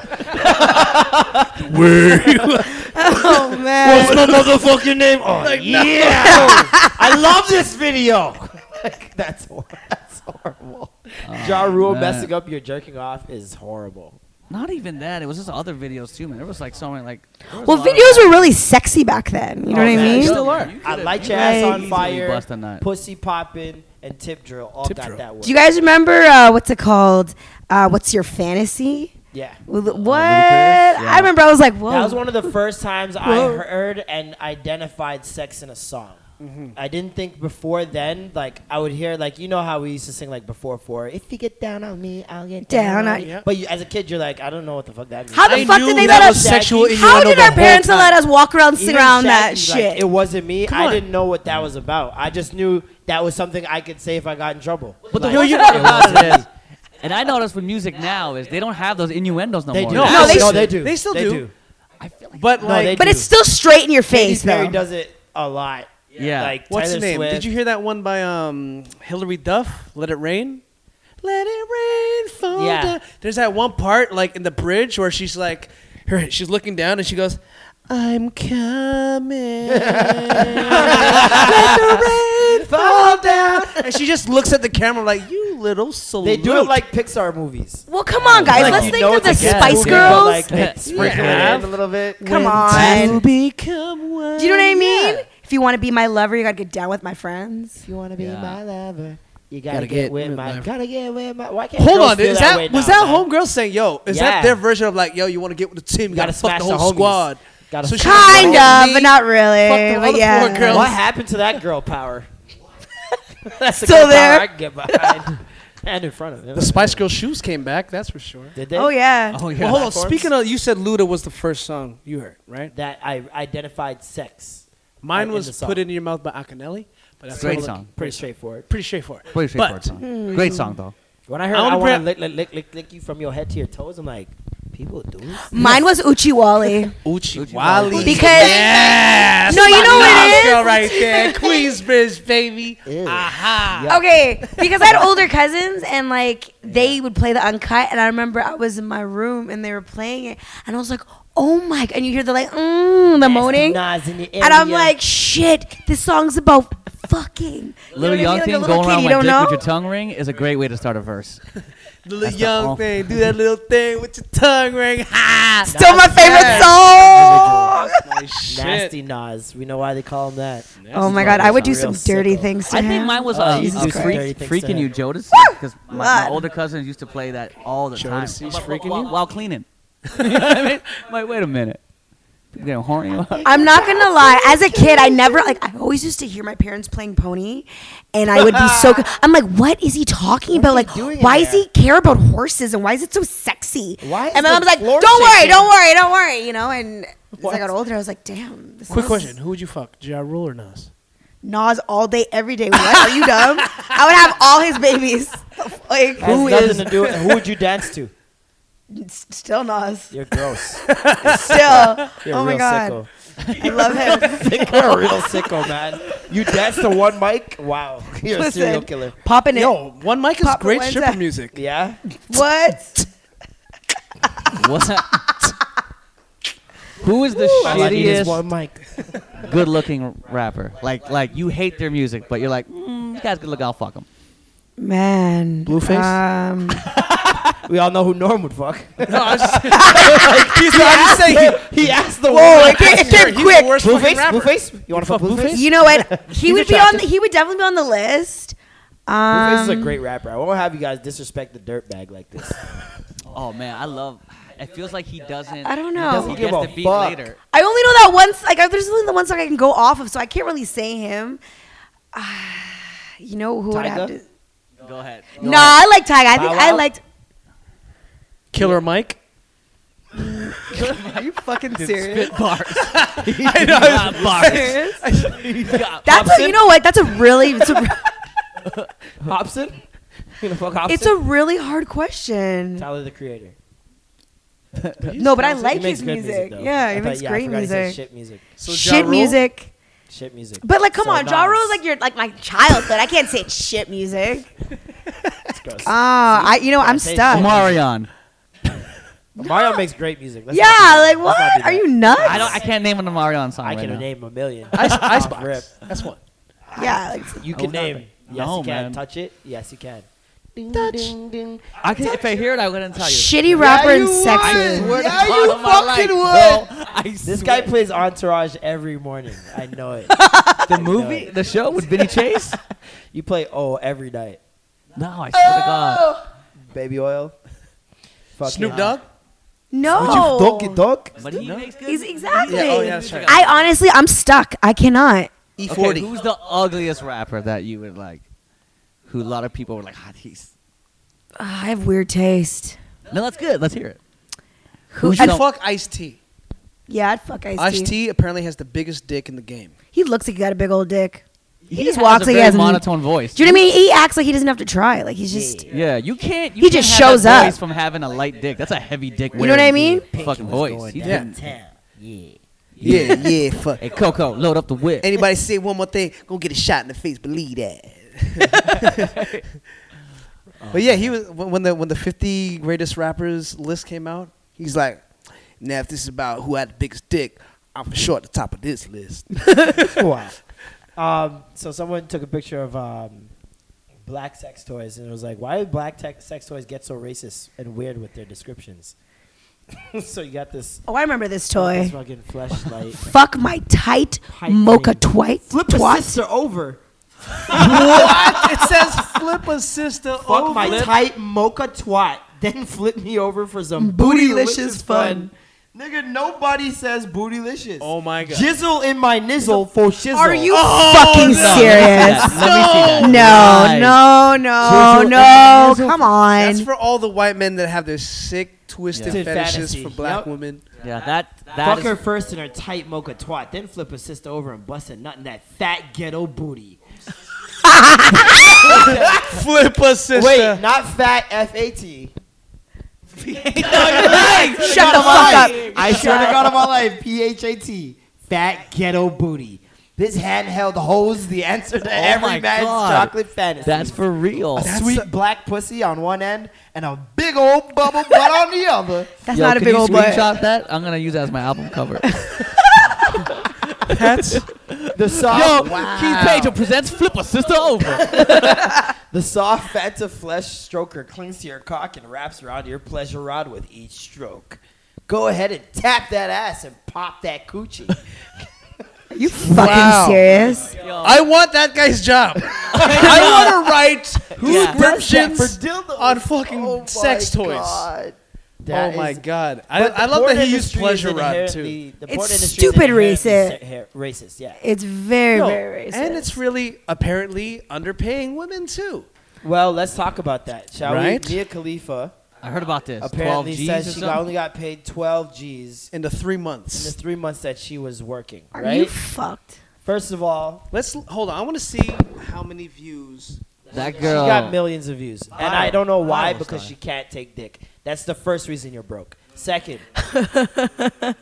[SPEAKER 4] Oh man.
[SPEAKER 2] no motherfucking name? Oh yeah. I love this video. Like, that's hor- that's horrible.
[SPEAKER 6] Uh,
[SPEAKER 2] ja Rule
[SPEAKER 6] man.
[SPEAKER 2] messing up your jerking off is horrible.
[SPEAKER 6] Not even that. It was just other videos too, man. There was like so many like. there was
[SPEAKER 4] Well,
[SPEAKER 6] a lot of-
[SPEAKER 4] videos were really sexy back then. You know
[SPEAKER 2] Oh,
[SPEAKER 4] what I
[SPEAKER 2] man,
[SPEAKER 4] mean?
[SPEAKER 2] you
[SPEAKER 6] Still are.
[SPEAKER 2] I light your
[SPEAKER 4] Right.
[SPEAKER 2] ass on
[SPEAKER 6] Easily
[SPEAKER 2] fire,
[SPEAKER 6] bust a nut.
[SPEAKER 2] pussy popping, and tip drill. All
[SPEAKER 3] Tip
[SPEAKER 2] got
[SPEAKER 3] drill.
[SPEAKER 2] that word.
[SPEAKER 4] Do you guys remember uh, what's it called? Uh, what's your fantasy?
[SPEAKER 2] yeah.
[SPEAKER 4] With- What? I remember I was like, whoa.
[SPEAKER 2] That was one of the first times I
[SPEAKER 4] Oh. Whoa.
[SPEAKER 2] heard and identified sex in a song. I didn't think before then, like I would hear, like you know how we used to sing like before four. If you get down on me, I'll get down,
[SPEAKER 4] Down
[SPEAKER 2] on
[SPEAKER 4] on
[SPEAKER 2] you.
[SPEAKER 3] you.
[SPEAKER 2] But you, as a kid, you're like, I don't know what the fuck that means.
[SPEAKER 4] How the
[SPEAKER 3] I
[SPEAKER 4] fuck
[SPEAKER 3] knew
[SPEAKER 4] did they
[SPEAKER 3] that
[SPEAKER 4] let
[SPEAKER 3] was
[SPEAKER 4] us?
[SPEAKER 3] sexual
[SPEAKER 4] how
[SPEAKER 3] innuendo
[SPEAKER 4] did
[SPEAKER 3] the
[SPEAKER 4] our
[SPEAKER 3] whole
[SPEAKER 4] parents
[SPEAKER 3] time.
[SPEAKER 4] let us walk around, sing
[SPEAKER 2] Even
[SPEAKER 4] around that
[SPEAKER 2] Shaggy, like,
[SPEAKER 4] shit?
[SPEAKER 2] it wasn't me.
[SPEAKER 3] Come
[SPEAKER 2] I
[SPEAKER 3] on.
[SPEAKER 2] didn't know what that was about. I just knew that was something I could say if I got in trouble.
[SPEAKER 6] But the
[SPEAKER 2] Like,
[SPEAKER 6] worst thing about it is, and I notice with music now is they don't have those innuendos no
[SPEAKER 2] they
[SPEAKER 6] more.
[SPEAKER 2] do.
[SPEAKER 3] No,
[SPEAKER 4] No, they-
[SPEAKER 2] no, they do.
[SPEAKER 3] they still
[SPEAKER 2] they
[SPEAKER 3] do.
[SPEAKER 2] do.
[SPEAKER 6] I feel like
[SPEAKER 3] But
[SPEAKER 2] No,
[SPEAKER 3] like,
[SPEAKER 2] they
[SPEAKER 4] but
[SPEAKER 2] do.
[SPEAKER 4] it's still straight in your face,
[SPEAKER 2] Katy Perry
[SPEAKER 4] though.
[SPEAKER 2] does it a lot.
[SPEAKER 6] Yeah.
[SPEAKER 2] Like
[SPEAKER 3] what's
[SPEAKER 2] Taylor
[SPEAKER 3] the name?
[SPEAKER 2] Swift.
[SPEAKER 3] Did you hear that one by um Hillary Duff? Let it rain. Let it rain. Fall
[SPEAKER 2] Yeah.
[SPEAKER 3] down. There's that one part like in the bridge where she's like, her she's looking down and she goes, "I'm coming." Let the rain fall down. And she just looks at the camera like, "You little soul."
[SPEAKER 2] They do it like Pixar movies.
[SPEAKER 4] Well, come on, guys. Let's
[SPEAKER 2] you
[SPEAKER 4] think
[SPEAKER 2] know
[SPEAKER 4] of the
[SPEAKER 2] it's a kid's
[SPEAKER 4] Spice
[SPEAKER 2] movie, but,
[SPEAKER 4] Girls.
[SPEAKER 2] Like they sprinkle it in a little bit.
[SPEAKER 4] come on.
[SPEAKER 3] become one.
[SPEAKER 4] Do you know what I mean? If you want to be my lover, you gotta get down with my friends.
[SPEAKER 2] If you wanna be
[SPEAKER 6] Yeah.
[SPEAKER 2] my lover, you gotta,
[SPEAKER 3] Gotta
[SPEAKER 2] get,
[SPEAKER 3] get
[SPEAKER 2] with
[SPEAKER 3] with
[SPEAKER 2] my.
[SPEAKER 3] my-
[SPEAKER 2] Gotta get with my. Why can't
[SPEAKER 3] Hold
[SPEAKER 2] girls
[SPEAKER 3] on,
[SPEAKER 2] feel
[SPEAKER 3] is
[SPEAKER 2] that,
[SPEAKER 3] that,
[SPEAKER 2] way
[SPEAKER 3] was
[SPEAKER 2] now,
[SPEAKER 3] that
[SPEAKER 2] man?
[SPEAKER 3] homegirl saying, "Yo"? Is
[SPEAKER 2] Yeah.
[SPEAKER 3] that their version of like, "Yo, you want to get with the team? You
[SPEAKER 2] gotta
[SPEAKER 3] gotta, fuck
[SPEAKER 2] smash
[SPEAKER 3] the
[SPEAKER 2] the
[SPEAKER 3] whole
[SPEAKER 2] homies.
[SPEAKER 3] squad."
[SPEAKER 2] Gotta
[SPEAKER 3] So
[SPEAKER 2] fuck
[SPEAKER 3] she
[SPEAKER 2] the
[SPEAKER 3] fucked
[SPEAKER 4] Kind
[SPEAKER 3] all
[SPEAKER 4] of,
[SPEAKER 3] me,
[SPEAKER 4] but not
[SPEAKER 3] fucked
[SPEAKER 4] really.
[SPEAKER 3] all
[SPEAKER 4] But
[SPEAKER 3] the
[SPEAKER 4] yeah.
[SPEAKER 3] four girls.
[SPEAKER 2] What happened to that girl power? That's the
[SPEAKER 4] Still
[SPEAKER 2] girl power
[SPEAKER 4] there.
[SPEAKER 2] I can get behind and in front of.
[SPEAKER 3] The Spice Girl shoes came back, that's for sure.
[SPEAKER 2] Did they?
[SPEAKER 4] Oh yeah.
[SPEAKER 6] oh yeah.
[SPEAKER 3] Well, hold on.
[SPEAKER 2] Platforms?
[SPEAKER 3] Speaking of, you said Luda was the first song you heard, right?
[SPEAKER 2] That I identified sex
[SPEAKER 3] Mine
[SPEAKER 2] Uh, in
[SPEAKER 3] was
[SPEAKER 2] the song.
[SPEAKER 3] put it in your mouth by Akinelli, but that's
[SPEAKER 6] Great
[SPEAKER 3] all-
[SPEAKER 6] song.
[SPEAKER 2] Pretty straightforward.
[SPEAKER 3] Pretty straightforward.
[SPEAKER 6] Pretty straightforward
[SPEAKER 3] But-
[SPEAKER 6] song. Great song though.
[SPEAKER 2] When I heard
[SPEAKER 3] I
[SPEAKER 2] I,
[SPEAKER 3] wanna
[SPEAKER 2] want to
[SPEAKER 3] bring-
[SPEAKER 2] lick, lick, lick, lick, lick you from your head to your toes, I'm like, people do this?
[SPEAKER 4] Mine was Uchiwali.
[SPEAKER 3] Uchi
[SPEAKER 6] Wally.
[SPEAKER 3] Wally.
[SPEAKER 4] Because
[SPEAKER 3] yes.
[SPEAKER 4] No, you know what it is?
[SPEAKER 3] Girl right there. Queensbridge, baby.
[SPEAKER 2] Ew.
[SPEAKER 3] Aha.
[SPEAKER 4] Okay, because I had older cousins and like they would play the uncut, and I remember I was in my room and they were playing it, and I was like, "Oh my!" And you hear the like, mm, the moaning, and
[SPEAKER 2] Nas in the
[SPEAKER 4] I'm
[SPEAKER 2] area.
[SPEAKER 4] like, "Shit, this song's about fucking." You know
[SPEAKER 6] Little
[SPEAKER 4] what
[SPEAKER 6] young
[SPEAKER 4] I mean?
[SPEAKER 6] thing
[SPEAKER 4] like a
[SPEAKER 6] going
[SPEAKER 4] kid,
[SPEAKER 6] around
[SPEAKER 4] you
[SPEAKER 6] with
[SPEAKER 4] don't
[SPEAKER 6] dick
[SPEAKER 4] know.
[SPEAKER 6] with your tongue ring is a great way to start a verse.
[SPEAKER 3] The
[SPEAKER 6] That's
[SPEAKER 3] little
[SPEAKER 6] the
[SPEAKER 3] young
[SPEAKER 6] all-
[SPEAKER 3] thing. Do that little thing with your tongue ring. Ha.
[SPEAKER 4] Still my favorite song.
[SPEAKER 2] nasty Nas. We know why they call him that.
[SPEAKER 4] Oh my god, I would do
[SPEAKER 2] Real
[SPEAKER 4] some
[SPEAKER 2] sicko.
[SPEAKER 4] dirty things to
[SPEAKER 6] I
[SPEAKER 4] him.
[SPEAKER 6] think mine was
[SPEAKER 2] Oh,
[SPEAKER 6] uh,
[SPEAKER 2] Jesus
[SPEAKER 6] uh,
[SPEAKER 2] Christ.
[SPEAKER 6] freak,
[SPEAKER 2] Dirty
[SPEAKER 6] freaking
[SPEAKER 2] Things
[SPEAKER 6] you,
[SPEAKER 2] to
[SPEAKER 6] Jodeci, because my, my
[SPEAKER 4] God.
[SPEAKER 6] older cousins used to play that all the time
[SPEAKER 3] Jodeci's
[SPEAKER 6] Wh- wh-
[SPEAKER 3] freaking
[SPEAKER 6] wh- while,
[SPEAKER 3] you?
[SPEAKER 6] cleaning. you know what I mean? I'm like, wait a minute, you getting horny?
[SPEAKER 4] I'm not gonna lie. As a kid, I never like. I always used to hear my parents playing Pony, and I would be so. co- I'm like, what is he talking about? Like,
[SPEAKER 2] doing
[SPEAKER 4] why
[SPEAKER 2] in
[SPEAKER 4] does he care about horses and why is it so sexy?
[SPEAKER 2] Why is
[SPEAKER 4] And my
[SPEAKER 2] the
[SPEAKER 4] mom's like,
[SPEAKER 2] floor
[SPEAKER 4] don't worry,
[SPEAKER 2] shaking?"
[SPEAKER 4] don't worry, don't worry. You know, and as
[SPEAKER 3] What?
[SPEAKER 4] I got older, I was like, damn. This
[SPEAKER 3] Quick
[SPEAKER 4] is
[SPEAKER 3] question. Who would you fuck? Ja Rule or Nas?
[SPEAKER 4] Nas all day, every day. What are you dumb? I would have all his babies. Like,
[SPEAKER 2] Has
[SPEAKER 4] who
[SPEAKER 2] nothing
[SPEAKER 4] is
[SPEAKER 2] to do with Who would you dance to?
[SPEAKER 4] still Nas?
[SPEAKER 2] You're gross.
[SPEAKER 4] Still.
[SPEAKER 2] You're
[SPEAKER 4] oh my
[SPEAKER 2] real
[SPEAKER 4] god, I love him.
[SPEAKER 2] sicko. You're a real sicko, man. You dance to one mic? Wow. You're a serial
[SPEAKER 4] Listen,
[SPEAKER 2] killer.
[SPEAKER 4] popping it.
[SPEAKER 3] Yo, one mic is
[SPEAKER 4] Papa
[SPEAKER 3] great
[SPEAKER 4] Wenzel.
[SPEAKER 3] stripper music.
[SPEAKER 2] Yeah?
[SPEAKER 4] What?
[SPEAKER 6] What's that? Who is the
[SPEAKER 2] All I need is
[SPEAKER 6] shittiest
[SPEAKER 2] one mic.
[SPEAKER 6] good-looking rapper? Like, like you hate their music, but you're like, mm, you guys good look. I'll fuck them.
[SPEAKER 4] Man.
[SPEAKER 3] Blueface?
[SPEAKER 4] Um,
[SPEAKER 2] We all know who Norm would fuck.
[SPEAKER 3] No, I was just, He's not- I'm just saying he-
[SPEAKER 2] He asked the
[SPEAKER 4] Whoa,
[SPEAKER 2] one.
[SPEAKER 4] it came, it
[SPEAKER 3] He's
[SPEAKER 4] came
[SPEAKER 3] the
[SPEAKER 4] quick.
[SPEAKER 3] worst fucking
[SPEAKER 2] Blueface?
[SPEAKER 3] rapper.
[SPEAKER 2] Blueface? You want to fuck Blueface?
[SPEAKER 4] You know what? He
[SPEAKER 2] He's
[SPEAKER 4] would be on. The,
[SPEAKER 2] attractive.
[SPEAKER 4] he would definitely be on the list.
[SPEAKER 2] Blueface is a
[SPEAKER 4] Um,
[SPEAKER 2] great rapper. I won't have you guys disrespect the dirtbag like this.
[SPEAKER 6] Oh man, I love. It feels like he doesn't.
[SPEAKER 4] I don't
[SPEAKER 6] he
[SPEAKER 4] know.
[SPEAKER 6] doesn't- He
[SPEAKER 2] Give
[SPEAKER 6] gets
[SPEAKER 2] a
[SPEAKER 6] the beat
[SPEAKER 2] fuck.
[SPEAKER 6] later.
[SPEAKER 4] I only know that once. Like, I- there's only the one song I can go off of, so I can't really say him. Ah, you know who would have
[SPEAKER 2] Tyga?
[SPEAKER 4] to?
[SPEAKER 6] Go ahead.
[SPEAKER 4] No, I like Tyga. I think
[SPEAKER 2] Bow
[SPEAKER 4] I
[SPEAKER 2] Wow?
[SPEAKER 4] liked.
[SPEAKER 3] Killer Mike.
[SPEAKER 4] Are you fucking serious?
[SPEAKER 6] Spit bars.
[SPEAKER 3] I know. I was-
[SPEAKER 4] Serious? That's a, you know what? That's a really it's a,
[SPEAKER 2] Hobson? You gonna fuck Hobson?
[SPEAKER 4] it's a really hard question.
[SPEAKER 2] Tyler the Creator.
[SPEAKER 4] No, but I
[SPEAKER 2] He
[SPEAKER 4] like
[SPEAKER 2] makes
[SPEAKER 4] his
[SPEAKER 2] good
[SPEAKER 4] music.
[SPEAKER 2] though.
[SPEAKER 4] Yeah,
[SPEAKER 2] I
[SPEAKER 4] he
[SPEAKER 2] thought-
[SPEAKER 4] makes
[SPEAKER 2] yeah, I
[SPEAKER 4] great
[SPEAKER 2] forgot he said
[SPEAKER 4] music.
[SPEAKER 2] Shit music.
[SPEAKER 3] So Ja
[SPEAKER 4] Shit
[SPEAKER 3] Rule?
[SPEAKER 4] music.
[SPEAKER 2] Shit music.
[SPEAKER 4] But like, come
[SPEAKER 2] So
[SPEAKER 4] on, Ja
[SPEAKER 2] Nas.
[SPEAKER 4] Rule's like your like my childhood. I can't say shit music. Ah, I you know I'm
[SPEAKER 2] say
[SPEAKER 4] stuck.
[SPEAKER 2] shit.
[SPEAKER 6] Omarion.
[SPEAKER 2] Mario makes great music. Let's not
[SPEAKER 4] Yeah,
[SPEAKER 2] do
[SPEAKER 4] like
[SPEAKER 2] that. Let's not do
[SPEAKER 4] what? Are
[SPEAKER 2] that.
[SPEAKER 4] you nuts?
[SPEAKER 6] I don't. I can't name an Omarion song
[SPEAKER 2] I
[SPEAKER 6] right
[SPEAKER 2] can
[SPEAKER 6] now.
[SPEAKER 2] name a million.
[SPEAKER 3] Ice,
[SPEAKER 2] Off rip.
[SPEAKER 3] Icebox. That's one.
[SPEAKER 4] yeah, like,
[SPEAKER 2] You can
[SPEAKER 6] I would not
[SPEAKER 2] name.
[SPEAKER 6] be-
[SPEAKER 2] Yes,
[SPEAKER 6] No,
[SPEAKER 2] you can.
[SPEAKER 6] man.
[SPEAKER 2] Touch it. Yes, you can.
[SPEAKER 6] I can, if I hear it, I wouldn't tell you.
[SPEAKER 4] shitty rapper and sexy.
[SPEAKER 6] Swear to
[SPEAKER 3] Yeah,
[SPEAKER 6] God
[SPEAKER 3] you
[SPEAKER 6] on my life,
[SPEAKER 3] fucking
[SPEAKER 6] bro. I
[SPEAKER 2] This guy
[SPEAKER 6] swear.
[SPEAKER 2] plays Entourage every morning. I know it.
[SPEAKER 6] the movie, the show with Vinny Chase.
[SPEAKER 2] you play Oh every night.
[SPEAKER 6] No, I
[SPEAKER 4] Oh,
[SPEAKER 6] swear to God.
[SPEAKER 2] Baby Oil. Fucking
[SPEAKER 3] Snoop Dogg.
[SPEAKER 4] No,
[SPEAKER 2] Donkey Dog.
[SPEAKER 6] But he makes good.
[SPEAKER 4] He's exactly.
[SPEAKER 3] Yeah, oh, yeah, that's right.
[SPEAKER 4] I honestly, I'm stuck. I cannot.
[SPEAKER 2] E
[SPEAKER 6] Okay, who's the ugliest rapper that you would like? Who a lot of people were like, ah, he's.
[SPEAKER 4] Ugh, I have weird taste.
[SPEAKER 6] No, that's good. Let's hear it.
[SPEAKER 3] Would
[SPEAKER 6] Who's
[SPEAKER 3] you fuck Ice T?
[SPEAKER 4] Yeah, I'd fuck Ice
[SPEAKER 3] Ice
[SPEAKER 4] T.
[SPEAKER 3] T apparently has the biggest dick in the game.
[SPEAKER 4] He looks like he got a big old dick. He, just
[SPEAKER 6] has
[SPEAKER 4] walks
[SPEAKER 6] a
[SPEAKER 4] like he
[SPEAKER 6] very
[SPEAKER 4] has
[SPEAKER 6] monotone voice.
[SPEAKER 4] Do you know what I mean? He acts like he doesn't have to try. Like he's just.
[SPEAKER 6] Yeah, you can't. You
[SPEAKER 4] He
[SPEAKER 6] can't
[SPEAKER 4] just
[SPEAKER 6] have
[SPEAKER 4] shows
[SPEAKER 6] that
[SPEAKER 4] up.
[SPEAKER 6] voice from having a light dick. That's a heavy dick.
[SPEAKER 4] You know what I mean?
[SPEAKER 6] Fucking voice. He's
[SPEAKER 3] down.
[SPEAKER 6] been-
[SPEAKER 2] Yeah.
[SPEAKER 3] Yeah, yeah, fuck.
[SPEAKER 6] Hey Coco, load up the whip.
[SPEAKER 3] Anybody say one more thing, gonna get a shot in the face. Believe that. but yeah, he was when when the when the 50 greatest rappers list came out. He's like, now if this is about who had the biggest dick, I'm for sure at the top of this list.
[SPEAKER 2] wow. Um, so someone took a picture of um, black sex toys and it was like, why do black tech sex toys get so racist and weird with their descriptions? so you got this,
[SPEAKER 4] Oh, I remember this
[SPEAKER 2] this
[SPEAKER 4] toy.
[SPEAKER 2] fucking flashlight.
[SPEAKER 4] Fuck my tight
[SPEAKER 2] Tight
[SPEAKER 4] mocha
[SPEAKER 2] thing.
[SPEAKER 4] twite.
[SPEAKER 2] Flip a
[SPEAKER 4] twat.
[SPEAKER 2] sister over.
[SPEAKER 3] what? It says flip a sister.
[SPEAKER 2] Fuck my tight mocha twat. Then flip me over for some bootylicious fun. Nigga, nobody says bootylicious.
[SPEAKER 3] Oh my God.
[SPEAKER 2] Jizzle in my nizzle for shizzle.
[SPEAKER 4] Are you fucking serious?
[SPEAKER 6] Let me see that.
[SPEAKER 4] No,
[SPEAKER 6] Lies.
[SPEAKER 4] no, no,
[SPEAKER 2] Jizzle
[SPEAKER 4] no.
[SPEAKER 2] and
[SPEAKER 4] Come
[SPEAKER 3] That's
[SPEAKER 4] on.
[SPEAKER 3] for all the white men that have their sick, twisted
[SPEAKER 2] Yeah.
[SPEAKER 3] fetishes
[SPEAKER 2] Fantasy.
[SPEAKER 3] for black
[SPEAKER 2] Yep.
[SPEAKER 3] women.
[SPEAKER 6] Yeah, that that
[SPEAKER 2] Fuck
[SPEAKER 6] is
[SPEAKER 2] her first in her tight mocha twat, then flip her sister over and bust a nut in that fat ghetto booty.
[SPEAKER 3] Flip a sister.
[SPEAKER 2] Wait, not fat, F A T.
[SPEAKER 4] Shut the fuck up.
[SPEAKER 2] I swear to God on my life, P H A T, fat ghetto booty. This handheld holds the answer to every
[SPEAKER 6] my
[SPEAKER 2] man's
[SPEAKER 6] God.
[SPEAKER 2] chocolate fantasy.
[SPEAKER 6] that's for real.
[SPEAKER 2] a sweet black pussy on one end and a big old bubble butt on the other.
[SPEAKER 4] That's
[SPEAKER 6] Yo,
[SPEAKER 4] not a
[SPEAKER 6] can
[SPEAKER 4] big
[SPEAKER 6] you
[SPEAKER 4] old boy.
[SPEAKER 6] Screenshot that. I'm gonna use that as my album cover.
[SPEAKER 3] That's
[SPEAKER 2] The
[SPEAKER 6] Yo,
[SPEAKER 2] soft,
[SPEAKER 6] Keith Page presents Flip a Sister Over.
[SPEAKER 2] the soft, Fanta flesh stroker clings to your cock and wraps around your pleasure rod with each stroke. Go ahead and tap that ass and pop that coochie.
[SPEAKER 4] You fucking serious?
[SPEAKER 3] I want that guy's job. I want to write prescriptions
[SPEAKER 2] dildo
[SPEAKER 3] on fucking
[SPEAKER 2] Oh my
[SPEAKER 3] sex toys.
[SPEAKER 2] God.
[SPEAKER 3] Oh
[SPEAKER 2] That
[SPEAKER 3] my
[SPEAKER 2] is-
[SPEAKER 3] god! I,
[SPEAKER 2] But the
[SPEAKER 3] I love
[SPEAKER 2] porn
[SPEAKER 3] that he used
[SPEAKER 2] industry is
[SPEAKER 3] pleasure rod too,
[SPEAKER 2] inherently- the
[SPEAKER 4] It's
[SPEAKER 2] porn industry is
[SPEAKER 4] stupid
[SPEAKER 2] inherently
[SPEAKER 4] racist.
[SPEAKER 2] sa- ha- Racist, yeah.
[SPEAKER 4] It's very,
[SPEAKER 3] Yo,
[SPEAKER 4] very racist.
[SPEAKER 3] and it's really apparently underpaying women too.
[SPEAKER 2] Well, let's talk about that, shall
[SPEAKER 3] Right?
[SPEAKER 2] we? Mia Khalifa
[SPEAKER 6] I heard about this.
[SPEAKER 2] apparently
[SPEAKER 6] 12 G's or
[SPEAKER 2] says she got-
[SPEAKER 6] something?
[SPEAKER 2] only got paid 12 G's
[SPEAKER 3] In the three
[SPEAKER 2] in the
[SPEAKER 3] months,
[SPEAKER 2] three months that she was working,
[SPEAKER 4] Are
[SPEAKER 2] right?
[SPEAKER 4] you fucked?
[SPEAKER 2] First of all,
[SPEAKER 3] let's l- hold on. I want to see how many views.
[SPEAKER 6] that
[SPEAKER 2] She
[SPEAKER 6] girl.
[SPEAKER 2] got millions of views. And I don't know why,
[SPEAKER 6] Viral
[SPEAKER 2] because
[SPEAKER 6] style.
[SPEAKER 2] she can't take dick. That's the first reason you're broke. Second,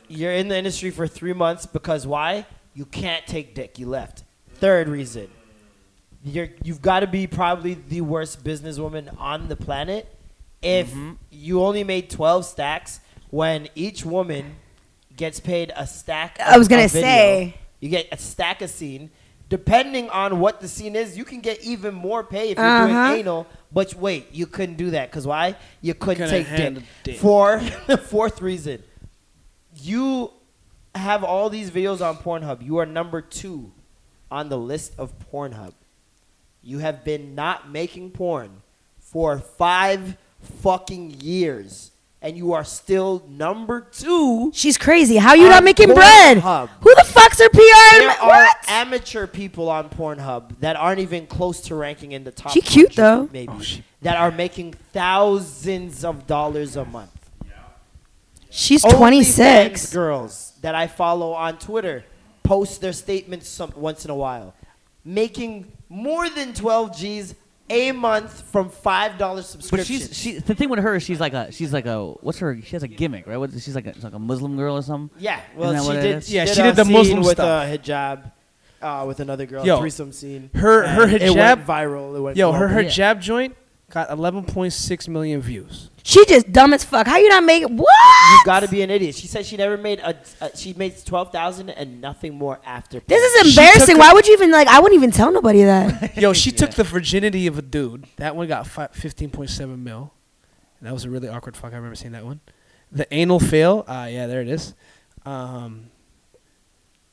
[SPEAKER 2] you're in the industry for three months because why? You can't take dick. You left. Third reason, you're, you've got to be probably the worst businesswoman on the planet if
[SPEAKER 3] Mm-hmm.
[SPEAKER 2] you only made 12 stacks when each woman gets paid a stack of
[SPEAKER 4] I was gonna
[SPEAKER 2] a video.
[SPEAKER 4] say.
[SPEAKER 2] You get a stack of scene. Depending on what the scene is, you can get even more pay if you're
[SPEAKER 4] Uh-huh.
[SPEAKER 2] doing anal. But wait, you couldn't do that because why? You couldn't
[SPEAKER 3] Couldn't
[SPEAKER 2] take
[SPEAKER 3] handle
[SPEAKER 2] dick.
[SPEAKER 3] dick.
[SPEAKER 2] For the fourth reason, you have all these videos on Pornhub. You are number two on the list of Pornhub. You have been not making porn for five fucking years, and you are still number two.
[SPEAKER 4] She's crazy. How you not
[SPEAKER 2] on
[SPEAKER 4] making bread?
[SPEAKER 2] Pornhub.
[SPEAKER 4] Who the fuck's her PR?
[SPEAKER 2] There are
[SPEAKER 4] What?
[SPEAKER 2] amateur people on Pornhub that aren't even close to ranking in the top.
[SPEAKER 4] She
[SPEAKER 2] 100,
[SPEAKER 4] cute, though.
[SPEAKER 2] Maybe
[SPEAKER 6] Oh,
[SPEAKER 2] that are making thousands of dollars a month.
[SPEAKER 4] She's
[SPEAKER 2] OnlyFans
[SPEAKER 4] 26.
[SPEAKER 2] girls that I follow on Twitter post their statements some, once in a while, making more than 12 G's a month from five dollar
[SPEAKER 6] But
[SPEAKER 2] subscriptions.
[SPEAKER 6] she's she, the thing with her. is She's like a she's like a what's her? She has a gimmick, right? What, she's like a, she's like a Muslim girl or something.
[SPEAKER 2] yeah,
[SPEAKER 6] Isn't
[SPEAKER 2] well
[SPEAKER 6] that
[SPEAKER 2] she
[SPEAKER 6] what it
[SPEAKER 2] did.
[SPEAKER 6] is?
[SPEAKER 3] Yeah,
[SPEAKER 2] did
[SPEAKER 3] she
[SPEAKER 2] a
[SPEAKER 3] did the
[SPEAKER 2] scene
[SPEAKER 3] Muslim
[SPEAKER 2] with
[SPEAKER 3] stuff.
[SPEAKER 2] a hijab. Uh, with another girl,
[SPEAKER 3] Yo,
[SPEAKER 2] threesome scene.
[SPEAKER 3] her- her
[SPEAKER 2] and it
[SPEAKER 3] hijab-
[SPEAKER 2] went viral. It went
[SPEAKER 3] Yo, her
[SPEAKER 2] global.
[SPEAKER 3] her
[SPEAKER 6] Yeah.
[SPEAKER 3] jab joint got 11.6 million views.
[SPEAKER 4] She just dumb as fuck. How you not making what?
[SPEAKER 2] You gotta be an idiot. She said she never made a. a she made twelve thousand and nothing more after. porn.
[SPEAKER 4] This
[SPEAKER 3] She
[SPEAKER 4] is embarrassing.
[SPEAKER 3] took
[SPEAKER 4] Why would you even like? I wouldn't even tell nobody that.
[SPEAKER 3] Yo, she took the virginity of a dude. That one got fi- 15.7 mil. And that was a really awkward fuck. I remember seeing that one. The anal fail. Ah, yeah, there it is. Um,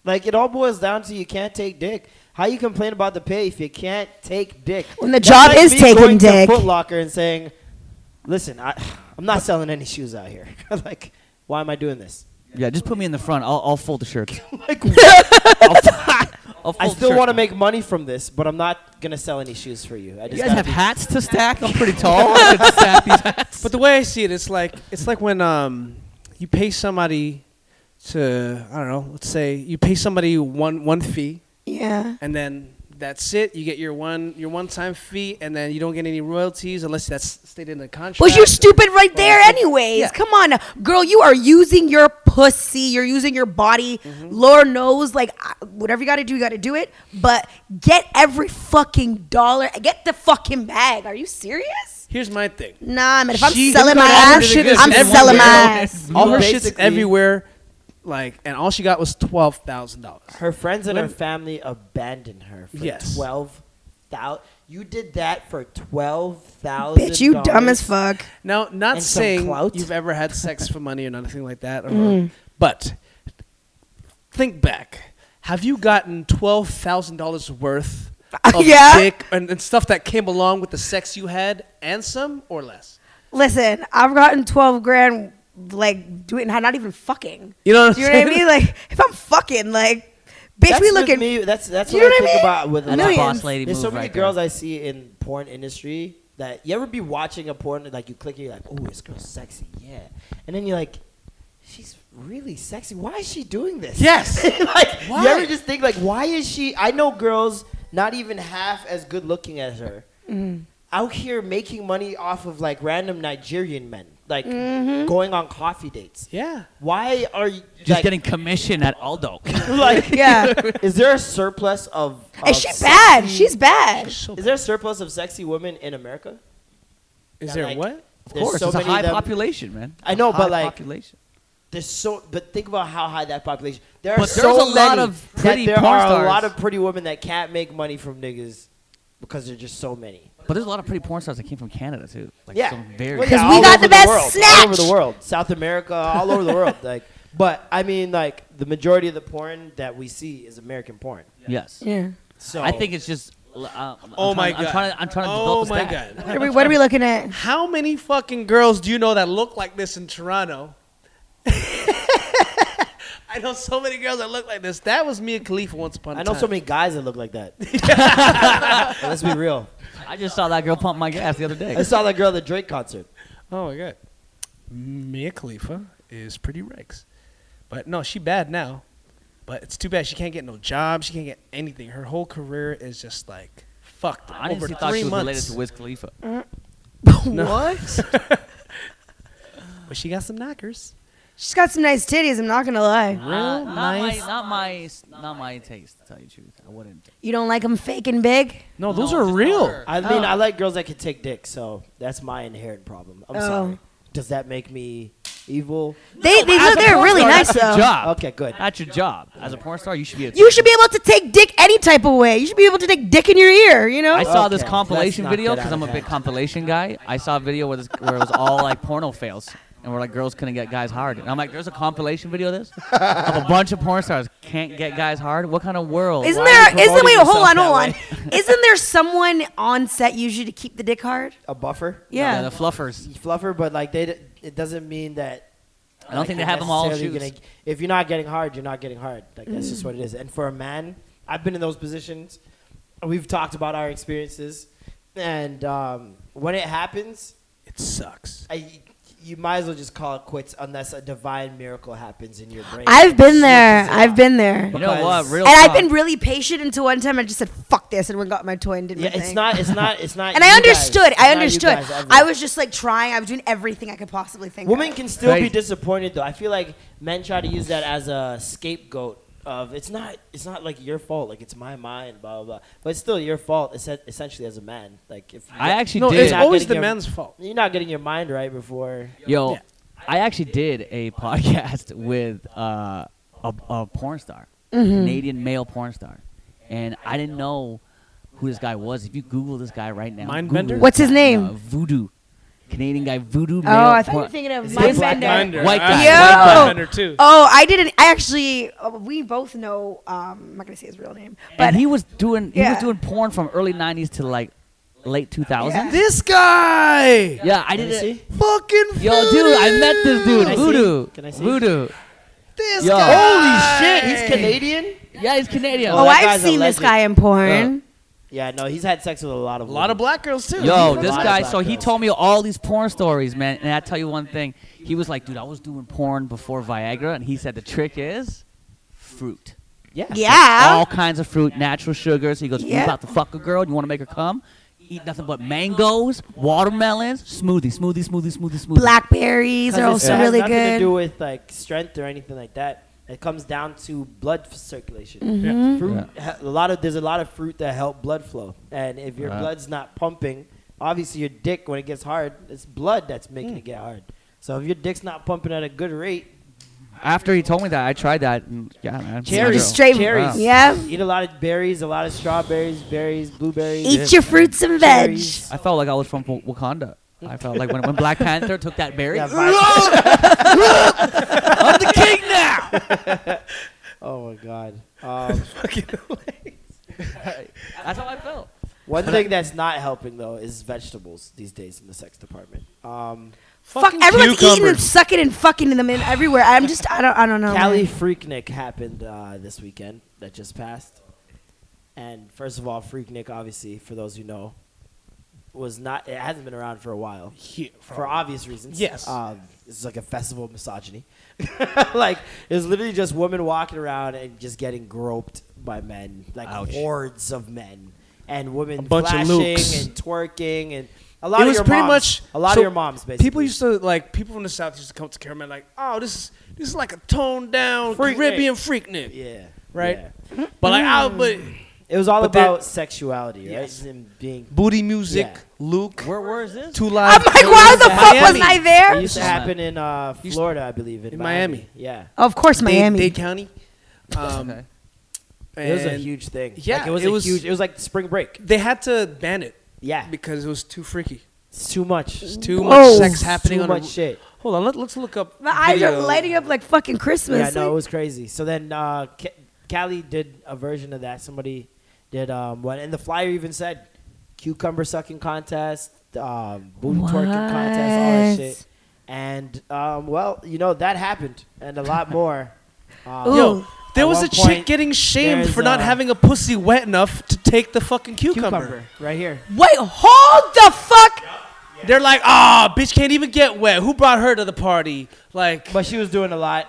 [SPEAKER 2] like it all boils down to you can't take dick. How you complain about the pay if you can't take dick?
[SPEAKER 4] When the job is
[SPEAKER 2] me
[SPEAKER 4] taking
[SPEAKER 2] going
[SPEAKER 4] dick.
[SPEAKER 2] To Foot Locker and saying, "Listen, I, I'm not selling any shoes out here. like, why am I doing this?
[SPEAKER 6] Yeah, just put me in the front. I'll, I'll fold the shirts.
[SPEAKER 2] Like, what?
[SPEAKER 6] I'll, I'll fold
[SPEAKER 2] I
[SPEAKER 6] the
[SPEAKER 2] still
[SPEAKER 6] shirts.
[SPEAKER 2] want to make money from this, but I'm not gonna sell any shoes for you. I just
[SPEAKER 6] You guys
[SPEAKER 2] gotta
[SPEAKER 6] have
[SPEAKER 2] be-
[SPEAKER 6] hats to stack. I'm pretty tall. I could stack these hats.
[SPEAKER 3] but the way I see it, it's like it's like when um, you pay somebody to I don't know. Let's say you pay somebody one one fee,
[SPEAKER 4] yeah.
[SPEAKER 3] and then that's it. You get your one your one time fee, and then you don't get any royalties unless that's stated in the contract.
[SPEAKER 4] Was you stupid right there,
[SPEAKER 3] Yeah.
[SPEAKER 4] anyways? Come on, now. girl. You are using your pussy. You're using your body. Lord knows, like I- whatever you got to do, you got to do it. But get every fucking dollar. Get the fucking bag. Are you serious?
[SPEAKER 3] Here's my thing.
[SPEAKER 4] Nah, man. If I'm
[SPEAKER 3] She-
[SPEAKER 4] selling my
[SPEAKER 3] Look at all her
[SPEAKER 4] ass,
[SPEAKER 3] shit is
[SPEAKER 4] I'm
[SPEAKER 3] everywhere.
[SPEAKER 4] selling my ass.
[SPEAKER 3] all her shit's
[SPEAKER 2] Basically-
[SPEAKER 3] everywhere, like, and all she got was twelve thousand dollars.
[SPEAKER 2] Her friends and her
[SPEAKER 3] Let-
[SPEAKER 2] family abandoned her for
[SPEAKER 3] Yes.
[SPEAKER 2] twelve thousand. You did that for twelve thousand.
[SPEAKER 4] Bitch, you dumb as fuck.
[SPEAKER 3] Now, not
[SPEAKER 2] And some
[SPEAKER 3] saying
[SPEAKER 2] clout.
[SPEAKER 3] you've ever had sex for money or nothing like that, or,
[SPEAKER 6] Mm.
[SPEAKER 3] but think back. Have you gotten twelve thousand dollars worth of
[SPEAKER 4] Yeah.
[SPEAKER 3] dick and, and stuff that came along with the sex you had, and some or less?
[SPEAKER 4] Listen, I've gotten twelve grand, like doing not even fucking.
[SPEAKER 3] You know what
[SPEAKER 4] Do
[SPEAKER 3] I'm
[SPEAKER 4] you know what I
[SPEAKER 3] saying?
[SPEAKER 4] mean? Like if I'm fucking, like, bitch,
[SPEAKER 2] That's
[SPEAKER 4] we
[SPEAKER 2] with
[SPEAKER 4] looking.
[SPEAKER 2] Me, that's that's
[SPEAKER 4] You
[SPEAKER 2] what,
[SPEAKER 4] know
[SPEAKER 2] I
[SPEAKER 4] what I
[SPEAKER 2] think
[SPEAKER 4] mean?
[SPEAKER 2] about with a
[SPEAKER 6] That's
[SPEAKER 2] lot
[SPEAKER 6] a
[SPEAKER 2] of
[SPEAKER 6] boss lady
[SPEAKER 2] There's
[SPEAKER 6] move
[SPEAKER 2] so many
[SPEAKER 6] right
[SPEAKER 2] girls
[SPEAKER 6] there.
[SPEAKER 2] I see in porn industry that you ever be watching a porn and like you click it, you're like, oh, this girl's sexy, yeah, and then you're like, she's really sexy. Why is she doing this?
[SPEAKER 3] Yes.
[SPEAKER 2] like
[SPEAKER 3] Why?
[SPEAKER 2] you ever just think like, why is she? I know girls not even half as good looking as her
[SPEAKER 4] Mm-hmm.
[SPEAKER 2] out here making money off of like random Nigerian men, like
[SPEAKER 4] Mm-hmm.
[SPEAKER 2] going on coffee dates.
[SPEAKER 3] Yeah.
[SPEAKER 2] Why are you
[SPEAKER 6] Just
[SPEAKER 2] like,
[SPEAKER 6] getting commission at Aldo.
[SPEAKER 2] like?
[SPEAKER 4] Yeah.
[SPEAKER 2] Is there a surplus of? of
[SPEAKER 4] Is she bad? She's bad.
[SPEAKER 2] Is there a surplus of sexy women in America?
[SPEAKER 3] Is
[SPEAKER 2] Yeah,
[SPEAKER 3] there
[SPEAKER 2] like-
[SPEAKER 3] what?
[SPEAKER 6] of
[SPEAKER 2] There's
[SPEAKER 6] course,
[SPEAKER 2] so
[SPEAKER 6] it's a
[SPEAKER 2] many of
[SPEAKER 6] high
[SPEAKER 2] them-
[SPEAKER 6] population, man.
[SPEAKER 2] I know, but like-
[SPEAKER 6] High population.
[SPEAKER 2] There's so, but think about how high that population. There are
[SPEAKER 6] But
[SPEAKER 2] so
[SPEAKER 6] there's a lot
[SPEAKER 2] many
[SPEAKER 6] of
[SPEAKER 2] that
[SPEAKER 6] pretty
[SPEAKER 2] there
[SPEAKER 6] porn
[SPEAKER 2] are a
[SPEAKER 6] stars.
[SPEAKER 2] lot of pretty women that can't make money from niggas because there's just so many.
[SPEAKER 6] But there's a lot of pretty porn stars that came from Canada too. Like
[SPEAKER 2] yeah,
[SPEAKER 6] some very
[SPEAKER 2] Well,
[SPEAKER 4] 'Cause
[SPEAKER 2] yeah,
[SPEAKER 4] we
[SPEAKER 2] all
[SPEAKER 4] got
[SPEAKER 2] over
[SPEAKER 4] the best
[SPEAKER 2] world, all over the
[SPEAKER 4] snatch.
[SPEAKER 2] world, South America, all over the world. Like, but I mean, like the majority of the porn that we see is American porn.
[SPEAKER 6] yes.
[SPEAKER 4] Yeah.
[SPEAKER 2] So
[SPEAKER 6] I think it's just. Uh, I'm
[SPEAKER 3] Oh
[SPEAKER 6] trying-
[SPEAKER 3] my
[SPEAKER 6] I'm
[SPEAKER 3] God.
[SPEAKER 6] trying to, I'm trying to
[SPEAKER 3] Oh
[SPEAKER 6] develop a
[SPEAKER 3] my
[SPEAKER 6] stat.
[SPEAKER 3] god.
[SPEAKER 4] What are we, what are we looking at?
[SPEAKER 3] How many fucking girls do you know that look like this in Toronto? I know so many girls that look like this. That was Mia Khalifa once upon a
[SPEAKER 2] I
[SPEAKER 3] time.
[SPEAKER 2] know so many guys that look like that. Let's be real.
[SPEAKER 6] I just saw that girl pump my gas the other
[SPEAKER 2] I
[SPEAKER 6] day.
[SPEAKER 2] saw that girl at the Drake concert.
[SPEAKER 3] Oh my god. Mia Khalifa is pretty Rex. But no, she bad now. But it's too bad she can't get no job. She can't get anything. Her whole career is just like fucked.
[SPEAKER 6] I
[SPEAKER 3] over
[SPEAKER 6] honestly thought
[SPEAKER 3] three
[SPEAKER 6] she was related
[SPEAKER 3] months.
[SPEAKER 6] to Wiz Khalifa.
[SPEAKER 4] What?
[SPEAKER 3] but she got some knockers.
[SPEAKER 4] She's got some nice titties. I'm not gonna lie.
[SPEAKER 6] Uh, not my, not my, not my taste. To tell you the truth, I wouldn't.
[SPEAKER 4] You don't like them fake and big?
[SPEAKER 3] No, those
[SPEAKER 6] No,
[SPEAKER 3] are
[SPEAKER 6] just
[SPEAKER 3] real.
[SPEAKER 6] her.
[SPEAKER 2] I mean,
[SPEAKER 4] Oh.
[SPEAKER 2] I like girls that can take dick, so that's my inherent problem. I'm
[SPEAKER 4] Oh.
[SPEAKER 2] sorry. Does that make me evil?
[SPEAKER 4] They they look they're really nice
[SPEAKER 6] That's your
[SPEAKER 4] though.
[SPEAKER 6] job.
[SPEAKER 2] Okay, good.
[SPEAKER 6] That's your job. As a porn star, you should be. A
[SPEAKER 4] You should be able to take dick any type of way. You should be able to take dick in your ear. You know.
[SPEAKER 6] I saw this
[SPEAKER 2] Okay,
[SPEAKER 6] compilation
[SPEAKER 2] let's not
[SPEAKER 6] video
[SPEAKER 2] get
[SPEAKER 6] because
[SPEAKER 2] out
[SPEAKER 6] I'm a
[SPEAKER 2] of
[SPEAKER 6] big
[SPEAKER 2] hand.
[SPEAKER 6] compilation guy. I saw a video where, this, where it was all like porno fails, and where like girls couldn't get guys hard. And I'm like, there's a compilation video of this of a bunch of porn stars can't get guys hard. What kind of world?
[SPEAKER 4] Isn't
[SPEAKER 6] Why are
[SPEAKER 4] there?
[SPEAKER 6] you
[SPEAKER 4] Isn't wait?
[SPEAKER 6] promoting
[SPEAKER 4] Hold
[SPEAKER 6] yourself
[SPEAKER 4] on, hold on.
[SPEAKER 6] that way?
[SPEAKER 4] isn't there someone on set usually to keep the dick hard?
[SPEAKER 2] A buffer,
[SPEAKER 6] Yeah,
[SPEAKER 4] Yeah.
[SPEAKER 6] the fluffers.
[SPEAKER 2] fluffer, but like they, d- it doesn't mean that.
[SPEAKER 6] I don't
[SPEAKER 2] like,
[SPEAKER 6] think they
[SPEAKER 2] you're
[SPEAKER 6] have them all.
[SPEAKER 2] necessarily
[SPEAKER 6] shoes.
[SPEAKER 2] gonna- if you're not getting hard, you're not getting hard. Like that's
[SPEAKER 4] Mm.
[SPEAKER 2] just what it is. And for a man, I've been in those positions. We've talked about our experiences, and um, when it happens,
[SPEAKER 3] It sucks.
[SPEAKER 2] I, you might as well just call it quits unless a divine miracle happens in your brain.
[SPEAKER 4] I've been there.
[SPEAKER 2] Switches it
[SPEAKER 4] I've
[SPEAKER 2] up.
[SPEAKER 4] been there.
[SPEAKER 6] You know what?
[SPEAKER 2] because-
[SPEAKER 6] Real
[SPEAKER 4] And I've
[SPEAKER 6] talk.
[SPEAKER 4] been really patient until one time I just said "fuck this" and went and got my toy and did
[SPEAKER 2] Yeah,
[SPEAKER 4] my
[SPEAKER 2] it's
[SPEAKER 4] thing.
[SPEAKER 2] not. It's not. It's not.
[SPEAKER 4] And I
[SPEAKER 2] you guys.
[SPEAKER 4] understood.
[SPEAKER 2] It's
[SPEAKER 4] I
[SPEAKER 2] not you
[SPEAKER 4] understood.
[SPEAKER 2] guys, everyone.
[SPEAKER 4] I was just like trying. I was doing everything I could possibly think.
[SPEAKER 2] Women
[SPEAKER 4] of.
[SPEAKER 2] can still be
[SPEAKER 6] Right.
[SPEAKER 2] disappointed though. I feel like men try to use that as a scapegoat of it's not. It's not like your fault. Like it's my mind. Blah blah. blah. But it's still your fault. es- Essentially, as a man, like if you
[SPEAKER 6] I actually
[SPEAKER 3] No,
[SPEAKER 6] did.
[SPEAKER 3] it's
[SPEAKER 2] Not
[SPEAKER 3] always
[SPEAKER 2] getting
[SPEAKER 3] the
[SPEAKER 2] your-
[SPEAKER 3] man's fault.
[SPEAKER 2] you're not getting your mind right before.
[SPEAKER 6] Yo, I actually did a podcast with uh, a, a porn star,
[SPEAKER 4] Mm-hmm.
[SPEAKER 6] Canadian male porn star, and I didn't know who this guy was. If you Google this guy right now,
[SPEAKER 3] Mindbender?
[SPEAKER 6] Google this
[SPEAKER 4] What's his
[SPEAKER 6] guy,
[SPEAKER 4] name?
[SPEAKER 6] uh, Voodoo, Canadian guy, Voodoo.
[SPEAKER 4] Oh, I thought you were thinking of
[SPEAKER 2] Is
[SPEAKER 4] my
[SPEAKER 2] it Black
[SPEAKER 4] bender.
[SPEAKER 6] White
[SPEAKER 3] I-
[SPEAKER 6] guy.
[SPEAKER 4] Yo!
[SPEAKER 3] Mindbender too.
[SPEAKER 4] Oh, I didn't. I actually, uh, we both know. Um, I'm not gonna say his real name, but
[SPEAKER 6] But he was doing he
[SPEAKER 4] Yeah.
[SPEAKER 6] was doing porn from early '90s to like late 2000s. Yeah,
[SPEAKER 3] This guy,
[SPEAKER 6] I did
[SPEAKER 2] Can I
[SPEAKER 6] it.
[SPEAKER 2] see?
[SPEAKER 3] fucking
[SPEAKER 6] Yo, dude, I met this dude,
[SPEAKER 2] Can I see?
[SPEAKER 6] Voodoo.
[SPEAKER 2] Can I see?
[SPEAKER 6] Voodoo.
[SPEAKER 3] this
[SPEAKER 6] Yo.
[SPEAKER 3] guy. Holy
[SPEAKER 2] He's Canadian.
[SPEAKER 6] Yeah, he's Canadian.
[SPEAKER 4] oh,
[SPEAKER 2] that
[SPEAKER 4] I've
[SPEAKER 2] guy's a
[SPEAKER 4] seen this
[SPEAKER 2] legend.
[SPEAKER 4] guy in porn.
[SPEAKER 2] Yeah, no, he's had sex with a lot of
[SPEAKER 3] A lot of
[SPEAKER 2] women.
[SPEAKER 3] black girls too.
[SPEAKER 6] Yo,
[SPEAKER 2] He's
[SPEAKER 6] this
[SPEAKER 2] black
[SPEAKER 6] guy.
[SPEAKER 2] black
[SPEAKER 6] So he
[SPEAKER 2] girls.
[SPEAKER 6] told me all these porn stories, man. And I tell you one thing. He was like, dude, I was doing porn before Viagra, and he said the trick is fruit.
[SPEAKER 2] Yeah.
[SPEAKER 4] yeah.
[SPEAKER 6] All kinds of fruit, natural sugars. He goes, you
[SPEAKER 4] Yeah.
[SPEAKER 6] about to fuck a girl? You want to make her come? Eat nothing but mangoes, watermelons, smoothie, smoothie, smoothie, smoothie, smoothie.
[SPEAKER 4] Blackberries are
[SPEAKER 2] 'Cause it's-
[SPEAKER 4] also
[SPEAKER 2] it has
[SPEAKER 4] really
[SPEAKER 2] nothing to do
[SPEAKER 4] good.
[SPEAKER 2] with like strength or anything like that. It comes down to blood f- circulation.
[SPEAKER 4] Mm-hmm.
[SPEAKER 2] Fruit, ha- a lot of there's a lot of fruit that help blood flow, and if your
[SPEAKER 6] Uh-huh.
[SPEAKER 2] blood's not pumping, obviously your dick when it gets hard, it's blood that's making
[SPEAKER 4] Mm.
[SPEAKER 2] it get hard. So if your dick's not pumping at a good rate,
[SPEAKER 6] After he told me that, I tried that. And, yeah, man.
[SPEAKER 2] Cherries.
[SPEAKER 6] Wow.
[SPEAKER 4] Straight
[SPEAKER 2] Cherries.
[SPEAKER 4] Yeah.
[SPEAKER 2] eat a lot of berries, a lot of strawberries, berries, blueberries.
[SPEAKER 4] Eat your fruits and veg.
[SPEAKER 2] cherries.
[SPEAKER 6] I felt like I was from Wa- Wakanda. I felt like when, when Black Panther took that berry,
[SPEAKER 2] Yeah,
[SPEAKER 6] I'm
[SPEAKER 2] vi-
[SPEAKER 6] the king now.
[SPEAKER 2] oh my god. Um,
[SPEAKER 6] That's how I felt.
[SPEAKER 2] one thing that's not helping though is vegetables these days in the sex department. Um,
[SPEAKER 4] Fuck, everyone's eating and sucking and fucking them in everywhere. I'm just, I don't, I don't know.
[SPEAKER 2] Cali
[SPEAKER 4] man.
[SPEAKER 2] Freaknik happened uh, this weekend that just passed. And first of all, Freaknik, obviously, for those who know, was not. It hasn't been around for a while.
[SPEAKER 3] Here,
[SPEAKER 2] for obvious reasons.
[SPEAKER 3] Yes.
[SPEAKER 2] Um, this is like a festival of misogyny. like it's literally just women walking around and just getting groped by men, like hordes of men and women
[SPEAKER 3] bunch of
[SPEAKER 2] flashing
[SPEAKER 3] Lukes.
[SPEAKER 2] and twerking and a lot
[SPEAKER 3] it
[SPEAKER 2] of
[SPEAKER 3] was
[SPEAKER 2] your
[SPEAKER 3] pretty
[SPEAKER 2] moms.
[SPEAKER 3] much
[SPEAKER 2] a lot
[SPEAKER 3] so
[SPEAKER 2] of your moms basically.
[SPEAKER 3] People used to like people from the south used to come to Cameron like, oh, this is this is like a toned down
[SPEAKER 2] Freaknik.
[SPEAKER 3] Caribbean freak nick,
[SPEAKER 2] yeah,
[SPEAKER 3] right?
[SPEAKER 2] yeah. Hmm.
[SPEAKER 3] But like, I, but
[SPEAKER 2] It was all
[SPEAKER 3] But then-
[SPEAKER 2] about sexuality, right?
[SPEAKER 3] Yes.
[SPEAKER 2] And being
[SPEAKER 3] booty music,
[SPEAKER 2] Yeah.
[SPEAKER 3] Luke,
[SPEAKER 2] where where is this?
[SPEAKER 3] two
[SPEAKER 4] I'm
[SPEAKER 3] live.
[SPEAKER 4] like, why the fuck wasn't I
[SPEAKER 2] It
[SPEAKER 4] there?
[SPEAKER 2] used to happen in uh, Florida, I believe, in,
[SPEAKER 3] in Miami.
[SPEAKER 2] Yeah,
[SPEAKER 4] Of course, Miami.
[SPEAKER 3] Dade County. Um,
[SPEAKER 6] Okay.
[SPEAKER 2] it was a
[SPEAKER 3] and
[SPEAKER 2] huge thing.
[SPEAKER 3] yeah,
[SPEAKER 2] like, it was
[SPEAKER 3] it
[SPEAKER 2] a
[SPEAKER 3] was-
[SPEAKER 2] huge. It was like spring break.
[SPEAKER 3] They had to ban it
[SPEAKER 2] Yeah,
[SPEAKER 3] because it was too freaky.
[SPEAKER 2] it's too much.
[SPEAKER 3] It's too
[SPEAKER 4] Whoa.
[SPEAKER 3] much sex happening
[SPEAKER 2] Oh, too
[SPEAKER 3] on
[SPEAKER 2] much
[SPEAKER 3] a,
[SPEAKER 2] shit.
[SPEAKER 3] Hold on, let, let's look up.
[SPEAKER 4] My eyes are
[SPEAKER 3] video.
[SPEAKER 4] lighting up like fucking
[SPEAKER 2] Yeah,
[SPEAKER 4] Christmas.
[SPEAKER 2] no, it was crazy. So then uh, Ca- Callie did a version of that. Somebody did um, one, and the flyer even said cucumber sucking contest, um, booty twerking contest, all that
[SPEAKER 4] What?
[SPEAKER 2] shit. And um, well, you know that happened, and a lot more. Um,
[SPEAKER 3] Yo, there
[SPEAKER 2] At
[SPEAKER 3] was
[SPEAKER 2] one
[SPEAKER 3] a chick
[SPEAKER 2] point,
[SPEAKER 3] getting shamed
[SPEAKER 2] there's,
[SPEAKER 3] for not
[SPEAKER 2] uh,
[SPEAKER 3] having a pussy wet enough to take the fucking cucumber.
[SPEAKER 2] cucumber right here.
[SPEAKER 4] Wait, hold the fuck.
[SPEAKER 3] They're like, ah, bitch can't even get wet. Who brought her to the party? Like,
[SPEAKER 2] But she was doing a lot.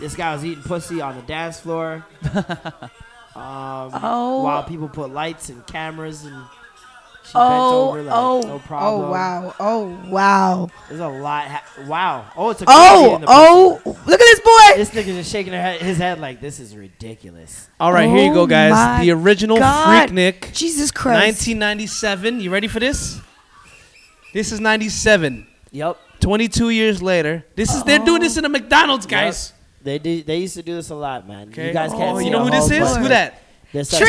[SPEAKER 2] This guy was eating pussy on the dance floor
[SPEAKER 4] Oh,
[SPEAKER 2] while people put lights and cameras and she
[SPEAKER 4] oh,
[SPEAKER 2] bent over like
[SPEAKER 4] oh,
[SPEAKER 2] no problem.
[SPEAKER 4] oh, wow, oh, wow,
[SPEAKER 2] There's a lot. Ha- wow. Oh, it's a girl
[SPEAKER 4] oh,
[SPEAKER 2] eating the
[SPEAKER 4] oh. Look at this boy.
[SPEAKER 2] This nigga just shaking her head, his head like this is ridiculous.
[SPEAKER 3] all right, here you
[SPEAKER 4] Oh
[SPEAKER 3] go, guys.
[SPEAKER 4] my
[SPEAKER 3] The original
[SPEAKER 4] God.
[SPEAKER 3] Freaknik,
[SPEAKER 4] Jesus Christ.
[SPEAKER 3] 1997. You ready for this? This is 97.
[SPEAKER 2] Yep.
[SPEAKER 3] 22 years later. This is they're doing this in a McDonald's, guys.
[SPEAKER 2] They do, they used to do this a lot, man.
[SPEAKER 3] Okay.
[SPEAKER 2] You guys can't
[SPEAKER 3] oh,
[SPEAKER 2] see
[SPEAKER 3] you know
[SPEAKER 2] a
[SPEAKER 3] who this
[SPEAKER 2] whole
[SPEAKER 3] is?
[SPEAKER 2] bunch,
[SPEAKER 3] Who
[SPEAKER 2] but
[SPEAKER 3] that?
[SPEAKER 2] This
[SPEAKER 4] Trina!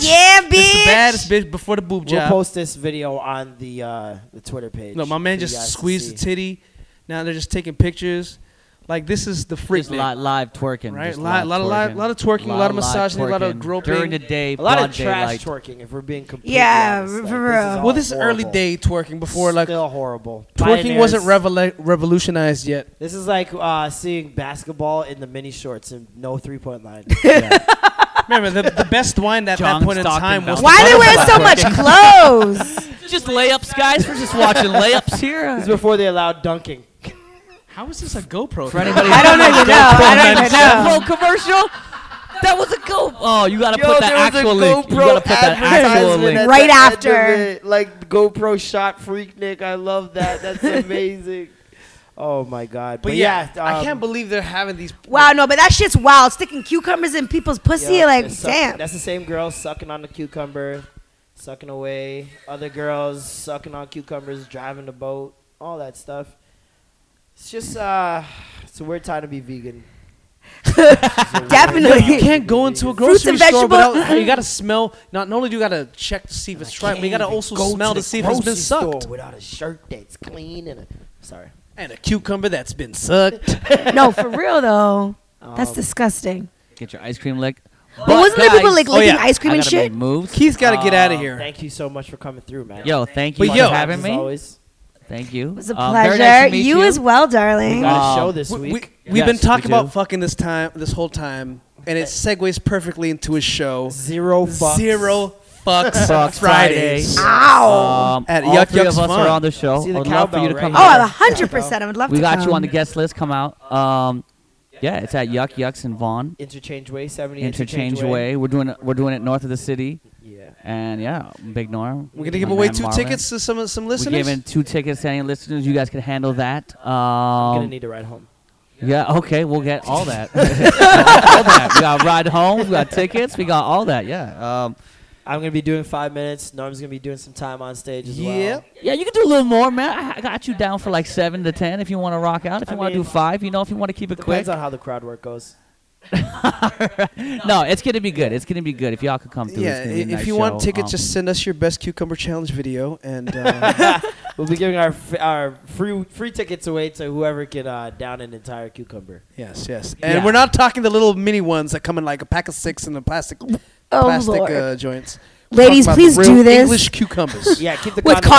[SPEAKER 2] Trina!
[SPEAKER 3] Baddest bitch.
[SPEAKER 4] Ah, yeah,
[SPEAKER 3] This the
[SPEAKER 4] bitch.
[SPEAKER 3] baddest bitch before the boob
[SPEAKER 2] We'll
[SPEAKER 3] job.
[SPEAKER 2] post this video on the uh, the Twitter page.
[SPEAKER 3] No, my man
[SPEAKER 2] for you guys
[SPEAKER 3] just
[SPEAKER 2] to
[SPEAKER 3] squeezed the
[SPEAKER 2] see.
[SPEAKER 3] titty. Now they're just taking pictures. Like this is the freak
[SPEAKER 6] Just li- live twerking.
[SPEAKER 3] Right,
[SPEAKER 6] just
[SPEAKER 3] li-
[SPEAKER 6] live
[SPEAKER 3] lot of- lot-
[SPEAKER 6] twerking.
[SPEAKER 3] lot of twerking, a lot of
[SPEAKER 6] live
[SPEAKER 3] massaging, a lot of
[SPEAKER 6] twerking
[SPEAKER 3] groping.
[SPEAKER 6] during the day.
[SPEAKER 2] a lot of
[SPEAKER 6] broad
[SPEAKER 2] trash
[SPEAKER 6] daylight.
[SPEAKER 2] twerking. If we're being completely
[SPEAKER 4] Yeah,
[SPEAKER 2] honest. Like,
[SPEAKER 4] for
[SPEAKER 2] this is
[SPEAKER 4] real.
[SPEAKER 2] all
[SPEAKER 3] well, this is
[SPEAKER 2] horrible.
[SPEAKER 3] early day twerking before like
[SPEAKER 2] still horrible.
[SPEAKER 3] twerking
[SPEAKER 2] Pioneers.
[SPEAKER 3] wasn't revela- revolutionized yet.
[SPEAKER 2] This is like uh, seeing basketball in the mini shorts and no three point line.
[SPEAKER 3] Remember the, the best wine at
[SPEAKER 6] John
[SPEAKER 3] that point
[SPEAKER 6] Stockton
[SPEAKER 3] in time was
[SPEAKER 6] Valentine.
[SPEAKER 4] Why they wear so much clothes?
[SPEAKER 6] Just layups, guys. We're just watching layups here.
[SPEAKER 2] This is before they allowed dunking.
[SPEAKER 3] How is this a GoPro?
[SPEAKER 6] For anybody
[SPEAKER 4] I don't even know. I don't even know.
[SPEAKER 6] GoPro commercial. That was a GoPro. Oh, you gotta
[SPEAKER 2] Yo,
[SPEAKER 6] put that
[SPEAKER 2] there was a
[SPEAKER 6] actual link. You
[SPEAKER 2] GoPro
[SPEAKER 6] gotta put that actual
[SPEAKER 2] advertisement
[SPEAKER 6] link.
[SPEAKER 2] at
[SPEAKER 4] Right
[SPEAKER 2] the end
[SPEAKER 4] after.
[SPEAKER 2] of it. Like the GoPro shot freak Nick. I love that. That's amazing. Oh my god.
[SPEAKER 3] But yeah, I
[SPEAKER 2] um,
[SPEAKER 3] can't believe they're having these.
[SPEAKER 4] Wow, no, but that shit's wild. Sticking cucumbers in people's pussy,
[SPEAKER 2] yeah,
[SPEAKER 4] like,
[SPEAKER 2] they're suck-
[SPEAKER 4] damn.
[SPEAKER 2] That's the same girl sucking on the cucumber, sucking away. Other girls sucking on cucumbers, driving the boat, all that stuff. It's just uh it's a weird time to be vegan.
[SPEAKER 3] You
[SPEAKER 4] Definitely.
[SPEAKER 3] can't go into a
[SPEAKER 4] Fruits
[SPEAKER 3] grocery
[SPEAKER 4] and
[SPEAKER 3] store
[SPEAKER 4] vegetable-
[SPEAKER 3] without. You gotta smell. Not, not only do you gotta check to see if it's right, but you gotta also smell to, see if it's been sucked.
[SPEAKER 2] without a shirt that's clean and a sorry.
[SPEAKER 3] And a cucumber that's been sucked.
[SPEAKER 4] no, for real though. That's
[SPEAKER 2] Um,
[SPEAKER 4] disgusting.
[SPEAKER 6] Get your ice cream lick. But,
[SPEAKER 4] But wasn't there people
[SPEAKER 6] guys,
[SPEAKER 4] like
[SPEAKER 3] oh,
[SPEAKER 4] licking
[SPEAKER 3] yeah,
[SPEAKER 4] ice cream
[SPEAKER 6] I
[SPEAKER 4] and
[SPEAKER 6] gotta make
[SPEAKER 4] shit?
[SPEAKER 6] moves.
[SPEAKER 3] Keith gotta get
[SPEAKER 6] Oh,
[SPEAKER 3] out of
[SPEAKER 2] Um,
[SPEAKER 3] here.
[SPEAKER 2] Thank you so much for coming through, man.
[SPEAKER 6] Yo, thank you
[SPEAKER 3] But
[SPEAKER 6] for
[SPEAKER 3] yo-
[SPEAKER 6] having
[SPEAKER 2] As
[SPEAKER 6] me.
[SPEAKER 2] always.
[SPEAKER 6] Thank you.
[SPEAKER 4] It was a
[SPEAKER 6] Um, very
[SPEAKER 4] pleasure.
[SPEAKER 6] nice to meet
[SPEAKER 4] you, as well, darling.
[SPEAKER 2] We got a
[SPEAKER 6] Um,
[SPEAKER 2] show this
[SPEAKER 3] We,
[SPEAKER 2] week.
[SPEAKER 3] we, have
[SPEAKER 6] Yes,
[SPEAKER 3] been
[SPEAKER 6] we
[SPEAKER 3] talking
[SPEAKER 6] do.
[SPEAKER 3] about fucking this time, this whole time, and it segues perfectly into his show.
[SPEAKER 2] Zero fucks.
[SPEAKER 3] Zero fucks
[SPEAKER 6] Fuck
[SPEAKER 3] Fridays.
[SPEAKER 6] Friday.
[SPEAKER 4] Ow.
[SPEAKER 6] Um,
[SPEAKER 3] At
[SPEAKER 6] all
[SPEAKER 3] Yuck
[SPEAKER 6] three
[SPEAKER 3] Yuck's
[SPEAKER 6] of us
[SPEAKER 3] Fun.
[SPEAKER 6] are on the show.
[SPEAKER 2] See the
[SPEAKER 6] I'd love for you to
[SPEAKER 2] cowbell
[SPEAKER 6] come.
[SPEAKER 2] right
[SPEAKER 4] oh,
[SPEAKER 6] over.
[SPEAKER 4] 100%. I would love
[SPEAKER 6] we
[SPEAKER 4] to
[SPEAKER 6] got you
[SPEAKER 4] come.
[SPEAKER 6] on
[SPEAKER 3] Um,
[SPEAKER 6] the guest list. Come out. Um, yeah, it's at Yuck Yucks in Vaughn.
[SPEAKER 2] Interchange way, seventy
[SPEAKER 6] Interchange way. We're doing it. We're doing it north of the city.
[SPEAKER 2] Yeah.
[SPEAKER 6] And yeah, Big Norm.
[SPEAKER 3] We're gonna give
[SPEAKER 6] my
[SPEAKER 3] away
[SPEAKER 6] man
[SPEAKER 3] two
[SPEAKER 6] Marvin.
[SPEAKER 3] tickets to some some
[SPEAKER 6] We're
[SPEAKER 3] listeners.
[SPEAKER 6] giving two tickets to any listeners. You guys can handle that.
[SPEAKER 2] I'm gonna
[SPEAKER 6] Um,
[SPEAKER 2] need a ride home.
[SPEAKER 6] yeah, okay, we'll get all that. all that. We got ride home. We got tickets. We got all that. Yeah. Um,
[SPEAKER 2] I'm gonna be doing five minutes. Norm's gonna be doing some time on stage as well.
[SPEAKER 3] Yep.
[SPEAKER 6] yeah, you can do a little more, man. I, I got you down for like seven to ten if you want to rock out. If
[SPEAKER 2] I
[SPEAKER 6] you want to do
[SPEAKER 2] mean,
[SPEAKER 6] five, you know, if you want to keep it quick.
[SPEAKER 2] Depends on how the crowd work goes.
[SPEAKER 6] no, it's gonna be good. It's gonna be good. If y'all could come through,
[SPEAKER 3] Yeah,
[SPEAKER 6] it's
[SPEAKER 3] i-
[SPEAKER 6] gonna be a
[SPEAKER 3] if
[SPEAKER 6] nice
[SPEAKER 3] you want
[SPEAKER 6] show.
[SPEAKER 3] tickets,
[SPEAKER 6] Um,
[SPEAKER 3] just send us your best cucumber challenge video, and uh,
[SPEAKER 2] We'll be giving our f- our free free tickets away to whoever can uh, down an entire cucumber.
[SPEAKER 3] yes, yes. And
[SPEAKER 6] Yeah.
[SPEAKER 3] we're not talking the little mini ones that come in like a pack of six and the plastic
[SPEAKER 4] Oh,
[SPEAKER 3] plastic
[SPEAKER 4] Lord.
[SPEAKER 3] uh, joints. We're
[SPEAKER 4] Ladies,
[SPEAKER 3] talking about the
[SPEAKER 4] please do
[SPEAKER 3] real
[SPEAKER 4] this.
[SPEAKER 3] English cucumbers.
[SPEAKER 2] Yeah, keep the
[SPEAKER 4] With
[SPEAKER 2] condom on, too.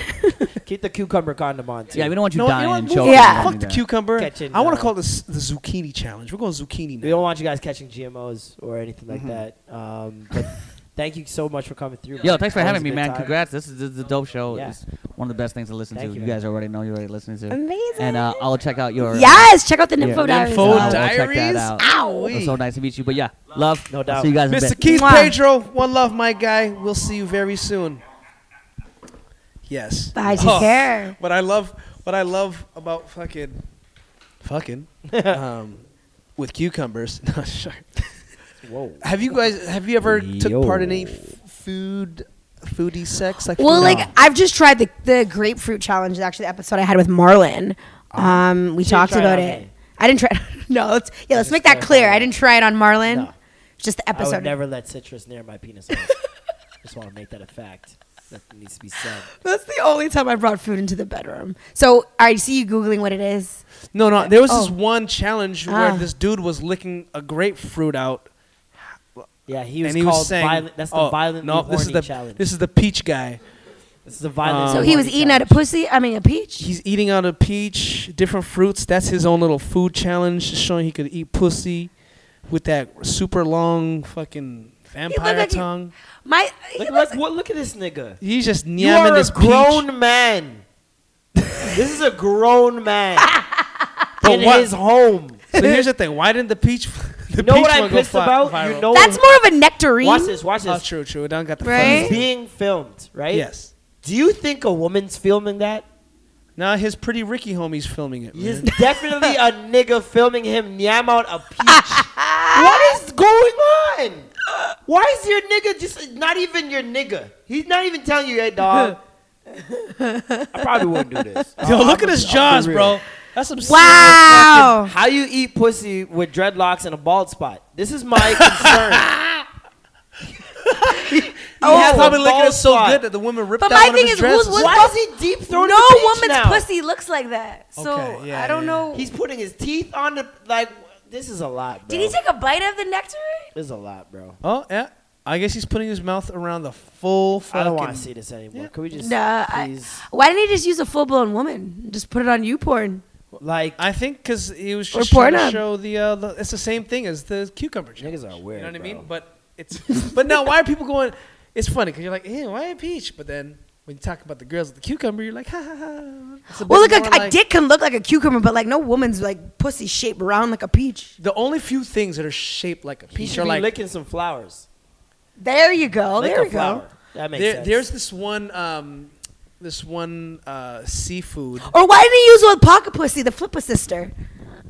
[SPEAKER 4] caution.
[SPEAKER 2] Keep the cucumber condom on. Too.
[SPEAKER 6] yeah, we don't want you
[SPEAKER 3] No,
[SPEAKER 6] dying
[SPEAKER 3] what?
[SPEAKER 6] and
[SPEAKER 3] Move
[SPEAKER 6] choking.
[SPEAKER 3] on.
[SPEAKER 4] Yeah.
[SPEAKER 3] Fuck the cucumber.
[SPEAKER 2] Catching,
[SPEAKER 3] I want
[SPEAKER 2] uh,
[SPEAKER 3] to call this the zucchini challenge. We're going zucchini
[SPEAKER 2] We
[SPEAKER 3] now. Mm-hmm.
[SPEAKER 2] don't want you guys catching GMOs or anything like that. Um, but Thank you so much for coming through.
[SPEAKER 6] Yo,
[SPEAKER 2] man.
[SPEAKER 6] thanks for
[SPEAKER 2] Always
[SPEAKER 6] having
[SPEAKER 2] a
[SPEAKER 6] me,
[SPEAKER 2] good
[SPEAKER 6] man.
[SPEAKER 2] time.
[SPEAKER 6] Congrats. This is, this is a dope show.
[SPEAKER 2] Yeah.
[SPEAKER 6] It's one of the best things to listen
[SPEAKER 2] Thank
[SPEAKER 6] to.
[SPEAKER 2] you,
[SPEAKER 6] You,
[SPEAKER 2] man.
[SPEAKER 6] guys already know. You're already listening to.
[SPEAKER 4] Amazing.
[SPEAKER 6] And uh, I'll check out your.
[SPEAKER 4] yes, check out the Nympho
[SPEAKER 6] Nympho
[SPEAKER 4] Diaries.
[SPEAKER 6] Uh,
[SPEAKER 3] Full
[SPEAKER 6] I'll
[SPEAKER 4] Oh.
[SPEAKER 6] check that
[SPEAKER 3] diaries?
[SPEAKER 6] out.
[SPEAKER 3] Ow.
[SPEAKER 6] It was uh, so nice to meet you. But yeah, love.
[SPEAKER 2] No
[SPEAKER 6] I'll
[SPEAKER 2] doubt.
[SPEAKER 6] see you guys. In a
[SPEAKER 3] Mr.
[SPEAKER 6] bit.
[SPEAKER 3] Keith
[SPEAKER 4] Mwah.
[SPEAKER 3] Pedro, one love, my guy. We'll see you very soon. Yes.
[SPEAKER 4] Bye, take care.
[SPEAKER 3] What I love, what I love about fucking, fucking, um, with cucumbers. No, sure.
[SPEAKER 2] Whoa.
[SPEAKER 3] Have you guys? Have you ever took part in any
[SPEAKER 2] Yo.
[SPEAKER 3] f- food, foodie sex? Like
[SPEAKER 4] Well,
[SPEAKER 3] food-
[SPEAKER 4] like I've just tried the the grapefruit challenge. Is actually the episode I had with Marlon. Um, we
[SPEAKER 2] should
[SPEAKER 4] talked
[SPEAKER 2] try it
[SPEAKER 4] about
[SPEAKER 2] on
[SPEAKER 4] it.
[SPEAKER 2] me.
[SPEAKER 4] I didn't try. No, let's yeah, let's
[SPEAKER 2] Just
[SPEAKER 4] make that
[SPEAKER 2] clarify
[SPEAKER 4] clear.
[SPEAKER 2] that.
[SPEAKER 4] I didn't try it on Marlon.
[SPEAKER 2] No.
[SPEAKER 4] It's Just the
[SPEAKER 2] I
[SPEAKER 4] episode.
[SPEAKER 2] would never let citrus near my penis. hole. Just want to make that a fact. That needs to be said.
[SPEAKER 4] That's the only time I brought food into the bedroom. So I see you googling what it is.
[SPEAKER 3] no, no. There was this
[SPEAKER 4] Oh.
[SPEAKER 3] one challenge where
[SPEAKER 4] Ah.
[SPEAKER 3] this dude was licking a grapefruit out,
[SPEAKER 2] Yeah, he was
[SPEAKER 3] and he
[SPEAKER 2] called
[SPEAKER 3] was saying,
[SPEAKER 2] violent. That's the
[SPEAKER 3] oh,
[SPEAKER 2] violent
[SPEAKER 3] No,
[SPEAKER 2] horny
[SPEAKER 3] this is the
[SPEAKER 2] challenge.
[SPEAKER 3] this Oh is the peach guy.
[SPEAKER 2] This is a violent.
[SPEAKER 4] so he was eating at a pussy. I mean, a peach.
[SPEAKER 3] He's eating out of peach, different fruits. That's his own little food challenge, showing he could eat pussy with that super long fucking vampire
[SPEAKER 4] like he-
[SPEAKER 3] tongue.
[SPEAKER 4] My he
[SPEAKER 2] Look,
[SPEAKER 4] looks-
[SPEAKER 2] look, what, look at this nigga.
[SPEAKER 3] He's just
[SPEAKER 2] You
[SPEAKER 3] yamming
[SPEAKER 2] are a
[SPEAKER 3] this
[SPEAKER 2] grown
[SPEAKER 3] peach.
[SPEAKER 2] man. this is a grown man in
[SPEAKER 3] what-
[SPEAKER 2] his home.
[SPEAKER 3] So here's the thing: why didn't the peach? The
[SPEAKER 2] You know
[SPEAKER 3] peach
[SPEAKER 2] what I'm
[SPEAKER 3] one go
[SPEAKER 2] pissed
[SPEAKER 3] fi-
[SPEAKER 2] about?
[SPEAKER 3] viral?
[SPEAKER 2] You know,
[SPEAKER 4] that's more of a nectarine.
[SPEAKER 2] Watch this. Watch
[SPEAKER 3] Oh,
[SPEAKER 2] this.
[SPEAKER 3] true, true. It done got the
[SPEAKER 4] Right?
[SPEAKER 3] fuzzy.
[SPEAKER 2] Being filmed, right?
[SPEAKER 3] Yes.
[SPEAKER 2] Do you think a woman's filming that?
[SPEAKER 3] Now his pretty Ricky homie's filming it.
[SPEAKER 2] There's
[SPEAKER 3] man.
[SPEAKER 2] definitely a nigga filming him yam out a peach. what is going on? Why is your nigga just not even your nigga? He's not even telling you, hey, dog. I probably wouldn't do this.
[SPEAKER 3] Yo, look at his jaws, bro. That's some
[SPEAKER 4] wow.
[SPEAKER 2] How you eat pussy with dreadlocks and a bald spot? This is my concern.
[SPEAKER 3] Oh,
[SPEAKER 2] has a
[SPEAKER 3] he's probably licking
[SPEAKER 2] bald
[SPEAKER 3] it so
[SPEAKER 2] spot.
[SPEAKER 3] good that the woman ripped
[SPEAKER 4] But
[SPEAKER 3] out
[SPEAKER 4] my
[SPEAKER 3] one
[SPEAKER 4] thing
[SPEAKER 3] of his
[SPEAKER 4] is, who's-
[SPEAKER 3] dresses.
[SPEAKER 4] who's-
[SPEAKER 2] Why is he deep throwing
[SPEAKER 4] No
[SPEAKER 2] the peach
[SPEAKER 4] woman's
[SPEAKER 2] now?
[SPEAKER 4] pussy looks like that. So
[SPEAKER 3] Okay, yeah,
[SPEAKER 4] I don't
[SPEAKER 3] yeah.
[SPEAKER 4] know.
[SPEAKER 2] He's putting his teeth on the like. This is a lot, bro.
[SPEAKER 4] Did he take a bite of the nectarine?
[SPEAKER 2] this is a lot, bro.
[SPEAKER 3] Oh yeah. I guess he's putting his mouth around the full fucking.
[SPEAKER 2] I don't want to see this anymore. Can we just
[SPEAKER 4] Nah. I,
[SPEAKER 2] please?
[SPEAKER 4] why didn't he just use a full blown woman? Just put it on you porn.
[SPEAKER 2] like
[SPEAKER 3] I think because he was
[SPEAKER 4] Or
[SPEAKER 3] just trying to
[SPEAKER 4] Pornhub.
[SPEAKER 3] show the, uh, the. It's the same thing as the cucumber. challenge.
[SPEAKER 2] niggas are weird.
[SPEAKER 3] You know what I
[SPEAKER 2] bro.
[SPEAKER 3] mean? But it's. but now, why are people going? It's funny because you're like, hey, why a peach? But then when you talk about the girls with the cucumber, you're like, ha ha ha. It's a
[SPEAKER 4] Well,
[SPEAKER 3] bit
[SPEAKER 4] look, a,
[SPEAKER 3] more
[SPEAKER 4] a dick can look like a cucumber, but like no woman's like pussy shaped round like a peach.
[SPEAKER 3] The only few things that are shaped like a
[SPEAKER 2] he
[SPEAKER 3] peach
[SPEAKER 2] should
[SPEAKER 3] are
[SPEAKER 2] be
[SPEAKER 3] like
[SPEAKER 2] licking some flowers.
[SPEAKER 4] There you go.
[SPEAKER 2] Lick
[SPEAKER 4] Oh, there
[SPEAKER 2] a
[SPEAKER 4] you
[SPEAKER 2] flower.
[SPEAKER 4] go.
[SPEAKER 2] That makes
[SPEAKER 3] there,
[SPEAKER 2] sense.
[SPEAKER 3] there's this one um, this one uh, seafood.
[SPEAKER 4] Or why didn't he use one pocket pussy, the flipper sister?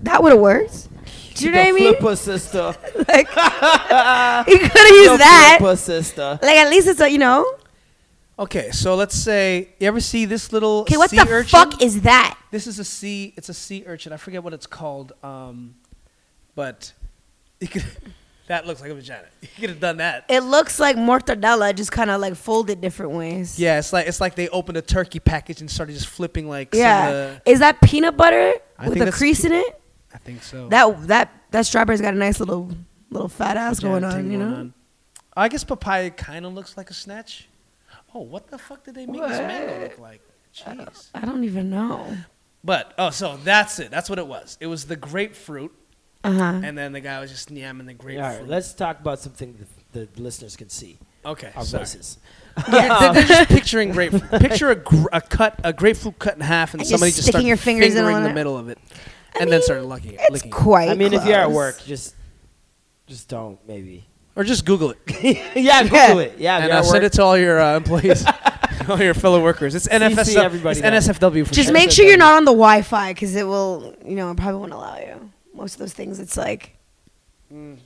[SPEAKER 4] That would have worked. Do you know what I
[SPEAKER 2] the
[SPEAKER 4] mean?
[SPEAKER 2] flipper sister.
[SPEAKER 4] Like, he could have used
[SPEAKER 2] the
[SPEAKER 4] that.
[SPEAKER 2] Flipper sister.
[SPEAKER 4] Like at least it's a you know.
[SPEAKER 3] Okay, so let's say you ever see this little
[SPEAKER 4] Okay, what
[SPEAKER 3] sea
[SPEAKER 4] the
[SPEAKER 3] urchin?
[SPEAKER 4] fuck is that?
[SPEAKER 3] this is a sea. It's a sea urchin. I forget what it's called. Um, but you could, that looks like a vagina. You could have done that.
[SPEAKER 4] It looks like mortadella, just kind of like folded different ways.
[SPEAKER 3] Yeah, it's like it's like they opened a turkey package and started just flipping like.
[SPEAKER 4] Yeah.
[SPEAKER 3] Some, of the-
[SPEAKER 4] is that peanut butter
[SPEAKER 3] I
[SPEAKER 4] with
[SPEAKER 3] think
[SPEAKER 4] a
[SPEAKER 3] that's
[SPEAKER 4] crease in it?
[SPEAKER 3] I think so.
[SPEAKER 4] That that that strawberry's got a nice little little fat ass
[SPEAKER 3] Vagina
[SPEAKER 4] going on,
[SPEAKER 3] thing
[SPEAKER 4] you
[SPEAKER 3] going
[SPEAKER 4] know.
[SPEAKER 3] on. I guess papaya kind of looks like a snatch. Oh, what the fuck did they make this mango look like? Jeez.
[SPEAKER 4] I don't even know.
[SPEAKER 3] But oh, so that's it. That's what it was. It was the grapefruit,
[SPEAKER 4] Uh huh.
[SPEAKER 3] and then the guy was just yamming the
[SPEAKER 2] All right,
[SPEAKER 3] grapefruit.
[SPEAKER 2] let's talk about something the, the listeners can see.
[SPEAKER 3] okay,
[SPEAKER 2] Our
[SPEAKER 3] sorry.
[SPEAKER 2] voices.
[SPEAKER 3] They're, they're
[SPEAKER 4] Um,
[SPEAKER 3] just picturing grapefruit. Picture a, gr- a cut, a grapefruit cut in half, and,
[SPEAKER 4] And just
[SPEAKER 3] somebody just
[SPEAKER 4] sticking
[SPEAKER 3] started
[SPEAKER 4] your fingers in
[SPEAKER 3] fingering
[SPEAKER 4] on
[SPEAKER 3] the
[SPEAKER 4] it.
[SPEAKER 3] middle of it, and then started licking it,
[SPEAKER 4] It's
[SPEAKER 3] licking it.
[SPEAKER 4] quite.
[SPEAKER 2] I mean, if you're at
[SPEAKER 4] close.
[SPEAKER 2] work, just just don't maybe.
[SPEAKER 3] or just Google it.
[SPEAKER 2] yeah, Google it. Yeah, if
[SPEAKER 3] and
[SPEAKER 2] you're
[SPEAKER 3] uh,
[SPEAKER 2] at
[SPEAKER 3] send
[SPEAKER 2] work,
[SPEAKER 3] it to all your uh, employees, all your fellow workers. It's NFS.
[SPEAKER 2] everybody
[SPEAKER 3] uh, it's
[SPEAKER 2] now.
[SPEAKER 3] NSFW for
[SPEAKER 4] just
[SPEAKER 3] sure.
[SPEAKER 4] make sure you're not on the Wi-Fi because it will, you know, it probably won't allow you. Most of those things, it's like, yeah,
[SPEAKER 2] we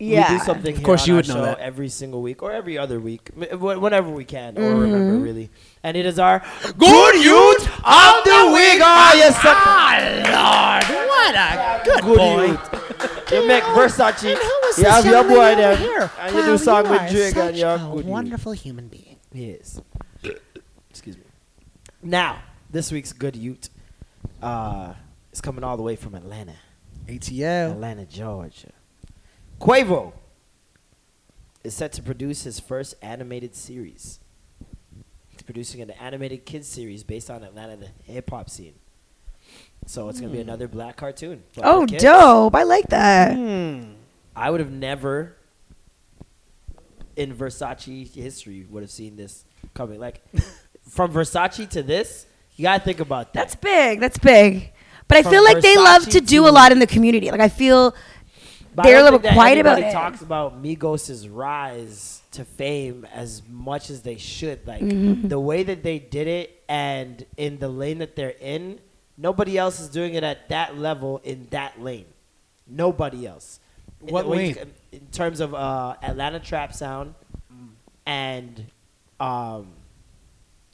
[SPEAKER 2] Mm. do something. Of
[SPEAKER 3] course
[SPEAKER 2] course,
[SPEAKER 3] you
[SPEAKER 2] you
[SPEAKER 3] would know
[SPEAKER 2] show
[SPEAKER 3] that.
[SPEAKER 2] every single week or every other week, m- wh- whenever we can or remember really. And it is our good youth of the week. Oh yes,
[SPEAKER 3] Ah, Lord, what a good,
[SPEAKER 2] good
[SPEAKER 3] boy.
[SPEAKER 2] youth. You make Versace.
[SPEAKER 5] And who is
[SPEAKER 2] You
[SPEAKER 5] this
[SPEAKER 2] have your
[SPEAKER 5] young
[SPEAKER 2] boy
[SPEAKER 5] lady
[SPEAKER 2] there,
[SPEAKER 5] over here?
[SPEAKER 2] and you
[SPEAKER 5] Wow,
[SPEAKER 2] do song
[SPEAKER 5] are
[SPEAKER 2] with Drake,
[SPEAKER 5] such
[SPEAKER 2] and you're
[SPEAKER 5] a
[SPEAKER 2] good youth.
[SPEAKER 5] wonderful human being.
[SPEAKER 2] Yes. Excuse me. Now, this week's good Ute uh, is coming all the way from Atlanta,
[SPEAKER 3] ATL.
[SPEAKER 2] Atlanta, Georgia. Quavo is set to produce his first animated series. He's producing an animated kids series based on Atlanta the hip hop scene. So it's gonna be another black cartoon. for our
[SPEAKER 4] Hmm. oh,
[SPEAKER 2] kids. Mm.
[SPEAKER 4] dope! I like that.
[SPEAKER 3] Hmm.
[SPEAKER 2] I would have never in Versace history would have seen this coming. Like from Versace to this, you gotta think about that.
[SPEAKER 4] That's big. That's big. But I
[SPEAKER 2] From
[SPEAKER 4] feel like they love
[SPEAKER 2] Versace
[SPEAKER 4] to do a
[SPEAKER 2] to-
[SPEAKER 4] lot in the community. Like I feel
[SPEAKER 2] But I
[SPEAKER 4] they're a
[SPEAKER 2] don't
[SPEAKER 4] little
[SPEAKER 2] think that
[SPEAKER 4] quiet about
[SPEAKER 2] anybody
[SPEAKER 4] it.
[SPEAKER 2] Talks about Migos' rise to fame as much as they should. Like
[SPEAKER 4] Mm-hmm.
[SPEAKER 2] the way that they did it, and in the lane that they're in, nobody else is doing it at that level in that lane. Nobody else. In
[SPEAKER 7] What
[SPEAKER 2] the way you
[SPEAKER 7] lane?
[SPEAKER 2] c- In terms of uh, Atlanta trap sound,
[SPEAKER 7] Mm.
[SPEAKER 2] and um,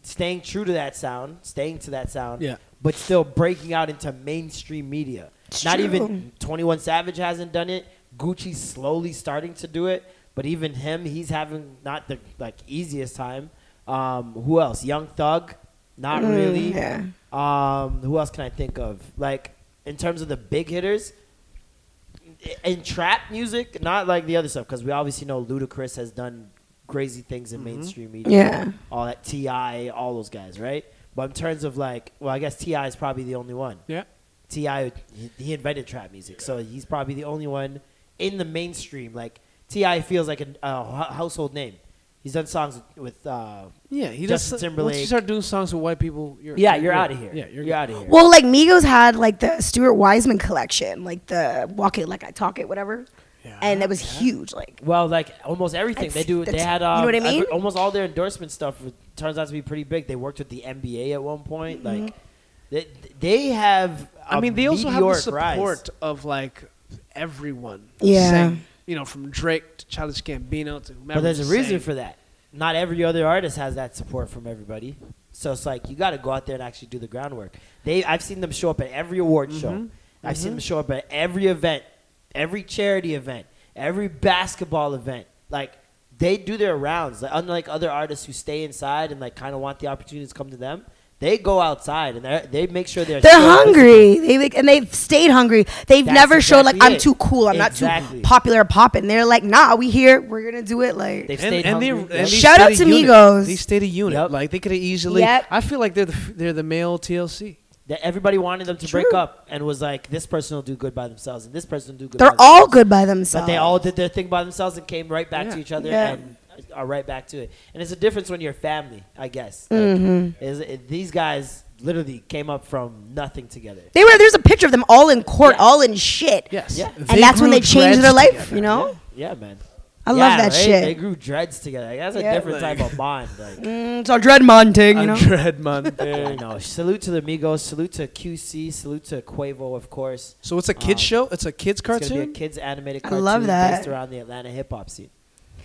[SPEAKER 2] staying true to that sound, staying to that sound,
[SPEAKER 3] Yeah.
[SPEAKER 2] but still breaking out into mainstream media. Not even 21 Savage hasn't done it. Gucci's slowly starting to do it, but even him, he's having not the like easiest time. Um, who else? Young Thug, not really. Um, who else can I think of? Like in terms of the big hitters, in trap music, not like the other stuff, because we obviously know Ludacris has done crazy things in mainstream media.
[SPEAKER 4] Yeah.
[SPEAKER 2] All that T.I., all those guys, right? But in terms of like, well, I guess T.I. is probably the only one.
[SPEAKER 3] Yeah.
[SPEAKER 2] T.I., he, he invented trap music, so he's probably the only one in the mainstream. Like, T.I. feels like a, a hu- household name. He's done songs with, uh,
[SPEAKER 3] Yeah,
[SPEAKER 2] Justin
[SPEAKER 3] he does. Once
[SPEAKER 2] Timberlake.
[SPEAKER 3] you start doing songs with white people, you're,
[SPEAKER 2] yeah, you're out of here.
[SPEAKER 3] Yeah, you're,
[SPEAKER 2] you're out of here.
[SPEAKER 4] well, like Migos had like the Stuart Wiseman collection, like the Walk It Like I Talk It, whatever, and that was huge. Like
[SPEAKER 2] Well, like almost everything
[SPEAKER 4] That's-
[SPEAKER 2] they do, they
[SPEAKER 4] that's-
[SPEAKER 2] had
[SPEAKER 4] you know
[SPEAKER 2] um,
[SPEAKER 4] what I mean?
[SPEAKER 2] every- almost all their endorsement stuff was- turns out to be pretty big. They worked with the NBA at one point. Like they, they have. I
[SPEAKER 3] Mm-hmm. I mean, they also have the support of like everyone.
[SPEAKER 4] Yeah.
[SPEAKER 3] saying, you know, from Drake to Childish Gambino to
[SPEAKER 2] but
[SPEAKER 3] whomever.
[SPEAKER 2] there's a
[SPEAKER 3] to
[SPEAKER 2] reason
[SPEAKER 3] saying-
[SPEAKER 2] for that. Not every other artist has that support from everybody. So it's like you got to go out there and actually do the groundwork. They, I've seen them show up at every award
[SPEAKER 3] Mm-hmm.
[SPEAKER 2] show. I've seen them show up at every event, every charity event, every basketball event. Like they do their rounds. Like, unlike other artists who stay inside and like kind of want the opportunities to come to them, they go outside and they they make sure they're
[SPEAKER 4] they're
[SPEAKER 2] still
[SPEAKER 4] hungry. They like, and they've stayed hungry. They've
[SPEAKER 2] That's
[SPEAKER 4] never showed like
[SPEAKER 2] exactly
[SPEAKER 4] I'm
[SPEAKER 2] it.
[SPEAKER 4] too cool. I'm not
[SPEAKER 2] Exactly.
[SPEAKER 4] too popular or popping. They're like, nah, we here. We're gonna do it. Like
[SPEAKER 2] They've
[SPEAKER 3] And,
[SPEAKER 2] stayed
[SPEAKER 3] and, they,
[SPEAKER 2] hungry.
[SPEAKER 3] and they
[SPEAKER 2] Yep.
[SPEAKER 4] Shout
[SPEAKER 3] stayed
[SPEAKER 4] out
[SPEAKER 3] a
[SPEAKER 4] to
[SPEAKER 3] unit.
[SPEAKER 4] Migos.
[SPEAKER 3] They stayed a unit.
[SPEAKER 2] Yep.
[SPEAKER 3] Like they could have easily.
[SPEAKER 4] Yep.
[SPEAKER 3] I feel like they're the they're the male TLC.
[SPEAKER 2] That everybody wanted them to break up and was like, this person will do good by themselves and this person will do good. by
[SPEAKER 4] they're
[SPEAKER 2] themselves.
[SPEAKER 4] all good by themselves.
[SPEAKER 2] But they all did their thing by themselves and came right back to
[SPEAKER 3] Yeah.
[SPEAKER 2] each other
[SPEAKER 4] Yeah.
[SPEAKER 2] and are right back to it. And it's a difference when you're family, I guess. Like,
[SPEAKER 4] Mm-hmm.
[SPEAKER 2] is, it- these guys literally came up from nothing together.
[SPEAKER 4] They were there's a picture of them all in court, all in shit.
[SPEAKER 3] Yes.
[SPEAKER 2] Yeah.
[SPEAKER 4] And that's when
[SPEAKER 3] grew
[SPEAKER 4] they changed
[SPEAKER 3] dreads
[SPEAKER 4] their life,
[SPEAKER 3] together.
[SPEAKER 4] you know?
[SPEAKER 2] Yeah, man.
[SPEAKER 4] I love
[SPEAKER 2] Yeah,
[SPEAKER 4] that
[SPEAKER 2] right?
[SPEAKER 4] shit.
[SPEAKER 2] They grew dreads together. Like, that's a
[SPEAKER 4] Yeah.
[SPEAKER 2] different
[SPEAKER 3] Like-
[SPEAKER 2] type of bond. Like,
[SPEAKER 4] It's our dread mounting, you know.
[SPEAKER 3] Dread Monday.
[SPEAKER 2] you know, salute to the Migos, salute to QC, salute to Quavo, of course.
[SPEAKER 3] So it's a kids show. It's a kids
[SPEAKER 2] It's gonna be
[SPEAKER 3] cartoon.
[SPEAKER 2] a kids animated
[SPEAKER 4] I
[SPEAKER 2] cartoon
[SPEAKER 4] love that.
[SPEAKER 2] based around the Atlanta hip hop scene.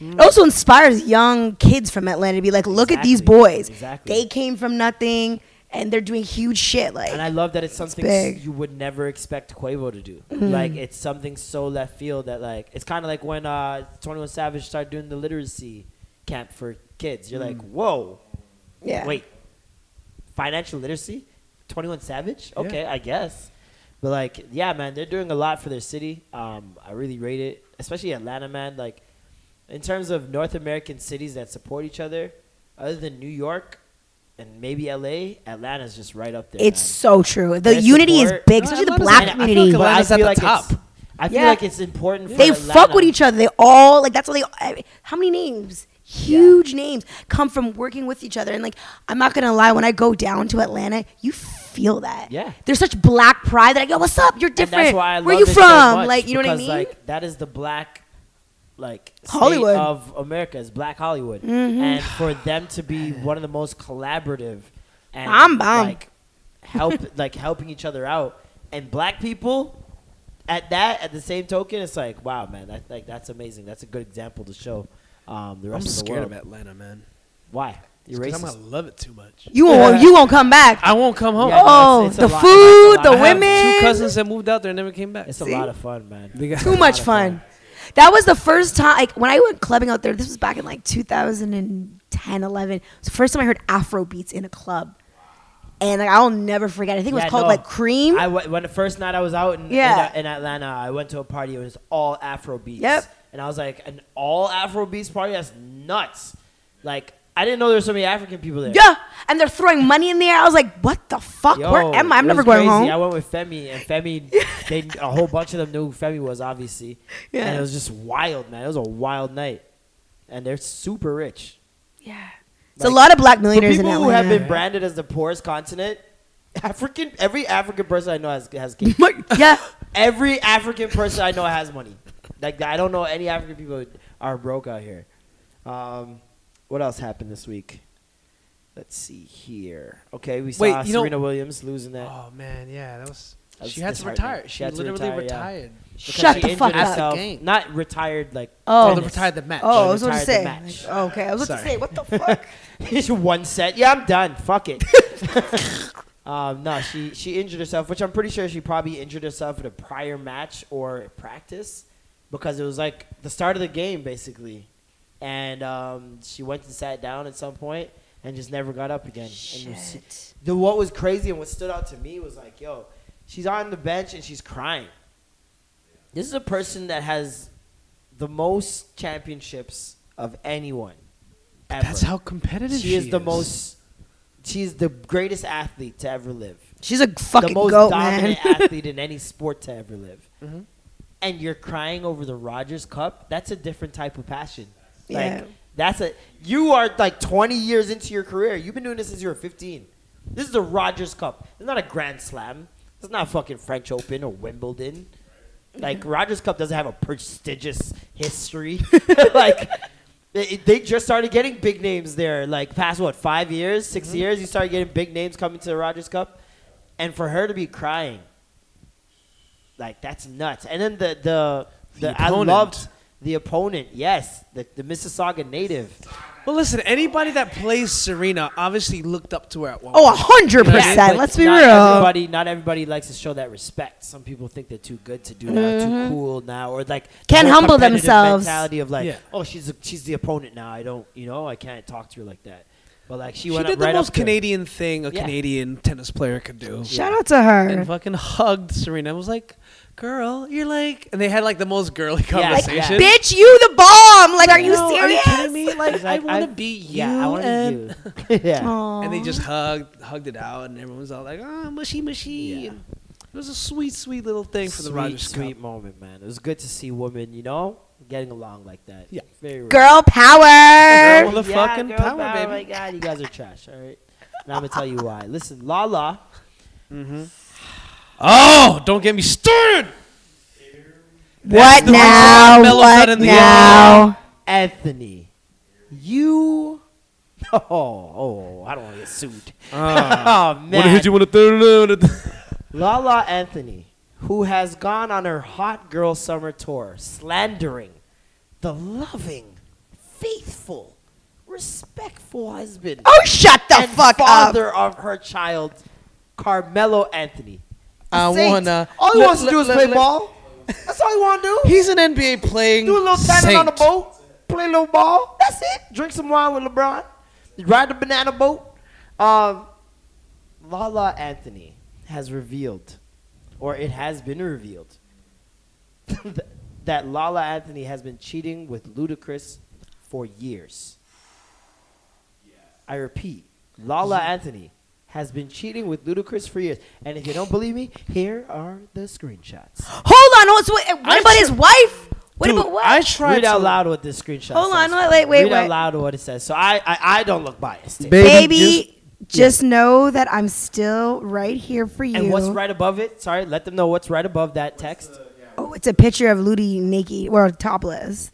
[SPEAKER 4] It also inspires young kids from Atlanta to be like, look at these
[SPEAKER 2] Exactly.
[SPEAKER 4] boys.
[SPEAKER 2] Exactly.
[SPEAKER 4] They came from nothing and they're doing huge shit. Like
[SPEAKER 2] And I love that it's something
[SPEAKER 4] big. Mm.
[SPEAKER 2] s- you would never expect Quavo to do. Like it's something so left field that like it's kind of like when uh, Twenty One Savage started doing the literacy camp for kids. You're like, whoa,
[SPEAKER 4] Mm. yeah.
[SPEAKER 2] wait, financial literacy, Twenty One Savage? Okay, I guess. But like, yeah, man, they're doing a lot for their city. Um, I really rate it, especially Atlanta, man. Like, in terms of North American cities that support each other, other than New York and maybe LA, Atlanta's just right up there.
[SPEAKER 4] It's
[SPEAKER 2] man.
[SPEAKER 4] so true. The
[SPEAKER 2] Their
[SPEAKER 4] unity is
[SPEAKER 2] support-
[SPEAKER 4] big, especially the
[SPEAKER 2] And
[SPEAKER 4] black
[SPEAKER 2] I feel
[SPEAKER 4] community.
[SPEAKER 2] like
[SPEAKER 3] Atlanta's
[SPEAKER 2] I feel
[SPEAKER 3] at the
[SPEAKER 2] like it's-
[SPEAKER 3] top.
[SPEAKER 2] I feel
[SPEAKER 4] Yeah.
[SPEAKER 2] like it's important. For
[SPEAKER 4] they
[SPEAKER 2] Atlanta.
[SPEAKER 4] fuck with each other. They all like that's what they. I- How many names? Huge names come from working with each other. And like, I'm not gonna lie, when I go down to Atlanta, you feel that.
[SPEAKER 2] Yeah.
[SPEAKER 4] There's such black pride that I go, what's up? You're
[SPEAKER 2] And
[SPEAKER 4] different.
[SPEAKER 2] That's why I
[SPEAKER 4] Where
[SPEAKER 2] love
[SPEAKER 4] you
[SPEAKER 2] it
[SPEAKER 4] from?
[SPEAKER 2] so much,
[SPEAKER 4] like, you know what I
[SPEAKER 2] because,
[SPEAKER 4] mean?
[SPEAKER 2] Like that is the black, like state
[SPEAKER 4] Hollywood. Mm-hmm.
[SPEAKER 2] of America is black Hollywood, and for them to be one of the most collaborative and
[SPEAKER 4] I'm bummed.
[SPEAKER 2] like help like helping each other out, and black people. At that, at the same token, it's like, wow, man, that, like that's amazing. That's a good example to show um, the
[SPEAKER 3] I'm
[SPEAKER 2] rest of the
[SPEAKER 3] scared
[SPEAKER 2] world.
[SPEAKER 3] of Atlanta, man.
[SPEAKER 2] Why? You're
[SPEAKER 3] 'Cause
[SPEAKER 2] racist.
[SPEAKER 3] I'm gonna love it too much.
[SPEAKER 4] you won't. You won't come back.
[SPEAKER 3] I won't come home.
[SPEAKER 2] Yeah,
[SPEAKER 4] oh,
[SPEAKER 2] no, it's- it's a
[SPEAKER 4] the
[SPEAKER 2] lot-
[SPEAKER 4] food,
[SPEAKER 2] it's a
[SPEAKER 4] the
[SPEAKER 2] lot.
[SPEAKER 3] I have
[SPEAKER 4] women.
[SPEAKER 3] two cousins that moved out there and never came back.
[SPEAKER 2] It's a lot of fun, man.
[SPEAKER 3] They got-
[SPEAKER 4] Too much fun. That was the first time, like when I went clubbing out there. This was back in like 2010, 11. It was the first time I heard Afro beats in a club, and like I'll never forget. I think it was
[SPEAKER 2] Yeah,
[SPEAKER 4] called
[SPEAKER 2] no.
[SPEAKER 4] like Cream.
[SPEAKER 2] I went, when the first night I was out in, uh,
[SPEAKER 4] Yeah.
[SPEAKER 2] in, in Atlanta, I went to a party. It was all Afro beats.
[SPEAKER 4] Yep.
[SPEAKER 2] And I was like, an all Afro beats party? That's nuts. Like, I didn't know there were so many African people there.
[SPEAKER 4] yeah, and they're throwing money in the air. I was like, what the fuck?
[SPEAKER 2] Yo,
[SPEAKER 4] Where am I? I'm
[SPEAKER 2] it
[SPEAKER 4] never
[SPEAKER 2] was
[SPEAKER 4] going
[SPEAKER 2] crazy. I
[SPEAKER 4] home.
[SPEAKER 2] went with Femi, and Femi, they, a whole bunch of them knew who Femi was, obviously.
[SPEAKER 4] Yeah.
[SPEAKER 2] And it was just wild, man. It was a wild night. and they're super rich.
[SPEAKER 4] Yeah. It's
[SPEAKER 2] Like,
[SPEAKER 4] a lot of black
[SPEAKER 2] For
[SPEAKER 4] millionaires in
[SPEAKER 2] people
[SPEAKER 4] Atlanta.
[SPEAKER 2] who have been branded as the poorest continent, African every African person I know has has cake.
[SPEAKER 4] yeah.
[SPEAKER 2] every African person I know has money. Like I don't know any African people that are broke out here. Um, what else happened this week? Let's see here. Okay, we saw
[SPEAKER 3] Wait, you know-
[SPEAKER 2] Serena Williams losing that.
[SPEAKER 3] Oh man, yeah, that was.
[SPEAKER 2] That's
[SPEAKER 3] she had to
[SPEAKER 2] disheartening.
[SPEAKER 3] retire.
[SPEAKER 2] She
[SPEAKER 3] She,
[SPEAKER 2] had to
[SPEAKER 3] literally
[SPEAKER 2] retire, yeah.
[SPEAKER 3] retired.
[SPEAKER 2] because
[SPEAKER 4] Shut
[SPEAKER 2] she
[SPEAKER 4] the
[SPEAKER 2] injured
[SPEAKER 4] fuck up.
[SPEAKER 2] herself.
[SPEAKER 3] Game.
[SPEAKER 2] Not retired like
[SPEAKER 4] Oh.
[SPEAKER 3] Oh, they
[SPEAKER 2] tennis.
[SPEAKER 3] retired the match.
[SPEAKER 4] Oh, I
[SPEAKER 2] She
[SPEAKER 4] was going to
[SPEAKER 2] retired the
[SPEAKER 4] say.
[SPEAKER 2] match.
[SPEAKER 4] like, okay, I was going to
[SPEAKER 3] Sorry.
[SPEAKER 4] say, what the fuck?
[SPEAKER 2] Just one set. Yeah, I'm done. Fuck it. um, no, she she injured herself, which I'm pretty sure she probably injured herself at a prior match or practice because it was like the start of the game basically, and um, she went and sat down at some point and just never got up again. And was-
[SPEAKER 4] Shit.
[SPEAKER 2] the what was crazy and what stood out to me was like, yo, she's on the bench and she's crying. This is a person that has the most championships of anyone. Ever
[SPEAKER 3] That's how competitive
[SPEAKER 2] she is the most. She's the greatest athlete to ever live.
[SPEAKER 4] She's a fucking
[SPEAKER 2] the most
[SPEAKER 4] goat, man.
[SPEAKER 2] dominant athlete in any sport to ever live. And you're crying over the Rogers Cup. That's a different type of passion.
[SPEAKER 4] Yeah.
[SPEAKER 2] Like that's a you are like 20 years into your career. You've been doing this since you were 15. This is the Rogers Cup. It's not a Grand Slam. It's not fucking French Open or Wimbledon. Like Rogers Cup doesn't have a prestigious history. like they- they just started getting big names there. Like past what five years, 6 years, you started getting big names coming to the Rogers Cup, and for her to be crying, like that's nuts. And then the the, the,
[SPEAKER 3] The
[SPEAKER 2] I
[SPEAKER 3] opponent.
[SPEAKER 2] loved the opponent. Yes, the, the Mississauga native.
[SPEAKER 3] Well, listen, anybody that plays Serena obviously looked up to her at one.
[SPEAKER 4] Oh,
[SPEAKER 3] point.
[SPEAKER 4] 100%.
[SPEAKER 2] But
[SPEAKER 4] Let's be
[SPEAKER 2] not
[SPEAKER 4] real.
[SPEAKER 2] Everybody, not everybody likes to show that respect. Some people think they're too good to do that, too cool now, or like the
[SPEAKER 4] Mm-hmm. Can't
[SPEAKER 2] whole
[SPEAKER 4] humble
[SPEAKER 2] competitive
[SPEAKER 4] themselves.
[SPEAKER 2] Mentality of like,
[SPEAKER 3] Yeah.
[SPEAKER 2] oh, she's a, she's the opponent now. I don't, you know, I can't talk to her like that. But like she,
[SPEAKER 3] She
[SPEAKER 2] went
[SPEAKER 3] did
[SPEAKER 2] up
[SPEAKER 3] the
[SPEAKER 2] right
[SPEAKER 3] most
[SPEAKER 2] up to her.
[SPEAKER 3] Canadian thing a
[SPEAKER 2] Yeah.
[SPEAKER 3] Canadian tennis player could do.
[SPEAKER 4] Shout out to her.
[SPEAKER 3] and fucking hugged Serena. I was like, "Girl, you're like," and they had like the most girly
[SPEAKER 2] Like,
[SPEAKER 3] conversation.
[SPEAKER 2] yeah.
[SPEAKER 4] Bitch, you the bomb. Like, are you
[SPEAKER 3] No,
[SPEAKER 4] serious?
[SPEAKER 3] Are you kidding me? Like,
[SPEAKER 2] She's
[SPEAKER 3] I
[SPEAKER 2] like,
[SPEAKER 3] want to be you.
[SPEAKER 2] Yeah, I want
[SPEAKER 3] and,
[SPEAKER 2] to be you. yeah.
[SPEAKER 3] and they just hugged, hugged it out, and everyone was all like, "Ah, mushy, mushy."
[SPEAKER 2] Yeah.
[SPEAKER 3] And it was a sweet, sweet little thing for the
[SPEAKER 2] sweet,
[SPEAKER 3] Rogers
[SPEAKER 2] sweet
[SPEAKER 3] Cup.
[SPEAKER 2] moment, man. It was good to see women, you know, getting along like that.
[SPEAKER 3] Yeah.
[SPEAKER 2] Very rare.
[SPEAKER 4] Girl power.
[SPEAKER 3] Girl motherfucking
[SPEAKER 2] girl
[SPEAKER 3] power,
[SPEAKER 2] power,
[SPEAKER 3] baby.
[SPEAKER 2] My God, you guys are trash. All right, and I'm gonna tell you why. Listen, Lala.
[SPEAKER 3] Oh, don't get me started.
[SPEAKER 4] What
[SPEAKER 3] the
[SPEAKER 4] now?
[SPEAKER 3] reason Melo's not
[SPEAKER 4] What
[SPEAKER 3] in the-
[SPEAKER 4] now?
[SPEAKER 2] Anthony, you. Oh, oh, I don't want to get sued. oh man,
[SPEAKER 3] with a third?
[SPEAKER 2] Lala Anthony, who has gone on her hot girl summer tour, slandering the loving, faithful, respectful husband.
[SPEAKER 4] Oh, shut the
[SPEAKER 2] and
[SPEAKER 4] fuck up.
[SPEAKER 2] father of her child, Carmelo Anthony. A
[SPEAKER 3] I
[SPEAKER 2] saint.
[SPEAKER 3] wanna-
[SPEAKER 2] All he
[SPEAKER 3] let-
[SPEAKER 2] wants to
[SPEAKER 3] let-
[SPEAKER 2] do is
[SPEAKER 3] let-
[SPEAKER 2] play
[SPEAKER 3] let-
[SPEAKER 2] ball. That's all he want to do.
[SPEAKER 3] He's an NBA playing.
[SPEAKER 2] Do a little tandem on the
[SPEAKER 3] saint.
[SPEAKER 2] boat, play a little ball. That's it. Drink some wine with LeBron. Ride the banana boat. Um, Lala Anthony has revealed, or it has been revealed, that Lala Anthony has been cheating with Ludacris for years. I repeat, Lala Anthony has been cheating with Ludacris for years. And if you don't believe me, here are the screenshots.
[SPEAKER 4] Hold on. Hold, so wait, what
[SPEAKER 3] I
[SPEAKER 4] about
[SPEAKER 3] tr-
[SPEAKER 4] his wife? What
[SPEAKER 3] Dude,
[SPEAKER 4] about what?
[SPEAKER 3] I tried
[SPEAKER 2] Read
[SPEAKER 3] to
[SPEAKER 2] out loud what this screenshot
[SPEAKER 4] Hold
[SPEAKER 2] says.
[SPEAKER 4] on, wait, wait,
[SPEAKER 2] Read
[SPEAKER 4] wait.
[SPEAKER 2] out loud what it says. So I, I, I don't look biased.
[SPEAKER 4] Baby, just, know that I'm still right here for you.
[SPEAKER 2] And what's right above it? Sorry, let them know what's right above that text.
[SPEAKER 4] Oh, it's a picture of Ludi naked or topless.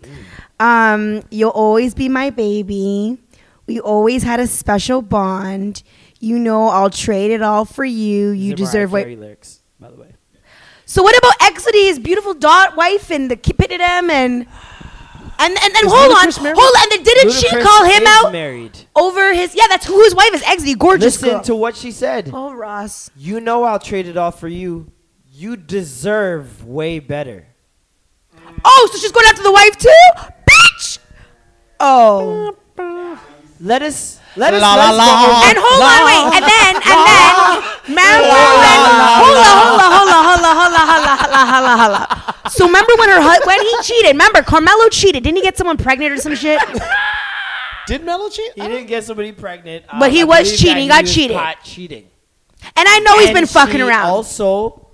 [SPEAKER 4] Um, you'll always be my baby. We always had a special bond. You know, I'll trade it all for you.
[SPEAKER 2] These are
[SPEAKER 4] You
[SPEAKER 2] Mariah
[SPEAKER 4] deserve what.
[SPEAKER 2] Carey lyrics, by the way.
[SPEAKER 4] So what about Exody, his beautiful dot wife, and the kid pitted him, and and and, and hold on,
[SPEAKER 2] Ludacris married?
[SPEAKER 4] hold on. Then didn't she
[SPEAKER 2] Ludacris
[SPEAKER 4] call him
[SPEAKER 2] is
[SPEAKER 4] out
[SPEAKER 2] married.
[SPEAKER 4] over his? Yeah, that's who his wife is. Exody, gorgeous
[SPEAKER 2] Listen
[SPEAKER 4] girl.
[SPEAKER 2] to what she said.
[SPEAKER 4] oh, Ross.
[SPEAKER 2] You know I'll trade it all for you. You deserve way better.
[SPEAKER 4] Oh, so she's going after the wife too, bitch. Oh.
[SPEAKER 2] Let us let us
[SPEAKER 3] La,
[SPEAKER 2] let
[SPEAKER 3] la,
[SPEAKER 2] us
[SPEAKER 3] la.
[SPEAKER 2] go over-
[SPEAKER 4] And hold on, wait, and then, and then, remember
[SPEAKER 2] Oh,
[SPEAKER 4] when? Hold on, hold on, hold on, hold on, hold on, hold on, hold on, hold on, hold on. So remember when her hu- when he cheated? Remember Carmelo cheated? Didn't he get someone pregnant or some shit?
[SPEAKER 3] Did Melo cheat?
[SPEAKER 2] He didn't get somebody pregnant, Um,
[SPEAKER 4] But he was
[SPEAKER 2] believe that
[SPEAKER 4] cheating. He got
[SPEAKER 2] was
[SPEAKER 4] cheated.
[SPEAKER 2] caught cheating.
[SPEAKER 4] And I know he's
[SPEAKER 2] And
[SPEAKER 4] been fucking
[SPEAKER 2] she
[SPEAKER 4] around.
[SPEAKER 2] Also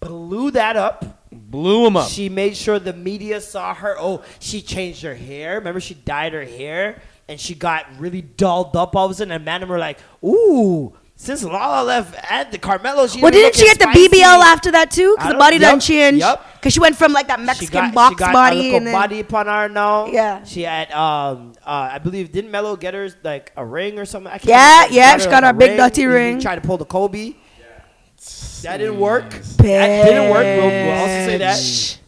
[SPEAKER 2] blew that up
[SPEAKER 7] Blew him up.
[SPEAKER 2] She made sure the media saw her. Oh, she changed her hair. Remember, she dyed her hair and she got really dolled up all of a sudden. And Madam were like, ooh, since Lala left at the Carmelo, she
[SPEAKER 4] Well, didn't she
[SPEAKER 2] get
[SPEAKER 4] get the BBL after that
[SPEAKER 2] I
[SPEAKER 4] too? Because the
[SPEAKER 2] don't-
[SPEAKER 4] body done
[SPEAKER 2] yup,
[SPEAKER 4] changed.
[SPEAKER 2] yup.
[SPEAKER 4] Because she went from like that Mexican box
[SPEAKER 2] she got A
[SPEAKER 4] body
[SPEAKER 2] little
[SPEAKER 4] and then
[SPEAKER 2] body upon her now.
[SPEAKER 4] Yeah.
[SPEAKER 2] She had, um, uh, I believe, didn't Mello get her like a ring or something? I can't
[SPEAKER 4] Yeah,
[SPEAKER 2] remember.
[SPEAKER 4] yeah, she got
[SPEAKER 2] like,
[SPEAKER 4] her big dirty
[SPEAKER 2] You
[SPEAKER 4] ring.
[SPEAKER 2] Tried to pull the Kobe. That didn't work. That didn't work. We'll, we'll also say that.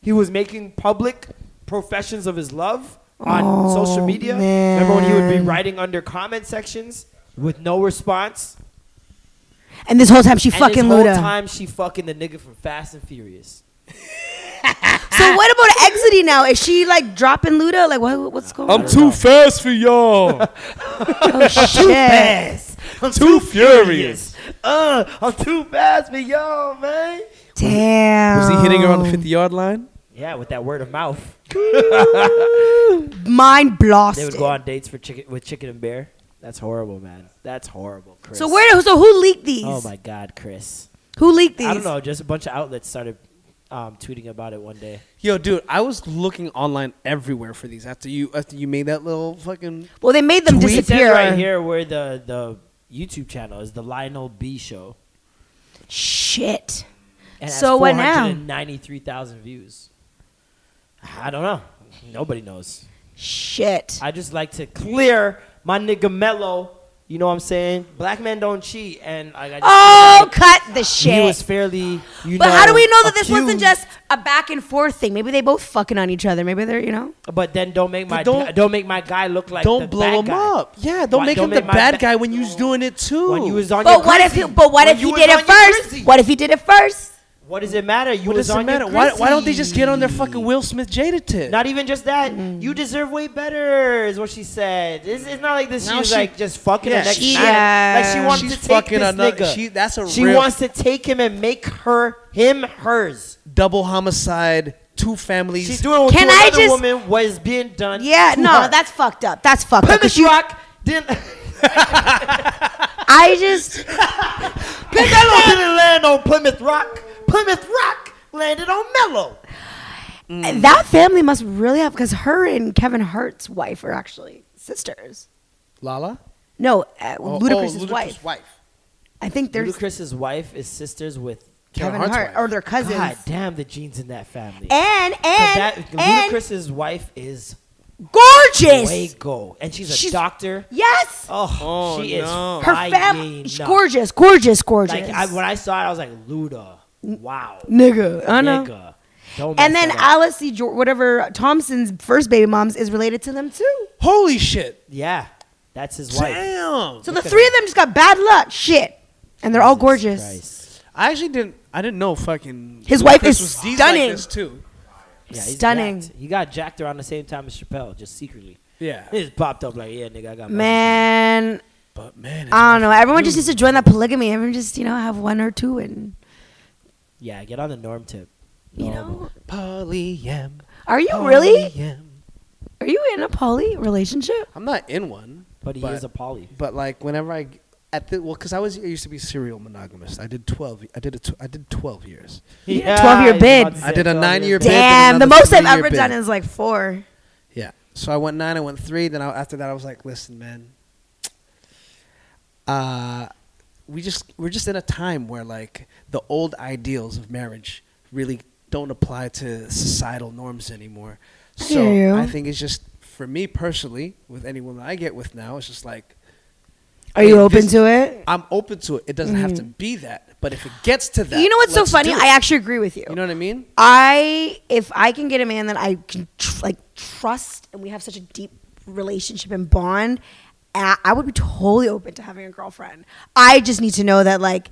[SPEAKER 2] He was making public professions of his love on
[SPEAKER 4] Oh,
[SPEAKER 2] social media. Remember when he would be writing under comment sections with no response?
[SPEAKER 4] and this whole time she fucking
[SPEAKER 2] and this whole
[SPEAKER 4] Luda.
[SPEAKER 2] time she fucking the nigga from Fast and Furious.
[SPEAKER 4] So what about Exidy now? Is she like dropping Luda? Like what, what's going on? Oh,
[SPEAKER 7] I'm too fast for y'all.
[SPEAKER 4] Shit.
[SPEAKER 7] I'm too furious.
[SPEAKER 2] Uh, I'm too fast for y'all, man.
[SPEAKER 4] Damn.
[SPEAKER 3] Was he hitting her on the 50 yard line?
[SPEAKER 2] Yeah, with that word of mouth. They
[SPEAKER 4] Mind
[SPEAKER 2] would
[SPEAKER 4] blasted.
[SPEAKER 2] go on dates for chicken with chicken and bear. That's horrible, man. That's horrible, Chris.
[SPEAKER 4] So where? So who leaked these?
[SPEAKER 2] Oh my God, Chris.
[SPEAKER 4] Who leaked these?
[SPEAKER 2] I don't know. Just a bunch of outlets started um, tweeting about it one day.
[SPEAKER 3] Yo, dude, I was looking online everywhere for these after you after you made that little fucking.
[SPEAKER 4] Well, they made them
[SPEAKER 2] It says
[SPEAKER 4] disappear.
[SPEAKER 2] right here where the the YouTube channel is the Lionel B Show.
[SPEAKER 4] Shit.
[SPEAKER 2] And has
[SPEAKER 4] So what now?
[SPEAKER 2] 493,000 views. I don't know. Nobody knows.
[SPEAKER 4] Shit.
[SPEAKER 2] I just like to clear my nigga Mello. You know what I'm saying? Black men don't cheat, and like, I just
[SPEAKER 4] Oh, cut the shit.
[SPEAKER 2] he was fairly. You
[SPEAKER 4] but
[SPEAKER 2] know,
[SPEAKER 4] how do we know that this wasn't
[SPEAKER 2] accused.
[SPEAKER 4] just a back and forth thing? Maybe they both fucking on each other. Maybe they're, you know.
[SPEAKER 2] But then don't make my
[SPEAKER 3] don't-
[SPEAKER 2] don't, make my guy look like the
[SPEAKER 3] don't
[SPEAKER 2] bad
[SPEAKER 3] blow him
[SPEAKER 2] guy.
[SPEAKER 3] up. Yeah, don't
[SPEAKER 2] Why-
[SPEAKER 3] make
[SPEAKER 2] don't
[SPEAKER 3] him the
[SPEAKER 2] make my
[SPEAKER 3] bad
[SPEAKER 2] ba-
[SPEAKER 3] guy when you was doing it too.
[SPEAKER 2] When you was on your
[SPEAKER 4] But what if?
[SPEAKER 2] Grizzly.
[SPEAKER 4] He, but what
[SPEAKER 2] When
[SPEAKER 4] if
[SPEAKER 2] you
[SPEAKER 4] he
[SPEAKER 2] was
[SPEAKER 4] did
[SPEAKER 2] on
[SPEAKER 4] it
[SPEAKER 2] your
[SPEAKER 4] first?
[SPEAKER 2] Grizzly.
[SPEAKER 4] What if he did it first?
[SPEAKER 2] What does it matter? You
[SPEAKER 3] What
[SPEAKER 2] was
[SPEAKER 3] does
[SPEAKER 2] on
[SPEAKER 3] it matter?
[SPEAKER 2] your
[SPEAKER 3] Why, why don't they
[SPEAKER 2] Grizzly.
[SPEAKER 3] just get on their fucking Will Smith Jada tit?
[SPEAKER 2] Not even just that. You deserve way better, is what she said. It's, it's not like this.
[SPEAKER 3] Now
[SPEAKER 2] she was
[SPEAKER 3] she-
[SPEAKER 2] like just fucking
[SPEAKER 3] Yeah.
[SPEAKER 2] the next
[SPEAKER 3] She-
[SPEAKER 2] night. Like she wants
[SPEAKER 3] She's
[SPEAKER 2] to take
[SPEAKER 3] fucking
[SPEAKER 2] this
[SPEAKER 3] another-
[SPEAKER 2] nigga.
[SPEAKER 3] she- that's a
[SPEAKER 2] she
[SPEAKER 3] real-
[SPEAKER 2] wants to take him and make her him hers.
[SPEAKER 3] double homicide, two families.
[SPEAKER 2] e- She's doing what
[SPEAKER 4] Can
[SPEAKER 2] to
[SPEAKER 4] I
[SPEAKER 2] another
[SPEAKER 4] just-
[SPEAKER 2] woman was being done.
[SPEAKER 4] Yeah.
[SPEAKER 2] to
[SPEAKER 4] No,
[SPEAKER 2] her.
[SPEAKER 4] that's fucked up. That's fucked up. 'Cause
[SPEAKER 2] Plymouth
[SPEAKER 4] you-
[SPEAKER 2] Rock didn't.
[SPEAKER 4] I just.
[SPEAKER 2] Mello didn't land on Plymouth Rock. Plymouth Rock landed on Mello.
[SPEAKER 4] That family must really have because her and Kevin Hart's wife are actually sisters.
[SPEAKER 3] Lala.
[SPEAKER 4] No, uh, Ludacris's
[SPEAKER 3] Oh, Ludacris'
[SPEAKER 4] wife. I think they're
[SPEAKER 2] Ludacris's wife is sisters with
[SPEAKER 4] Kevin
[SPEAKER 3] Hart's
[SPEAKER 4] Hart
[SPEAKER 3] wife.
[SPEAKER 4] or their cousins.
[SPEAKER 2] God damn the genes in that family.
[SPEAKER 4] And
[SPEAKER 2] But
[SPEAKER 4] and
[SPEAKER 2] that,
[SPEAKER 4] and
[SPEAKER 2] Ludacris's wife is
[SPEAKER 4] gorgeous.
[SPEAKER 2] way go, and she's a
[SPEAKER 4] She's-
[SPEAKER 2] doctor.
[SPEAKER 4] Yes,
[SPEAKER 2] Oh, she is
[SPEAKER 4] her
[SPEAKER 2] frying
[SPEAKER 4] family.
[SPEAKER 2] up.
[SPEAKER 4] Gorgeous, gorgeous, gorgeous.
[SPEAKER 2] Like I, when I saw it, I was like, Luda, wow,
[SPEAKER 4] Nigga, I know.
[SPEAKER 2] nigga. Don't
[SPEAKER 4] And
[SPEAKER 2] mess
[SPEAKER 4] then
[SPEAKER 2] that up.
[SPEAKER 4] Alice, C. Jo- whatever Thompson's first baby moms is related to them too.
[SPEAKER 3] Holy shit!
[SPEAKER 2] yeah, that's his wife.
[SPEAKER 3] Damn.
[SPEAKER 4] So the three of them just got bad luck. Shit, and they're all gorgeous.
[SPEAKER 2] Christ.
[SPEAKER 3] I actually didn't. I didn't know fucking.
[SPEAKER 4] His wife
[SPEAKER 3] Chris
[SPEAKER 4] is
[SPEAKER 3] was these
[SPEAKER 4] stunning.
[SPEAKER 3] Like this too.
[SPEAKER 2] Yeah, he's
[SPEAKER 4] Stunning.
[SPEAKER 2] jacked. He got jacked around the same time as Chappelle, just secretly.
[SPEAKER 3] Yeah.
[SPEAKER 2] He just popped up like, yeah, nigga, I got messages.
[SPEAKER 4] Man,
[SPEAKER 3] But man, his
[SPEAKER 2] Um,
[SPEAKER 4] I don't know. Everyone just needs to join that polygamy. Everyone just you know have one or two and
[SPEAKER 2] Yeah, get on the norm tip.
[SPEAKER 4] you
[SPEAKER 2] Norm.
[SPEAKER 4] know.
[SPEAKER 3] polyam.
[SPEAKER 4] Are you
[SPEAKER 2] Oh,
[SPEAKER 4] really?
[SPEAKER 3] Polyam.
[SPEAKER 4] Are you in a poly relationship?
[SPEAKER 3] I'm not in one,
[SPEAKER 2] but he
[SPEAKER 3] But-
[SPEAKER 2] is a poly.
[SPEAKER 3] but like whenever I at the well, because I was I used to be serial monogamous. I did twelve. I did a tw- I did twelve years.
[SPEAKER 4] 12-year
[SPEAKER 2] he's
[SPEAKER 4] bid.
[SPEAKER 2] about to
[SPEAKER 3] I
[SPEAKER 2] say
[SPEAKER 3] did a
[SPEAKER 2] 12
[SPEAKER 3] nine-year
[SPEAKER 2] bid.
[SPEAKER 3] bid.
[SPEAKER 4] Damn, the
[SPEAKER 3] another
[SPEAKER 4] most I've
[SPEAKER 3] three-year
[SPEAKER 4] ever
[SPEAKER 3] bid.
[SPEAKER 4] done is like four.
[SPEAKER 3] Yeah. So I went nine. I went three. Then I, after that, I was like, listen, man. Uh, we just we're just in a time where like the old ideals of marriage really don't apply to societal norms anymore. So
[SPEAKER 4] hear you.
[SPEAKER 3] I think it's just for me personally, with anyone that I get with now, it's just like
[SPEAKER 4] Are you
[SPEAKER 3] Hey,
[SPEAKER 4] open
[SPEAKER 3] this-
[SPEAKER 4] to it?
[SPEAKER 3] I'm open to it. It doesn't have to be that, but if it gets to that,
[SPEAKER 4] Mm. You know what's so
[SPEAKER 3] let's
[SPEAKER 4] funny?
[SPEAKER 3] do it.
[SPEAKER 4] I actually agree with you.
[SPEAKER 3] you know what I mean?
[SPEAKER 4] I if I can get a man that I can tr- like trust and we have such a deep relationship and bond, I I would be totally open to having a girlfriend. I just need to know that like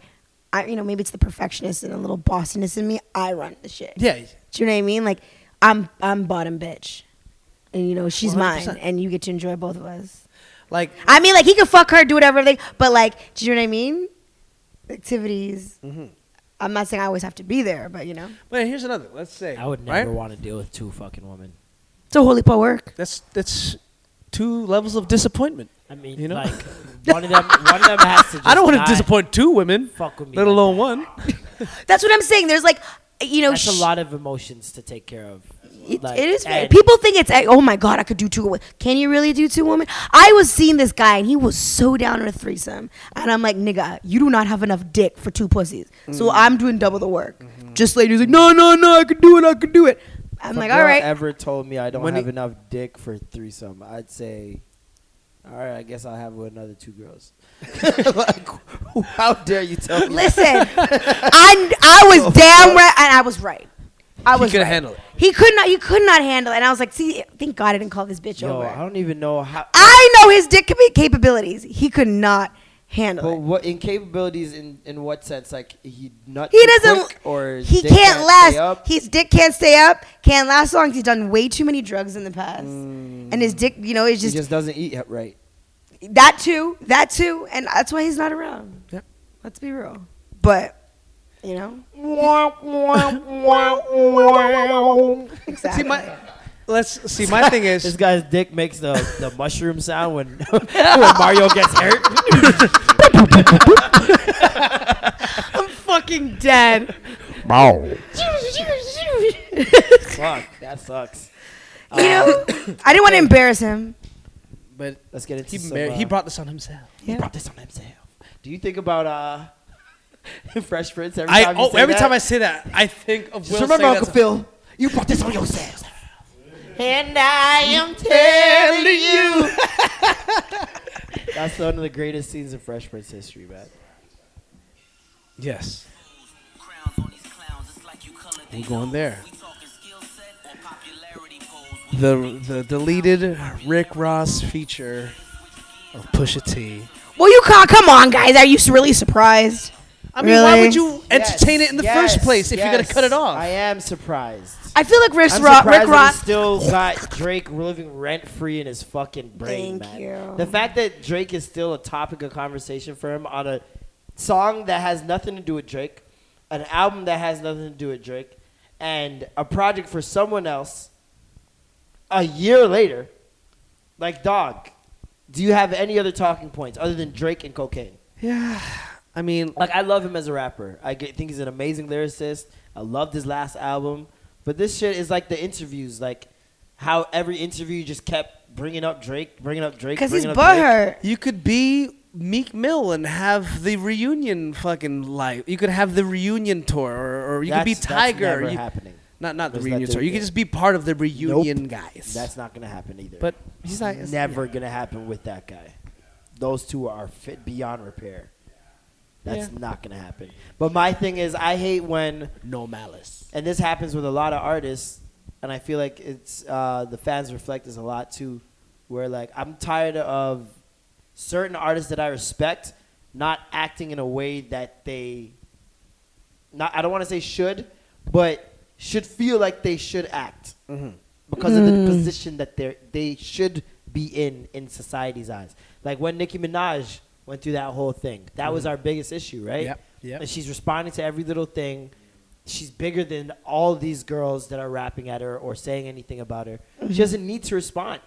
[SPEAKER 4] I you know maybe it's the perfectionist and a little bossiness in me. I run the shit.
[SPEAKER 3] Yeah.
[SPEAKER 4] Do you know what I mean? Like I'm I'm bottom bitch. And you know, she's mine
[SPEAKER 3] 100%.
[SPEAKER 4] and you get to enjoy both of us.
[SPEAKER 3] Like
[SPEAKER 4] I mean like he could fuck her, do whatever they but like do you know what I mean? Activities.
[SPEAKER 2] Mm-hmm.
[SPEAKER 4] I'm not saying I always have to be there, but you know.
[SPEAKER 3] wait, here's another. Let's say
[SPEAKER 2] I would
[SPEAKER 3] right?
[SPEAKER 2] never want to deal with two fucking women.
[SPEAKER 4] It's a holy po work.
[SPEAKER 3] That's that's two levels of disappointment.
[SPEAKER 2] I mean,
[SPEAKER 3] You know?
[SPEAKER 2] like one of them, one of them has to. Just
[SPEAKER 3] I don't want
[SPEAKER 2] not
[SPEAKER 3] to disappoint two women,
[SPEAKER 2] Fuck with me
[SPEAKER 3] let
[SPEAKER 2] like
[SPEAKER 3] alone one.
[SPEAKER 4] That's what I'm saying. There's like you know,
[SPEAKER 2] That's a
[SPEAKER 4] Oh, sh-
[SPEAKER 2] lot of emotions to take care of.
[SPEAKER 4] It,
[SPEAKER 2] Like,
[SPEAKER 4] it is. very-
[SPEAKER 2] and-
[SPEAKER 4] people think it's like, oh my god, I could do two. wo- Can you really do two women? I was seeing this guy and he was so down on a threesome, and I'm like, nigga, you do not have enough dick for two pussies.
[SPEAKER 2] Mm.
[SPEAKER 4] So I'm doing double the work.
[SPEAKER 2] Mm-hmm.
[SPEAKER 4] Just ladies like, no, no, no, I could do it, I could do it. I'm
[SPEAKER 2] If a
[SPEAKER 4] like,
[SPEAKER 2] girl
[SPEAKER 4] all right,
[SPEAKER 2] Ever told me I don't
[SPEAKER 3] When
[SPEAKER 2] have
[SPEAKER 3] he-
[SPEAKER 2] enough dick for threesome? I'd say, all right, I guess I'll have with another two girls. like, how dare you tell me?
[SPEAKER 4] listen, I I was damn right, and I was right. I
[SPEAKER 3] Oh, He
[SPEAKER 4] was
[SPEAKER 3] couldn't
[SPEAKER 4] right.
[SPEAKER 3] handle it.
[SPEAKER 4] He could not. He could not handle it. And I was like, see, thank God I didn't call this bitch
[SPEAKER 2] Yo,
[SPEAKER 4] over.
[SPEAKER 2] I don't even know how.
[SPEAKER 4] I know his dick capa- capabilities. He could not handle
[SPEAKER 2] But
[SPEAKER 4] it.
[SPEAKER 2] what incapabilities in in what sense? Like he not
[SPEAKER 4] He doesn't.
[SPEAKER 2] or his
[SPEAKER 4] he
[SPEAKER 2] dick
[SPEAKER 4] can't,
[SPEAKER 2] stay
[SPEAKER 4] last.
[SPEAKER 2] up?
[SPEAKER 4] His dick can't stay up. Can't last long. 'cause He's done way too many drugs in the past, and his dick, you know, is
[SPEAKER 2] Mm. he
[SPEAKER 4] just,
[SPEAKER 2] just doesn't eat yet, right.
[SPEAKER 4] that too. That too, and that's why he's not around.
[SPEAKER 3] Yep.
[SPEAKER 4] Let's be real. But you know, exactly.
[SPEAKER 3] See my. Let's see. My thing
[SPEAKER 2] This
[SPEAKER 3] is,
[SPEAKER 2] guy's dick makes the, the mushroom sound when, when Mario gets hurt.
[SPEAKER 4] I'm fucking dead.
[SPEAKER 2] Fuck, that sucks.
[SPEAKER 4] you know, I didn't want to embarrass him.
[SPEAKER 3] but
[SPEAKER 2] Let's get into
[SPEAKER 3] he
[SPEAKER 2] some,
[SPEAKER 3] mar-
[SPEAKER 2] uh,
[SPEAKER 3] he brought this on himself.
[SPEAKER 2] He brought this on himself. Do you think about uh, Fresh Prince every
[SPEAKER 3] I
[SPEAKER 2] time? You
[SPEAKER 3] oh,
[SPEAKER 2] say
[SPEAKER 3] every
[SPEAKER 2] that?
[SPEAKER 3] time I say that, I think of
[SPEAKER 2] just
[SPEAKER 3] Will
[SPEAKER 2] remember
[SPEAKER 3] saying
[SPEAKER 2] Uncle
[SPEAKER 3] that-
[SPEAKER 2] Phil. You brought this on yourself. And I am telling you. That's one of the greatest scenes in Fresh Prince history, man.
[SPEAKER 3] Yes. We're going there. The the deleted Rick Ross feature of Pusha T.
[SPEAKER 4] Well, you can't. Come on, guys. Are you s- really surprised?
[SPEAKER 3] I mean, why
[SPEAKER 4] Really?
[SPEAKER 3] would you entertain it in the first
[SPEAKER 2] Yes,
[SPEAKER 3] place if you're gonna
[SPEAKER 2] yes.
[SPEAKER 3] cut it off?
[SPEAKER 2] I am surprised.
[SPEAKER 4] I feel like Rick
[SPEAKER 2] I'm
[SPEAKER 4] Ross.
[SPEAKER 2] surprised
[SPEAKER 4] Rick
[SPEAKER 2] that he
[SPEAKER 4] Ross.
[SPEAKER 2] still got Drake living rent free in his fucking brain.
[SPEAKER 4] Thank
[SPEAKER 2] man.
[SPEAKER 4] you.
[SPEAKER 2] The fact that Drake is still a topic of conversation for him on a song that has nothing to do with Drake, an album that has nothing to do with Drake, and a project for someone else a year later, like dog. Do you have any other talking points other than Drake and cocaine?
[SPEAKER 3] yeah. I mean,
[SPEAKER 2] Like I love him as a rapper. I g- think he's an amazing lyricist. I loved his last album, but this shit is like the interviews. Like how every interview you just kept bringing up Drake, bringing up Drake,
[SPEAKER 4] Because he's
[SPEAKER 2] bringing up Drake.
[SPEAKER 4] butthurt.
[SPEAKER 3] you could be Meek Mill and have the reunion fucking live. You could have the reunion tour, or, or you could be
[SPEAKER 2] That's- that's
[SPEAKER 3] Tiger.
[SPEAKER 2] never
[SPEAKER 3] you-
[SPEAKER 2] happening.
[SPEAKER 3] Not not the
[SPEAKER 2] Let's not
[SPEAKER 3] reunion
[SPEAKER 2] do
[SPEAKER 3] tour. You
[SPEAKER 2] it.
[SPEAKER 3] could just be part of the reunion guys.
[SPEAKER 2] That's not gonna happen either.
[SPEAKER 3] But
[SPEAKER 2] he's not. It's never gonna happen with that guy. Those two are fit beyond repair. That's not gonna happen. But my thing is, I hate when
[SPEAKER 3] no malice.
[SPEAKER 2] and this happens with a lot of artists, and I feel like it's uh, the fans reflect this a lot too, where like I'm tired of certain artists that I respect not acting in a way that they not I don't want to say should, but should feel like they should act
[SPEAKER 3] Mm-hmm.
[SPEAKER 2] because of the position that they they should be in in society's eyes. Like when Nicki Minaj went through that whole thing, that was our biggest issue, right?
[SPEAKER 3] Mm-hmm. Yep, yep.
[SPEAKER 2] And she's responding to every little thing. She's bigger than all these girls that are rapping at her or saying anything about her. She doesn't need to respond.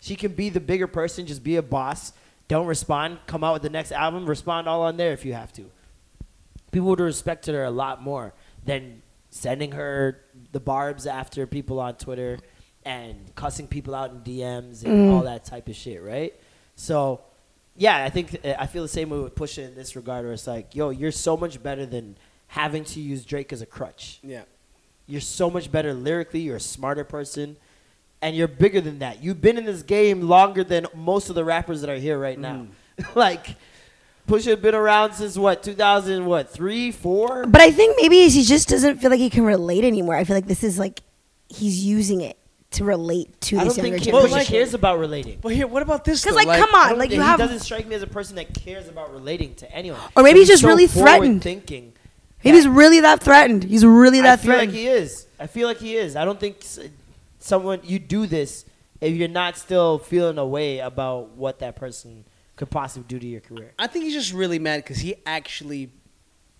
[SPEAKER 2] She can be the bigger person, just be a boss. Don't respond. Come out with the next album. Respond all on there if you have to people would have respected her a lot more than sending her the barbs after people on Twitter and cussing people out in DMs and all that type of shit, right? So, yeah, I think eh, I feel the same way with Pusha in this regard, where it's like, yo, you're so much better than having to use Drake as a crutch.
[SPEAKER 3] Yeah.
[SPEAKER 2] You're so much better lyrically. You're a smarter person, and you're bigger than that. You've been in this game longer than most of the rappers that are here right now. like, Pusha been around since what 2000, what three, four?
[SPEAKER 4] But I think maybe he just doesn't feel like he can relate anymore. I feel like this is like he's using it to relate to
[SPEAKER 2] I don't
[SPEAKER 4] this younger
[SPEAKER 2] think he
[SPEAKER 4] generation.
[SPEAKER 3] Well,
[SPEAKER 2] Pusha
[SPEAKER 3] like-
[SPEAKER 2] cares about relating.
[SPEAKER 3] But here, what about this?
[SPEAKER 4] Because
[SPEAKER 3] though?
[SPEAKER 4] like, come
[SPEAKER 2] I
[SPEAKER 4] on,
[SPEAKER 2] don't
[SPEAKER 4] like
[SPEAKER 2] think-
[SPEAKER 4] you
[SPEAKER 2] he
[SPEAKER 4] have
[SPEAKER 2] doesn't strike me as a person that cares about relating to anyone.
[SPEAKER 4] Or maybe
[SPEAKER 2] But
[SPEAKER 4] he's just really
[SPEAKER 2] forward
[SPEAKER 4] threatened.
[SPEAKER 2] Thinking.
[SPEAKER 4] maybe he's really that threatened. He's really
[SPEAKER 2] I
[SPEAKER 4] that
[SPEAKER 2] feel like
[SPEAKER 4] threatened.
[SPEAKER 2] he is. I feel like he is. I don't think s- someone you do this if you're not still feeling a way about what that person could possibly do to your career.
[SPEAKER 3] I think he's just really mad because he actually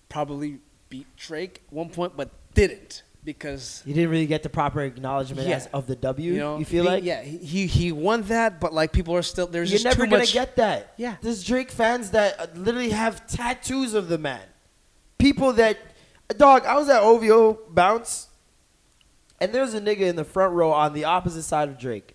[SPEAKER 3] probably beat Drake at one point, but didn't because
[SPEAKER 2] You didn't really get the proper acknowledgement
[SPEAKER 3] Yeah.
[SPEAKER 2] as of the W.
[SPEAKER 3] you,
[SPEAKER 2] You,
[SPEAKER 3] know
[SPEAKER 2] feel
[SPEAKER 3] he-
[SPEAKER 2] like
[SPEAKER 3] yeah he he- he won that, but like people are still there's
[SPEAKER 2] you're
[SPEAKER 3] just
[SPEAKER 2] never
[SPEAKER 3] too
[SPEAKER 2] gonna
[SPEAKER 3] much.
[SPEAKER 2] get that.
[SPEAKER 3] Yeah.
[SPEAKER 2] there's Drake fans that uh, literally have tattoos of the man. People that Dog, I was at OVO bounce, and there's a nigga in the front row on the opposite side of Drake,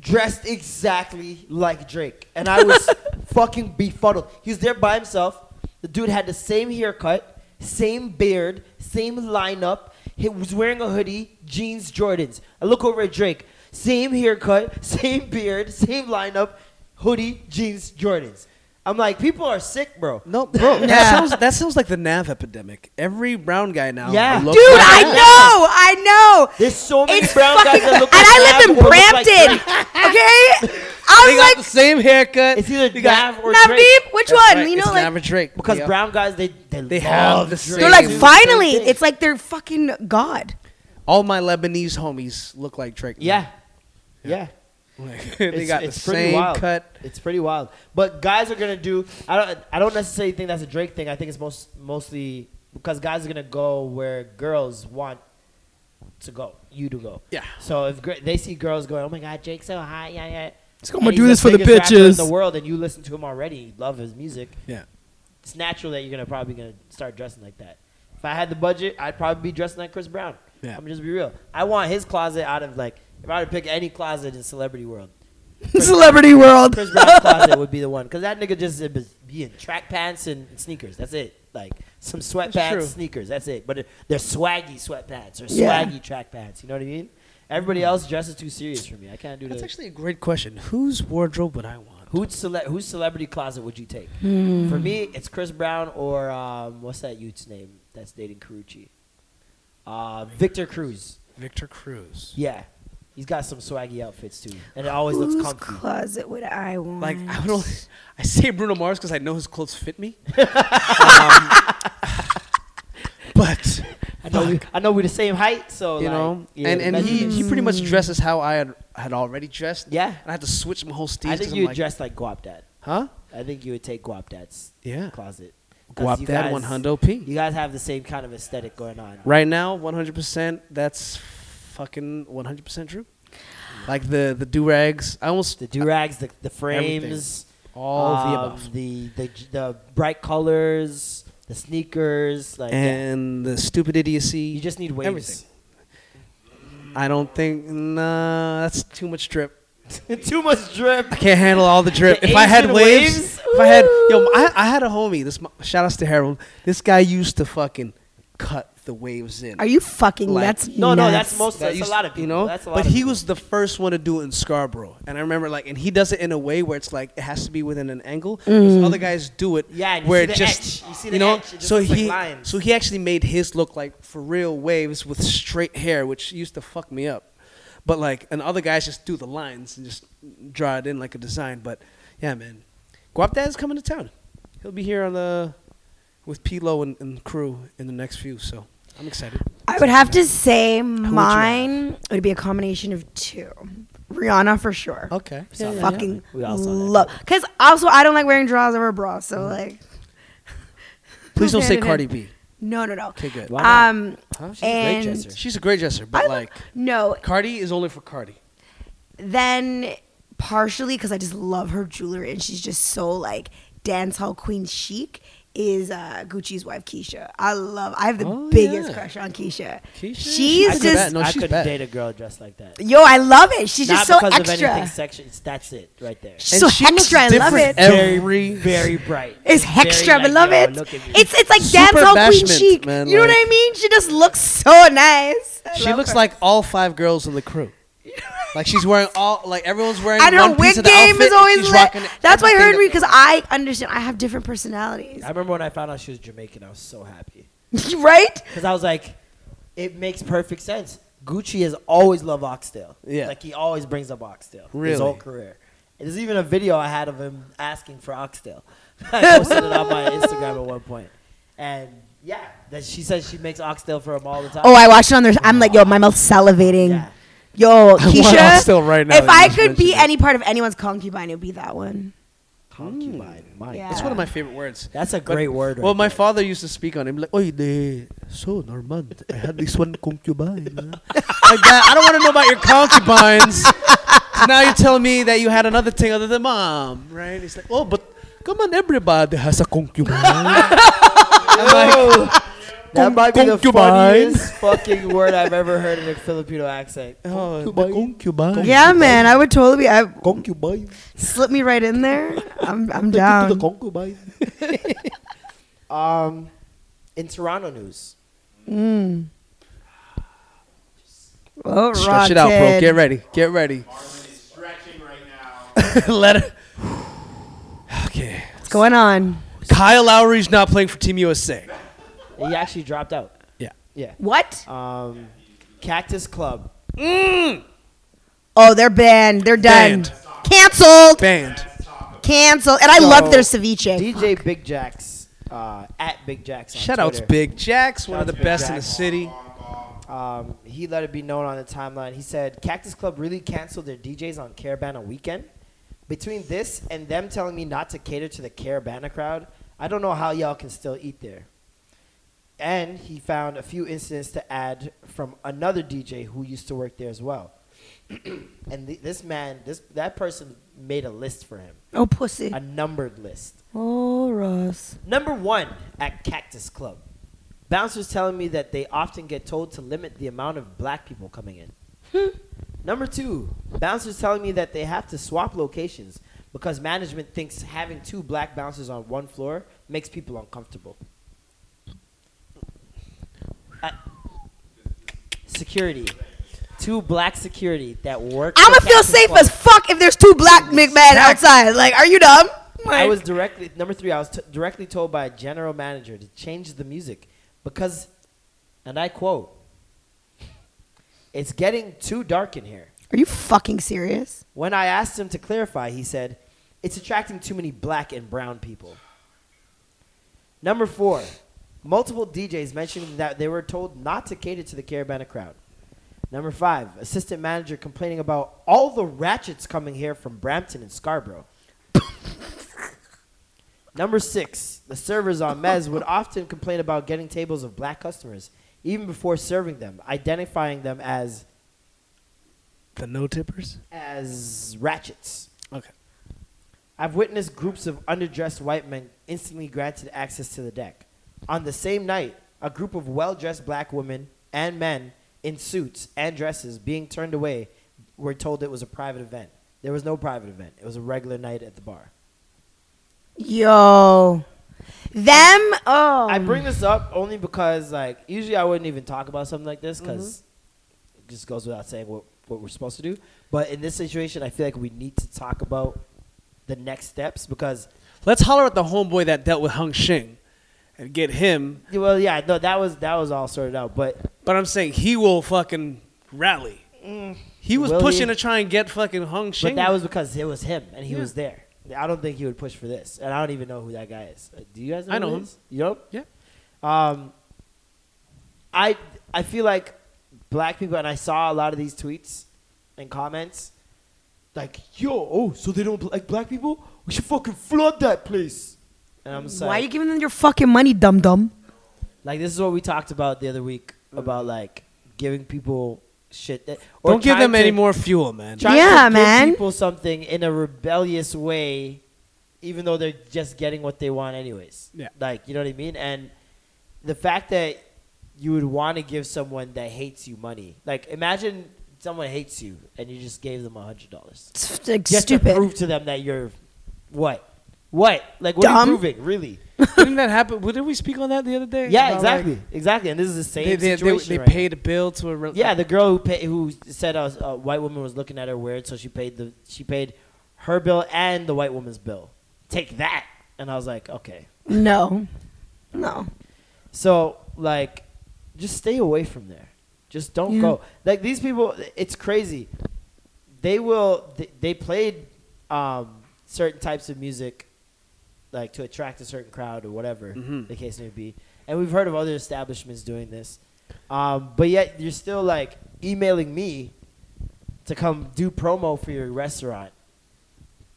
[SPEAKER 2] dressed exactly like Drake, and I was fucking befuddled. He was there by himself. The dude had the same haircut, same beard, same lineup. He was wearing a hoodie, jeans, Jordans. I look over at Drake. Same haircut, same beard, same lineup, hoodie, jeans, Jordans. I'm like, people are sick, bro.
[SPEAKER 3] No, bro, that sounds that sounds like the Nav epidemic. Every brown guy now.
[SPEAKER 2] Yeah.
[SPEAKER 3] looks
[SPEAKER 4] Dude,
[SPEAKER 3] like
[SPEAKER 4] I
[SPEAKER 3] that.
[SPEAKER 4] know, I know.
[SPEAKER 2] There's so many
[SPEAKER 4] It's
[SPEAKER 2] brown
[SPEAKER 4] fucking,
[SPEAKER 2] guys that look
[SPEAKER 4] and
[SPEAKER 2] like
[SPEAKER 4] I live
[SPEAKER 2] Nav
[SPEAKER 4] in
[SPEAKER 2] or look like
[SPEAKER 4] Brampton. okay, I
[SPEAKER 3] They
[SPEAKER 4] was
[SPEAKER 3] got
[SPEAKER 4] like,
[SPEAKER 3] the same haircut.
[SPEAKER 2] It's either
[SPEAKER 3] They got-
[SPEAKER 2] Nav or Drake.
[SPEAKER 4] Navdeep, which
[SPEAKER 3] That's
[SPEAKER 4] one?
[SPEAKER 3] right,
[SPEAKER 4] You know,
[SPEAKER 3] it's
[SPEAKER 4] like
[SPEAKER 3] Nav or Drake
[SPEAKER 2] Because
[SPEAKER 3] Yep.
[SPEAKER 2] brown guys, they they,
[SPEAKER 3] They
[SPEAKER 2] love
[SPEAKER 3] have the
[SPEAKER 2] Drake.
[SPEAKER 3] same-
[SPEAKER 4] they're like
[SPEAKER 3] Dude,
[SPEAKER 4] finally. It's like they're fucking god.
[SPEAKER 3] all my Lebanese homies look like Drake. now.
[SPEAKER 2] yeah, yeah.
[SPEAKER 3] Like, they
[SPEAKER 2] It's-
[SPEAKER 3] got the
[SPEAKER 2] it's pretty
[SPEAKER 3] same
[SPEAKER 2] wild.
[SPEAKER 3] cut.
[SPEAKER 2] It's pretty wild. But guys are gonna do. I don't. I don't necessarily think that's a Drake thing. I think it's most mostly because guys are gonna go where girls want to go. You to go.
[SPEAKER 3] Yeah.
[SPEAKER 2] So if gr- they see girls going, oh my god, Drake's so hot, yeah, yeah. Let's
[SPEAKER 7] go, I'ma do this for the
[SPEAKER 2] In
[SPEAKER 7] bitches."
[SPEAKER 2] the world, and you listen to him already, you love his music.
[SPEAKER 3] Yeah.
[SPEAKER 2] It's natural that you're gonna probably gonna start dressing like that. If I had the budget, I'd probably be dressing like Chris Brown.
[SPEAKER 3] Yeah.
[SPEAKER 2] I'm gonna just be real. I want his closet out of like if I were to pick any closet in celebrity world.
[SPEAKER 4] Celebrity world.
[SPEAKER 2] Chris Brown's closet would be the one because that nigga just uh, be in track pants and sneakers. That's it. Like some sweatpants,
[SPEAKER 3] true.
[SPEAKER 2] sneakers. That's it. But they're swaggy sweatpants or
[SPEAKER 4] Yeah.
[SPEAKER 2] swaggy track pants. You know what I mean? Everybody else dresses too serious for me. I can't do
[SPEAKER 3] That's
[SPEAKER 2] that.
[SPEAKER 3] actually a great question. Whose wardrobe would I want?
[SPEAKER 2] Who'd cele- whose celebrity closet would you take?
[SPEAKER 3] Hmm.
[SPEAKER 2] For me, it's Chris Brown or um, what's that youth's name that's dating Carucci? Uh, Victor Cruz.
[SPEAKER 3] Victor Cruz.
[SPEAKER 2] Yeah. He's got some swaggy outfits too. And it always looks
[SPEAKER 4] Whose
[SPEAKER 2] comfy.
[SPEAKER 4] closet would I want?
[SPEAKER 3] Like I would only, I say Bruno Mars because I know his clothes fit me. um, but
[SPEAKER 2] I know, we, I know we're the same height, so
[SPEAKER 3] you
[SPEAKER 2] like,
[SPEAKER 3] know,
[SPEAKER 2] yeah,
[SPEAKER 3] and and he,
[SPEAKER 2] measurements.
[SPEAKER 3] he pretty much dresses how I had, had already dressed.
[SPEAKER 2] Yeah.
[SPEAKER 3] and I had to switch my whole style.
[SPEAKER 2] I think you would dress like Guap Dad.
[SPEAKER 3] huh?
[SPEAKER 2] I think you would take Guap Dad's
[SPEAKER 3] Yeah.
[SPEAKER 2] closet. 'Cause
[SPEAKER 3] Guap
[SPEAKER 2] you
[SPEAKER 3] Dad
[SPEAKER 2] guys-
[SPEAKER 3] one hundo p.
[SPEAKER 2] You guys have the same kind of aesthetic going on.
[SPEAKER 3] Right now, one hundred percent. That's fucking one hundred percent true. Like the the do rags. I almost
[SPEAKER 2] The do rags, the, the frames,
[SPEAKER 3] all of the
[SPEAKER 2] um,
[SPEAKER 3] above.
[SPEAKER 2] the, the j- the bright colors, the sneakers. Like yeah.
[SPEAKER 3] and the stupid idiocy.
[SPEAKER 2] you just need waves.
[SPEAKER 3] everything. I don't think. Nah, that's too much drip.
[SPEAKER 2] Too much drip.
[SPEAKER 3] I can't handle all the drip.
[SPEAKER 2] The
[SPEAKER 3] if I had
[SPEAKER 2] Asian
[SPEAKER 3] waves,
[SPEAKER 2] waves?
[SPEAKER 3] if I had yo,
[SPEAKER 2] Ooh.
[SPEAKER 3] I, I had a homie. This m- shout outs to Harold. This guy used to fucking cut the waves in.
[SPEAKER 4] Are you fucking?
[SPEAKER 3] Like-
[SPEAKER 4] that's
[SPEAKER 2] No, no,
[SPEAKER 4] nuts.
[SPEAKER 2] that's most.
[SPEAKER 3] That
[SPEAKER 2] That's a
[SPEAKER 3] used-
[SPEAKER 2] lot of people.
[SPEAKER 3] You know,
[SPEAKER 2] that's a lot.
[SPEAKER 3] but
[SPEAKER 2] of
[SPEAKER 3] he
[SPEAKER 2] people.
[SPEAKER 3] was the first one to do it in Scarborough, and I remember like, and he does it in a way where it's like it has to be within an angle. 'cause Other guys do it,
[SPEAKER 2] Yeah, and you
[SPEAKER 3] where
[SPEAKER 2] see
[SPEAKER 3] it
[SPEAKER 2] the
[SPEAKER 3] just
[SPEAKER 2] etch. You see the
[SPEAKER 3] know.
[SPEAKER 2] etch. It just
[SPEAKER 3] so
[SPEAKER 2] looks like
[SPEAKER 3] he,
[SPEAKER 2] lines.
[SPEAKER 3] so he actually made his look like for real waves with straight hair, which used to fuck me up. But like, and other guys just do the lines and just draw it in like a design. But yeah, man, Guap Dad's coming to town. He'll be here on the with Pilo and, and crew in the next few. So I'm excited.
[SPEAKER 4] I would have to say mine would be a combination of two. Rihanna for sure.
[SPEAKER 3] Okay.
[SPEAKER 4] So fucking
[SPEAKER 2] We all saw that.
[SPEAKER 4] love. Because also, I don't like wearing drawers over bras. So
[SPEAKER 3] Mm.
[SPEAKER 4] like,
[SPEAKER 3] Please don't say
[SPEAKER 4] Okay,
[SPEAKER 3] Cardi B.
[SPEAKER 4] no, no, no.
[SPEAKER 3] Okay, good.
[SPEAKER 4] Um,
[SPEAKER 3] She's
[SPEAKER 2] a great
[SPEAKER 4] and
[SPEAKER 2] dresser.
[SPEAKER 3] She's a great dresser,
[SPEAKER 4] I
[SPEAKER 3] but
[SPEAKER 4] lo-
[SPEAKER 3] like
[SPEAKER 4] no,
[SPEAKER 3] Cardi is only for Cardi.
[SPEAKER 4] then partially because I just love her jewelry and she's just so like dance hall queen chic is uh, Gucci's wife Keisha. I love. I have the
[SPEAKER 3] Oh,
[SPEAKER 4] biggest
[SPEAKER 3] yeah.
[SPEAKER 4] crush on Keisha.
[SPEAKER 3] Keisha? I
[SPEAKER 4] She's
[SPEAKER 3] could
[SPEAKER 4] just
[SPEAKER 3] bet. No,
[SPEAKER 2] I
[SPEAKER 3] she's
[SPEAKER 2] couldn't
[SPEAKER 3] bad.
[SPEAKER 2] date a girl dressed like that.
[SPEAKER 4] yo. I love it. She's
[SPEAKER 2] Not
[SPEAKER 4] just so
[SPEAKER 2] because of anything
[SPEAKER 4] extra.
[SPEAKER 2] sexual. It's- That's it right there.
[SPEAKER 4] She's so extra. I love it.
[SPEAKER 3] Every
[SPEAKER 2] Very bright.
[SPEAKER 4] It's extra,
[SPEAKER 2] Very,
[SPEAKER 4] I love
[SPEAKER 2] yo,
[SPEAKER 4] it.
[SPEAKER 2] look at me.
[SPEAKER 4] It's it's like
[SPEAKER 3] Super
[SPEAKER 4] dance hall queen
[SPEAKER 3] bashment,
[SPEAKER 4] chic.
[SPEAKER 3] man,
[SPEAKER 4] you know
[SPEAKER 3] like-
[SPEAKER 4] what I mean? She just looks so nice. I
[SPEAKER 3] she
[SPEAKER 4] love
[SPEAKER 3] looks
[SPEAKER 4] her.
[SPEAKER 3] like all five girls in the crew. Like she's wearing all like everyone's wearing
[SPEAKER 4] and her
[SPEAKER 3] one piece
[SPEAKER 4] wig
[SPEAKER 3] of the
[SPEAKER 4] game
[SPEAKER 3] outfit,
[SPEAKER 4] is
[SPEAKER 3] and
[SPEAKER 4] always
[SPEAKER 3] she's
[SPEAKER 4] lit.
[SPEAKER 3] rocking
[SPEAKER 4] That's why her
[SPEAKER 3] everything
[SPEAKER 4] and me, because I understand. I have different personalities,
[SPEAKER 2] I remember when I found out she was Jamaican, I was so happy.
[SPEAKER 4] right?
[SPEAKER 2] Because I was like, it makes perfect sense. Gucci has always loved Oxtail.
[SPEAKER 3] Yeah.
[SPEAKER 2] Like he always brings up Oxtail. His
[SPEAKER 3] Really?
[SPEAKER 2] whole career. There's even a video I had of him asking for Oxtail. I posted it on my Instagram at one point. And yeah, that she says she makes Oxtail for him all the time.
[SPEAKER 4] Oh, I watched it on there. I'm like, yo, my mouth's salivating.
[SPEAKER 2] Yeah.
[SPEAKER 4] Yo,
[SPEAKER 3] want
[SPEAKER 4] Keisha.
[SPEAKER 3] Oxtail right now
[SPEAKER 4] if
[SPEAKER 3] that you
[SPEAKER 4] I
[SPEAKER 3] just
[SPEAKER 4] could be
[SPEAKER 3] mentioned it.
[SPEAKER 4] any part of anyone's concubine, it would be that one.
[SPEAKER 2] Concubine. My
[SPEAKER 4] Yeah.
[SPEAKER 3] That's one of my favorite words.
[SPEAKER 2] That's a
[SPEAKER 3] But-
[SPEAKER 2] great word.
[SPEAKER 3] Hmm. well,
[SPEAKER 2] right
[SPEAKER 3] my
[SPEAKER 2] there.
[SPEAKER 3] father used to speak on him like, "Oy, de, so Normand, I had this one concubine." huh?" like that. I don't want to know about your concubines. 'Cause now you're telling me that you had another thing other than mom, right? It's like, "Oh, but come on, everybody has a concubine." I'm like,
[SPEAKER 2] That might be the
[SPEAKER 7] concubine.
[SPEAKER 2] funniest fucking word I've ever heard in a Filipino accent. Oh,
[SPEAKER 7] Concubine.
[SPEAKER 4] Yeah, man, I would totally be. I,
[SPEAKER 7] Concubine.
[SPEAKER 4] slip me right in there. I'm, I'm down.
[SPEAKER 7] concubine.
[SPEAKER 2] Um, in Toronto news,
[SPEAKER 4] Oh,
[SPEAKER 3] Stretch it out, bro.
[SPEAKER 4] Ted.
[SPEAKER 3] Get ready. Get ready. Let it. Okay.
[SPEAKER 4] What's going on?
[SPEAKER 3] Kyle Lowry's not playing for Team USA.
[SPEAKER 2] he actually dropped out.
[SPEAKER 3] Yeah.
[SPEAKER 2] Yeah.
[SPEAKER 4] What?
[SPEAKER 2] Um, Cactus Club.
[SPEAKER 4] Oh, they're banned. They're done.
[SPEAKER 3] Banned.
[SPEAKER 4] Canceled.
[SPEAKER 3] Banned.
[SPEAKER 4] Canceled. And I
[SPEAKER 2] So,
[SPEAKER 4] love their ceviche.
[SPEAKER 2] DJ Big Jacks, uh, at Big Jacks. on
[SPEAKER 3] Shout out to
[SPEAKER 2] Twitter.
[SPEAKER 3] Big Jacks, one
[SPEAKER 2] Shout
[SPEAKER 3] of the
[SPEAKER 2] out to Big
[SPEAKER 3] best in the
[SPEAKER 2] Jax.
[SPEAKER 3] city.
[SPEAKER 2] Um, he let it be known on the timeline. He said Cactus Club really canceled their DJs on Caravana weekend. Between this and them telling me not to cater to the Caravana crowd, I don't know how y'all can still eat there. And he found a few incidents to add from another DJ who used to work there as well. and th- this man, this that person made a list for him,
[SPEAKER 4] Oh, pussy.
[SPEAKER 2] a numbered list.
[SPEAKER 4] Oh, Ross.
[SPEAKER 2] Number one at Cactus Club. Bouncers telling me that they often get told to limit the amount of black people coming in.
[SPEAKER 4] Hmm.
[SPEAKER 2] Number two, bouncers telling me that they have to swap locations because management thinks having two black bouncers on one floor makes people uncomfortable. Uh, security. Two black security that work.
[SPEAKER 4] I'm
[SPEAKER 2] for
[SPEAKER 4] gonna feel
[SPEAKER 2] Cactus
[SPEAKER 4] safe
[SPEAKER 2] Club.
[SPEAKER 4] as fuck if there's two black McMahon outside. Like, are you dumb?
[SPEAKER 2] I
[SPEAKER 4] Like,
[SPEAKER 2] was directly number three. I was t- directly told by a general manager to change the music because, and I quote, "It's getting too dark in here."
[SPEAKER 4] are you fucking serious?
[SPEAKER 2] When I asked him to clarify, he said, "It's attracting too many black and brown people." Number four, multiple DJs mentioned that they were told not to cater to the Caravana crowd. Number five, assistant manager complaining about all the ratchets coming here from Brampton and Scarborough. Number six, the servers on Mez would often complain about getting tables of black customers, even before serving them, identifying them as
[SPEAKER 3] The no tippers.
[SPEAKER 2] as ratchets.
[SPEAKER 3] Okay.
[SPEAKER 2] I've witnessed groups of underdressed white men instantly granted access to the deck. On the same night, a group of well dressed black women and men in suits and dresses being turned away were told it was a private event. There was no private event, it was a regular night at the bar.
[SPEAKER 4] Yo, them. Oh,
[SPEAKER 2] I bring this up only because, like, usually I wouldn't even talk about something like this because it just goes without saying what, what we're supposed to do. But in this situation, I feel like we need to talk about the next steps because
[SPEAKER 3] Let's holler at the homeboy that dealt with Hung Shing and get him.
[SPEAKER 2] Yeah, Well, yeah, no, that was that was all sorted out, but
[SPEAKER 3] But I'm saying he will fucking rally. He
[SPEAKER 2] Mm.
[SPEAKER 3] was
[SPEAKER 2] Will
[SPEAKER 3] pushing
[SPEAKER 2] he?
[SPEAKER 3] to try and get fucking Hung Shing.
[SPEAKER 2] but that was because it was him and he was there. I don't think he would push for this, and I don't even know who that guy is. Uh, Do you guys? Know
[SPEAKER 3] I
[SPEAKER 2] who
[SPEAKER 3] know
[SPEAKER 2] it
[SPEAKER 3] him.
[SPEAKER 2] is? You know?
[SPEAKER 3] Yeah.
[SPEAKER 2] Um, I I feel like black people, and I saw a lot of these tweets and comments, like yo, oh, so they don't like black people? We should fucking flood that place. And I'm just
[SPEAKER 4] why are
[SPEAKER 2] like,
[SPEAKER 4] you giving them your fucking money, dum dum?
[SPEAKER 2] like this is what we talked about the other week about like giving people shit that or
[SPEAKER 3] Don't give
[SPEAKER 2] trying
[SPEAKER 3] them any
[SPEAKER 2] to-
[SPEAKER 3] more fuel, man.
[SPEAKER 2] trying
[SPEAKER 4] Yeah,
[SPEAKER 2] to
[SPEAKER 4] man.
[SPEAKER 2] give people something in a rebellious way, even though they're just getting what they want anyways.
[SPEAKER 3] Yeah.
[SPEAKER 2] Like, you know what I mean? And the fact that you would want to give someone that hates you money. Like, imagine someone hates you and you just gave them a hundred dollars.
[SPEAKER 4] It's like
[SPEAKER 2] Just to
[SPEAKER 4] stupid.
[SPEAKER 2] prove to them that you're what? What? Like what are you
[SPEAKER 4] Dumb?
[SPEAKER 2] proving, really?
[SPEAKER 3] Didn't that happen? Didn't we speak on that the other day?
[SPEAKER 2] Yeah,
[SPEAKER 3] About, like,
[SPEAKER 2] exactly. exactly. And this is the same
[SPEAKER 3] they they, they,
[SPEAKER 2] situation.
[SPEAKER 3] they
[SPEAKER 2] right now.
[SPEAKER 3] paid a bill to a re-
[SPEAKER 2] Yeah, the girl who pay, who said a, a white woman was looking at her weird, so she paid the she paid her bill and the white woman's bill. Take that, and I was like, okay.
[SPEAKER 4] No, no.
[SPEAKER 2] So like, just stay away from there. Just don't
[SPEAKER 4] Yeah.
[SPEAKER 2] go. Like these people, it's crazy. They will. They, they played um, certain types of music, like to attract a certain crowd or whatever the case may be. And we've heard of other establishments doing this, um, but yet you're still like emailing me to come do promo for your restaurant,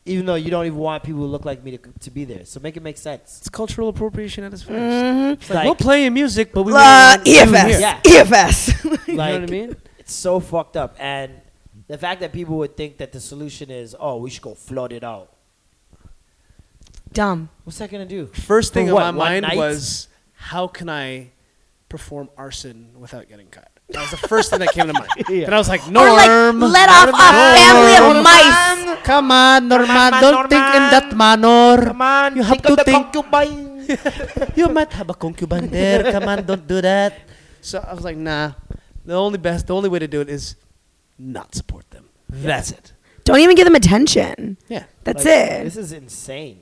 [SPEAKER 2] even though you don't even want people who look like me to, to be there. So make it make sense.
[SPEAKER 3] it's cultural appropriation at its 1st
[SPEAKER 2] It's
[SPEAKER 3] we'll play your music, but we
[SPEAKER 4] Uh,
[SPEAKER 3] want you
[SPEAKER 4] EFS,
[SPEAKER 2] Yeah.
[SPEAKER 4] EFS.
[SPEAKER 2] like,
[SPEAKER 3] you know what I mean?
[SPEAKER 2] It's so fucked up. And the fact that people would think that the solution is, oh, we should go flood it out.
[SPEAKER 4] Dumb.
[SPEAKER 2] What's that gonna do?
[SPEAKER 3] First thing
[SPEAKER 2] For what,
[SPEAKER 3] on my
[SPEAKER 2] one
[SPEAKER 3] mind
[SPEAKER 2] night?
[SPEAKER 3] was how can I perform arson without getting caught. That was the first thing that came to mind. And I was like,
[SPEAKER 4] Or like
[SPEAKER 3] Norm.
[SPEAKER 4] let off a family of mice.
[SPEAKER 5] Come on, Norman.
[SPEAKER 2] Norman,
[SPEAKER 5] Don't think in that manner.
[SPEAKER 2] Come on,
[SPEAKER 5] You have
[SPEAKER 2] think of
[SPEAKER 5] to
[SPEAKER 2] the
[SPEAKER 5] think.
[SPEAKER 2] concubine.
[SPEAKER 5] You might have a concubine there. Come on, don't do that.
[SPEAKER 3] So I was like, nah. The only best, the only way to do it is not support them. That's it.
[SPEAKER 4] Don't even give them attention.
[SPEAKER 3] Yeah.
[SPEAKER 4] That's
[SPEAKER 2] Like,
[SPEAKER 4] it.
[SPEAKER 2] This is insane.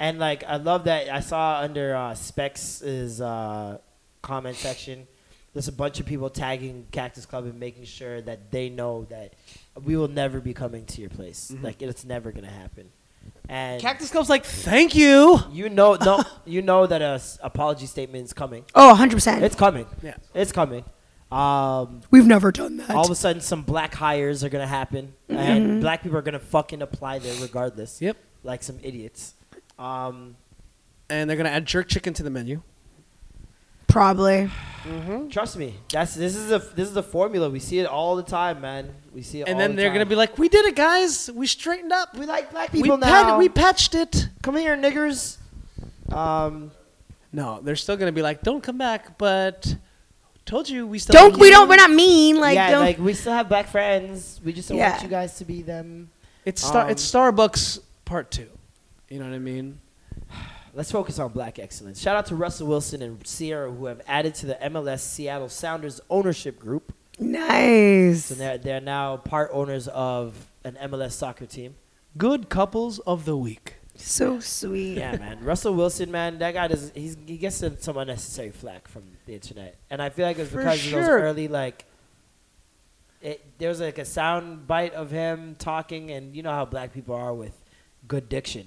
[SPEAKER 2] And like I love that I saw under uh, Specs's uh, comment section, there's a bunch of people tagging Cactus Club and making sure that they know that we will never be coming to your place. Like it's never gonna happen. And
[SPEAKER 3] Cactus Club's like, thank you.
[SPEAKER 2] you know, no, you know that a s- apology statement is coming.
[SPEAKER 4] oh, 100%.
[SPEAKER 2] It's coming.
[SPEAKER 3] Yeah.
[SPEAKER 2] it's coming. Um,
[SPEAKER 4] We've never done that.
[SPEAKER 2] all of a sudden, some black hires are gonna happen, and black people are gonna fucking apply there regardless.
[SPEAKER 3] Mm-hmm. Yep.
[SPEAKER 2] like some idiots. Um,
[SPEAKER 3] And they're going to add jerk chicken to the menu.
[SPEAKER 4] Probably.
[SPEAKER 2] Trust me, that's this is a this is a formula. We see it all the time, man. We see it.
[SPEAKER 3] And
[SPEAKER 2] all
[SPEAKER 3] then
[SPEAKER 2] the
[SPEAKER 3] they're
[SPEAKER 2] time.
[SPEAKER 3] going to be like, we did it, guys. We straightened up.
[SPEAKER 2] "We like black
[SPEAKER 3] We,
[SPEAKER 2] people
[SPEAKER 3] pat-
[SPEAKER 2] now.
[SPEAKER 3] we patched it.
[SPEAKER 2] Come here, niggers." Um,
[SPEAKER 3] No, they're still going to be like, don't come back, but told you we still
[SPEAKER 4] Don't
[SPEAKER 3] like
[SPEAKER 4] we
[SPEAKER 3] you."
[SPEAKER 4] don't we're not mean like
[SPEAKER 2] yeah,
[SPEAKER 4] don't
[SPEAKER 2] like we still have black friends. We just don't
[SPEAKER 4] Yeah.
[SPEAKER 2] want you guys to be them.
[SPEAKER 3] It's, Star-
[SPEAKER 2] Um,
[SPEAKER 3] it's Starbucks part two. You know what I mean?
[SPEAKER 2] Let's focus on black excellence. Shout out to Russell Wilson and Sierra who have added to the MLS Seattle Sounders ownership group.
[SPEAKER 4] nice.
[SPEAKER 2] So they're they're now part owners of an MLS soccer team.
[SPEAKER 3] Good couples of the week.
[SPEAKER 4] So sweet.
[SPEAKER 2] e- yeah, man. Russell Wilson, man, that guy does. He's, he gets some- some unnecessary flack from the internet, and I feel like it's
[SPEAKER 3] For
[SPEAKER 2] because of those
[SPEAKER 3] sure.
[SPEAKER 2] early like. It, there was like a sound bite of him talking, and you know how black people are with good diction.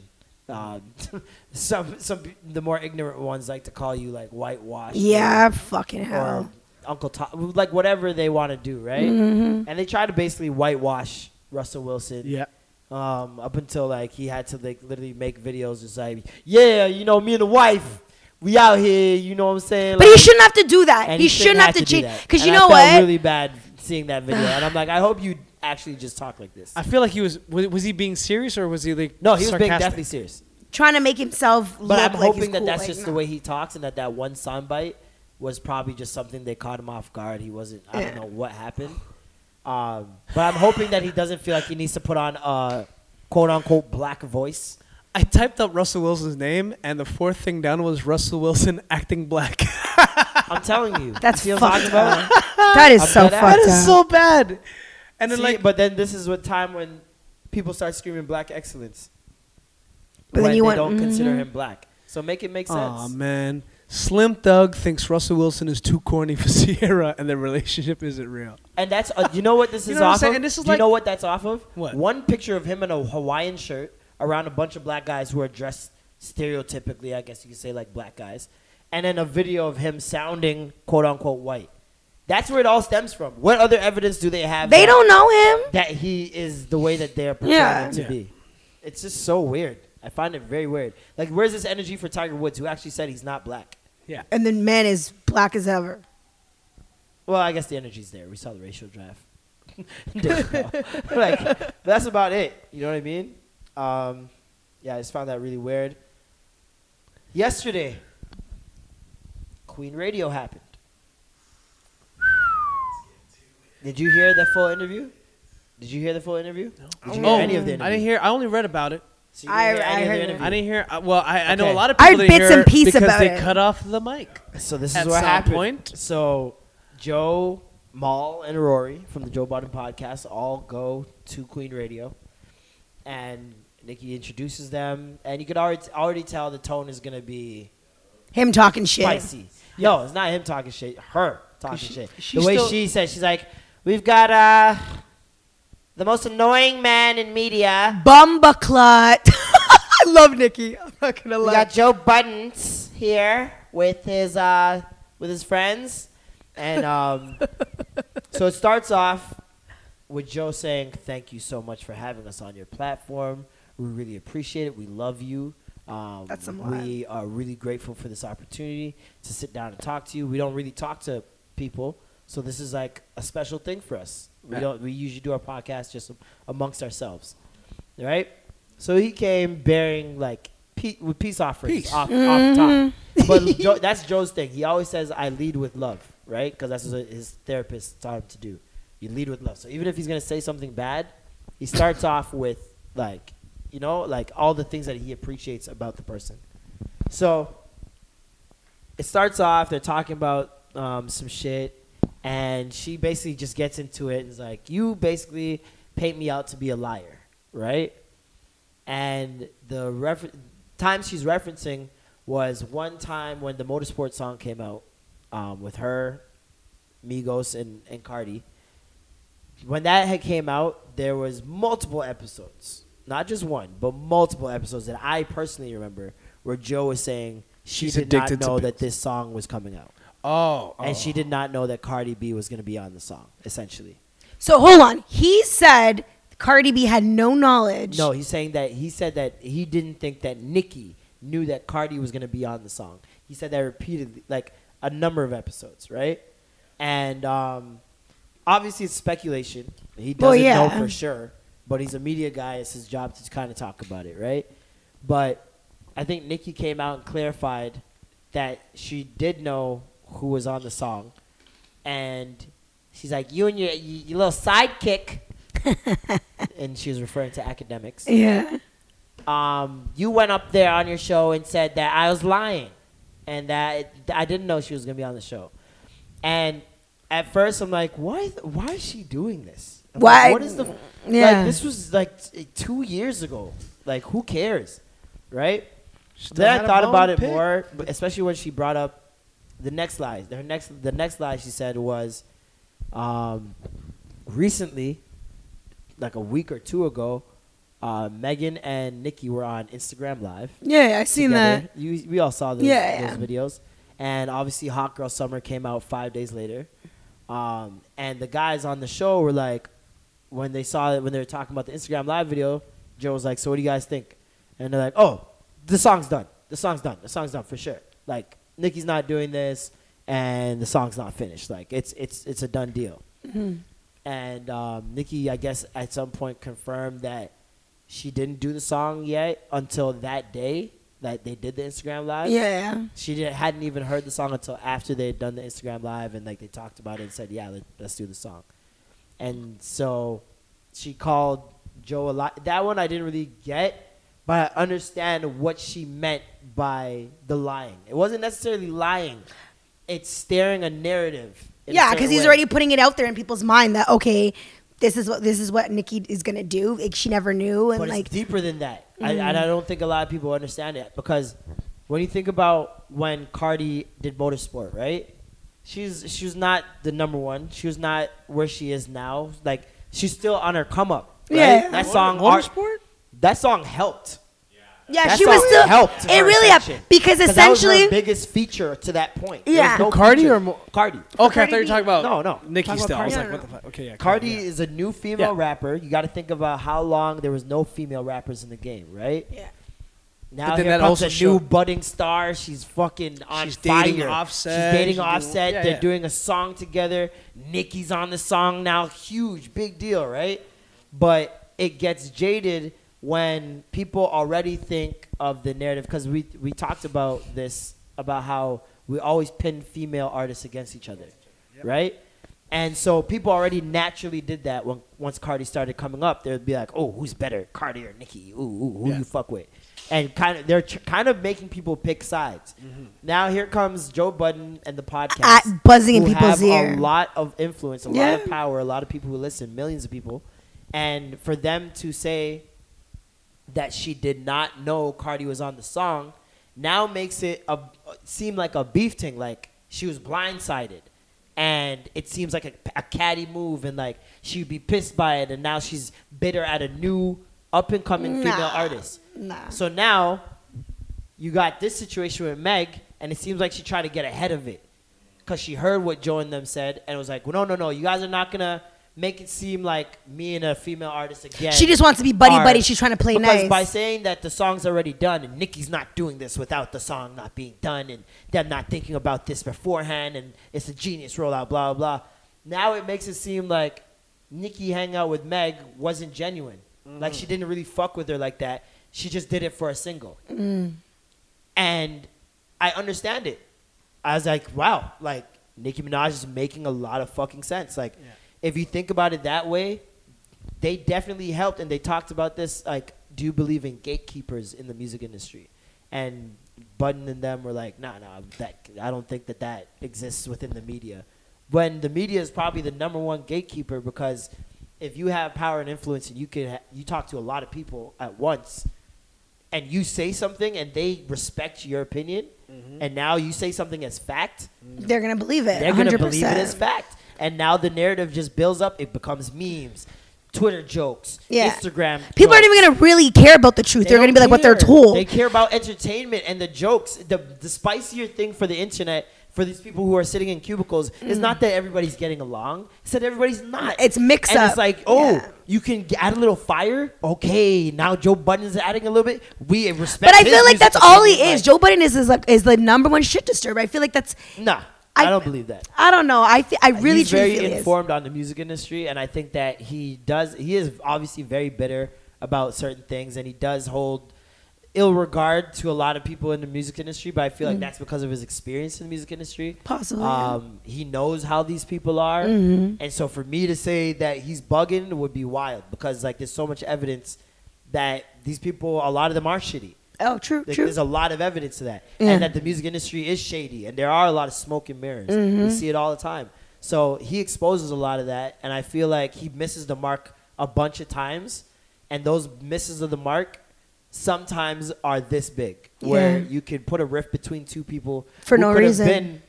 [SPEAKER 2] Um, some some pe- the more ignorant ones like to call you like whitewash.
[SPEAKER 4] Yeah, fucking
[SPEAKER 2] Or
[SPEAKER 4] hell.
[SPEAKER 2] Uncle Tom, like whatever they want to do, right?
[SPEAKER 4] Mm-hmm.
[SPEAKER 2] And they try to basically whitewash Russell Wilson um, up until like he had to like literally make videos just like, yeah, you know, me and the wife, we out here, you know what I'm saying?
[SPEAKER 4] But he
[SPEAKER 2] Like,
[SPEAKER 4] shouldn't have to do that.
[SPEAKER 2] and
[SPEAKER 4] He shouldn't have to
[SPEAKER 2] do
[SPEAKER 4] cheat
[SPEAKER 2] that.
[SPEAKER 4] cuz you
[SPEAKER 2] And I
[SPEAKER 4] know
[SPEAKER 2] felt
[SPEAKER 4] what?
[SPEAKER 2] Really bad seeing that video, and I'm like, I hope you actually just talk like this.
[SPEAKER 3] I feel like he was, was was he being serious or was he like
[SPEAKER 2] no, he was being
[SPEAKER 3] sarcastic?
[SPEAKER 2] deathly serious.
[SPEAKER 4] Trying to make himself
[SPEAKER 2] But
[SPEAKER 4] look
[SPEAKER 2] I'm
[SPEAKER 4] like
[SPEAKER 2] hoping
[SPEAKER 4] he's
[SPEAKER 2] that
[SPEAKER 4] cool,
[SPEAKER 2] that's
[SPEAKER 4] like,
[SPEAKER 2] just
[SPEAKER 4] no.
[SPEAKER 2] the way he talks, and that that one soundbite was probably just something they caught him off guard. He wasn't. I don't know what happened. Um, but I'm hoping that he doesn't feel like he needs to put on a quote unquote black voice.
[SPEAKER 3] I typed up Russell Wilson's name and the fourth thing down was Russell Wilson acting black.
[SPEAKER 2] I'm telling you.
[SPEAKER 4] That's
[SPEAKER 2] you see what I'm
[SPEAKER 4] fucked
[SPEAKER 2] talking about?
[SPEAKER 4] That is so
[SPEAKER 2] dead ass.
[SPEAKER 4] fucked
[SPEAKER 3] that is
[SPEAKER 4] up.
[SPEAKER 3] so bad. And then
[SPEAKER 2] See,
[SPEAKER 3] like
[SPEAKER 2] but then this is what time when people start screaming black excellence.
[SPEAKER 4] But then
[SPEAKER 2] when they
[SPEAKER 4] you want- mm-hmm.
[SPEAKER 2] don't consider him black. So make it make
[SPEAKER 3] Aw
[SPEAKER 2] sense.
[SPEAKER 3] man. Slim Thug thinks Russell Wilson is too corny for Sierra and their relationship isn't real.
[SPEAKER 2] and that's uh, you know what this
[SPEAKER 3] You
[SPEAKER 2] is
[SPEAKER 3] know what I'm
[SPEAKER 2] off
[SPEAKER 3] saying?
[SPEAKER 2] of.
[SPEAKER 3] And this is
[SPEAKER 2] Do you
[SPEAKER 3] like-
[SPEAKER 2] know what that's off of?
[SPEAKER 3] What?
[SPEAKER 2] One picture of him in a Hawaiian shirt around a bunch of black guys who are dressed stereotypically, I guess you could say like black guys, and then a video of him sounding quote unquote white. That's where it all stems from. What other evidence do they have? that-
[SPEAKER 4] They don't know him.
[SPEAKER 2] that he is the way that they're portraying
[SPEAKER 4] Yeah.
[SPEAKER 2] him to
[SPEAKER 3] Yeah.
[SPEAKER 2] be. It's just so weird. I find it very weird. Like, where's this energy for Tiger Woods, who actually said he's not black?
[SPEAKER 3] Yeah.
[SPEAKER 4] And the man is black as ever.
[SPEAKER 2] Well, I guess the energy's there. We saw the racial draft. like, that's about it. You know what I mean? Um, yeah, I just found that really weird. Yesterday, Queen Radio happened. Did you hear the full interview? Did you hear the full interview? Did you hear any of the interview?
[SPEAKER 3] Oh, I didn't hear I only read about it.
[SPEAKER 2] So you didn't
[SPEAKER 4] I-
[SPEAKER 2] hear any
[SPEAKER 4] I
[SPEAKER 2] of the
[SPEAKER 4] heard it.
[SPEAKER 2] interview?
[SPEAKER 3] I didn't hear uh, well I, I know
[SPEAKER 2] Okay.
[SPEAKER 3] a lot of
[SPEAKER 4] I
[SPEAKER 3] people didn't
[SPEAKER 4] bits and
[SPEAKER 3] hear
[SPEAKER 4] pieces
[SPEAKER 3] because
[SPEAKER 4] about
[SPEAKER 3] they
[SPEAKER 4] it.
[SPEAKER 3] cut off the mic.
[SPEAKER 2] So this is
[SPEAKER 3] At
[SPEAKER 2] what
[SPEAKER 3] some
[SPEAKER 2] happened.
[SPEAKER 3] point.
[SPEAKER 2] So Joe Maul and Rory from the Joe Biden podcast all go to Queen Radio, and Nikki introduces them, and you could already already tell the tone is gonna be
[SPEAKER 4] Him talking shit.
[SPEAKER 2] spicy. No, it's not him talking shit. Her talking shit.
[SPEAKER 3] she's
[SPEAKER 2] The way
[SPEAKER 3] still-
[SPEAKER 2] she said, she's like, "We've got uh, the most annoying man in media."
[SPEAKER 4] Bumba clot. I love Nikki. I'm not gonna
[SPEAKER 2] We
[SPEAKER 4] lie.
[SPEAKER 2] got Joe Buttons here with his uh, with his friends, and um, so it starts off with Joe saying, "Thank you so much for having us on your platform. We really appreciate it. We love you. Um,
[SPEAKER 4] That's some
[SPEAKER 2] we are really grateful for this opportunity to sit down and talk to you. We don't really talk to people, so this is like a special thing for us. We don't. We usually do our podcast just amongst ourselves, right? So he came bearing like pe- with peace offerings
[SPEAKER 3] Peace.
[SPEAKER 2] off off top. But Joe, that's Joe's thing. He always says, "I lead with love," right? Because that's what his therapist taught him to do. You lead with love. So even if he's gonna say something bad, he starts off with like, you know, like all the things that he appreciates about the person. So it starts off. They're talking about um, some shit, and she basically just gets into it and is like, "You basically paint me out to be a liar, right?" And the refer- time she's referencing was one time when the motorsport song came out um, with her, Migos, and, and Cardi. When that had came out, there was multiple episodes, not just one, but multiple episodes that I personally remember where Joe was saying she
[SPEAKER 3] She's
[SPEAKER 2] did not
[SPEAKER 3] addicted to
[SPEAKER 2] know that
[SPEAKER 3] Bigos.
[SPEAKER 2] this song was coming out,
[SPEAKER 3] Oh,
[SPEAKER 2] and she did not know that Cardi B was going to be on the song. Essentially,
[SPEAKER 4] So hold on. He said Cardi B had no knowledge.
[SPEAKER 2] No, he's saying that he said that he didn't think that Nicki knew that Cardi was going to be on the song. He said that repeatedly, like a number of episodes, right? And um, obviously, it's speculation. He doesn't
[SPEAKER 4] Well, yeah.
[SPEAKER 2] know for sure, but he's a media guy. It's his job to kind of talk about it, right? But I think Nicki came out and clarified that she did know who was on the song, and she's like, "You and your, your little sidekick," and she was referring to academics
[SPEAKER 4] Yeah.
[SPEAKER 2] um, you went up there on your show and said that I was lying and that I didn't know she was going to be on the show. And at first, I'm like, why, why is she doing this? I'm like,
[SPEAKER 4] Why-
[SPEAKER 2] what is the.
[SPEAKER 4] yeah.
[SPEAKER 2] Like, this was like t- two years ago. Like, who cares? Right?
[SPEAKER 3] She still
[SPEAKER 2] Then
[SPEAKER 3] had
[SPEAKER 2] I
[SPEAKER 3] a
[SPEAKER 2] thought
[SPEAKER 3] bone
[SPEAKER 2] about it
[SPEAKER 3] pick.
[SPEAKER 2] more, especially when she brought up the next lies. Her next, the next lie she said was, um, recently, like a week or two ago, uh, Megan and Nikki were on Instagram Live.
[SPEAKER 4] Yeah, I seen
[SPEAKER 2] together.
[SPEAKER 4] that.
[SPEAKER 2] You, we all saw those,
[SPEAKER 4] Yeah,
[SPEAKER 2] those videos. And obviously, Hot Girl Summer came out five days later. Um, and the guys on the show were like, when they saw it, when they were talking about the Instagram Live video, Joe was like, So what do you guys think? And they're like, Oh, the song's done. The song's done. The song's done for sure. Like, Nikki's not doing this, and the song's not finished. Like, it's, it's, it's a done deal Mm-hmm. and um, Nikki, I guess, at some point confirmed that she didn't do the song yet until that day that they did the Instagram live.
[SPEAKER 4] Yeah.
[SPEAKER 2] she didn't, hadn't even heard the song until after they had done the Instagram live and like they talked about it and said, "Yeah, let, let's do the song." And so she called Joe a lot. That one I didn't really get, but I understand what she meant by the lying. It wasn't necessarily lying; it's staring a narrative. in a
[SPEAKER 4] Yeah,
[SPEAKER 2] certain
[SPEAKER 4] because he's
[SPEAKER 2] way.
[SPEAKER 4] already putting it out there in people's mind that okay, this is what this is what Nikki is gonna do. Like she never knew, and
[SPEAKER 2] but
[SPEAKER 4] like Mm.
[SPEAKER 2] it's deeper than that. I, and I don't think a lot of people understand it because when you think about when Cardi did motorsport, right? She's she was not the number one. She was not where she is now. Like she's still on her come up. Right?
[SPEAKER 4] Yeah.
[SPEAKER 2] that song.
[SPEAKER 3] Motor-
[SPEAKER 2] Motorsport. that song helped.
[SPEAKER 4] yeah,
[SPEAKER 2] That
[SPEAKER 4] she was
[SPEAKER 2] song
[SPEAKER 4] still
[SPEAKER 2] helped.
[SPEAKER 4] It
[SPEAKER 2] her
[SPEAKER 4] really
[SPEAKER 2] ascension.
[SPEAKER 4] helped because
[SPEAKER 2] that was her
[SPEAKER 4] essentially
[SPEAKER 2] biggest feature to that point. There was
[SPEAKER 4] Yeah.
[SPEAKER 2] no
[SPEAKER 3] Cardi
[SPEAKER 2] feature.
[SPEAKER 3] or Mo-
[SPEAKER 2] Cardi.
[SPEAKER 3] Oh, Okay, I thought you
[SPEAKER 4] Cardi
[SPEAKER 3] were
[SPEAKER 4] B.
[SPEAKER 3] talking about
[SPEAKER 2] No, no.
[SPEAKER 3] Nikki
[SPEAKER 2] Talking
[SPEAKER 3] still. I
[SPEAKER 2] about
[SPEAKER 3] was
[SPEAKER 4] Cardi.
[SPEAKER 3] like, what the fuck? Okay, yeah,
[SPEAKER 2] Cardi
[SPEAKER 3] yeah.
[SPEAKER 2] is a new female
[SPEAKER 3] Yeah.
[SPEAKER 2] rapper. You got to think about how long there was no female rappers in the game, right?
[SPEAKER 4] Yeah.
[SPEAKER 2] Now
[SPEAKER 3] But then
[SPEAKER 2] here
[SPEAKER 3] that
[SPEAKER 2] comes a
[SPEAKER 3] also showed-
[SPEAKER 2] new budding star. She's fucking on
[SPEAKER 3] She's
[SPEAKER 2] fire.
[SPEAKER 3] dating Offset.
[SPEAKER 2] She's dating
[SPEAKER 3] She's doing-
[SPEAKER 2] Offset.
[SPEAKER 3] yeah,
[SPEAKER 2] They're
[SPEAKER 3] yeah.
[SPEAKER 2] doing a song together. Nicki's on the song now. Huge, big deal, right? But it gets jaded when people already think of the narrative because we we talked about this about how we always pin female artists against each other, right? And so people already naturally did that when once Cardi started coming up. They'd be like, "Oh, who's better, Cardi or Nicki? Ooh, ooh who
[SPEAKER 3] Yeah.
[SPEAKER 2] you fuck with?" And kind of they're tr- kind of making people pick sides. Now here comes Joe Budden and the podcast
[SPEAKER 4] At- Uh, buzzing in
[SPEAKER 2] who
[SPEAKER 4] people's
[SPEAKER 2] have
[SPEAKER 4] ear.
[SPEAKER 2] A lot of influence, a lot
[SPEAKER 4] Yeah.
[SPEAKER 2] of power, a lot of people who listen, millions of people, and for them to say that she did not know Cardi was on the song now makes it a, seem like a beef thing. Like she was blindsided, and it seems like a, a catty move, and like she'd be pissed by it, and now she's bitter at a new up and coming female
[SPEAKER 4] Nah.
[SPEAKER 2] artist.
[SPEAKER 4] Nah.
[SPEAKER 2] So now you got this situation with Meg, and it seems like she tried to get ahead of it because she heard what Joe and them said, and was like, well, "No, no, no, you guys are not gonna." Make it seem like me and a female artist again.
[SPEAKER 4] She just wants to be buddy
[SPEAKER 2] are-
[SPEAKER 4] buddy. She's trying to play
[SPEAKER 2] because
[SPEAKER 4] nice.
[SPEAKER 2] by saying that the song's already done and Nicki's not doing this without the song not being done and them not thinking about this beforehand and it's a genius rollout, blah, blah, blah. Now it makes it seem like Nicki hanging out with Meg wasn't genuine. Like she didn't really fuck with her like that. She just did it for a single.
[SPEAKER 4] Mm.
[SPEAKER 2] And I understand it. I was like, wow, like Nicki Minaj is making a lot of fucking sense. Like, if you think about it that way, they definitely helped and they talked about this like do you believe in gatekeepers in the music industry and Budden and them were like nah nah that I don't think that that exists within the media when the media is probably the number one gatekeeper because if you have power and influence and you can ha- you talk to a lot of people at once and you say something and they respect your opinion and now you say something as fact
[SPEAKER 4] They're gonna believe it.
[SPEAKER 2] they're
[SPEAKER 4] 100%.
[SPEAKER 2] gonna believe it as fact. And now the narrative just builds up. It becomes memes, Twitter jokes,
[SPEAKER 4] Yeah.
[SPEAKER 2] Instagram.
[SPEAKER 4] People aren't
[SPEAKER 2] jokes.
[SPEAKER 4] even gonna really care about the truth.
[SPEAKER 2] They
[SPEAKER 4] They are gonna
[SPEAKER 2] don't
[SPEAKER 4] be like what they're
[SPEAKER 2] care.
[SPEAKER 4] told.
[SPEAKER 2] They care about entertainment and the jokes. The the spicier thing for the internet for these people who are sitting in cubicles is not that everybody's getting along. It's that everybody's not.
[SPEAKER 4] Mm. It's mix
[SPEAKER 2] and
[SPEAKER 4] up.
[SPEAKER 2] It's like oh.
[SPEAKER 4] Yeah.
[SPEAKER 2] You can g- add a little fire. Okay, now Joe Budden's adding a little bit. We respect.
[SPEAKER 4] but I
[SPEAKER 2] his
[SPEAKER 4] feel
[SPEAKER 2] music
[SPEAKER 4] like that's all he
[SPEAKER 2] opinion,
[SPEAKER 4] is.
[SPEAKER 2] like,
[SPEAKER 4] Joe Budden is is like is the number one shit disturber. I feel like that's.
[SPEAKER 2] Nah,
[SPEAKER 4] I-
[SPEAKER 2] I don't believe that.
[SPEAKER 4] I don't know. I fe- I really
[SPEAKER 2] he's
[SPEAKER 4] truly
[SPEAKER 2] very
[SPEAKER 4] feel he is.
[SPEAKER 2] informed on the music industry, and I think that he does. He is obviously very bitter about certain things, and he does hold ill regard to a lot of people in the music industry. But I feel like that's because of his experience in the music industry.
[SPEAKER 4] Mm. Possibly, yeah. Mm-hmm.
[SPEAKER 2] um, he knows how these people are, and so for me to say that he's bugging would be wild because like there's so much evidence that these people, a lot of them are shitty.
[SPEAKER 4] Oh, true,
[SPEAKER 2] Like,
[SPEAKER 4] true.
[SPEAKER 2] There's a lot of evidence to that,
[SPEAKER 4] Yeah.
[SPEAKER 2] and that the music industry is shady, and there are a lot of smoke and mirrors.
[SPEAKER 4] Mm-hmm.
[SPEAKER 2] We see it all the time. So he exposes a lot of that, and I feel like he misses the mark a bunch of times, and those misses of the mark sometimes are this big, where
[SPEAKER 4] Yeah.
[SPEAKER 2] you can put a rift between two people
[SPEAKER 4] For
[SPEAKER 2] who
[SPEAKER 4] no
[SPEAKER 2] could have
[SPEAKER 4] reason.
[SPEAKER 2] Been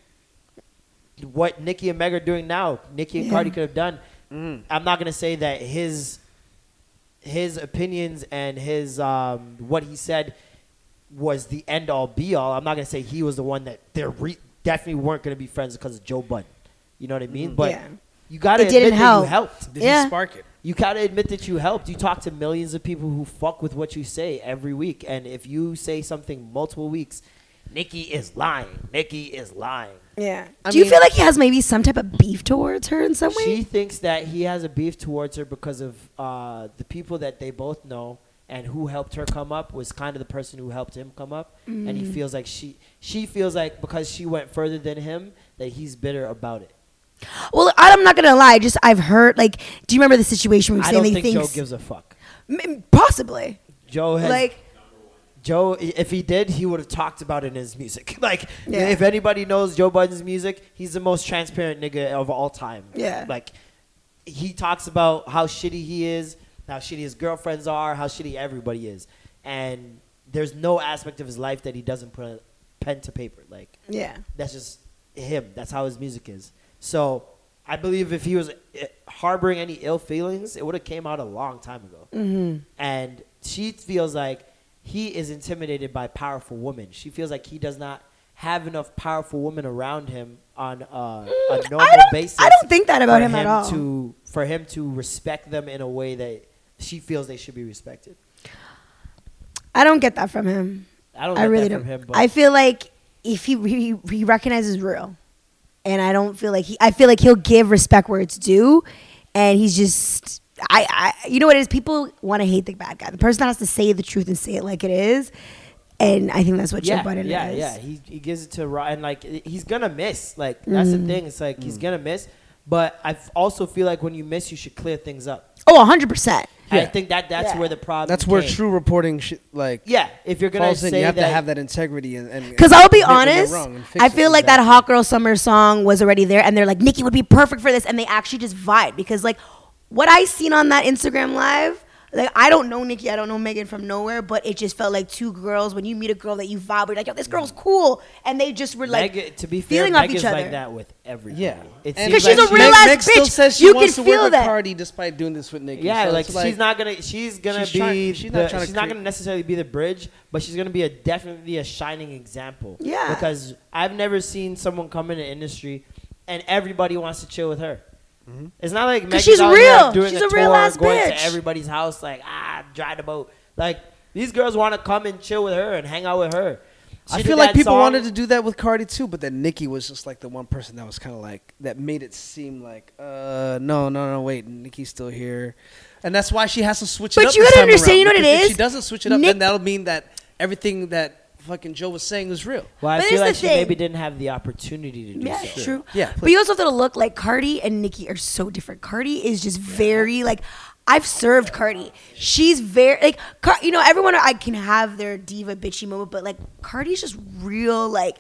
[SPEAKER 2] what Nicki and Meg are doing now, Nicki and
[SPEAKER 4] Yeah.
[SPEAKER 2] Cardi could have done. I'm not gonna say that his his opinions and his um, what he said was the end all be all. I'm not gonna say he was the one that they re- definitely weren't gonna be friends because of Joe Budden. You know what I mean? But
[SPEAKER 4] Yeah.
[SPEAKER 2] you gotta
[SPEAKER 4] It didn't
[SPEAKER 2] admit that
[SPEAKER 4] help.
[SPEAKER 2] you helped.
[SPEAKER 3] Did
[SPEAKER 4] Yeah.
[SPEAKER 3] he spark it?
[SPEAKER 2] You gotta admit that you helped. You talk to millions of people who fuck with what you say every week, and if you say something multiple weeks, Nikki is lying. Nikki is lying.
[SPEAKER 4] Yeah.
[SPEAKER 2] I
[SPEAKER 4] Do you
[SPEAKER 2] mean-
[SPEAKER 4] feel like he has maybe some type of beef towards her in some way?
[SPEAKER 2] She thinks that he has a beef towards her because of uh, the people that they both know and who helped her come up was kind of the person who helped him come up, and
[SPEAKER 4] Mm.
[SPEAKER 2] he feels like she she feels like because she went further than him that he's bitter about it.
[SPEAKER 4] well, I'm not gonna lie. Just I've heard. Like, do you remember the situation we were
[SPEAKER 2] I
[SPEAKER 4] saying
[SPEAKER 2] don't
[SPEAKER 4] that he
[SPEAKER 2] think Joe
[SPEAKER 4] thinks
[SPEAKER 2] gives a fuck.
[SPEAKER 4] M- possibly
[SPEAKER 2] Joe has
[SPEAKER 4] like
[SPEAKER 2] Joe, i- if he did, he would have talked about it in his music. Like,
[SPEAKER 4] Yeah.
[SPEAKER 2] if anybody knows Joe Biden's music, he's the most transparent nigga of all time.
[SPEAKER 4] Yeah.
[SPEAKER 2] Like, he talks about how shitty he is, how shitty his girlfriends are, how shitty everybody is. And there's no aspect of his life that he doesn't put a pen to paper. Like,
[SPEAKER 4] yeah.
[SPEAKER 2] that's just him. That's how his music is. So I believe if he was eh, harboring any ill feelings, it would have came out a long time ago. Mm-hmm. And she feels like he is intimidated by powerful women. She feels like he does not have enough powerful women around him on uh, a normal
[SPEAKER 4] don't-
[SPEAKER 2] basis.
[SPEAKER 4] Mm, I don't think that about
[SPEAKER 2] for
[SPEAKER 4] him at all.
[SPEAKER 2] To, for him to respect them in a way that she feels they should be respected.
[SPEAKER 4] I don't get that from him.
[SPEAKER 2] I don't.
[SPEAKER 4] I
[SPEAKER 2] get
[SPEAKER 4] really
[SPEAKER 2] that
[SPEAKER 4] don't.
[SPEAKER 2] From him, but
[SPEAKER 4] I feel like if he, he he recognizes real, and I don't feel like he. I feel like he'll give respect where it's due, and he's just. I, I you know what it is people want to hate the bad guy the person that has to say the truth and say it like it is and I think that's what
[SPEAKER 2] yeah,
[SPEAKER 4] Joe Budden
[SPEAKER 2] yeah,
[SPEAKER 4] is
[SPEAKER 2] yeah. He he gives it to Ryan. Like he's gonna miss. Like that's
[SPEAKER 4] Mm.
[SPEAKER 2] the thing. It's like he's
[SPEAKER 3] Mm.
[SPEAKER 2] gonna miss. But I f- also feel like when you miss, you should clear things up.
[SPEAKER 4] oh 100 percent
[SPEAKER 2] I think that that's
[SPEAKER 4] Yeah.
[SPEAKER 2] where the problem.
[SPEAKER 3] That's where
[SPEAKER 2] came.
[SPEAKER 3] true reporting, sh- like,
[SPEAKER 2] Um, Yeah, if you're gonna
[SPEAKER 3] falls in.
[SPEAKER 2] say
[SPEAKER 3] You have
[SPEAKER 2] that,
[SPEAKER 3] to have that integrity and. and
[SPEAKER 4] Because I'll be
[SPEAKER 3] admit when they're
[SPEAKER 4] honest,
[SPEAKER 3] wrong and fix
[SPEAKER 4] I
[SPEAKER 3] it.
[SPEAKER 4] feel like that
[SPEAKER 3] Exactly.
[SPEAKER 4] Hot Girl Summer song was already there, and they're like, Nikki would be perfect for this, and they actually just vibe because like what I seen on that Instagram live. Like I don't know Nikki, I don't know Megan from nowhere, but it just felt like two girls. When you meet a girl that you vibe with, like yo, this girl's cool, and they just were like
[SPEAKER 2] Meg, to be fair,
[SPEAKER 4] feeling
[SPEAKER 2] Meg
[SPEAKER 4] off each
[SPEAKER 2] is
[SPEAKER 4] other.
[SPEAKER 2] like that with everybody.
[SPEAKER 3] Yeah,
[SPEAKER 2] It
[SPEAKER 3] And
[SPEAKER 2] seems
[SPEAKER 4] she's
[SPEAKER 2] like
[SPEAKER 4] a
[SPEAKER 2] she-
[SPEAKER 4] real
[SPEAKER 3] Meg-
[SPEAKER 4] ass
[SPEAKER 3] Meg still
[SPEAKER 4] bitch.
[SPEAKER 3] says she
[SPEAKER 4] You
[SPEAKER 3] wants
[SPEAKER 4] can
[SPEAKER 3] to work
[SPEAKER 4] feel
[SPEAKER 3] with
[SPEAKER 4] that.
[SPEAKER 3] Cardi despite doing this with Nicki.
[SPEAKER 2] Yeah,
[SPEAKER 3] So
[SPEAKER 2] like
[SPEAKER 3] it's
[SPEAKER 2] she's not gonna. She's gonna
[SPEAKER 3] She's
[SPEAKER 2] be.
[SPEAKER 3] trying- she's not
[SPEAKER 2] the-
[SPEAKER 3] trying to
[SPEAKER 2] she's not gonna
[SPEAKER 3] create-
[SPEAKER 2] necessarily be the bridge, but she's gonna be a definitely a shining example.
[SPEAKER 4] Yeah.
[SPEAKER 2] Because I've never seen someone come in the industry, and everybody wants to chill with her. It's not like Megan's
[SPEAKER 4] she's
[SPEAKER 2] out here
[SPEAKER 4] real.
[SPEAKER 2] doing
[SPEAKER 4] She's
[SPEAKER 2] a,
[SPEAKER 4] a real
[SPEAKER 2] tour,
[SPEAKER 4] ass
[SPEAKER 2] going
[SPEAKER 4] bitch.
[SPEAKER 2] to everybody's house like ah, dry the boat. Like these girls want to come and chill with her and hang out with her.
[SPEAKER 3] I
[SPEAKER 2] She did
[SPEAKER 3] feel like
[SPEAKER 2] that
[SPEAKER 3] people
[SPEAKER 2] song-
[SPEAKER 3] wanted to do that with Cardi too, but then Nicki was just like the one person that was kind of like that made it seem like, uh, no, no, no, wait, Nicki's still here. and that's why she has to switch it
[SPEAKER 4] But
[SPEAKER 3] up.
[SPEAKER 4] you
[SPEAKER 3] this
[SPEAKER 4] gotta
[SPEAKER 3] time
[SPEAKER 4] understand,
[SPEAKER 3] around,
[SPEAKER 4] you know what it
[SPEAKER 3] because If
[SPEAKER 4] is?
[SPEAKER 3] she doesn't switch it up,
[SPEAKER 4] Nick-
[SPEAKER 3] then that'll mean that everything that fucking Joe was saying was real.
[SPEAKER 2] Well, I
[SPEAKER 4] But
[SPEAKER 2] feel
[SPEAKER 4] here's
[SPEAKER 2] like
[SPEAKER 4] the
[SPEAKER 2] she
[SPEAKER 4] thing.
[SPEAKER 2] maybe didn't have the opportunity to do
[SPEAKER 4] Yeah,
[SPEAKER 2] so.
[SPEAKER 4] true.
[SPEAKER 3] Yeah,
[SPEAKER 4] but you also have to look like Cardi and Nikki are so different. Cardi is just very like I've served Cardi. She's very like Car- you know everyone I can have their diva bitchy moment, but like Cardi's just real like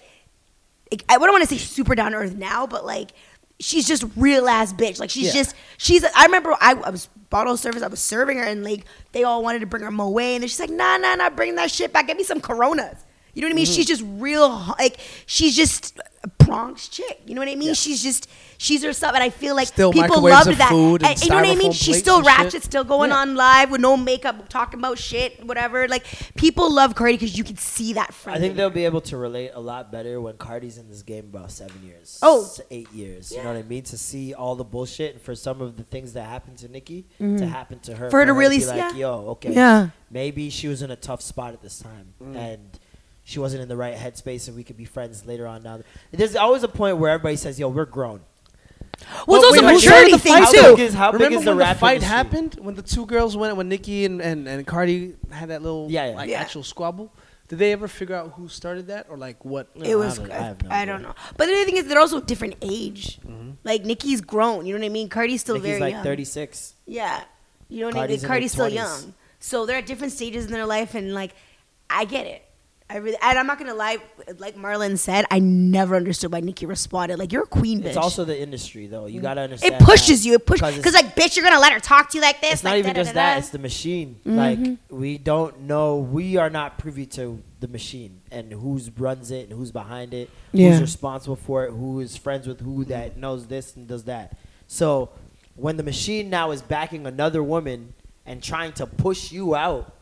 [SPEAKER 4] like, I don't want to say super down to earth now, but like she's just real ass bitch. Like she's just she's. I remember I, I was bottle service. I was serving her, and like they all wanted to bring her moe, and then she's like, nah, nah, nah, bring that shit back. Give me some Coronas. You know what I mean?
[SPEAKER 3] Mm-hmm.
[SPEAKER 4] She's just real. ho- Like she's just a Bronx chick. You know what I mean? She's just she's herself, and I feel like
[SPEAKER 3] Still
[SPEAKER 4] people
[SPEAKER 3] microwaves
[SPEAKER 4] loved
[SPEAKER 3] of
[SPEAKER 4] that.
[SPEAKER 3] food and
[SPEAKER 4] you know what I mean?
[SPEAKER 3] styrofoam
[SPEAKER 4] She's
[SPEAKER 3] plates
[SPEAKER 4] still
[SPEAKER 3] and shit.
[SPEAKER 4] ratchet, still going
[SPEAKER 3] Yeah.
[SPEAKER 4] on live with no makeup, talking about shit, whatever. Like people love Cardi because you can see that. Friend
[SPEAKER 2] I
[SPEAKER 4] in
[SPEAKER 2] think
[SPEAKER 4] her.
[SPEAKER 2] they'll be able to relate a lot better when Cardi's in this game about seven years.
[SPEAKER 4] Oh.
[SPEAKER 2] s- eight years. You know what I mean? To see all the bullshit and for some of the things that happened to Nikki to happen to her.
[SPEAKER 4] Mm-hmm. For her to really
[SPEAKER 2] be
[SPEAKER 4] see-
[SPEAKER 2] like,
[SPEAKER 4] yeah.
[SPEAKER 2] yo, okay.
[SPEAKER 4] Yeah.
[SPEAKER 2] Maybe she was in a tough spot at this time and she wasn't in the right headspace and we could be friends later on now. There's always a point where everybody says, yo, we're grown.
[SPEAKER 4] Well, it's
[SPEAKER 3] Wait,
[SPEAKER 4] also a
[SPEAKER 3] wait,
[SPEAKER 4] maturity
[SPEAKER 3] remember the
[SPEAKER 4] thing
[SPEAKER 3] fight-
[SPEAKER 2] How
[SPEAKER 4] too.
[SPEAKER 2] big is, how big
[SPEAKER 3] Remember
[SPEAKER 2] is the
[SPEAKER 3] when
[SPEAKER 2] rap
[SPEAKER 3] the fight
[SPEAKER 2] industry?
[SPEAKER 3] happened when the two girls went when Nikki and, and, and Cardi had that little
[SPEAKER 2] Yeah, yeah.
[SPEAKER 3] like
[SPEAKER 4] Yeah.
[SPEAKER 3] actual squabble? Did they ever figure out who started that or like what?
[SPEAKER 4] it was
[SPEAKER 2] have
[SPEAKER 4] I,
[SPEAKER 2] no- I have no Mm-hmm.
[SPEAKER 4] don't know but the other thing is they're also different age like nikki's grown you know what i mean cardi's still
[SPEAKER 2] Nikki's
[SPEAKER 4] Oh, very
[SPEAKER 2] like
[SPEAKER 4] young
[SPEAKER 2] 36.
[SPEAKER 4] yeah you know what
[SPEAKER 2] Cardi's
[SPEAKER 4] i mean
[SPEAKER 2] in
[SPEAKER 4] cardi's
[SPEAKER 2] her
[SPEAKER 4] still
[SPEAKER 2] 20s.
[SPEAKER 4] young so they're at different stages in their life and like i get it I really, and I'm not gonna lie. Like Marlon said, I never understood why Nikki responded. Like you're a queen, bitch. Mm.
[SPEAKER 2] It's also the industry, though. You gotta understand.
[SPEAKER 4] it pushes
[SPEAKER 2] that
[SPEAKER 4] you. It pushes
[SPEAKER 2] because it's
[SPEAKER 4] because like, bitch, you're gonna let her talk to you like this.
[SPEAKER 2] it's not
[SPEAKER 4] like,
[SPEAKER 2] even just
[SPEAKER 4] da-da-da-da.
[SPEAKER 2] that it's the machine
[SPEAKER 4] Mm-hmm.
[SPEAKER 2] like we don't know we are not privy to the machine and who runs it and who's behind it who's responsible for it who is friends with who that knows this and does that so when the machine now is backing another woman and trying to push you out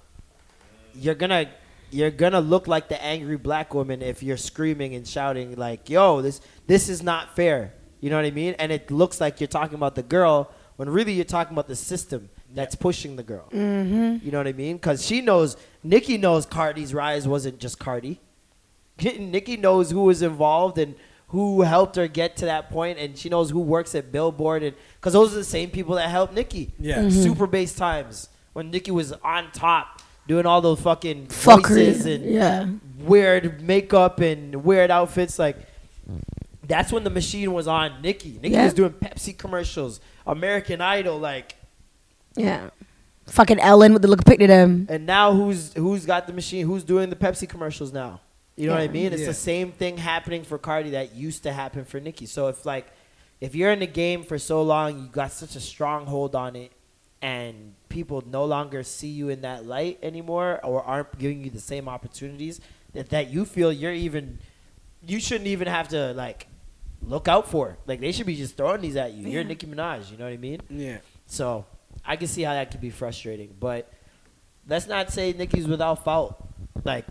[SPEAKER 2] you're gonna you're gonna look like the angry black woman if you're screaming and shouting like yo this this is not fair you know what i mean and it looks like you're talking about the girl when really you're talking about the system that's pushing the girl you know what i mean because she knows nikki knows cardi's rise wasn't just cardi nikki knows who was involved and who helped her get to that point and she knows who works at billboard and because those are the same people that helped nikki
[SPEAKER 3] Yeah.
[SPEAKER 4] Mm-hmm.
[SPEAKER 2] super bass times when nikki was on top doing all those fucking
[SPEAKER 4] Fuckery.
[SPEAKER 2] voices and
[SPEAKER 4] Yeah.
[SPEAKER 2] weird makeup and weird outfits. Like that's when the machine was on Nikki. Nikki
[SPEAKER 4] Yeah.
[SPEAKER 2] was doing Pepsi commercials, American Idol, like.
[SPEAKER 4] Yeah. Fucking Ellen with the look picture them.
[SPEAKER 2] And now who's who's got the machine? Who's doing the Pepsi commercials now? You know what I
[SPEAKER 4] Yeah.
[SPEAKER 2] mean? It's
[SPEAKER 3] Yeah.
[SPEAKER 2] the same thing happening for Cardi that used to happen for Nikki. So if like if you're in the game for so long, you got such a strong hold on it and people no longer see you in that light anymore or aren't giving you the same opportunities that, that you feel you're even you shouldn't even have to like look out for. Like they should be just throwing these at you. You're Nicki Minaj, you know what I mean?
[SPEAKER 3] Yeah.
[SPEAKER 2] So I can see how that could be frustrating, but let's not say Nikki's without fault. Like,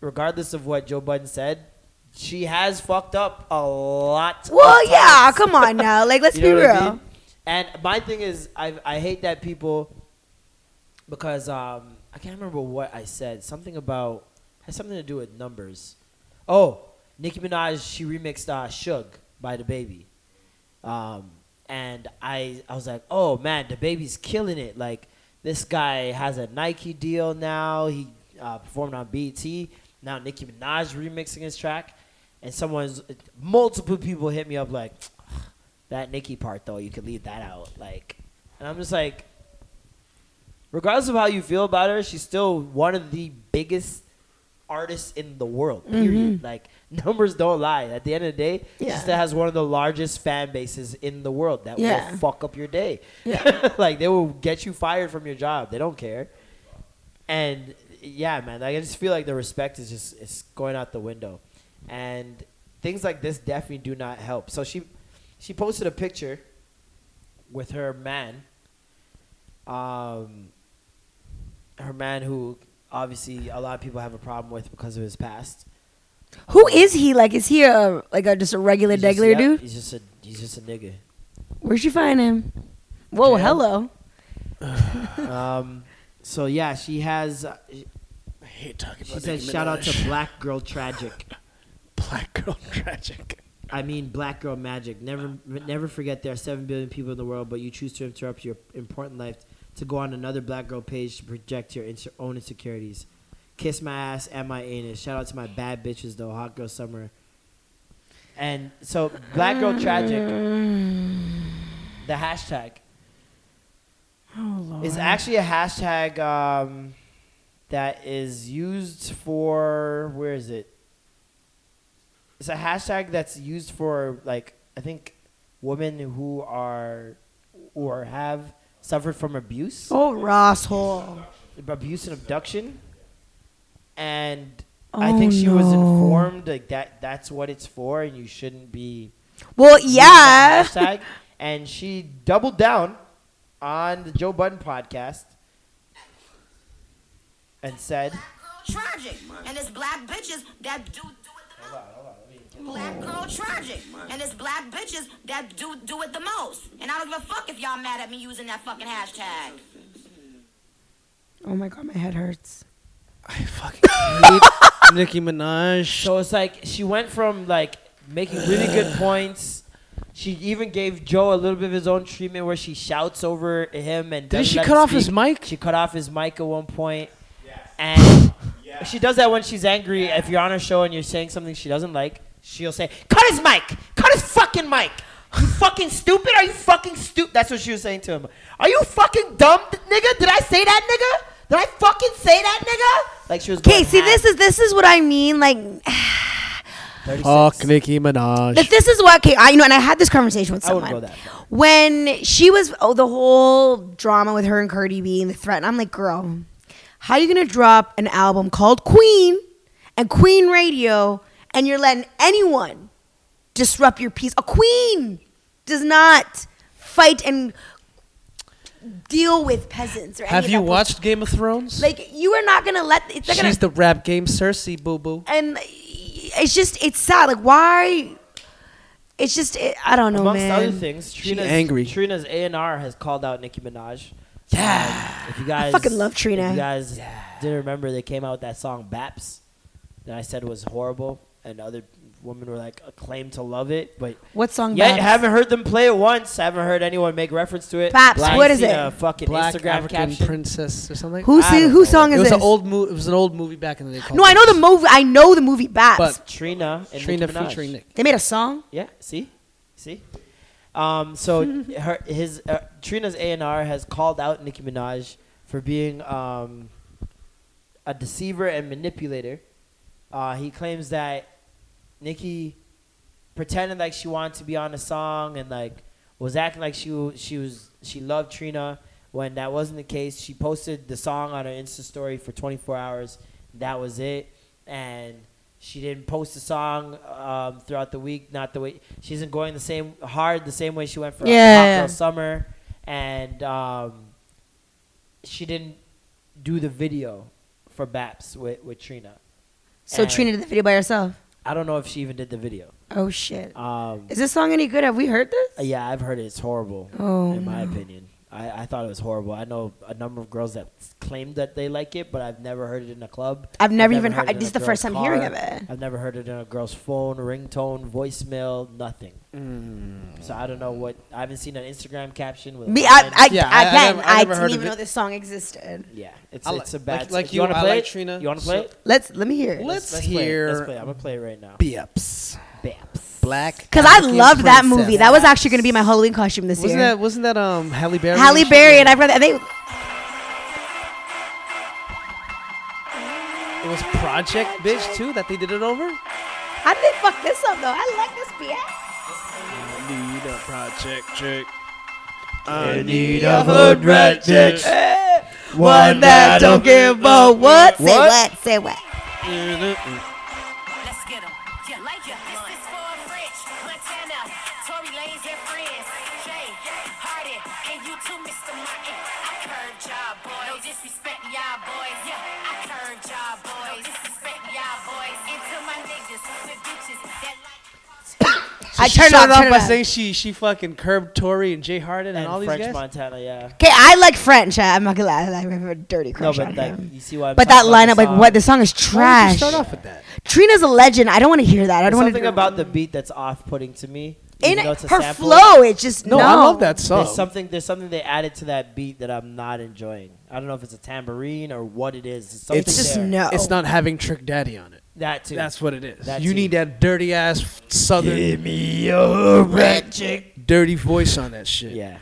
[SPEAKER 2] regardless of what Joe Budden said, she has fucked up a lot. of
[SPEAKER 4] Well, yeah,
[SPEAKER 2] times.
[SPEAKER 4] come on now. Like, let's
[SPEAKER 2] You
[SPEAKER 4] be
[SPEAKER 2] know
[SPEAKER 4] real.
[SPEAKER 2] what I mean? And my thing is, I I hate that people because um I can't remember what I said. Something about has something to do with numbers. Oh, Nicki Minaj she remixed uh, "Shug" by the Baby, um, and I I was like, oh man, the Baby's killing it. Like this guy has a Nike deal now. He uh, performed on BT. Now Nicki Minaj remixing his track, and someone's multiple people hit me up like, that Nicki part though, you could leave that out. Like, and I'm just like, regardless of how you feel about her, she's still one of the biggest artists in the world. Period. Like numbers don't lie. At the end of the day,
[SPEAKER 4] Yeah.
[SPEAKER 2] she still has one of the largest fan bases in the world that
[SPEAKER 4] Yeah.
[SPEAKER 2] will fuck up your day. like they will get you fired from your job. They don't care. And yeah, man, like I just feel like the respect is just it's going out the window. And things like this definitely do not help. So she she posted a picture with her man. Um, her man, who obviously a lot of people have a problem with because of his past.
[SPEAKER 4] Who is he? Like, is he a like a just a regular
[SPEAKER 2] He's just-
[SPEAKER 4] degular
[SPEAKER 2] yep,
[SPEAKER 4] dude?
[SPEAKER 2] He's just a he's just a nigga.
[SPEAKER 4] Where'd you find him? Whoa,
[SPEAKER 2] Jail.
[SPEAKER 4] hello.
[SPEAKER 2] Um, so yeah, she has. uh,
[SPEAKER 3] I hate talking
[SPEAKER 2] She
[SPEAKER 3] about.
[SPEAKER 2] says,
[SPEAKER 3] Nicki
[SPEAKER 2] "Shout out
[SPEAKER 3] Minaj.
[SPEAKER 2] to Black Girl Tragic."
[SPEAKER 3] Black Girl Tragic.
[SPEAKER 2] I mean, Black Girl Magic. Never, never forget there are seven billion people in the world, but you choose to interrupt your important life to go on another black girl page to project your inse- own insecurities. Kiss my ass and my anus. Shout out to my bad bitches though. Hot girl summer. And so black girl tragic. The hashtag is actually a hashtag um, that is used for where is it? It's a hashtag that's used for like I think women who are or have suffered from abuse,
[SPEAKER 4] Oh, Rosshole.
[SPEAKER 2] abuse and abduction, and I think she was informed like that. That's what it's for, and you shouldn't be
[SPEAKER 4] Well,
[SPEAKER 2] yeah.
[SPEAKER 4] yeah.
[SPEAKER 2] hashtag, and she doubled down on the Joe Budden podcast and said,
[SPEAKER 8] tragic, and it's black bitches that do do it the most. Black girl tragic, and it's black bitches that do do it the most. And I don't give a fuck if y'all mad at me using that fucking hashtag.
[SPEAKER 4] Oh my god, my head hurts.
[SPEAKER 3] I fucking hate Nicki Minaj.
[SPEAKER 2] So it's like she went from like making really good points. She even gave Joe a little bit of his own treatment where she shouts over him and
[SPEAKER 3] Did
[SPEAKER 2] doesn't
[SPEAKER 3] she
[SPEAKER 2] let
[SPEAKER 3] cut
[SPEAKER 2] him
[SPEAKER 3] off his
[SPEAKER 2] speak.
[SPEAKER 3] mic?
[SPEAKER 2] She cut off his mic at one point. And she does that when she's angry. If you're on her show and you're saying something she doesn't like, she'll say, "Cut his mic! Cut his fucking mic! You fucking stupid! Are you fucking stupid?" That's what she was saying to him. Are you fucking dumb, d- nigga? Did I say that, nigga? Did I fucking say that, nigga? Like she was.
[SPEAKER 4] Okay, see, this is this is what I mean. Like,
[SPEAKER 3] Fuck Nicki Minaj.
[SPEAKER 4] if this is what okay, I you know, and I had this conversation with
[SPEAKER 2] I wouldn't
[SPEAKER 4] someone
[SPEAKER 2] go that far.
[SPEAKER 4] when she was oh the whole drama with her and Cardi B and the threat. And I'm like, girl, how you gonna drop an album called Queen and Queen Radio, and you're letting anyone disrupt your peace? A queen does not fight and deal with peasants. Or any
[SPEAKER 3] Have
[SPEAKER 4] of
[SPEAKER 3] you
[SPEAKER 4] that bull-
[SPEAKER 3] watched Game of Thrones?
[SPEAKER 4] Like, you are not gonna let. It's not gonna,
[SPEAKER 3] She's the rap game Cersei, boo boo.
[SPEAKER 4] and it's just it's sad. Like why? It's just it, I don't know,
[SPEAKER 2] Amongst
[SPEAKER 4] man.
[SPEAKER 2] other things, Trina's,
[SPEAKER 3] angry.
[SPEAKER 2] Trina's A and R has called out Nicki Minaj. Yeah, if you guys
[SPEAKER 4] fucking love Trina.
[SPEAKER 2] If you guys didn't remember, they came out with that song "Baps" that I said was horrible, and other women were like acclaimed to love it, but
[SPEAKER 4] What song?
[SPEAKER 2] yeah,
[SPEAKER 4] Babs?
[SPEAKER 2] haven't heard them play it once. Haven't heard anyone make reference to it.
[SPEAKER 4] Babs,
[SPEAKER 2] Black-
[SPEAKER 4] what is
[SPEAKER 2] seen
[SPEAKER 4] it?
[SPEAKER 2] A fucking
[SPEAKER 3] Black
[SPEAKER 2] Instagram
[SPEAKER 3] African
[SPEAKER 2] caption.
[SPEAKER 3] princess or something.
[SPEAKER 4] who
[SPEAKER 2] I
[SPEAKER 4] see,
[SPEAKER 2] don't
[SPEAKER 4] who
[SPEAKER 2] know.
[SPEAKER 4] song
[SPEAKER 3] it
[SPEAKER 4] is
[SPEAKER 3] was
[SPEAKER 4] this?
[SPEAKER 3] an old movie. It was an old movie back in the day. Called
[SPEAKER 4] no, I know the
[SPEAKER 3] Babs.
[SPEAKER 4] movie. I know the movie Babs.
[SPEAKER 3] But
[SPEAKER 2] Trina and
[SPEAKER 3] Trina
[SPEAKER 2] Nicki Minaj.
[SPEAKER 3] featuring Nick.
[SPEAKER 4] they made a song.
[SPEAKER 2] Yeah. See, see. Um, so her, his uh, Trina's A and R has called out Nicki Minaj for being um, a deceiver and manipulator. Uh, he claims that Nicki pretended like she wanted to be on the song and like was acting like she wa- she was she loved Trina when that wasn't the case. She posted the song on her Insta story for 24 hours. That was it, and she didn't post the song um, throughout the week. Not the way she isn't going the same hard the same way she went for Hot
[SPEAKER 4] Yeah.
[SPEAKER 2] Girl Summer, and um, she didn't do the video for Baps with with Trina.
[SPEAKER 4] So
[SPEAKER 2] And
[SPEAKER 4] Trina did the video by herself.
[SPEAKER 2] I don't know if she even did the video.
[SPEAKER 4] Oh shit!
[SPEAKER 3] Uh,
[SPEAKER 2] Um,
[SPEAKER 4] Is this song any good? Have we heard this?
[SPEAKER 2] Uh, Yeah, I've heard it. It's horrible,
[SPEAKER 4] Oh,
[SPEAKER 2] in my opinion. I, I thought it was horrible. I know a number of girls that s- claim that they like it, but I've never heard it in a club.
[SPEAKER 4] I've never even heard-
[SPEAKER 2] it in
[SPEAKER 4] this is
[SPEAKER 2] a
[SPEAKER 4] the first
[SPEAKER 2] girl's
[SPEAKER 4] time hearing
[SPEAKER 2] car.
[SPEAKER 4] of it.
[SPEAKER 2] I've never heard it in a girl's phone, ringtone, voicemail, nothing.
[SPEAKER 3] Mm.
[SPEAKER 2] So I don't know what. I haven't seen an Instagram caption with. a
[SPEAKER 4] Me, I,
[SPEAKER 2] line.
[SPEAKER 4] I,
[SPEAKER 3] Yeah, I- I
[SPEAKER 4] again,
[SPEAKER 3] never- I
[SPEAKER 4] I,
[SPEAKER 3] never heard
[SPEAKER 4] didn't
[SPEAKER 3] of
[SPEAKER 4] even
[SPEAKER 3] it.
[SPEAKER 4] know this song existed.
[SPEAKER 2] yeah, it's
[SPEAKER 3] I li-
[SPEAKER 2] it's a bad.
[SPEAKER 3] like- like
[SPEAKER 2] you want
[SPEAKER 3] you,
[SPEAKER 2] to
[SPEAKER 3] I
[SPEAKER 2] play
[SPEAKER 3] like
[SPEAKER 2] it?
[SPEAKER 3] Trina,
[SPEAKER 2] You want to
[SPEAKER 3] so-
[SPEAKER 2] play it?
[SPEAKER 4] Let's let me hear it.
[SPEAKER 3] Let's,
[SPEAKER 2] Play it. Let's
[SPEAKER 3] hear
[SPEAKER 2] play. it. I'm gonna play it right now.
[SPEAKER 3] Bips.
[SPEAKER 2] Baps.
[SPEAKER 3] Black.
[SPEAKER 4] Because I
[SPEAKER 3] African
[SPEAKER 4] love that
[SPEAKER 3] princess.
[SPEAKER 4] movie. That was actually gonna be my Halloween costume this
[SPEAKER 3] Wasn't
[SPEAKER 4] year.
[SPEAKER 3] that wasn't that um Halle Berry?
[SPEAKER 4] Halle Berry and I've read that. They,
[SPEAKER 3] It was Project Bitch too that they did it over.
[SPEAKER 4] how did they fuck this up though? I like this BS.
[SPEAKER 3] Need a project chick.
[SPEAKER 7] I need a hood rat chick.
[SPEAKER 4] One that don't give a what? Say
[SPEAKER 7] What?
[SPEAKER 4] what? Say what?
[SPEAKER 8] Let's get 'em. Yeah, like ya. This is for a French, Montana, Tory Lanez and friends. Jay, Hardy, and you too, Mr. Martin. I curved y'all boys. No disrespect, y'all boys. Yeah, I curved y'all boys. No disrespect, y'all boys. And to my niggas, the bitches that like.
[SPEAKER 4] I
[SPEAKER 3] she
[SPEAKER 4] turned it
[SPEAKER 3] started off
[SPEAKER 4] off. Turn it
[SPEAKER 3] by
[SPEAKER 4] off.
[SPEAKER 3] saying she she fucking curbed Tory and Jay Harden and,
[SPEAKER 2] And
[SPEAKER 3] all these
[SPEAKER 2] French
[SPEAKER 3] guys.
[SPEAKER 2] Montana, yeah.
[SPEAKER 4] Okay, I like French. I- I'm not gonna lie. I have a dirty
[SPEAKER 2] No,
[SPEAKER 4] crush
[SPEAKER 2] but
[SPEAKER 4] on
[SPEAKER 2] like
[SPEAKER 4] him.
[SPEAKER 2] you see why. I'm
[SPEAKER 4] But that
[SPEAKER 2] talking about
[SPEAKER 4] lineup,
[SPEAKER 2] the
[SPEAKER 4] like, what? The song is
[SPEAKER 3] Why did you
[SPEAKER 4] trash.
[SPEAKER 3] start off with that?
[SPEAKER 4] Trina's a legend. I don't want to hear that. I don't
[SPEAKER 2] There's
[SPEAKER 4] want to.
[SPEAKER 2] something about the beat that's off-putting to me.
[SPEAKER 4] in
[SPEAKER 2] even though it's a
[SPEAKER 4] her
[SPEAKER 2] sample.
[SPEAKER 4] flow. It just
[SPEAKER 3] No,
[SPEAKER 4] no.
[SPEAKER 3] I love that song.
[SPEAKER 2] There's something there's something they added to that beat that I'm not enjoying. I don't know if it's a tambourine or what it is. It's something
[SPEAKER 3] It's
[SPEAKER 4] just
[SPEAKER 2] there.
[SPEAKER 4] no.
[SPEAKER 3] It's not having Trick Daddy on it.
[SPEAKER 2] that too.
[SPEAKER 3] That's what it is.
[SPEAKER 2] That
[SPEAKER 3] you
[SPEAKER 2] too.
[SPEAKER 3] need that dirty ass southern,
[SPEAKER 7] Give me your red chick.
[SPEAKER 3] dirty voice on that shit.
[SPEAKER 2] yeah.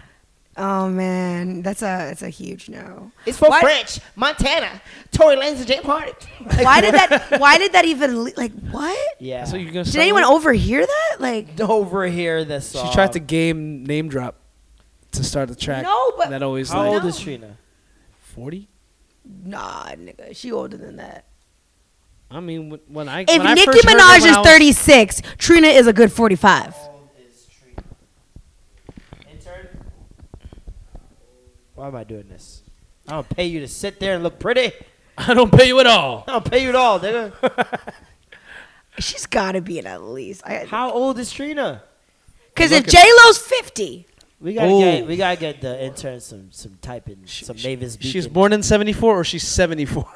[SPEAKER 4] Oh man, that's a that's a huge no.
[SPEAKER 2] It's for
[SPEAKER 4] Why-
[SPEAKER 2] French, Montana, Tory Lanez and Jay Party.
[SPEAKER 4] Why did that? Why did that even le- like what?
[SPEAKER 2] Yeah.
[SPEAKER 3] So you're gonna.
[SPEAKER 4] Did
[SPEAKER 3] start
[SPEAKER 4] anyone
[SPEAKER 3] with?
[SPEAKER 4] overhear that? Like
[SPEAKER 2] overhear this song.
[SPEAKER 3] She tried to game name drop to start the track.
[SPEAKER 4] No, but-
[SPEAKER 3] and that always
[SPEAKER 2] How
[SPEAKER 3] like
[SPEAKER 2] old is Trina?
[SPEAKER 3] forty.
[SPEAKER 4] nah, nigga, she older than that.
[SPEAKER 3] I mean, wh- when I
[SPEAKER 4] If
[SPEAKER 3] when I
[SPEAKER 4] Nicki
[SPEAKER 3] first heard her
[SPEAKER 4] Minaj
[SPEAKER 3] when
[SPEAKER 4] is
[SPEAKER 3] I was-
[SPEAKER 4] 36, Trina is a good 45.
[SPEAKER 2] Intern. Why am I doing this? I don't pay you to sit there and look pretty.
[SPEAKER 3] I don't pay you at all.
[SPEAKER 2] I don't pay you at all, nigga.
[SPEAKER 4] She's got to be in at least.
[SPEAKER 2] How old is Trina?
[SPEAKER 4] Because if J Lo's 50,
[SPEAKER 2] We gotta
[SPEAKER 3] Ooh.
[SPEAKER 2] get we gotta get the intern some some typing some Mavis Beacon.
[SPEAKER 3] She's born in seventy four or she's seventy four.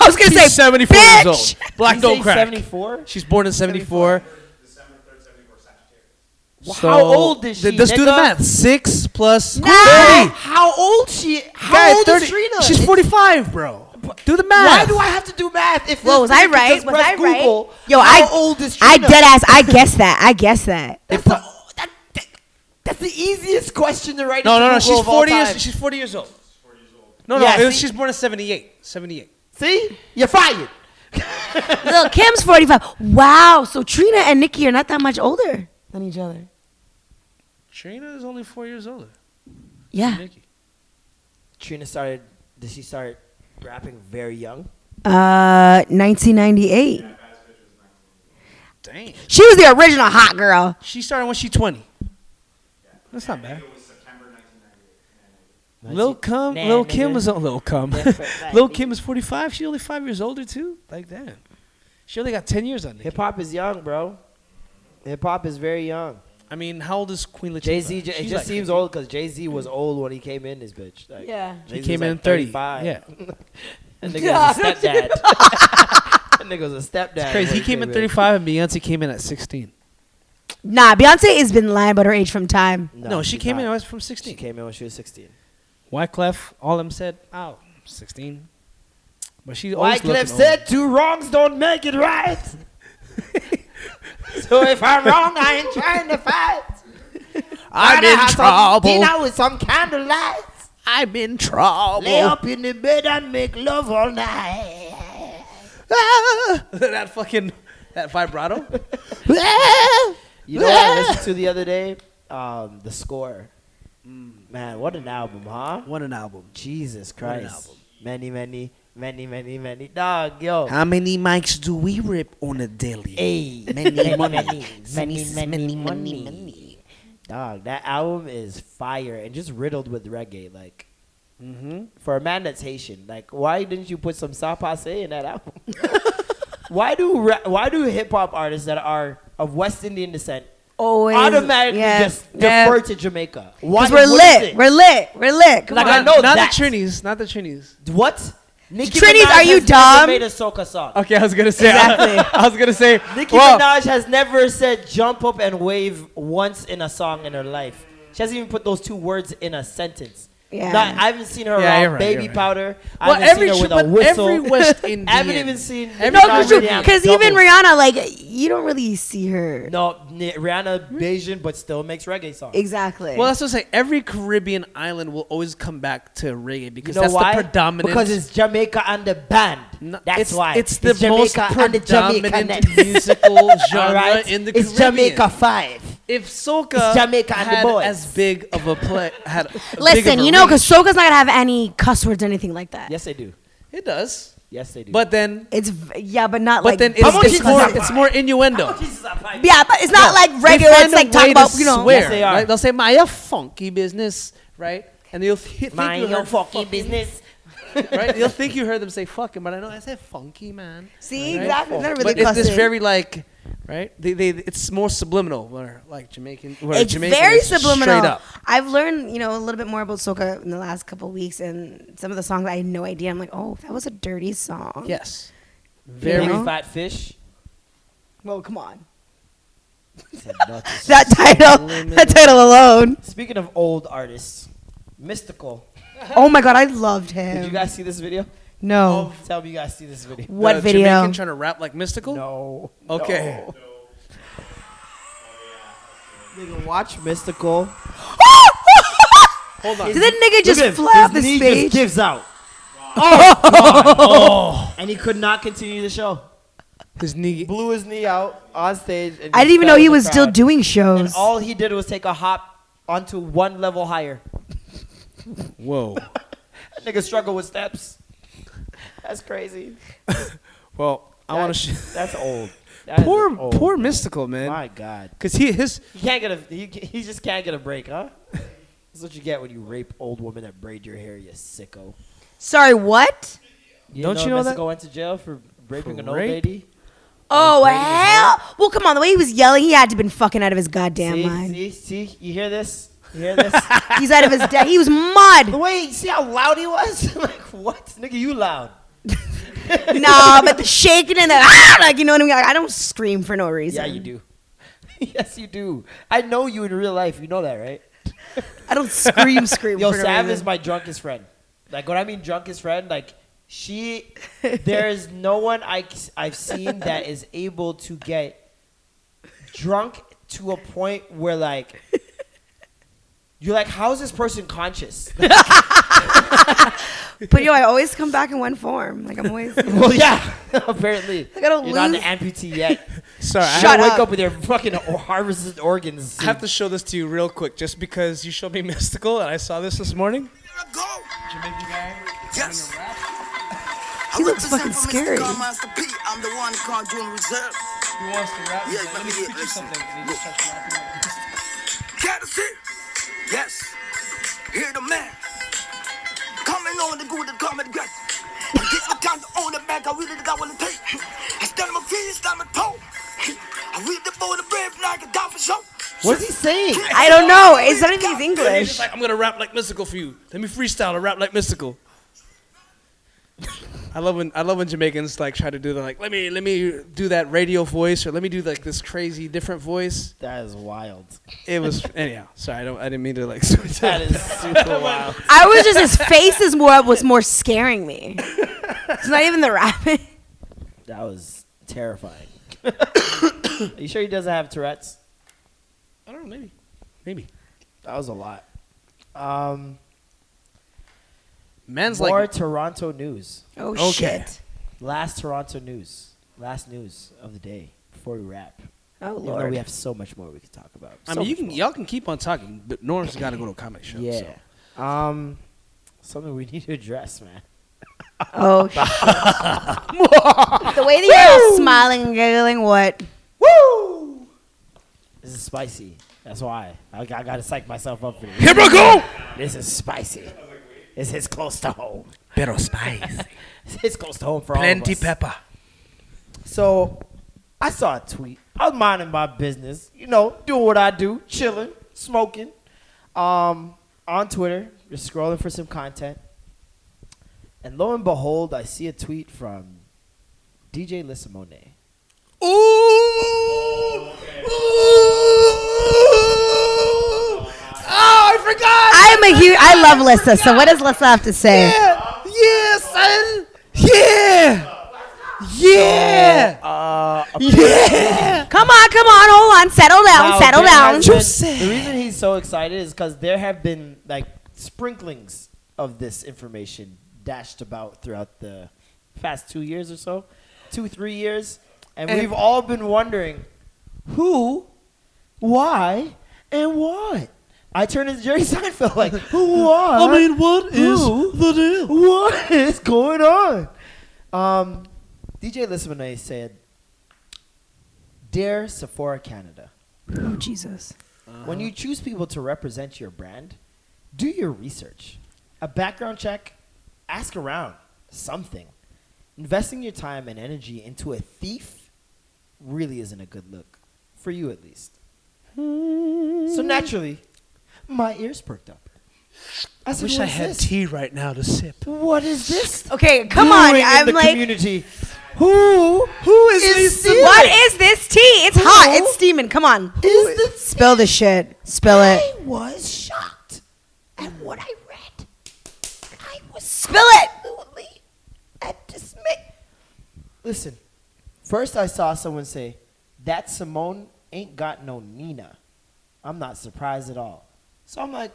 [SPEAKER 4] I was gonna say
[SPEAKER 3] She's seventy four
[SPEAKER 4] bitch!
[SPEAKER 3] years old. Black
[SPEAKER 2] You
[SPEAKER 3] don't
[SPEAKER 2] say
[SPEAKER 3] crack.
[SPEAKER 2] 74?
[SPEAKER 3] She's born in seventy four. So
[SPEAKER 2] How old is
[SPEAKER 3] th-
[SPEAKER 2] she,
[SPEAKER 3] Let's do the
[SPEAKER 2] nigga?
[SPEAKER 3] math. Six plus
[SPEAKER 2] Hey,
[SPEAKER 3] thirty.
[SPEAKER 2] how old she? How
[SPEAKER 3] Guys,
[SPEAKER 2] old
[SPEAKER 3] 30.
[SPEAKER 2] is Trina?
[SPEAKER 3] She's
[SPEAKER 2] It-
[SPEAKER 3] 45, bro. Do the
[SPEAKER 2] Why
[SPEAKER 3] math.
[SPEAKER 2] do I have to do math? If
[SPEAKER 4] Whoa,
[SPEAKER 2] this
[SPEAKER 4] was I
[SPEAKER 2] nigga can
[SPEAKER 4] right?
[SPEAKER 2] just
[SPEAKER 4] Was
[SPEAKER 2] press
[SPEAKER 4] I right?
[SPEAKER 2] Google,
[SPEAKER 4] Yo,
[SPEAKER 2] how
[SPEAKER 4] I-
[SPEAKER 2] old is Trina?
[SPEAKER 4] I dead ass. I guess that. I guess that.
[SPEAKER 2] That's, the, that, that- that's the easiest question to write.
[SPEAKER 3] No,
[SPEAKER 2] into
[SPEAKER 3] no, no.
[SPEAKER 2] Google
[SPEAKER 3] She's
[SPEAKER 2] of all
[SPEAKER 3] 40 years.
[SPEAKER 2] time.
[SPEAKER 3] She's 40 years old. No,
[SPEAKER 2] Yeah,
[SPEAKER 3] no. it was-
[SPEAKER 2] see?
[SPEAKER 3] she's born in 78. 78.
[SPEAKER 2] See, you're fired.
[SPEAKER 4] Lil Kim's 45. Wow. So Trina and Nicki are not that much older than each other.
[SPEAKER 3] Trina is only four years older.
[SPEAKER 4] Yeah.
[SPEAKER 3] Nikki.
[SPEAKER 2] Trina started. Did she start rapping very young?
[SPEAKER 4] Uh, 1998.
[SPEAKER 3] Dang.
[SPEAKER 4] She was the original hot girl.
[SPEAKER 3] She started when she 20. That's not bad. Lil Kim,
[SPEAKER 2] Nah,
[SPEAKER 3] Lil Kim
[SPEAKER 2] nigga.
[SPEAKER 3] was on Lil Kim.
[SPEAKER 2] Different
[SPEAKER 3] Lil
[SPEAKER 2] vibe.
[SPEAKER 3] Kim is 45. She's only five years older too. Like damn, she only got 10 years on Nicki.
[SPEAKER 2] Hip hop is young, bro. Hip hop is very young.
[SPEAKER 3] I mean, how old is Queen Latifah?
[SPEAKER 2] Jay Z, it
[SPEAKER 3] She's
[SPEAKER 2] just
[SPEAKER 3] like
[SPEAKER 2] seems
[SPEAKER 3] 50.
[SPEAKER 2] old because Jay Z was old when he came in this bitch. Like,
[SPEAKER 4] Yeah.
[SPEAKER 2] Jay-Z
[SPEAKER 3] He
[SPEAKER 2] was
[SPEAKER 3] came in
[SPEAKER 2] like
[SPEAKER 3] at 30.
[SPEAKER 2] 35.
[SPEAKER 3] Yeah,
[SPEAKER 2] That nigga was a stepdad. that nigga was a stepdad.
[SPEAKER 3] it's crazy.
[SPEAKER 2] when
[SPEAKER 3] He came in
[SPEAKER 2] in.
[SPEAKER 3] 35, and Beyonce came in at 16.
[SPEAKER 4] Nah, Beyonce has been lying about her age from time.
[SPEAKER 3] No, she
[SPEAKER 2] she's
[SPEAKER 3] came in. I
[SPEAKER 2] not.
[SPEAKER 3] was from
[SPEAKER 2] She
[SPEAKER 3] 16.
[SPEAKER 2] came in when she was 16.
[SPEAKER 3] Wyclef, all them said, "Ow, 16." But she always
[SPEAKER 2] Wyclef
[SPEAKER 3] looking
[SPEAKER 2] said, two wrongs don't make it right. so if I'm wrong, I ain't trying to fight.
[SPEAKER 3] old. "I'm
[SPEAKER 2] Gotta
[SPEAKER 3] in
[SPEAKER 2] have some
[SPEAKER 3] trouble.
[SPEAKER 2] Dinner with some candlelight.
[SPEAKER 3] I'm in
[SPEAKER 2] Lay
[SPEAKER 3] trouble."
[SPEAKER 2] up in the bed and make love all night.
[SPEAKER 3] Ah! that fucking that vibrato.
[SPEAKER 2] You know what I listened to the other day? Um, the score.
[SPEAKER 3] Mm.
[SPEAKER 2] Man, what an album, huh?
[SPEAKER 3] What an album.
[SPEAKER 2] Jesus
[SPEAKER 3] an
[SPEAKER 2] Christ.
[SPEAKER 3] album.
[SPEAKER 2] Many, many, many, many, many. Dog, yo.
[SPEAKER 5] How many mics do we rip on a daily?
[SPEAKER 2] Hey,
[SPEAKER 5] Many, many,
[SPEAKER 2] many, many,
[SPEAKER 5] many,
[SPEAKER 2] many. Dog, that album is fire and just riddled with reggae. Like, mm-hmm. for a man that's Haitian, like, why didn't you put some sapase in that album? why do ra- why do hip hop artists that are of West Indian descent
[SPEAKER 4] Always.
[SPEAKER 2] automatically
[SPEAKER 4] yeah,
[SPEAKER 2] just
[SPEAKER 4] yeah.
[SPEAKER 2] defer to Jamaica? Why?
[SPEAKER 4] Cause we're
[SPEAKER 2] what is
[SPEAKER 4] lit.
[SPEAKER 2] it?
[SPEAKER 4] We're lit. We're lit. Come
[SPEAKER 2] Like,
[SPEAKER 4] on.
[SPEAKER 2] I
[SPEAKER 3] Not-
[SPEAKER 2] know
[SPEAKER 3] not
[SPEAKER 2] that.
[SPEAKER 3] the Trinies, not the Trinies.
[SPEAKER 2] What? Nicki
[SPEAKER 4] Trinis,
[SPEAKER 2] Minaj
[SPEAKER 4] are you
[SPEAKER 2] has never
[SPEAKER 4] dumb?
[SPEAKER 2] Made a soca song.
[SPEAKER 3] Okay, I was gonna say.
[SPEAKER 4] Exactly.
[SPEAKER 3] I, was gonna say.
[SPEAKER 2] Nicki
[SPEAKER 3] well,
[SPEAKER 2] Minaj has never said "jump up and wave" once in a song in her life. She hasn't even put those two words in a sentence.
[SPEAKER 4] Yeah.
[SPEAKER 2] Not- I haven't seen her
[SPEAKER 3] Yeah,
[SPEAKER 2] around
[SPEAKER 3] you're right,
[SPEAKER 2] baby
[SPEAKER 3] you're right.
[SPEAKER 2] powder. I
[SPEAKER 3] Well,
[SPEAKER 2] haven't
[SPEAKER 3] every
[SPEAKER 2] seen her with
[SPEAKER 3] but
[SPEAKER 2] a whistle.
[SPEAKER 3] every West Indian.
[SPEAKER 2] I haven't even seen.
[SPEAKER 3] Every
[SPEAKER 4] No, cause, you,
[SPEAKER 3] Every
[SPEAKER 2] Rihanna
[SPEAKER 4] 'cause even
[SPEAKER 2] doubles.
[SPEAKER 4] Rihanna, like you don't really see her.
[SPEAKER 2] No, Ni- Rihanna Bayesian, but still makes reggae songs.
[SPEAKER 4] Exactly.
[SPEAKER 3] Well, that's what I'm saying. Every Caribbean island will always come back to reggae
[SPEAKER 2] You
[SPEAKER 3] because
[SPEAKER 2] know
[SPEAKER 3] that's
[SPEAKER 2] why?
[SPEAKER 3] the predominant.
[SPEAKER 2] Because it's Jamaica and the band.
[SPEAKER 3] No,
[SPEAKER 2] That's
[SPEAKER 3] it's-
[SPEAKER 2] why.
[SPEAKER 3] it's the most
[SPEAKER 2] Jamaica and the
[SPEAKER 3] predominant
[SPEAKER 2] Jamaicanettes.
[SPEAKER 3] musical genre
[SPEAKER 2] Alright?
[SPEAKER 3] in the
[SPEAKER 2] It's
[SPEAKER 3] Caribbean.
[SPEAKER 2] Jamaica Five.
[SPEAKER 3] if soca
[SPEAKER 2] it's Jamaica and the
[SPEAKER 3] had
[SPEAKER 2] boys.
[SPEAKER 3] as big of a play, had a big of
[SPEAKER 4] Listen,
[SPEAKER 3] a
[SPEAKER 4] you know,
[SPEAKER 3] reach-
[SPEAKER 4] because Soka's not gonna have any cuss words or anything like that.
[SPEAKER 2] Yes, they do.
[SPEAKER 3] it does.
[SPEAKER 2] Yes, they do.
[SPEAKER 3] But then,
[SPEAKER 4] It's v- yeah, but not
[SPEAKER 3] but
[SPEAKER 4] like.
[SPEAKER 3] then
[SPEAKER 4] how
[SPEAKER 3] it's,
[SPEAKER 4] much
[SPEAKER 3] it's
[SPEAKER 4] is
[SPEAKER 3] more
[SPEAKER 4] that?
[SPEAKER 3] it's more
[SPEAKER 2] Oh,
[SPEAKER 3] innuendo.
[SPEAKER 4] yeah, but it's not like
[SPEAKER 3] They
[SPEAKER 4] regular.
[SPEAKER 3] find
[SPEAKER 4] It's
[SPEAKER 3] a
[SPEAKER 4] like
[SPEAKER 3] way
[SPEAKER 4] talking
[SPEAKER 3] to
[SPEAKER 4] about you know.
[SPEAKER 3] swear,
[SPEAKER 2] Yes, they are.
[SPEAKER 3] right? They'll say my funky business, right? And you'll th- think you
[SPEAKER 2] Mind
[SPEAKER 3] heard
[SPEAKER 2] your fucking business.
[SPEAKER 3] right? You'll think you heard them say fucking, but I know I said funky, man.
[SPEAKER 4] See,
[SPEAKER 3] Right?
[SPEAKER 4] exactly. It's not really
[SPEAKER 3] but it's this
[SPEAKER 4] cussing.
[SPEAKER 3] very like, right? They, they, it's more subliminal. Where like Jamaican, where
[SPEAKER 4] it's
[SPEAKER 3] Jamaican
[SPEAKER 4] very
[SPEAKER 3] is
[SPEAKER 4] subliminal.
[SPEAKER 3] Straight up.
[SPEAKER 4] I've learned, you know, a little bit more about soca in the last couple of weeks, and some of the songs I had no idea. I'm like, oh, that was a dirty song.
[SPEAKER 3] Yes.
[SPEAKER 2] Very
[SPEAKER 4] You know?
[SPEAKER 2] fat fish.
[SPEAKER 4] Well, come on. that title, that title alone.
[SPEAKER 2] Speaking of old artists, Mystical.
[SPEAKER 4] Oh my god, I loved him.
[SPEAKER 2] Did you guys see this video?
[SPEAKER 4] No.
[SPEAKER 2] Tell me you guys see this video.
[SPEAKER 4] What
[SPEAKER 3] The
[SPEAKER 4] video?
[SPEAKER 3] Jamaican trying to rap like mystical?
[SPEAKER 2] No.
[SPEAKER 3] Okay.
[SPEAKER 2] No. Nigga, watch Mystical.
[SPEAKER 3] Hold on.
[SPEAKER 4] Did that nigga
[SPEAKER 2] Look at him.
[SPEAKER 4] just fly off the
[SPEAKER 2] knee
[SPEAKER 4] stage?
[SPEAKER 2] just gives out. Oh, and he could not continue the show.
[SPEAKER 3] His knee.
[SPEAKER 2] Blew his knee out on stage. And
[SPEAKER 4] I didn't even
[SPEAKER 2] fell
[SPEAKER 4] know he
[SPEAKER 2] in the
[SPEAKER 4] was still
[SPEAKER 2] crowd.
[SPEAKER 4] doing shows.
[SPEAKER 2] And all he did was take a hop onto one level higher.
[SPEAKER 3] Whoa.
[SPEAKER 2] That nigga struggle with steps. That's crazy.
[SPEAKER 3] Well, I want to.
[SPEAKER 2] That-
[SPEAKER 3] Sh-
[SPEAKER 2] That's old. That is
[SPEAKER 3] poor,
[SPEAKER 2] old.
[SPEAKER 3] poor mystical man.
[SPEAKER 2] My God.
[SPEAKER 3] Cause he his
[SPEAKER 2] He can't get a. He, he just can't get a break, huh? That's what you get when you rape old women that braid your hair, you sicko.
[SPEAKER 4] Sorry, what?
[SPEAKER 2] Don't
[SPEAKER 3] you know that?
[SPEAKER 2] Mexico went to jail for raping
[SPEAKER 3] For
[SPEAKER 2] an old
[SPEAKER 3] rape?
[SPEAKER 2] lady.
[SPEAKER 4] Oh hell! Well, come on. The way he was yelling, he had to have been fucking out of his goddamn
[SPEAKER 2] see,
[SPEAKER 4] mind.
[SPEAKER 2] see, see, you hear this? You hear this?
[SPEAKER 4] He's out of his day. He was
[SPEAKER 2] the
[SPEAKER 4] mud.
[SPEAKER 2] way, see how loud he was? like, what? Nigga, you loud.
[SPEAKER 4] nah, but the shaking and the ah, like you know what I mean. Like I don't scream for no reason.
[SPEAKER 2] Yeah, you do. yes, you do. I know you in real life. You know that, right?
[SPEAKER 4] I don't scream, scream.
[SPEAKER 2] Yo,
[SPEAKER 4] for no
[SPEAKER 2] Sam is
[SPEAKER 4] reason.
[SPEAKER 2] my drunkest friend. Like when I mean drunkest friend, like she, there is no one I have seen that is able to get drunk to a point where like you're like, how is this person conscious?
[SPEAKER 4] But yo, I always come back in one form. Like I'm always.
[SPEAKER 2] well, yeah, apparently
[SPEAKER 4] I gotta
[SPEAKER 2] you're not an
[SPEAKER 4] lose-
[SPEAKER 2] amputee yet.
[SPEAKER 3] sorry. I have,
[SPEAKER 4] Shut
[SPEAKER 2] I wake
[SPEAKER 4] up.
[SPEAKER 2] up. with your fucking o- harvested organs.
[SPEAKER 3] I have to show this to you real quick, just because you showed me mystical and I saw this this morning.
[SPEAKER 8] Yes.
[SPEAKER 4] He looks fucking scary.
[SPEAKER 8] Master P. I'm the one called you in reserve.
[SPEAKER 3] He wants to rap.
[SPEAKER 8] Yeah, let me get-
[SPEAKER 3] teach you something. And he just starts rapping like this.
[SPEAKER 8] Cat is here. Yes. Hear the man. Coming on the good and coming good. I get my time to own the back. I really got what it take. I stand on my feet, stand on my toe. I read the boy the brave like a dolphin show.
[SPEAKER 2] What's he saying?
[SPEAKER 4] I don't know. It's not even he's
[SPEAKER 3] And he's just
[SPEAKER 4] English.
[SPEAKER 3] like, I'm gonna rap like mystical for you. Let me freestyle and rap like mystical. I love when I love when Jamaicans like try to do the like let me let me do that radio voice or let me do like this crazy different voice.
[SPEAKER 2] That is wild.
[SPEAKER 3] It was anyhow. Sorry, I don't I didn't mean to like switch
[SPEAKER 2] That
[SPEAKER 3] that.
[SPEAKER 2] is super wild.
[SPEAKER 4] I was just his face is more was more scaring me. It's not even the rapping.
[SPEAKER 2] That was terrifying. Are you sure he doesn't have Tourette's?
[SPEAKER 3] I don't know, maybe, maybe.
[SPEAKER 2] That was a lot. Um,
[SPEAKER 3] Man's
[SPEAKER 2] more
[SPEAKER 3] like
[SPEAKER 2] Toronto news.
[SPEAKER 4] Oh
[SPEAKER 3] Okay.
[SPEAKER 4] shit.
[SPEAKER 2] Last Toronto news. Last news of the day before we wrap.
[SPEAKER 4] Oh
[SPEAKER 2] Even though
[SPEAKER 4] lord.
[SPEAKER 2] we have so much more we could talk about.
[SPEAKER 3] I
[SPEAKER 2] So
[SPEAKER 3] mean, you
[SPEAKER 2] much
[SPEAKER 3] can
[SPEAKER 2] more.
[SPEAKER 3] y'all can keep on talking, but Norm's got to go to a comedy show.
[SPEAKER 2] Yeah.
[SPEAKER 3] so.
[SPEAKER 2] Um, something we need to address, man.
[SPEAKER 4] Oh shit. the way that you're all smiling and giggling, what?
[SPEAKER 2] Woo! This is spicy. That's why I, I gotta psych myself up for this.
[SPEAKER 3] Here we go.
[SPEAKER 2] This is spicy. This is close to home.
[SPEAKER 3] Pero spice,
[SPEAKER 2] This is close to home for all of
[SPEAKER 3] plenty
[SPEAKER 2] us.
[SPEAKER 3] pepper.
[SPEAKER 2] So I saw a tweet. I was minding my business, you know, doing what I do, chilling, smoking, um, on Twitter, just scrolling for some content. And lo and behold, I see a tweet from DJ Lissimone.
[SPEAKER 3] Oh, I forgot.
[SPEAKER 4] I'm a huge. I love Lissa. So what does Lissa have to say?
[SPEAKER 3] Yeah, yeah, son. Yeah, yeah, yeah.
[SPEAKER 4] Come on, come on, hold on, settle down,
[SPEAKER 2] Now,
[SPEAKER 4] settle
[SPEAKER 2] there
[SPEAKER 4] down.
[SPEAKER 2] has been-
[SPEAKER 3] Juicy.
[SPEAKER 2] the reason he's so excited is because there have been like sprinklings of this information dashed about throughout the past two years or so, two three years, and,
[SPEAKER 3] And-
[SPEAKER 2] we've all been wondering who, why, and what. I turned into Jerry Seinfeld like who, why?
[SPEAKER 3] I mean, what is
[SPEAKER 2] Who?
[SPEAKER 3] the deal?
[SPEAKER 2] what is going on? Um, DJ Lissimone said, "Dear Sephora Canada."
[SPEAKER 4] Oh Jesus.
[SPEAKER 2] When you choose people to represent your brand, do your research. A background check, ask around, something. Investing your time and energy into a thief really isn't a good look, for you at least. So naturally, my ears perked up. I, said,
[SPEAKER 3] Wish
[SPEAKER 2] "What
[SPEAKER 3] I
[SPEAKER 2] is
[SPEAKER 3] had
[SPEAKER 2] this?
[SPEAKER 3] tea right now to sip.
[SPEAKER 2] What is this?
[SPEAKER 4] Okay, come on.
[SPEAKER 2] brewing in
[SPEAKER 4] I'm
[SPEAKER 2] the
[SPEAKER 4] like,
[SPEAKER 2] community. Who? Who is,
[SPEAKER 4] What is this tea? It's hot. It's steaming. Come on. Spill the shit. Spill it.
[SPEAKER 2] I was shocked at what I read. I was
[SPEAKER 4] Spill it.
[SPEAKER 2] absolutely at dismay. Listen, first I saw someone say, That Simone ain't got no Nina. I'm not surprised at all. So I'm like,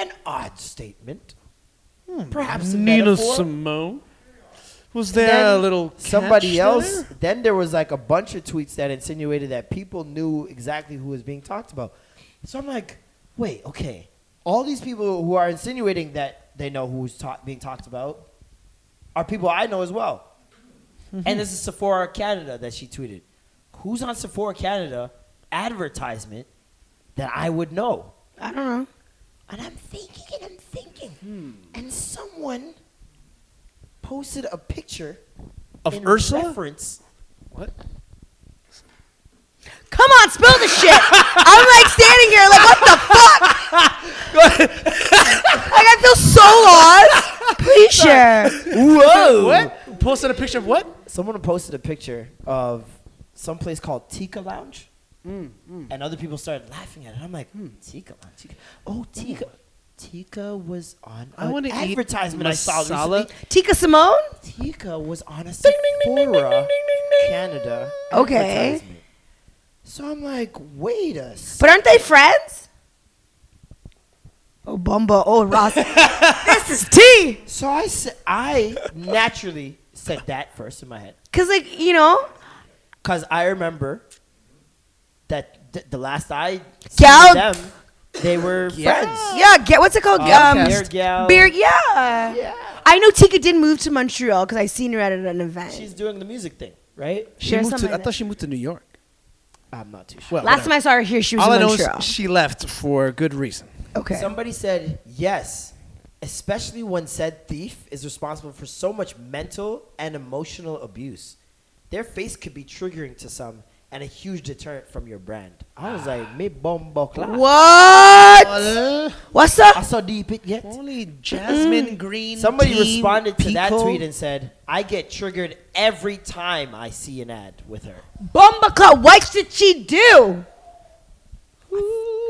[SPEAKER 2] An odd statement. Perhaps a
[SPEAKER 3] Nina
[SPEAKER 2] metaphor.
[SPEAKER 3] Simone. Was
[SPEAKER 2] Then
[SPEAKER 3] there a little
[SPEAKER 2] somebody
[SPEAKER 3] catch
[SPEAKER 2] else?
[SPEAKER 3] there?
[SPEAKER 2] Then there was like a bunch of tweets that insinuated that people knew exactly who was being talked about. So I'm like, wait, okay. All these people who are insinuating that they know who's ta- being talked about are people I know as well.
[SPEAKER 3] Mm-hmm.
[SPEAKER 2] And this is Sephora Canada that she tweeted. Who's on Sephora Canada advertisement that I would know?
[SPEAKER 4] I don't know.
[SPEAKER 2] And I'm thinking and I'm thinking.
[SPEAKER 3] Hmm.
[SPEAKER 2] And someone posted a picture
[SPEAKER 3] Of
[SPEAKER 2] in
[SPEAKER 3] Ursula?
[SPEAKER 2] reference
[SPEAKER 4] Come on. Spill the shit. I'm like standing here like, what the fuck? like, I feel so lost. Please share.
[SPEAKER 2] Whoa!
[SPEAKER 3] What? Posted a picture of what?
[SPEAKER 2] Someone posted a picture of some place called Tika Lounge,
[SPEAKER 3] Hmm,
[SPEAKER 2] and other people started laughing at it. I'm like, "Hmm, Tika Lounge. Tika. Oh, Tika. Tika was on
[SPEAKER 3] I
[SPEAKER 2] an
[SPEAKER 3] wanna eat
[SPEAKER 2] advertisement I saw
[SPEAKER 3] masala.
[SPEAKER 2] recently.
[SPEAKER 4] Tika Simone?
[SPEAKER 2] Tika was on a Sephora Canada
[SPEAKER 4] Okay.
[SPEAKER 2] advertisement. So I'm like, wait a second.
[SPEAKER 4] But aren't they friends? Oh, Bumba. Oh, Ross. this is tea.
[SPEAKER 2] So I said, I naturally said that first in my head.
[SPEAKER 4] Because, like, you know,
[SPEAKER 2] Cause I remember that th- the last I saw
[SPEAKER 4] Gal-
[SPEAKER 2] them, they were friends.
[SPEAKER 4] yeah, get what's it called? um,
[SPEAKER 2] Beer gal.
[SPEAKER 4] beer, yeah. I know Tika did move to Montreal because I seen her at an event.
[SPEAKER 2] She's doing the music thing, right?
[SPEAKER 3] She
[SPEAKER 4] There's
[SPEAKER 3] moved
[SPEAKER 4] something
[SPEAKER 3] to, I
[SPEAKER 4] that-
[SPEAKER 3] thought she moved to New York.
[SPEAKER 2] I'm not too sure.
[SPEAKER 3] Well,
[SPEAKER 4] Last time I saw her here, she was
[SPEAKER 3] all I
[SPEAKER 4] in
[SPEAKER 3] know is
[SPEAKER 4] Montreal.
[SPEAKER 3] she left for a good reason.
[SPEAKER 4] okay.
[SPEAKER 2] Somebody said yes, especially when said thief is responsible for so much mental and emotional abuse. Their face could be triggering to some and a huge deterrent from your brand. I was like, me bombo clock.
[SPEAKER 4] what? What's
[SPEAKER 2] I
[SPEAKER 4] up?
[SPEAKER 2] saw deep it yet. Mm.
[SPEAKER 3] Only Jasmine Green.
[SPEAKER 2] Somebody responded to that tweet and said, I get triggered every time I see an ad with her.
[SPEAKER 4] Bumba Club, what should she do?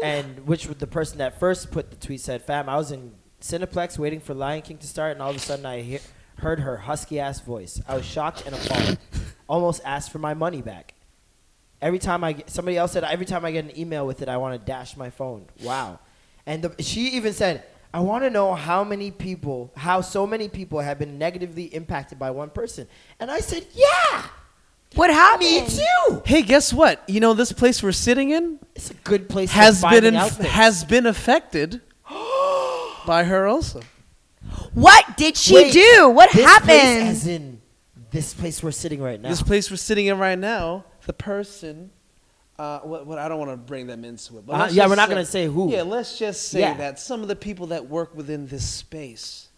[SPEAKER 2] And which was the person that first put the tweet said, Fam, I was in Cineplex waiting for Lion King to start, and all of a sudden I hear, heard her husky ass voice. I was shocked and appalled. Almost asked for my money back. Every time I get, somebody else said, every time I get an email with it, I want to dash my phone. Wow. And the, she even said, I want to know how many people, how so many people have been negatively impacted by one person. And I said, Yeah,
[SPEAKER 4] What
[SPEAKER 2] me
[SPEAKER 4] happened?
[SPEAKER 2] too.
[SPEAKER 3] Hey, guess what? You know this place we're sitting in
[SPEAKER 2] It's a good place
[SPEAKER 3] has
[SPEAKER 2] to
[SPEAKER 3] been
[SPEAKER 2] find
[SPEAKER 3] in,
[SPEAKER 2] out things.
[SPEAKER 3] has been affected by her also.
[SPEAKER 4] What did she
[SPEAKER 2] Wait,
[SPEAKER 4] do? What
[SPEAKER 2] this Place,
[SPEAKER 4] happened?
[SPEAKER 2] as in this place we're sitting right now.
[SPEAKER 3] This place we're sitting in right now, the person. Uh, what, what I don't want to bring them into it. But
[SPEAKER 2] Uh,
[SPEAKER 3] let's
[SPEAKER 2] yeah, we're
[SPEAKER 3] just
[SPEAKER 2] not gonna say who.
[SPEAKER 3] Yeah, let's just say
[SPEAKER 2] Yeah.
[SPEAKER 3] that some of the people that work within this space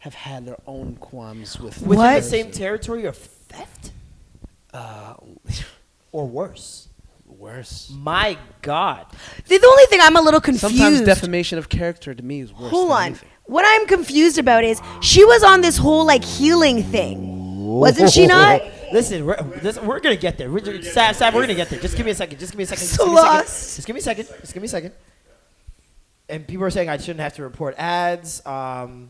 [SPEAKER 3] have had their own qualms with
[SPEAKER 2] Within
[SPEAKER 4] What?
[SPEAKER 2] the same territory of theft
[SPEAKER 3] Uh,
[SPEAKER 2] or worse.
[SPEAKER 3] worse.
[SPEAKER 2] My God.
[SPEAKER 4] The the only thing I'm a little confused.
[SPEAKER 3] Sometimes defamation of character to me is worse.
[SPEAKER 4] Hold
[SPEAKER 3] than
[SPEAKER 4] on.
[SPEAKER 3] anything.
[SPEAKER 4] What I'm confused about is she was on this whole like healing thing, wasn't she not?
[SPEAKER 2] Listen, we're, this, we're gonna get there. We're, just, Sav, Sav, we're gonna get there. Just give me a second. Just give me a second. Just
[SPEAKER 4] So
[SPEAKER 2] give me a second.
[SPEAKER 4] lost.
[SPEAKER 2] Just give me a second. Just give me a second. And people are saying I shouldn't have to report ads. Um,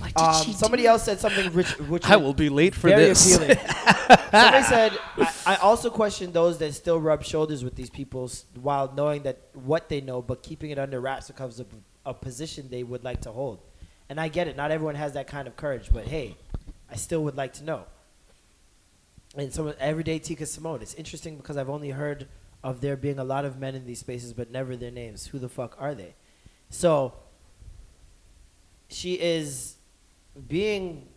[SPEAKER 4] What did
[SPEAKER 2] um,
[SPEAKER 4] she
[SPEAKER 2] somebody
[SPEAKER 4] do?
[SPEAKER 2] else said something which, which
[SPEAKER 3] I will be late for
[SPEAKER 2] very
[SPEAKER 3] this.
[SPEAKER 2] appealing. Somebody said, I, I also question those that still rub shoulders with these people s- while knowing that what they know, but keeping it under wraps becomes a, a position they would like to hold. And I get it. Not everyone has that kind of courage, but hey, I still would like to know. And so everyday Tika Simone. It's interesting because I've only heard of there being a lot of men in these spaces, but never their names. Who the fuck are they? So she is being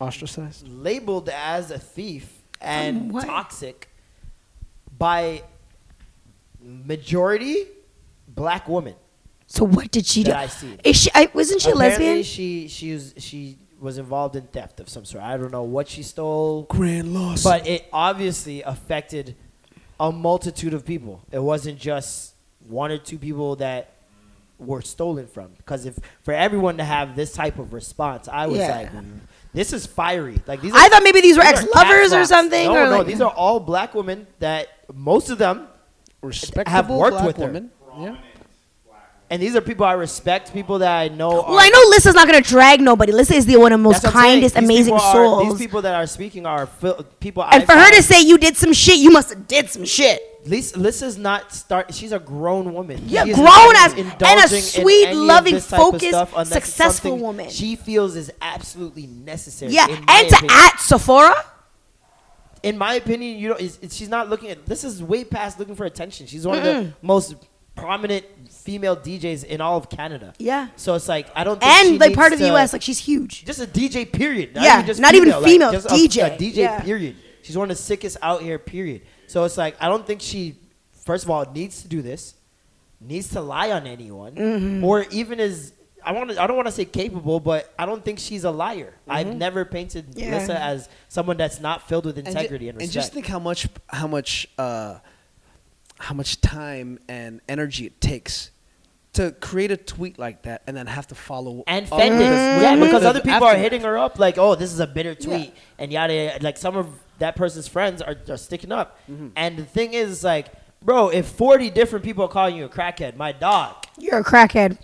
[SPEAKER 3] Ostracized.
[SPEAKER 2] labeled as a thief
[SPEAKER 4] From
[SPEAKER 2] and
[SPEAKER 4] what?
[SPEAKER 2] toxic by majority black women.
[SPEAKER 4] So what did she do?
[SPEAKER 2] that I see.
[SPEAKER 4] Is she? I, wasn't she a
[SPEAKER 2] Apparently,
[SPEAKER 4] lesbian?
[SPEAKER 2] She she was she was involved in theft of some sort. I don't know what she stole,
[SPEAKER 3] Grand loss.
[SPEAKER 2] but it obviously affected a multitude of people. It wasn't just one or two people that were stolen from. Because if for everyone to have this type of response, I was
[SPEAKER 4] Yeah.
[SPEAKER 2] like, This is fiery. Like these. Are,
[SPEAKER 4] I thought maybe these were
[SPEAKER 2] are
[SPEAKER 4] ex-lovers or
[SPEAKER 2] catwalks.
[SPEAKER 4] something,
[SPEAKER 2] No,
[SPEAKER 4] or
[SPEAKER 2] no,
[SPEAKER 4] like-
[SPEAKER 2] these are all black women that most of them
[SPEAKER 3] Respectable
[SPEAKER 2] have worked
[SPEAKER 3] black
[SPEAKER 2] with her.
[SPEAKER 3] woman. Yeah.
[SPEAKER 2] And these are people I respect, people that I know.
[SPEAKER 4] Well, I know Lissa's not gonna drag nobody. Lissa is the one of the most
[SPEAKER 2] That's what I'm saying.
[SPEAKER 4] kindest,
[SPEAKER 2] These
[SPEAKER 4] amazing
[SPEAKER 2] people are-
[SPEAKER 4] souls.
[SPEAKER 2] these people that are speaking are fil- people.
[SPEAKER 4] and
[SPEAKER 2] I
[SPEAKER 4] for her
[SPEAKER 2] find-
[SPEAKER 4] to say you did some shit, you must have did some shit.
[SPEAKER 2] Lisa, Lisa's not start. She's a grown woman.
[SPEAKER 4] Yeah,
[SPEAKER 2] She is
[SPEAKER 4] grown
[SPEAKER 2] not
[SPEAKER 4] ass- and a
[SPEAKER 2] indulging in
[SPEAKER 4] sweet,
[SPEAKER 2] any of
[SPEAKER 4] loving,
[SPEAKER 2] this type of
[SPEAKER 4] focused,
[SPEAKER 2] stuff unless it's
[SPEAKER 4] successful
[SPEAKER 2] something
[SPEAKER 4] woman.
[SPEAKER 2] She feels is absolutely necessary.
[SPEAKER 4] Yeah,
[SPEAKER 2] in
[SPEAKER 4] and
[SPEAKER 2] my
[SPEAKER 4] to
[SPEAKER 2] opinion.
[SPEAKER 4] at Sephora.
[SPEAKER 2] in my opinion, you know, is, is- she's not looking at. This is way past looking for attention. She's one of the most prominent female DJs in all of Canada.
[SPEAKER 4] Yeah.
[SPEAKER 2] So it's like I don't. Think she
[SPEAKER 4] And like part
[SPEAKER 2] needs
[SPEAKER 4] of the
[SPEAKER 2] to-
[SPEAKER 4] U.S., like she's huge.
[SPEAKER 2] just a DJ period. Not
[SPEAKER 4] Yeah,
[SPEAKER 2] even just
[SPEAKER 4] not even
[SPEAKER 2] like,
[SPEAKER 4] female,
[SPEAKER 2] just a-
[SPEAKER 4] DJ.
[SPEAKER 2] A, DJ
[SPEAKER 4] Yeah.
[SPEAKER 2] period. She's one of the sickest out here. Period. So it's like I don't think she, first of all, needs to do this, needs to lie on anyone,
[SPEAKER 4] Mm-hmm.
[SPEAKER 2] or even is. I want. to I don't want to say capable, but I don't think she's a liar. I've never painted
[SPEAKER 4] Mm-hmm. Yeah.
[SPEAKER 2] Lisa as someone that's not filled with
[SPEAKER 3] ju-
[SPEAKER 2] integrity and,
[SPEAKER 3] and
[SPEAKER 2] respect.
[SPEAKER 3] just think how much how much uh, how much time and energy it takes to create a tweet like that and then have to follow
[SPEAKER 2] and
[SPEAKER 3] up
[SPEAKER 2] Fendic.
[SPEAKER 3] with-
[SPEAKER 2] Yeah,
[SPEAKER 3] with
[SPEAKER 2] because
[SPEAKER 3] it
[SPEAKER 2] other people are
[SPEAKER 3] afterwards.
[SPEAKER 2] hitting her up like, oh, this is a bitter tweet, and yada, yada. Like some of that person's friends are, are sticking up. And the thing is, like, bro, if forty different people are calling you a crackhead, my dog,
[SPEAKER 4] You're a crackhead.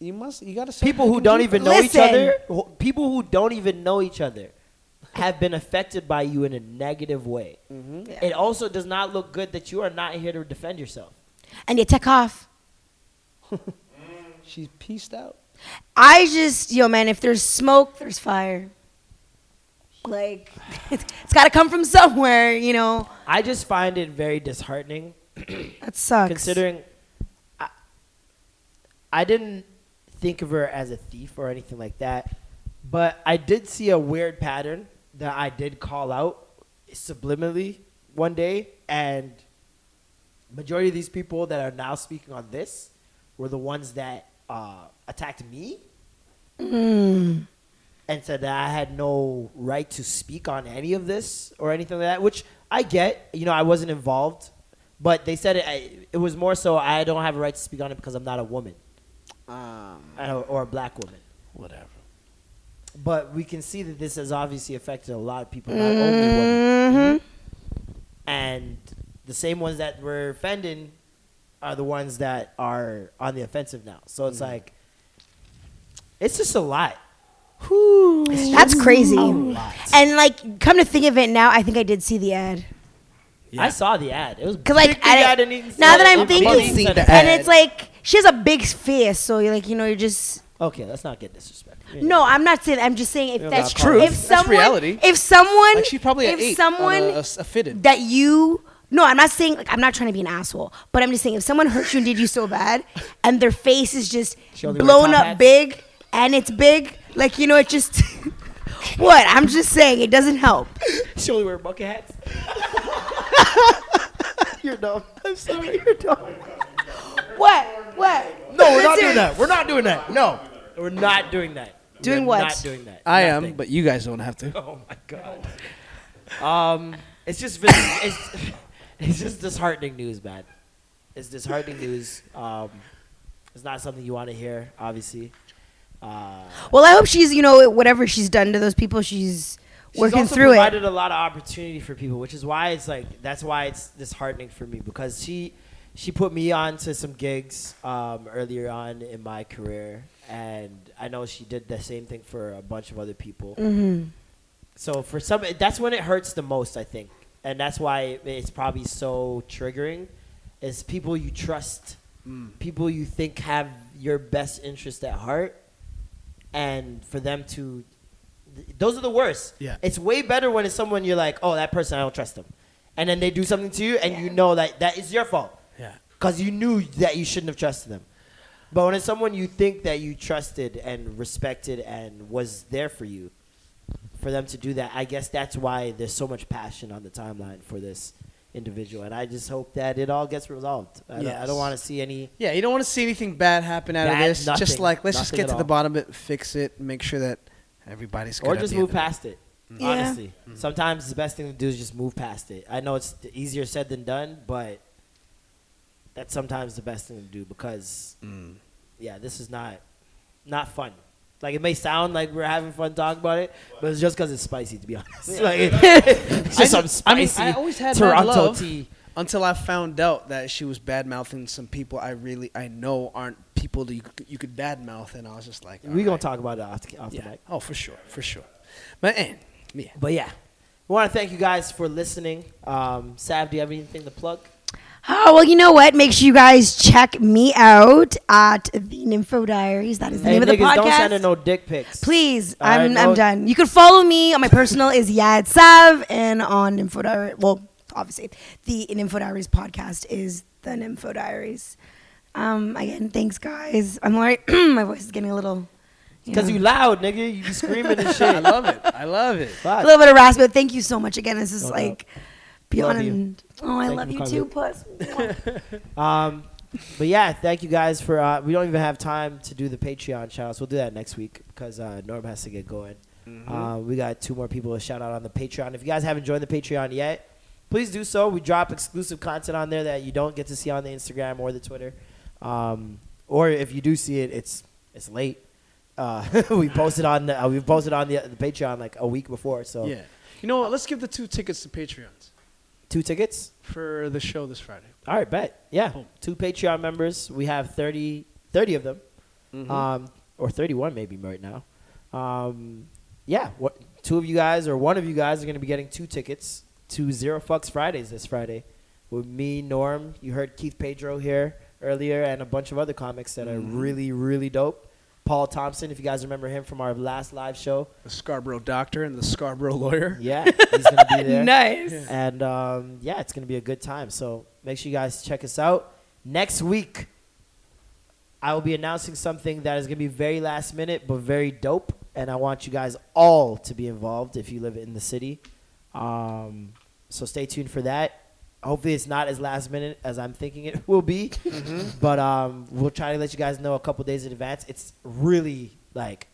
[SPEAKER 3] You must you gotta start
[SPEAKER 2] people who
[SPEAKER 3] hacking
[SPEAKER 2] don't
[SPEAKER 3] people.
[SPEAKER 2] even know each
[SPEAKER 4] Listen.
[SPEAKER 2] other, wh- people who don't even know each other, have been affected by you in a negative way. It also does not look good that you are not here to defend yourself.
[SPEAKER 4] And you take off.
[SPEAKER 3] She's pieced out.
[SPEAKER 4] I just, yo, man, if there's smoke, there's fire. Like, it's, it's got to come from somewhere, you know.
[SPEAKER 2] I just find it very disheartening
[SPEAKER 4] That sucks.
[SPEAKER 2] considering I, I didn't think of her as a thief or anything like that, but I did see a weird pattern that I did call out subliminally one day, and majority of these people that are now speaking on this were the ones that uh, attacked me and said that I had no right to speak on any of this or anything like that, which I get. You know, I wasn't involved, but they said it. I, it was more so I don't have a right to speak on it because I'm not a woman
[SPEAKER 3] Um,
[SPEAKER 2] I don't- or a black woman.
[SPEAKER 3] whatever.
[SPEAKER 2] But we can see that this has obviously affected a lot of people, not only women. And the same ones that were offending are the ones that are on the offensive now. So it's like, it's just a lot.
[SPEAKER 4] That's crazy. And, like, come to think of it now, I think I did see the ad.
[SPEAKER 2] I saw the ad. It was
[SPEAKER 4] Cause like
[SPEAKER 2] big
[SPEAKER 4] I,
[SPEAKER 2] ad in Eaton
[SPEAKER 4] now
[SPEAKER 2] Center.
[SPEAKER 4] that I'm
[SPEAKER 2] It was big
[SPEAKER 4] thinking,
[SPEAKER 2] in Eaton Center.
[SPEAKER 4] and it's like she has a big face, so you're like you know you're just
[SPEAKER 2] okay, let's not get disrespectful. You know.
[SPEAKER 4] no. I'm not saying I'm just saying if
[SPEAKER 2] Yeah,
[SPEAKER 4] that's
[SPEAKER 2] that's true.
[SPEAKER 4] If
[SPEAKER 3] That's
[SPEAKER 4] someone,
[SPEAKER 3] reality.
[SPEAKER 4] if someone,
[SPEAKER 3] Like she probably
[SPEAKER 4] if
[SPEAKER 3] ate
[SPEAKER 4] someone
[SPEAKER 3] on a, a s- a fitted.
[SPEAKER 4] that you no, I'm not saying like I'm not trying to be an asshole, but I'm just saying if someone hurt you and did you so bad, and their face is just
[SPEAKER 2] She only
[SPEAKER 4] blown
[SPEAKER 2] wear top
[SPEAKER 4] up
[SPEAKER 2] hats?
[SPEAKER 4] big, and it's big, like you know it just. What I'm just saying, it doesn't help.
[SPEAKER 2] She only wear bucket hats. You're dumb. I'm sorry. You're dumb.
[SPEAKER 4] What? What?
[SPEAKER 2] No, we're not doing that. We're not doing that. No, we're not doing that.
[SPEAKER 4] Doing
[SPEAKER 2] we're
[SPEAKER 4] what?
[SPEAKER 2] Not doing that.
[SPEAKER 3] I am,
[SPEAKER 2] Nothing.
[SPEAKER 3] but you guys don't have to.
[SPEAKER 2] Oh my god. Um, it's just vis- it's it's just disheartening news, man. It's disheartening news. Um, it's not something you want to hear, obviously. Uh,
[SPEAKER 4] Well, I hope she's you know whatever she's done to those people, she's,
[SPEAKER 2] She's
[SPEAKER 4] working
[SPEAKER 2] also
[SPEAKER 4] through it.
[SPEAKER 2] provided a lot of opportunity for people, which is why it's like that's why it's disheartening for me because she she put me on to some gigs um, earlier on in my career, and I know she did the same thing for a bunch of other people.
[SPEAKER 4] Mm-hmm.
[SPEAKER 2] So for some, that's when it hurts the most, I think, and that's why it's probably so triggering. Is people you trust, people you think have your best interest at heart, and for them to, th- those are the worst.
[SPEAKER 3] Yeah.
[SPEAKER 2] it's way better when it's someone you're like, oh, that person, I don't trust them, and then they do something to you, and you know that that is your fault
[SPEAKER 3] Yeah.
[SPEAKER 2] because you knew that you shouldn't have trusted them. But when it's someone you think that you trusted and respected and was there for you, for them to do that, I guess that's why there's so much passion on the timeline for this individual. And I just hope that it all gets resolved. I don't, I
[SPEAKER 3] Yes.
[SPEAKER 2] don't want to see any.
[SPEAKER 3] Yeah, you don't want to see anything bad happen out
[SPEAKER 2] Bad,
[SPEAKER 3] of this.
[SPEAKER 2] nothing.
[SPEAKER 3] just like let's just
[SPEAKER 2] Nothing
[SPEAKER 3] get
[SPEAKER 2] at
[SPEAKER 3] to
[SPEAKER 2] all.
[SPEAKER 3] the bottom of it, fix it, make sure that everybody's good.
[SPEAKER 2] Or
[SPEAKER 3] at
[SPEAKER 2] just
[SPEAKER 3] the end
[SPEAKER 2] move
[SPEAKER 3] of it.
[SPEAKER 2] past it.
[SPEAKER 4] Yeah.
[SPEAKER 2] Honestly, sometimes the best thing to do is just move past it. I know it's th- easier said than done, but that's sometimes the best thing to do because, yeah, this is not not fun. Like it may sound like we're having fun talking about it, but it's just because it's spicy. To be honest, like it- it's just some
[SPEAKER 3] I mean,
[SPEAKER 2] spicy
[SPEAKER 3] I always had
[SPEAKER 2] Toronto
[SPEAKER 3] Toronto love
[SPEAKER 2] tea.
[SPEAKER 3] until I found out that she was bad mouthing some people I really I know aren't people that you, c- you could bad mouth, and I was just like,
[SPEAKER 2] We
[SPEAKER 3] all
[SPEAKER 2] gonna
[SPEAKER 3] right.
[SPEAKER 2] talk about it off the, off
[SPEAKER 3] Yeah.
[SPEAKER 2] the mic.
[SPEAKER 3] Oh, for sure, for sure. But and yeah,
[SPEAKER 2] But yeah, we want to thank you guys for listening. Um, Sav, do you have anything to plug?
[SPEAKER 4] Oh, well, you know what? Make sure you guys check me out at the Nympho Diaries. That is the
[SPEAKER 2] Hey,
[SPEAKER 4] name of the
[SPEAKER 2] niggas,
[SPEAKER 4] podcast.
[SPEAKER 2] don't send her no dick pics.
[SPEAKER 4] Please,
[SPEAKER 2] All
[SPEAKER 4] I'm,
[SPEAKER 2] right, no-
[SPEAKER 4] I'm done. You can follow me on my personal is Yad Sav and on Nympho Diaries. Well, obviously, the Nympho Diaries podcast is the Nympho Diaries. Um, again, thanks, guys. I'm like, my voice is getting a little, you
[SPEAKER 2] Because
[SPEAKER 4] know,
[SPEAKER 2] you loud, nigga. You be screaming and
[SPEAKER 3] I
[SPEAKER 2] shit.
[SPEAKER 3] love it. I love it.
[SPEAKER 4] a little bit of rasp, but thank you so much again. This is
[SPEAKER 2] No doubt.
[SPEAKER 4] like
[SPEAKER 2] Love you.
[SPEAKER 4] beyond. Oh, I
[SPEAKER 2] Thank
[SPEAKER 4] love
[SPEAKER 2] you
[SPEAKER 4] you,
[SPEAKER 2] for
[SPEAKER 4] too, puss.
[SPEAKER 2] Um, but yeah, thank you guys for. Uh, we don't even have time to do the Patreon shout outs. We'll do that next week because uh, Norm has to get going.
[SPEAKER 3] Mm-hmm.
[SPEAKER 2] Uh, we got two more people to shout out on the Patreon. If you guys haven't joined the Patreon yet, please do so. We drop exclusive content on there that you don't get to see on the Instagram or the Twitter. Um, or if you do see it, it's it's late. Uh, we posted on the, uh, we posted on the, the Patreon like a week before, so
[SPEAKER 3] Yeah. You know what? Let's give the two tickets to Patreons
[SPEAKER 2] two tickets.
[SPEAKER 3] for the show this Friday.
[SPEAKER 2] All right, bet. Yeah.
[SPEAKER 3] Boom.
[SPEAKER 2] Two Patreon members. We have 30, 30 of them, um, or 31 maybe right now. Um, yeah. What, two of you guys or one of you guys are going to be getting two tickets to Zero Fucks Fridays this Friday with me, Norm. You heard Keith Pedro here earlier and a bunch of other comics that are really, really dope. Paul Thompson, if you guys remember him from our last live show.
[SPEAKER 3] The Scarborough doctor and the Scarborough lawyer.
[SPEAKER 2] Yeah, he's going to be there.
[SPEAKER 4] nice.
[SPEAKER 2] And um, yeah, it's going to be a good time. So make sure you guys check us out. Next week, I will be announcing something that is going to be very last minute, but very dope. And I want you guys all to be involved if you live in the city. Um, so stay tuned for that. Hopefully, it's not as last minute as I'm thinking it will be.
[SPEAKER 3] Mm-hmm.
[SPEAKER 2] But um, we'll try to let you guys know a couple days in advance. It's really, like,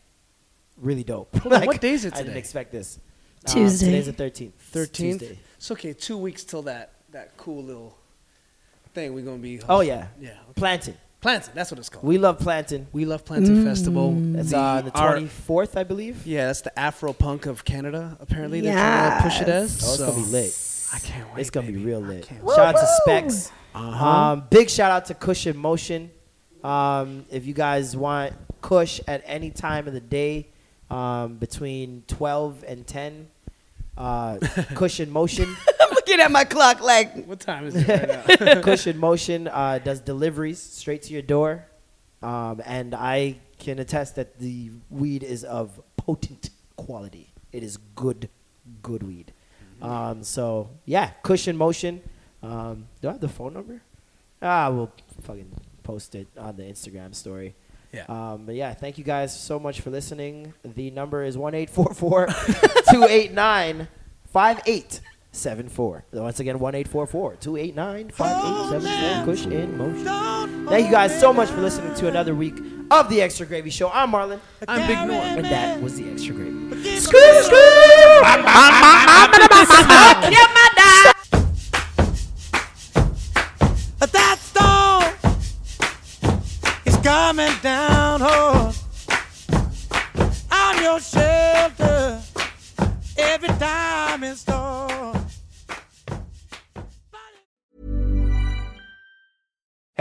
[SPEAKER 2] really dope.
[SPEAKER 3] Hold on, what day is it
[SPEAKER 2] I didn't
[SPEAKER 3] today?
[SPEAKER 2] expect this.
[SPEAKER 4] Tuesday.
[SPEAKER 2] Uh, today's the 13th. It's
[SPEAKER 3] Thirteenth.
[SPEAKER 2] Tuesday.
[SPEAKER 3] It's okay. Two weeks till that that cool little thing we're gonna be.
[SPEAKER 2] Oh yeah,
[SPEAKER 3] Yeah.
[SPEAKER 2] Planting.
[SPEAKER 3] Planting. That's what it's called.
[SPEAKER 2] We love Planting.
[SPEAKER 3] We love Planting Festival.
[SPEAKER 2] That's uh, the
[SPEAKER 3] our-
[SPEAKER 2] twenty fourth, I believe.
[SPEAKER 3] Yeah, that's the Afro punk of Canada. Apparently, they're trying to push it as.
[SPEAKER 2] Oh, it's
[SPEAKER 3] so.
[SPEAKER 2] gonna be lit.
[SPEAKER 3] I can't wait.
[SPEAKER 2] It's gonna be
[SPEAKER 3] baby.
[SPEAKER 2] real
[SPEAKER 3] I
[SPEAKER 2] lit.
[SPEAKER 3] can't Uh-huh.
[SPEAKER 2] Shout out to Specs. Um, big shout out to Cushion Motion. Um, if you guys want Cush at any time of the day, um, between twelve and ten, uh, Cushion Motion.
[SPEAKER 4] I'm looking at my clock like,
[SPEAKER 3] wait. What time is it right now?
[SPEAKER 2] Cushion Motion uh, does deliveries straight to your door, um, and I can attest that the weed is of potent quality. It is good, good weed. Um, so yeah, Cushion Motion. Um, do I have the phone number? Ah, we'll fucking post it on the Instagram story.
[SPEAKER 3] Yeah.
[SPEAKER 2] Um, but yeah, thank you guys so much for listening. The number is 1844 289 5874. Once again, 1844 289 5874. Push in motion. Thank you guys so much for listening to another week of The Extra Gravy Show. I'm Marlon.
[SPEAKER 3] I'm Big Norm.
[SPEAKER 2] And that was The Extra Gravy.
[SPEAKER 7] But that storm is coming down hard. I'm your shelter every time it's storm.